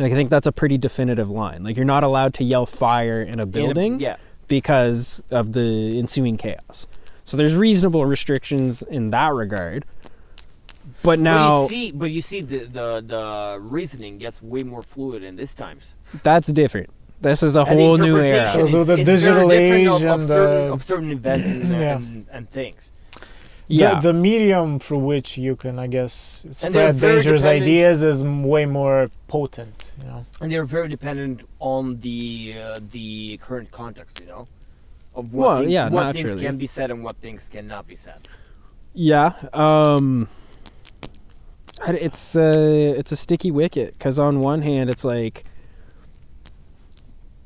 [SPEAKER 2] Like I think that's a pretty definitive line. Like you're not allowed to yell fire in a building
[SPEAKER 3] yeah,
[SPEAKER 2] because of the ensuing chaos. So there's reasonable restrictions in that regard. But
[SPEAKER 3] but
[SPEAKER 2] now
[SPEAKER 3] you see, but you see, the, the the reasoning gets way more fluid in this times.
[SPEAKER 2] that's different. This is a
[SPEAKER 3] And the
[SPEAKER 2] whole new
[SPEAKER 3] interpretation
[SPEAKER 2] era.
[SPEAKER 1] Because of
[SPEAKER 3] is-
[SPEAKER 1] the
[SPEAKER 3] is very
[SPEAKER 1] digital
[SPEAKER 3] different of,
[SPEAKER 1] age
[SPEAKER 3] of
[SPEAKER 1] and
[SPEAKER 3] certain,
[SPEAKER 1] the-
[SPEAKER 3] of certain events and,
[SPEAKER 1] Yeah.
[SPEAKER 3] and, and things.
[SPEAKER 2] Yeah.
[SPEAKER 1] The, the medium through which you can, I guess,
[SPEAKER 3] they're
[SPEAKER 1] spread
[SPEAKER 3] very
[SPEAKER 1] dangerous
[SPEAKER 3] dependent-
[SPEAKER 1] ideas is m- way more potent. You know.
[SPEAKER 3] And they're very dependent on the uh, the current context, you know, of what,
[SPEAKER 2] Well,
[SPEAKER 3] thing-
[SPEAKER 2] yeah,
[SPEAKER 3] what things
[SPEAKER 2] naturally.
[SPEAKER 3] can be said and what things cannot be said.
[SPEAKER 2] Yeah. Um I- it's uh it's a sticky wicket cuz on one hand it's like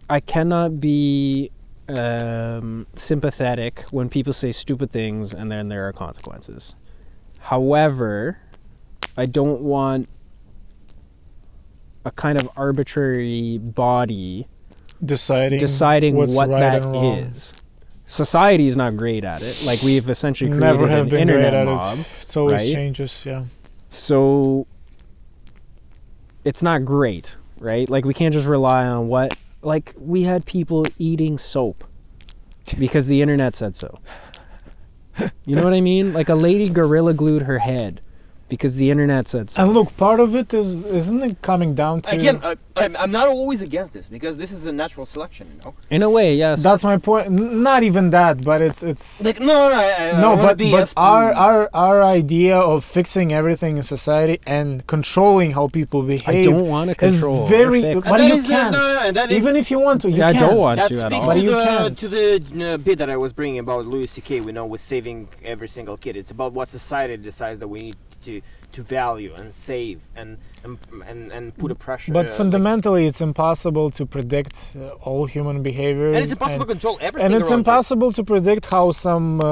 [SPEAKER 2] I cannot be um sympathetic when people say stupid things and then there are consequences. However, I don't want a kind of arbitrary body
[SPEAKER 1] Deciding.
[SPEAKER 2] deciding
[SPEAKER 1] what's
[SPEAKER 2] what
[SPEAKER 1] right
[SPEAKER 2] that
[SPEAKER 1] and wrong.
[SPEAKER 2] is. Society is not great at it. Like we've essentially created
[SPEAKER 1] Never have
[SPEAKER 2] an
[SPEAKER 1] been great
[SPEAKER 2] internet
[SPEAKER 1] at
[SPEAKER 2] mob,
[SPEAKER 1] it. It's always
[SPEAKER 2] right?
[SPEAKER 1] changes. Yeah.
[SPEAKER 2] so it's not great, right? Like we can't just rely on what. Like we had people eating soap because the internet said so. You know what I mean? Like a lady gorilla glued her head because the internet said so.
[SPEAKER 1] And look, part of it is isn't it coming down to
[SPEAKER 3] Again, I, I'm, I'm not always against this because this is a natural selection, you know.
[SPEAKER 2] In a way, yes.
[SPEAKER 1] That's my point. N- Not even that, but it's it's
[SPEAKER 3] Like no, no, I, I, I
[SPEAKER 1] no,
[SPEAKER 3] wanna
[SPEAKER 1] but
[SPEAKER 3] be
[SPEAKER 1] but
[SPEAKER 3] as-
[SPEAKER 1] our our our idea of fixing everything in society and controlling how people behave.
[SPEAKER 2] I don't want to control.
[SPEAKER 1] Is very,
[SPEAKER 2] or fix.
[SPEAKER 1] but
[SPEAKER 3] That
[SPEAKER 1] you
[SPEAKER 3] is, uh,
[SPEAKER 1] can't.
[SPEAKER 3] no, no, that is-
[SPEAKER 1] even if you want to, you
[SPEAKER 2] Yeah, I
[SPEAKER 1] can't.
[SPEAKER 2] don't want-
[SPEAKER 3] That
[SPEAKER 2] you at
[SPEAKER 3] speaks
[SPEAKER 2] all.
[SPEAKER 3] to
[SPEAKER 1] But you
[SPEAKER 3] the,
[SPEAKER 1] can't.
[SPEAKER 3] to the uh, bit that I was bringing about Louis C.K. We know with saving every single kid. It's about what society decides that we need to to value and save and and and, and put a pressure.
[SPEAKER 1] But
[SPEAKER 3] uh,
[SPEAKER 1] fundamentally, it's impossible to predict uh, all human behavior.
[SPEAKER 3] like- and it's impossible to control everything.
[SPEAKER 1] and it's
[SPEAKER 3] around you.
[SPEAKER 1] impossible to predict how some uh,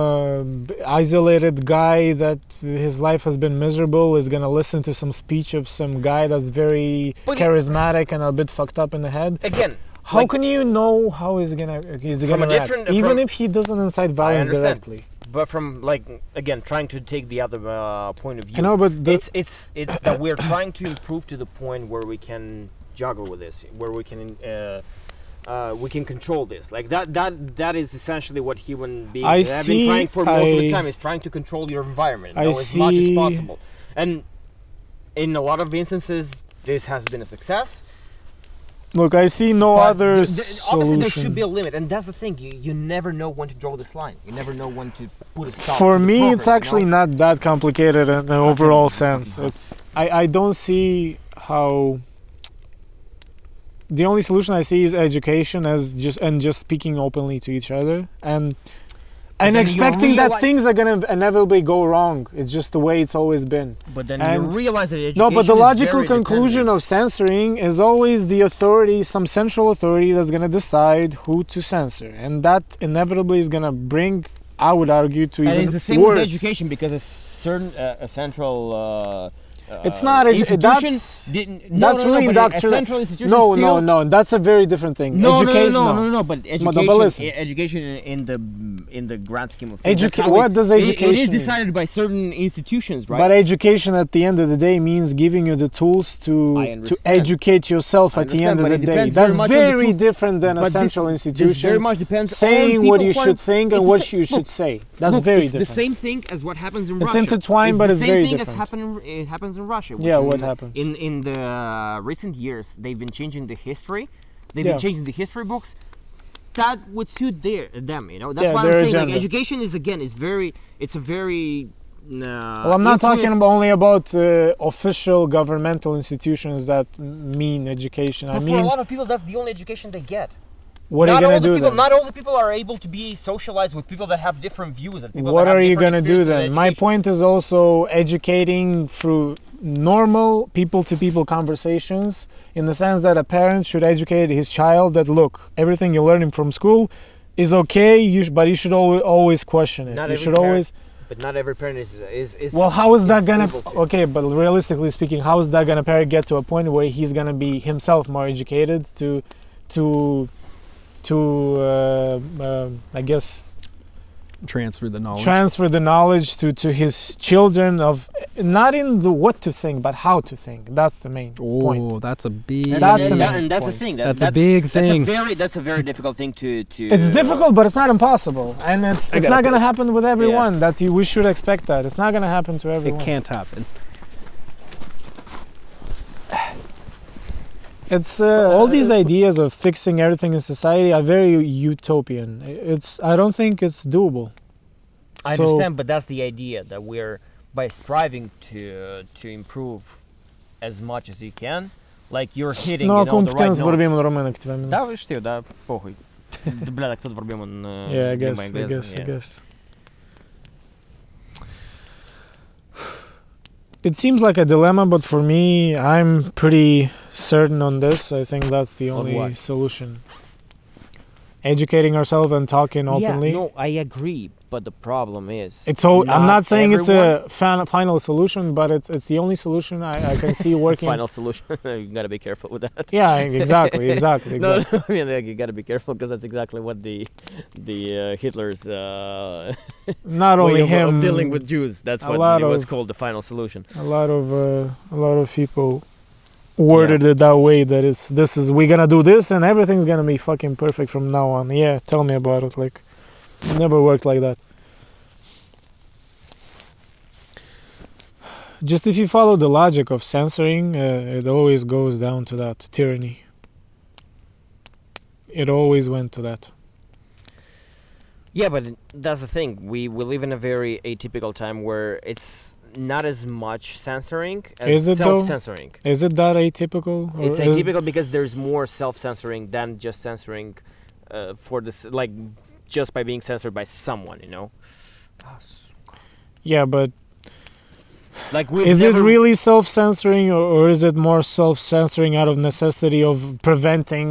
[SPEAKER 1] b- isolated guy that his life has been miserable is gonna listen to some speech of some guy that's very
[SPEAKER 3] But it-
[SPEAKER 1] charismatic and a bit fucked up in the head.
[SPEAKER 3] Again,
[SPEAKER 1] How
[SPEAKER 3] like-
[SPEAKER 1] can you know how he's gonna he's
[SPEAKER 3] From
[SPEAKER 1] gonna
[SPEAKER 3] a
[SPEAKER 1] react,
[SPEAKER 3] different-
[SPEAKER 1] even
[SPEAKER 3] from-
[SPEAKER 1] if he doesn't incite violence
[SPEAKER 3] understand.
[SPEAKER 1] directly?
[SPEAKER 3] but from like again trying to take the other uh, point of view.
[SPEAKER 1] I know, but the,
[SPEAKER 3] it's it's it's that we're trying to improve to the point where we can juggle with this, where we can. Uh, uh, we can control this. Like that. That that is essentially what human beings
[SPEAKER 1] I
[SPEAKER 3] have been
[SPEAKER 1] see,
[SPEAKER 3] trying for most of the
[SPEAKER 1] I-
[SPEAKER 3] time is trying to control your environment
[SPEAKER 1] I
[SPEAKER 3] you know, as much as
[SPEAKER 1] see.
[SPEAKER 3] possible. And in a lot of instances, this has been a success.
[SPEAKER 1] look, I see no
[SPEAKER 3] but
[SPEAKER 1] other
[SPEAKER 3] th- th- obviously,
[SPEAKER 1] solution.
[SPEAKER 3] there should be a limit, and that's the thing. You, you never know when to draw this line. You never know when to put a stop.
[SPEAKER 1] For
[SPEAKER 3] to the
[SPEAKER 1] me,
[SPEAKER 3] progress,
[SPEAKER 1] it's
[SPEAKER 3] you know?
[SPEAKER 1] actually not that complicated in the overall sense. It's I, I don't see how. The only solution I see is education, as just and just speaking openly to each other, and and
[SPEAKER 3] then you
[SPEAKER 1] expecting that
[SPEAKER 3] realize-
[SPEAKER 1] things are gonna inevitably go wrong. It's just the way it's always been.
[SPEAKER 3] But then you
[SPEAKER 1] and-
[SPEAKER 3] realize that education
[SPEAKER 1] No, but the
[SPEAKER 3] is
[SPEAKER 1] logical
[SPEAKER 3] very
[SPEAKER 1] conclusion
[SPEAKER 3] dependent.
[SPEAKER 1] of censoring is always the authority, some central authority that's going to decide who to censor. And that inevitably is going to bring, I would argue, to
[SPEAKER 3] and
[SPEAKER 1] even
[SPEAKER 3] it's the same
[SPEAKER 1] worse.
[SPEAKER 3] with education because a certain uh, a central uh,
[SPEAKER 1] It's
[SPEAKER 3] uh,
[SPEAKER 1] not edu-
[SPEAKER 3] institution
[SPEAKER 1] that's-
[SPEAKER 3] didn't, no,
[SPEAKER 1] that's
[SPEAKER 3] no, no,
[SPEAKER 1] really
[SPEAKER 3] but a-
[SPEAKER 1] indoctrinate-
[SPEAKER 3] A central institution
[SPEAKER 1] No,
[SPEAKER 3] still,
[SPEAKER 1] no, no. That's a very different thing.
[SPEAKER 3] No,
[SPEAKER 1] Educate-
[SPEAKER 3] no, no, no, no, no, but education,
[SPEAKER 1] but listen.
[SPEAKER 3] e- education in in the in the grand scheme of things. that's
[SPEAKER 1] Educa-
[SPEAKER 3] how
[SPEAKER 1] what
[SPEAKER 3] it-
[SPEAKER 1] does
[SPEAKER 3] it- It is
[SPEAKER 1] education mean?
[SPEAKER 3] decided by certain institutions, right?
[SPEAKER 1] But education at the end of the day means giving you the tools to
[SPEAKER 3] I
[SPEAKER 1] to
[SPEAKER 3] understand.
[SPEAKER 1] educate yourself
[SPEAKER 3] I
[SPEAKER 1] at the
[SPEAKER 3] understand,
[SPEAKER 1] end of
[SPEAKER 3] but
[SPEAKER 1] the
[SPEAKER 3] it
[SPEAKER 1] day.
[SPEAKER 3] depends very
[SPEAKER 1] That's
[SPEAKER 3] much on the
[SPEAKER 1] very
[SPEAKER 3] tools.
[SPEAKER 1] different than a
[SPEAKER 3] But this-
[SPEAKER 1] central
[SPEAKER 3] this
[SPEAKER 1] institution.
[SPEAKER 3] very much depends on
[SPEAKER 1] saying what
[SPEAKER 3] people
[SPEAKER 1] you
[SPEAKER 3] who are-
[SPEAKER 1] should think and
[SPEAKER 3] it's
[SPEAKER 1] what
[SPEAKER 3] the-
[SPEAKER 1] you should
[SPEAKER 3] look,
[SPEAKER 1] say. That's
[SPEAKER 3] Look,
[SPEAKER 1] very
[SPEAKER 3] it's
[SPEAKER 1] different.
[SPEAKER 3] the same thing as what happens in
[SPEAKER 1] It's
[SPEAKER 3] Russia.
[SPEAKER 1] intertwined,
[SPEAKER 3] it's
[SPEAKER 1] but
[SPEAKER 3] the
[SPEAKER 1] it's
[SPEAKER 3] same
[SPEAKER 1] very
[SPEAKER 3] thing as
[SPEAKER 1] different.
[SPEAKER 3] happened it happens in Russia. which
[SPEAKER 1] Yeah,
[SPEAKER 3] in
[SPEAKER 1] what
[SPEAKER 3] the-
[SPEAKER 1] happens?
[SPEAKER 3] in in the uh, recent years? They've been changing the history. They've been
[SPEAKER 1] Yeah.
[SPEAKER 3] changing the history books. That would suit their them, you know. That's
[SPEAKER 1] Yeah,
[SPEAKER 3] why I'm
[SPEAKER 1] their
[SPEAKER 3] saying
[SPEAKER 1] agenda.
[SPEAKER 3] like education is again is very it's a very. Uh,
[SPEAKER 1] Well, I'm not talking
[SPEAKER 3] influenced-
[SPEAKER 1] about only about uh, official governmental institutions that m- mean education. I
[SPEAKER 3] But for a
[SPEAKER 1] mean,
[SPEAKER 3] lot of people, that's the only education they get.
[SPEAKER 1] what are
[SPEAKER 3] not
[SPEAKER 1] you
[SPEAKER 3] all
[SPEAKER 1] gonna
[SPEAKER 3] the
[SPEAKER 1] do
[SPEAKER 3] people,
[SPEAKER 1] then?
[SPEAKER 3] Not all the people are able to be socialized with people that have different views. And people
[SPEAKER 1] What
[SPEAKER 3] that have
[SPEAKER 1] are you
[SPEAKER 3] different
[SPEAKER 1] gonna do
[SPEAKER 3] experiences
[SPEAKER 1] then?
[SPEAKER 3] in
[SPEAKER 1] My
[SPEAKER 3] education.
[SPEAKER 1] point is also educating through normal people-to-people conversations, in the sense that a parent should educate his child that look, everything you're learning from school is okay, you sh- but you should always always question it.
[SPEAKER 3] Not
[SPEAKER 1] you
[SPEAKER 3] every
[SPEAKER 1] should
[SPEAKER 3] parent
[SPEAKER 1] always.
[SPEAKER 3] But not every parent is is. is
[SPEAKER 1] Well, how is that gonna?
[SPEAKER 3] able to.
[SPEAKER 1] Okay, but realistically speaking, how is that gonna parent get to a point where he's gonna be himself more educated to, to, to uh, um I guess
[SPEAKER 2] Transfer the knowledge.
[SPEAKER 1] transfer the knowledge to to his children of not in the what to think but how to think. That's the main
[SPEAKER 2] oh,
[SPEAKER 1] point.
[SPEAKER 2] that's a big.
[SPEAKER 3] And
[SPEAKER 1] That's
[SPEAKER 3] and
[SPEAKER 1] the
[SPEAKER 3] that-
[SPEAKER 1] main
[SPEAKER 3] and that's
[SPEAKER 1] point.
[SPEAKER 3] the thing. That,
[SPEAKER 2] That's a big thing.
[SPEAKER 3] That's a very that's a very difficult thing to to.
[SPEAKER 1] It's difficult, but it's not impossible, and it's
[SPEAKER 2] I
[SPEAKER 1] it's
[SPEAKER 2] gotta
[SPEAKER 1] not gonna
[SPEAKER 2] piss.
[SPEAKER 1] happen with everyone. That you, we should expect that it's not gonna happen to
[SPEAKER 2] it
[SPEAKER 1] everyone.
[SPEAKER 2] can't happen.
[SPEAKER 1] It's uh, all these ideas of fixing everything in society are very utopian. It's I don't think it's doable.
[SPEAKER 3] I
[SPEAKER 1] So-
[SPEAKER 3] understand, but that's the idea that we're by striving to to improve as much as you can. Like you're hitting.
[SPEAKER 1] Ну,
[SPEAKER 3] you
[SPEAKER 1] о
[SPEAKER 3] know,
[SPEAKER 1] ком
[SPEAKER 3] the
[SPEAKER 1] ти
[SPEAKER 3] right note.
[SPEAKER 1] зробимо нормально к тебе
[SPEAKER 3] Да, вы что, да, похуй. Да, Бля, так кто проблема на
[SPEAKER 1] Yeah, I
[SPEAKER 3] на
[SPEAKER 1] guess, I
[SPEAKER 3] моих глазах,
[SPEAKER 1] guess, I
[SPEAKER 3] э, yeah.
[SPEAKER 1] guess. It seems like a dilemma, but for me, I'm pretty certain on this. I think that's the
[SPEAKER 3] On
[SPEAKER 1] only
[SPEAKER 3] what?
[SPEAKER 1] solution. Educating ourselves and talking openly.
[SPEAKER 3] Yeah, no, I agree, but the problem is
[SPEAKER 1] It's all. I'm not saying
[SPEAKER 3] everyone-
[SPEAKER 1] it's a fan, final solution, but it's it's the only solution I, I can see working.
[SPEAKER 3] final solution. you gotta be careful with that.
[SPEAKER 1] Yeah, exactly, exactly, exactly.
[SPEAKER 3] No, no, I mean like, you gotta be careful because that's exactly what the the uh, Hitler's uh,
[SPEAKER 1] Not
[SPEAKER 3] way
[SPEAKER 1] only
[SPEAKER 3] of,
[SPEAKER 1] him.
[SPEAKER 3] of dealing with Jews. That's
[SPEAKER 1] a
[SPEAKER 3] what
[SPEAKER 1] lot
[SPEAKER 3] it was
[SPEAKER 1] of-
[SPEAKER 3] called the final solution.
[SPEAKER 1] a lot of uh, a lot of people worded it that way. That it's this is we're gonna do this and everything's gonna be fucking perfect from now on. Yeah, tell me about it. Like It never worked like that. Just if you follow the logic of censoring, uh, it always goes down to that tyranny. It always went to that.
[SPEAKER 3] Yeah, but it- that's the thing. We we live in a very atypical time where it's not as much censoring as
[SPEAKER 1] Is it though?
[SPEAKER 3] self-censoring.
[SPEAKER 1] Is it that atypical? or
[SPEAKER 3] It's
[SPEAKER 1] is-
[SPEAKER 3] atypical because there's more self-censoring than just censoring uh, for this, like just by being censored by someone, you know.
[SPEAKER 1] Yeah, but
[SPEAKER 3] Like we
[SPEAKER 1] is it really self-censoring or, or is it more self-censoring out of necessity of preventing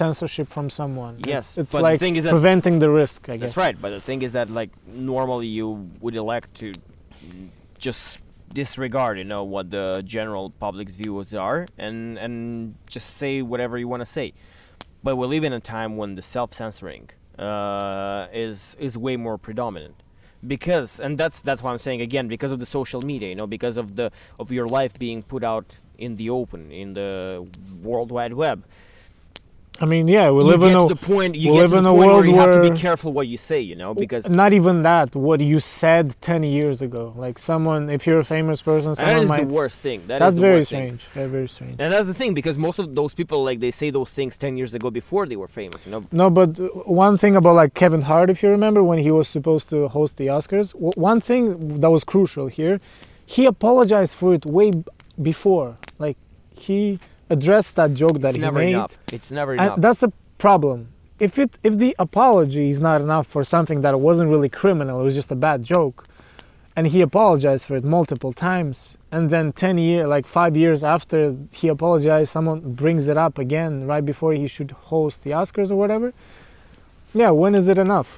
[SPEAKER 1] censorship from someone It's-
[SPEAKER 3] Yes,
[SPEAKER 1] it's,
[SPEAKER 3] but the
[SPEAKER 1] like
[SPEAKER 3] thing is that-
[SPEAKER 1] preventing the risk i guess
[SPEAKER 3] That's right. But the thing is that like normally you would elect to just disregard, you know, what the general public's views are, and and just say whatever you want to say. But we live in a time when the self-censoring uh, is is way more predominant. Because and that's that's what I'm saying again because of the social media you know because of the of your life being put out in the open in the world wide web
[SPEAKER 1] i mean yeah we
[SPEAKER 3] you
[SPEAKER 1] live
[SPEAKER 3] get
[SPEAKER 1] in a
[SPEAKER 3] to the point you
[SPEAKER 1] we
[SPEAKER 3] get
[SPEAKER 1] live
[SPEAKER 3] to
[SPEAKER 1] in
[SPEAKER 3] the
[SPEAKER 1] a
[SPEAKER 3] point
[SPEAKER 1] world
[SPEAKER 3] where you have to
[SPEAKER 1] where-
[SPEAKER 3] be careful what you say you know because
[SPEAKER 1] not even that what you said 10 years ago like someone if you're a famous person
[SPEAKER 3] And that
[SPEAKER 1] someone
[SPEAKER 3] is
[SPEAKER 1] might
[SPEAKER 3] the worst thing. That is
[SPEAKER 1] that's
[SPEAKER 3] the
[SPEAKER 1] very
[SPEAKER 3] worst thing.
[SPEAKER 1] strange very, very strange
[SPEAKER 3] And that's the thing because most of those people like they say those things ten years ago before they were famous. You know,
[SPEAKER 1] No, but one thing about like Kevin Hart, if you remember when he was supposed to host the Oscars, w- one thing that was crucial here, he apologized for it way b- before. Like he addressed that joke that
[SPEAKER 3] it's
[SPEAKER 1] he
[SPEAKER 3] never
[SPEAKER 1] made,
[SPEAKER 3] enough. It's never enough.
[SPEAKER 1] and that's the problem. If it if the apology is not enough for something that wasn't really criminal, it was just a bad joke, and he apologized for it multiple times, and then ten year like five years after he apologized, someone brings it up again right before he should host the Oscars or whatever. Yeah, when is it enough?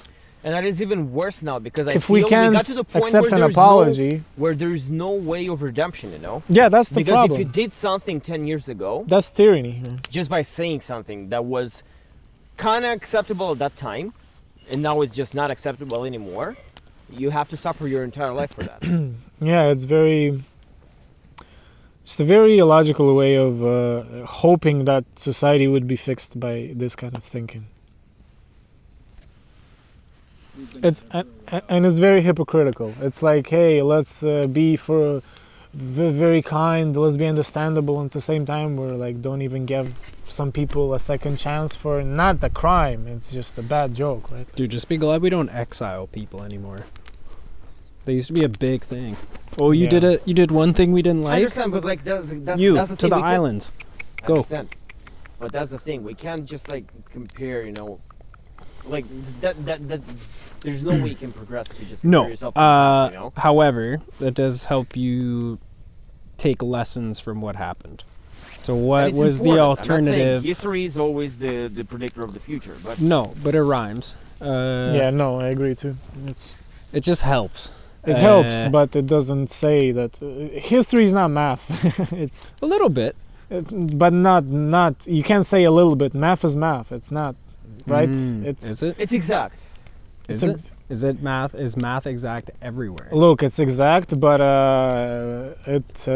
[SPEAKER 3] and that is even worse now because I
[SPEAKER 1] if
[SPEAKER 3] feel
[SPEAKER 1] we can't
[SPEAKER 3] got to the point
[SPEAKER 1] accept
[SPEAKER 3] where
[SPEAKER 1] an
[SPEAKER 3] there's
[SPEAKER 1] apology,
[SPEAKER 3] no, where there's no way of redemption. You know,
[SPEAKER 1] yeah, that's the
[SPEAKER 3] because
[SPEAKER 1] problem.
[SPEAKER 3] if you did something ten years ago,
[SPEAKER 1] that's tyranny.
[SPEAKER 3] just by saying something that was kind of acceptable at that time, and now it's just not acceptable anymore, you have to suffer your entire life for that.
[SPEAKER 1] Yeah, it's very. It's a very illogical way of uh, hoping that society would be fixed by this kind of thinking. It's and, and it's very hypocritical. It's like, hey, let's uh, be for ve- very kind, let's be understandable, and at the same time, we're like, don't even give some people a second chance for not a crime. It's just a bad joke, right?
[SPEAKER 2] Dude, just be glad we don't exile people anymore. That used to be a big thing. Oh, you
[SPEAKER 1] Yeah.
[SPEAKER 2] did a you did one thing we didn't
[SPEAKER 3] I
[SPEAKER 2] like.
[SPEAKER 3] understand, but like that's, that's
[SPEAKER 2] You
[SPEAKER 3] that's the
[SPEAKER 2] to
[SPEAKER 3] thing,
[SPEAKER 2] the
[SPEAKER 3] we can't-
[SPEAKER 2] islands.
[SPEAKER 3] I
[SPEAKER 2] Go.
[SPEAKER 3] Understand. But that's the thing. We can't just like compare. You know, like that. That. that there's no way you can progress if you just compare
[SPEAKER 2] No.
[SPEAKER 3] yourself. to
[SPEAKER 2] Uh,
[SPEAKER 3] the past, you know?
[SPEAKER 2] However, that does help you take lessons from what happened. So
[SPEAKER 3] And
[SPEAKER 2] what
[SPEAKER 3] it's
[SPEAKER 2] was the
[SPEAKER 3] important. I'm not saying
[SPEAKER 2] alternative?
[SPEAKER 3] History is always the the predictor of the future, but
[SPEAKER 2] No, but it rhymes. Uh,
[SPEAKER 1] yeah, no, I agree too. It's
[SPEAKER 2] It just helps.
[SPEAKER 1] It
[SPEAKER 2] Uh,
[SPEAKER 1] helps, but it doesn't say that uh, history is not math. it's uh,
[SPEAKER 2] A little bit.
[SPEAKER 1] but not not you can't say a little bit. Math is math. It's not right.
[SPEAKER 2] Mm,
[SPEAKER 1] it's
[SPEAKER 2] is it?
[SPEAKER 3] it's exact.
[SPEAKER 2] Is
[SPEAKER 1] a-
[SPEAKER 2] it? Is it math? Is math exact everywhere?
[SPEAKER 1] Look, it's exact, but uh, it uh,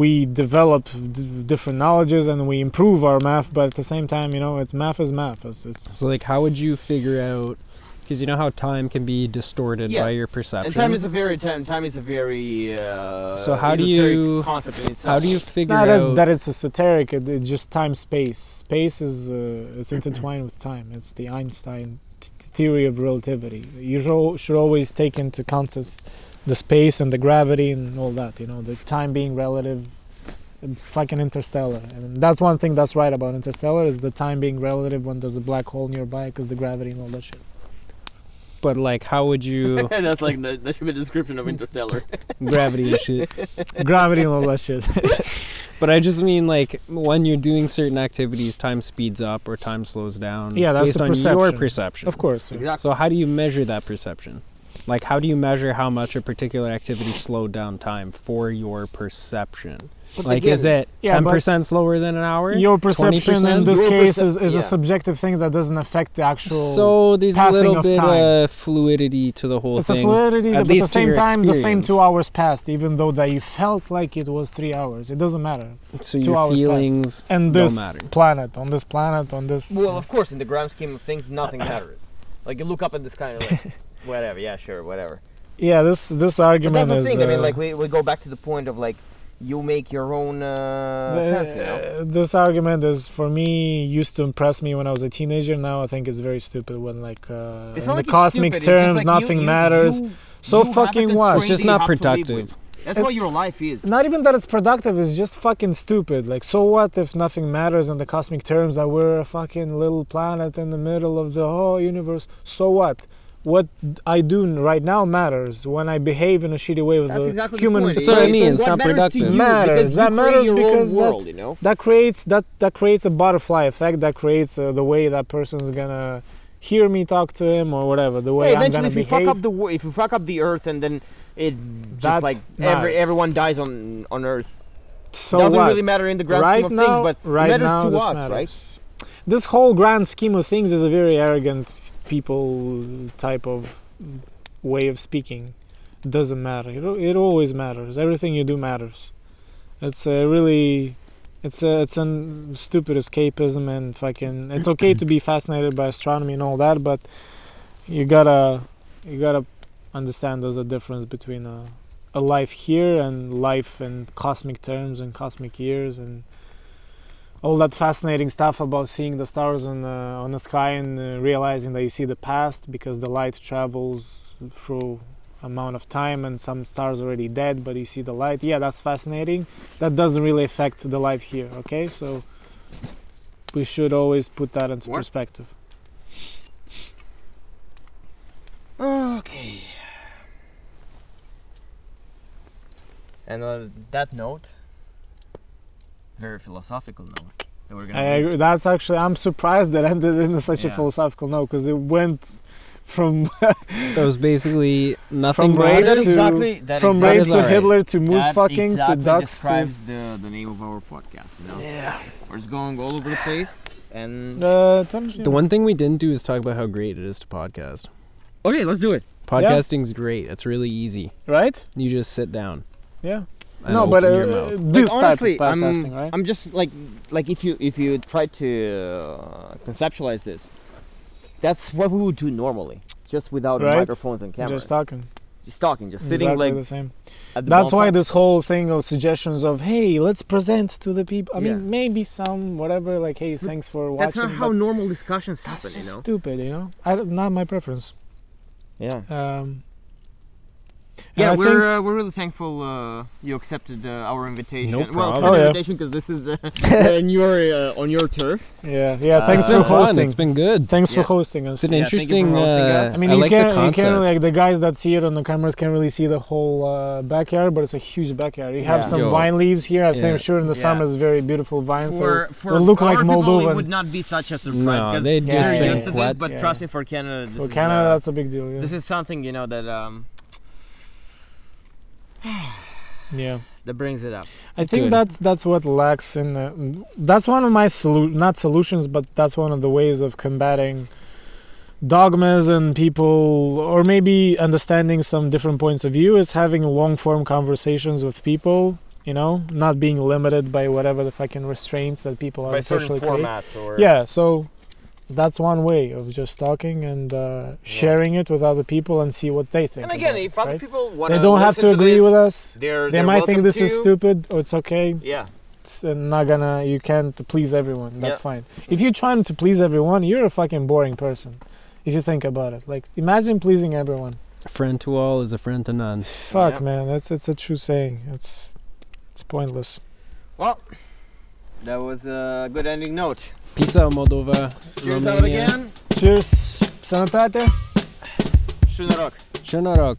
[SPEAKER 1] we develop d- different knowledges and we improve our math. But at the same time, you know, it's math is math. It's, it's
[SPEAKER 2] So like, how would you figure out? Because you know how time can be distorted by
[SPEAKER 3] Yes.
[SPEAKER 2] your
[SPEAKER 3] And
[SPEAKER 2] perception.
[SPEAKER 3] time is a very time. Time is a very. Uh,
[SPEAKER 2] So how do
[SPEAKER 3] esoteric
[SPEAKER 2] you-
[SPEAKER 3] concept in itself?
[SPEAKER 2] how do you figure
[SPEAKER 1] not
[SPEAKER 2] out?
[SPEAKER 1] that, that it's esoteric. It, it's just time space. Space is uh, it's intertwined with time. It's the Einstein t- theory of relativity. You should, should always take into context the space and the gravity and all that. You know, the time being relative. Fucking Interstellar, and that's one thing that's right about Interstellar is the time being relative when there's a black hole nearby because the gravity and all that shit.
[SPEAKER 2] but like, how would you
[SPEAKER 3] that's like the, that should be the description of Interstellar.
[SPEAKER 2] gravity and shit?
[SPEAKER 1] gravity and all that shit.
[SPEAKER 2] But I just mean like when you're doing certain activities, time speeds up or time slows down.
[SPEAKER 1] Yeah, that's
[SPEAKER 2] based
[SPEAKER 1] the
[SPEAKER 2] on your
[SPEAKER 1] perception.
[SPEAKER 2] perception.
[SPEAKER 1] Of course. yeah.
[SPEAKER 3] exactly.
[SPEAKER 2] So how do you measure that perception? Like how do you measure how much a particular activity slowed down time for your perception? like is it
[SPEAKER 1] Yeah,
[SPEAKER 2] ten
[SPEAKER 1] but
[SPEAKER 2] percent slower than an hour?
[SPEAKER 1] Your perception in
[SPEAKER 2] 20%?
[SPEAKER 1] this
[SPEAKER 3] Your
[SPEAKER 1] case
[SPEAKER 3] percep-
[SPEAKER 1] is, is
[SPEAKER 3] yeah.
[SPEAKER 1] a subjective thing that doesn't affect the actual.
[SPEAKER 2] so there's a
[SPEAKER 1] passing
[SPEAKER 2] little
[SPEAKER 1] of
[SPEAKER 2] bit
[SPEAKER 1] time.
[SPEAKER 2] of fluidity to the whole
[SPEAKER 1] it's
[SPEAKER 2] thing.
[SPEAKER 1] a fluidity,
[SPEAKER 2] at
[SPEAKER 1] but at the
[SPEAKER 2] least to
[SPEAKER 1] same
[SPEAKER 2] your
[SPEAKER 1] time, the same
[SPEAKER 2] experience.
[SPEAKER 1] two hours passed, even though that you felt like it was three hours. It doesn't matter.
[SPEAKER 2] so
[SPEAKER 1] two
[SPEAKER 2] your
[SPEAKER 1] hours passed.
[SPEAKER 2] feelings
[SPEAKER 1] And
[SPEAKER 2] don't
[SPEAKER 1] this
[SPEAKER 2] matter.
[SPEAKER 1] planet, on this planet, on this.
[SPEAKER 3] Well, of course, in the grand scheme of things, nothing matters. Like you look up at the sky and you're like,
[SPEAKER 6] whatever. Yeah, sure, whatever.
[SPEAKER 1] Yeah, this this
[SPEAKER 3] But
[SPEAKER 1] argument
[SPEAKER 3] that's the
[SPEAKER 1] is.
[SPEAKER 3] thing. I mean,
[SPEAKER 1] uh,
[SPEAKER 3] like we, we go back to the point of like you make your own uh,
[SPEAKER 1] the-
[SPEAKER 3] sense. You know?
[SPEAKER 1] This argument is for me used to impress me when I was a teenager. Now I think it's very stupid when like uh,
[SPEAKER 6] It's not
[SPEAKER 1] in the
[SPEAKER 6] like it's
[SPEAKER 1] cosmic
[SPEAKER 6] stupid, it's just
[SPEAKER 1] terms
[SPEAKER 6] like you-
[SPEAKER 1] nothing
[SPEAKER 6] you-
[SPEAKER 1] matters.
[SPEAKER 6] you-
[SPEAKER 1] so
[SPEAKER 6] you have
[SPEAKER 1] fucking
[SPEAKER 6] a
[SPEAKER 1] what?
[SPEAKER 2] It's just
[SPEAKER 6] constraint
[SPEAKER 2] not
[SPEAKER 6] that you have to live
[SPEAKER 2] productive.
[SPEAKER 6] with. That's what your life is.
[SPEAKER 1] Not even that it's productive, it's just fucking stupid. Like, so what if nothing matters in the cosmic terms that we're a fucking little planet in the middle of the whole universe? So what? What I do right now matters. When I behave in a shitty way with
[SPEAKER 3] That's
[SPEAKER 1] a
[SPEAKER 3] exactly the
[SPEAKER 1] human
[SPEAKER 3] point.
[SPEAKER 2] That's what I mean, it's
[SPEAKER 3] what
[SPEAKER 2] not
[SPEAKER 3] matters
[SPEAKER 2] productive.
[SPEAKER 3] To you,
[SPEAKER 1] Matters,
[SPEAKER 3] Because you
[SPEAKER 1] that
[SPEAKER 3] create
[SPEAKER 1] matters
[SPEAKER 3] your
[SPEAKER 1] because
[SPEAKER 3] own
[SPEAKER 1] that-
[SPEAKER 3] world, you know.
[SPEAKER 1] that creates that that creates a butterfly effect that creates uh, the way that person's gonna hear me talk to him or whatever the way
[SPEAKER 3] Hey,
[SPEAKER 1] i'm gonna
[SPEAKER 3] eventually, if you
[SPEAKER 1] behave
[SPEAKER 3] fuck up the wo- if you fuck up the earth, and then it just
[SPEAKER 1] That
[SPEAKER 3] like
[SPEAKER 1] matters.
[SPEAKER 3] every everyone dies on on earth.
[SPEAKER 1] so
[SPEAKER 3] Doesn't
[SPEAKER 1] what?
[SPEAKER 3] really matter in the grand
[SPEAKER 1] right
[SPEAKER 3] scheme
[SPEAKER 1] now,
[SPEAKER 3] of things, but
[SPEAKER 1] right
[SPEAKER 3] matters
[SPEAKER 1] now,
[SPEAKER 3] to
[SPEAKER 1] this
[SPEAKER 3] us,
[SPEAKER 1] matters.
[SPEAKER 3] right?
[SPEAKER 1] this whole grand scheme of things is a very arrogant people type of way of speaking doesn't matter it, al- it always matters everything you do matters it's a really it's a it's an stupid escapism and fucking it's okay to be fascinated by astronomy and all that but you gotta you gotta understand there's a difference between a, a life here and life in cosmic terms and cosmic years and all that fascinating stuff about seeing the stars on the, on the sky and uh, realizing that you see the past because the light travels through amount of time and some stars already dead but you see the light yeah that's fascinating that doesn't really affect the life here okay so we should always put that into
[SPEAKER 3] What?
[SPEAKER 1] perspective
[SPEAKER 3] Okay. And on that note, very philosophical note that we're gonna.
[SPEAKER 1] I
[SPEAKER 3] leave.
[SPEAKER 1] agree. That's actually I'm surprised that ended in such a
[SPEAKER 3] Yeah.
[SPEAKER 1] philosophical note because it went from
[SPEAKER 2] That was basically nothing.
[SPEAKER 1] From rape
[SPEAKER 2] matters.
[SPEAKER 1] to-
[SPEAKER 3] exactly. That
[SPEAKER 1] from
[SPEAKER 3] exactly,
[SPEAKER 1] rape
[SPEAKER 2] is
[SPEAKER 1] to
[SPEAKER 2] alright.
[SPEAKER 1] Hitler to moose
[SPEAKER 3] that
[SPEAKER 1] fucking
[SPEAKER 3] exactly
[SPEAKER 1] to ducks to
[SPEAKER 3] describes the the name of our podcast. You know, yeah. We're just going all over the place and.
[SPEAKER 1] uh, don't you-
[SPEAKER 2] The one thing we didn't do is talk about how great it is to podcast.
[SPEAKER 3] Okay, let's do it.
[SPEAKER 2] Podcasting's great. It's really easy.
[SPEAKER 1] right
[SPEAKER 2] You just sit down.
[SPEAKER 1] yeah
[SPEAKER 2] and
[SPEAKER 1] no but uh,
[SPEAKER 2] open your mouth.
[SPEAKER 1] this
[SPEAKER 3] like,
[SPEAKER 1] type
[SPEAKER 3] honestly,
[SPEAKER 1] of
[SPEAKER 3] I'm,
[SPEAKER 1] podcasting right
[SPEAKER 3] I'm just like, like if you if you try to uh, conceptualize this, that's what we would do normally, just without
[SPEAKER 1] Right.
[SPEAKER 3] microphones and cameras,
[SPEAKER 1] just
[SPEAKER 3] just,
[SPEAKER 1] talking
[SPEAKER 3] talking, just sitting
[SPEAKER 1] exactly
[SPEAKER 3] like
[SPEAKER 1] the same
[SPEAKER 3] at the
[SPEAKER 1] that's why
[SPEAKER 3] bonfire.
[SPEAKER 1] this whole thing of suggestions of hey let's present to the people i
[SPEAKER 3] Yeah.
[SPEAKER 1] mean maybe some whatever like hey thanks for watching
[SPEAKER 3] That's not how
[SPEAKER 1] but
[SPEAKER 3] normal discussions happen,
[SPEAKER 1] that's
[SPEAKER 3] you
[SPEAKER 1] just
[SPEAKER 3] know.
[SPEAKER 1] stupid you know I, don't- not my preference
[SPEAKER 3] Yeah.
[SPEAKER 1] um and
[SPEAKER 3] Yeah,
[SPEAKER 1] I
[SPEAKER 3] we're
[SPEAKER 1] think-
[SPEAKER 3] uh, we're really thankful uh, you accepted uh, our invitation.
[SPEAKER 2] No
[SPEAKER 3] well,
[SPEAKER 2] problem.
[SPEAKER 3] kind
[SPEAKER 1] Oh,
[SPEAKER 3] of
[SPEAKER 1] yeah.
[SPEAKER 3] invitation because this is uh, and you're uh, on your turf.
[SPEAKER 1] yeah yeah
[SPEAKER 2] It's
[SPEAKER 1] thanks
[SPEAKER 2] been
[SPEAKER 1] for
[SPEAKER 2] fun.
[SPEAKER 1] hosting
[SPEAKER 2] It's been good.
[SPEAKER 1] thanks
[SPEAKER 3] Yeah.
[SPEAKER 1] for hosting us
[SPEAKER 2] It's an
[SPEAKER 3] Yeah, thank you for
[SPEAKER 2] interesting.
[SPEAKER 3] hosting
[SPEAKER 2] Uh,
[SPEAKER 3] us.
[SPEAKER 1] I mean, you
[SPEAKER 2] like
[SPEAKER 1] can't,
[SPEAKER 2] the
[SPEAKER 1] you
[SPEAKER 2] concept.
[SPEAKER 1] can't like the guys that see it on the cameras can't really see the whole uh, backyard, but it's a huge backyard. You have
[SPEAKER 3] Yeah.
[SPEAKER 1] some
[SPEAKER 2] Yo.
[SPEAKER 1] vine leaves here. I think
[SPEAKER 2] Yeah.
[SPEAKER 1] I'm sure in the
[SPEAKER 3] Yeah.
[SPEAKER 1] summer it's very beautiful vines.
[SPEAKER 3] For
[SPEAKER 1] so
[SPEAKER 3] for
[SPEAKER 1] we'll look
[SPEAKER 3] our
[SPEAKER 1] like
[SPEAKER 3] people, it
[SPEAKER 1] Moldovan.
[SPEAKER 3] would not be such a surprise.
[SPEAKER 2] No,
[SPEAKER 3] 'cause
[SPEAKER 2] they
[SPEAKER 3] they're
[SPEAKER 1] just
[SPEAKER 3] used
[SPEAKER 1] say
[SPEAKER 3] to this,
[SPEAKER 2] what?
[SPEAKER 3] but
[SPEAKER 1] Yeah.
[SPEAKER 3] trust me, for Canada, this
[SPEAKER 1] for
[SPEAKER 3] is,
[SPEAKER 1] Canada,
[SPEAKER 3] uh,
[SPEAKER 1] that's a big deal. Yeah.
[SPEAKER 3] this is something you know that um
[SPEAKER 1] yeah.
[SPEAKER 3] that brings it up.
[SPEAKER 1] I think
[SPEAKER 2] Good.
[SPEAKER 1] that's that's what lacks in the, that's one of my solu- not solutions but that's one of the ways of combating dogmas and people or maybe understanding some different points of view is having long form conversations with people you know not being limited by whatever the fucking restraints that people are socially creating.
[SPEAKER 3] or
[SPEAKER 1] yeah so that's one way of just talking and uh, sharing it with other people and see what they think
[SPEAKER 3] And again,
[SPEAKER 1] about
[SPEAKER 3] if
[SPEAKER 1] it,
[SPEAKER 3] other
[SPEAKER 1] right?
[SPEAKER 3] people want
[SPEAKER 1] they don't have to agree with us
[SPEAKER 3] They're,
[SPEAKER 1] they
[SPEAKER 3] they're
[SPEAKER 1] might think
[SPEAKER 3] welcome
[SPEAKER 1] this
[SPEAKER 3] to.
[SPEAKER 1] is stupid or it's okay
[SPEAKER 3] Yeah,
[SPEAKER 1] it's uh, not gonna you can't please everyone that's
[SPEAKER 3] Yeah.
[SPEAKER 1] fine if you're trying to please everyone you're a fucking boring person if you think about it like imagine pleasing everyone
[SPEAKER 2] friend to all is a friend to none.
[SPEAKER 1] fuck
[SPEAKER 3] Yeah.
[SPEAKER 1] man that's it's a true saying it's it's pointless
[SPEAKER 3] Well, that was a good ending note.
[SPEAKER 2] Peace out, Moldova.
[SPEAKER 3] Cheers out
[SPEAKER 2] Romania.
[SPEAKER 3] again.
[SPEAKER 1] cheers sanatate
[SPEAKER 3] Шунарок.
[SPEAKER 2] Шанарок.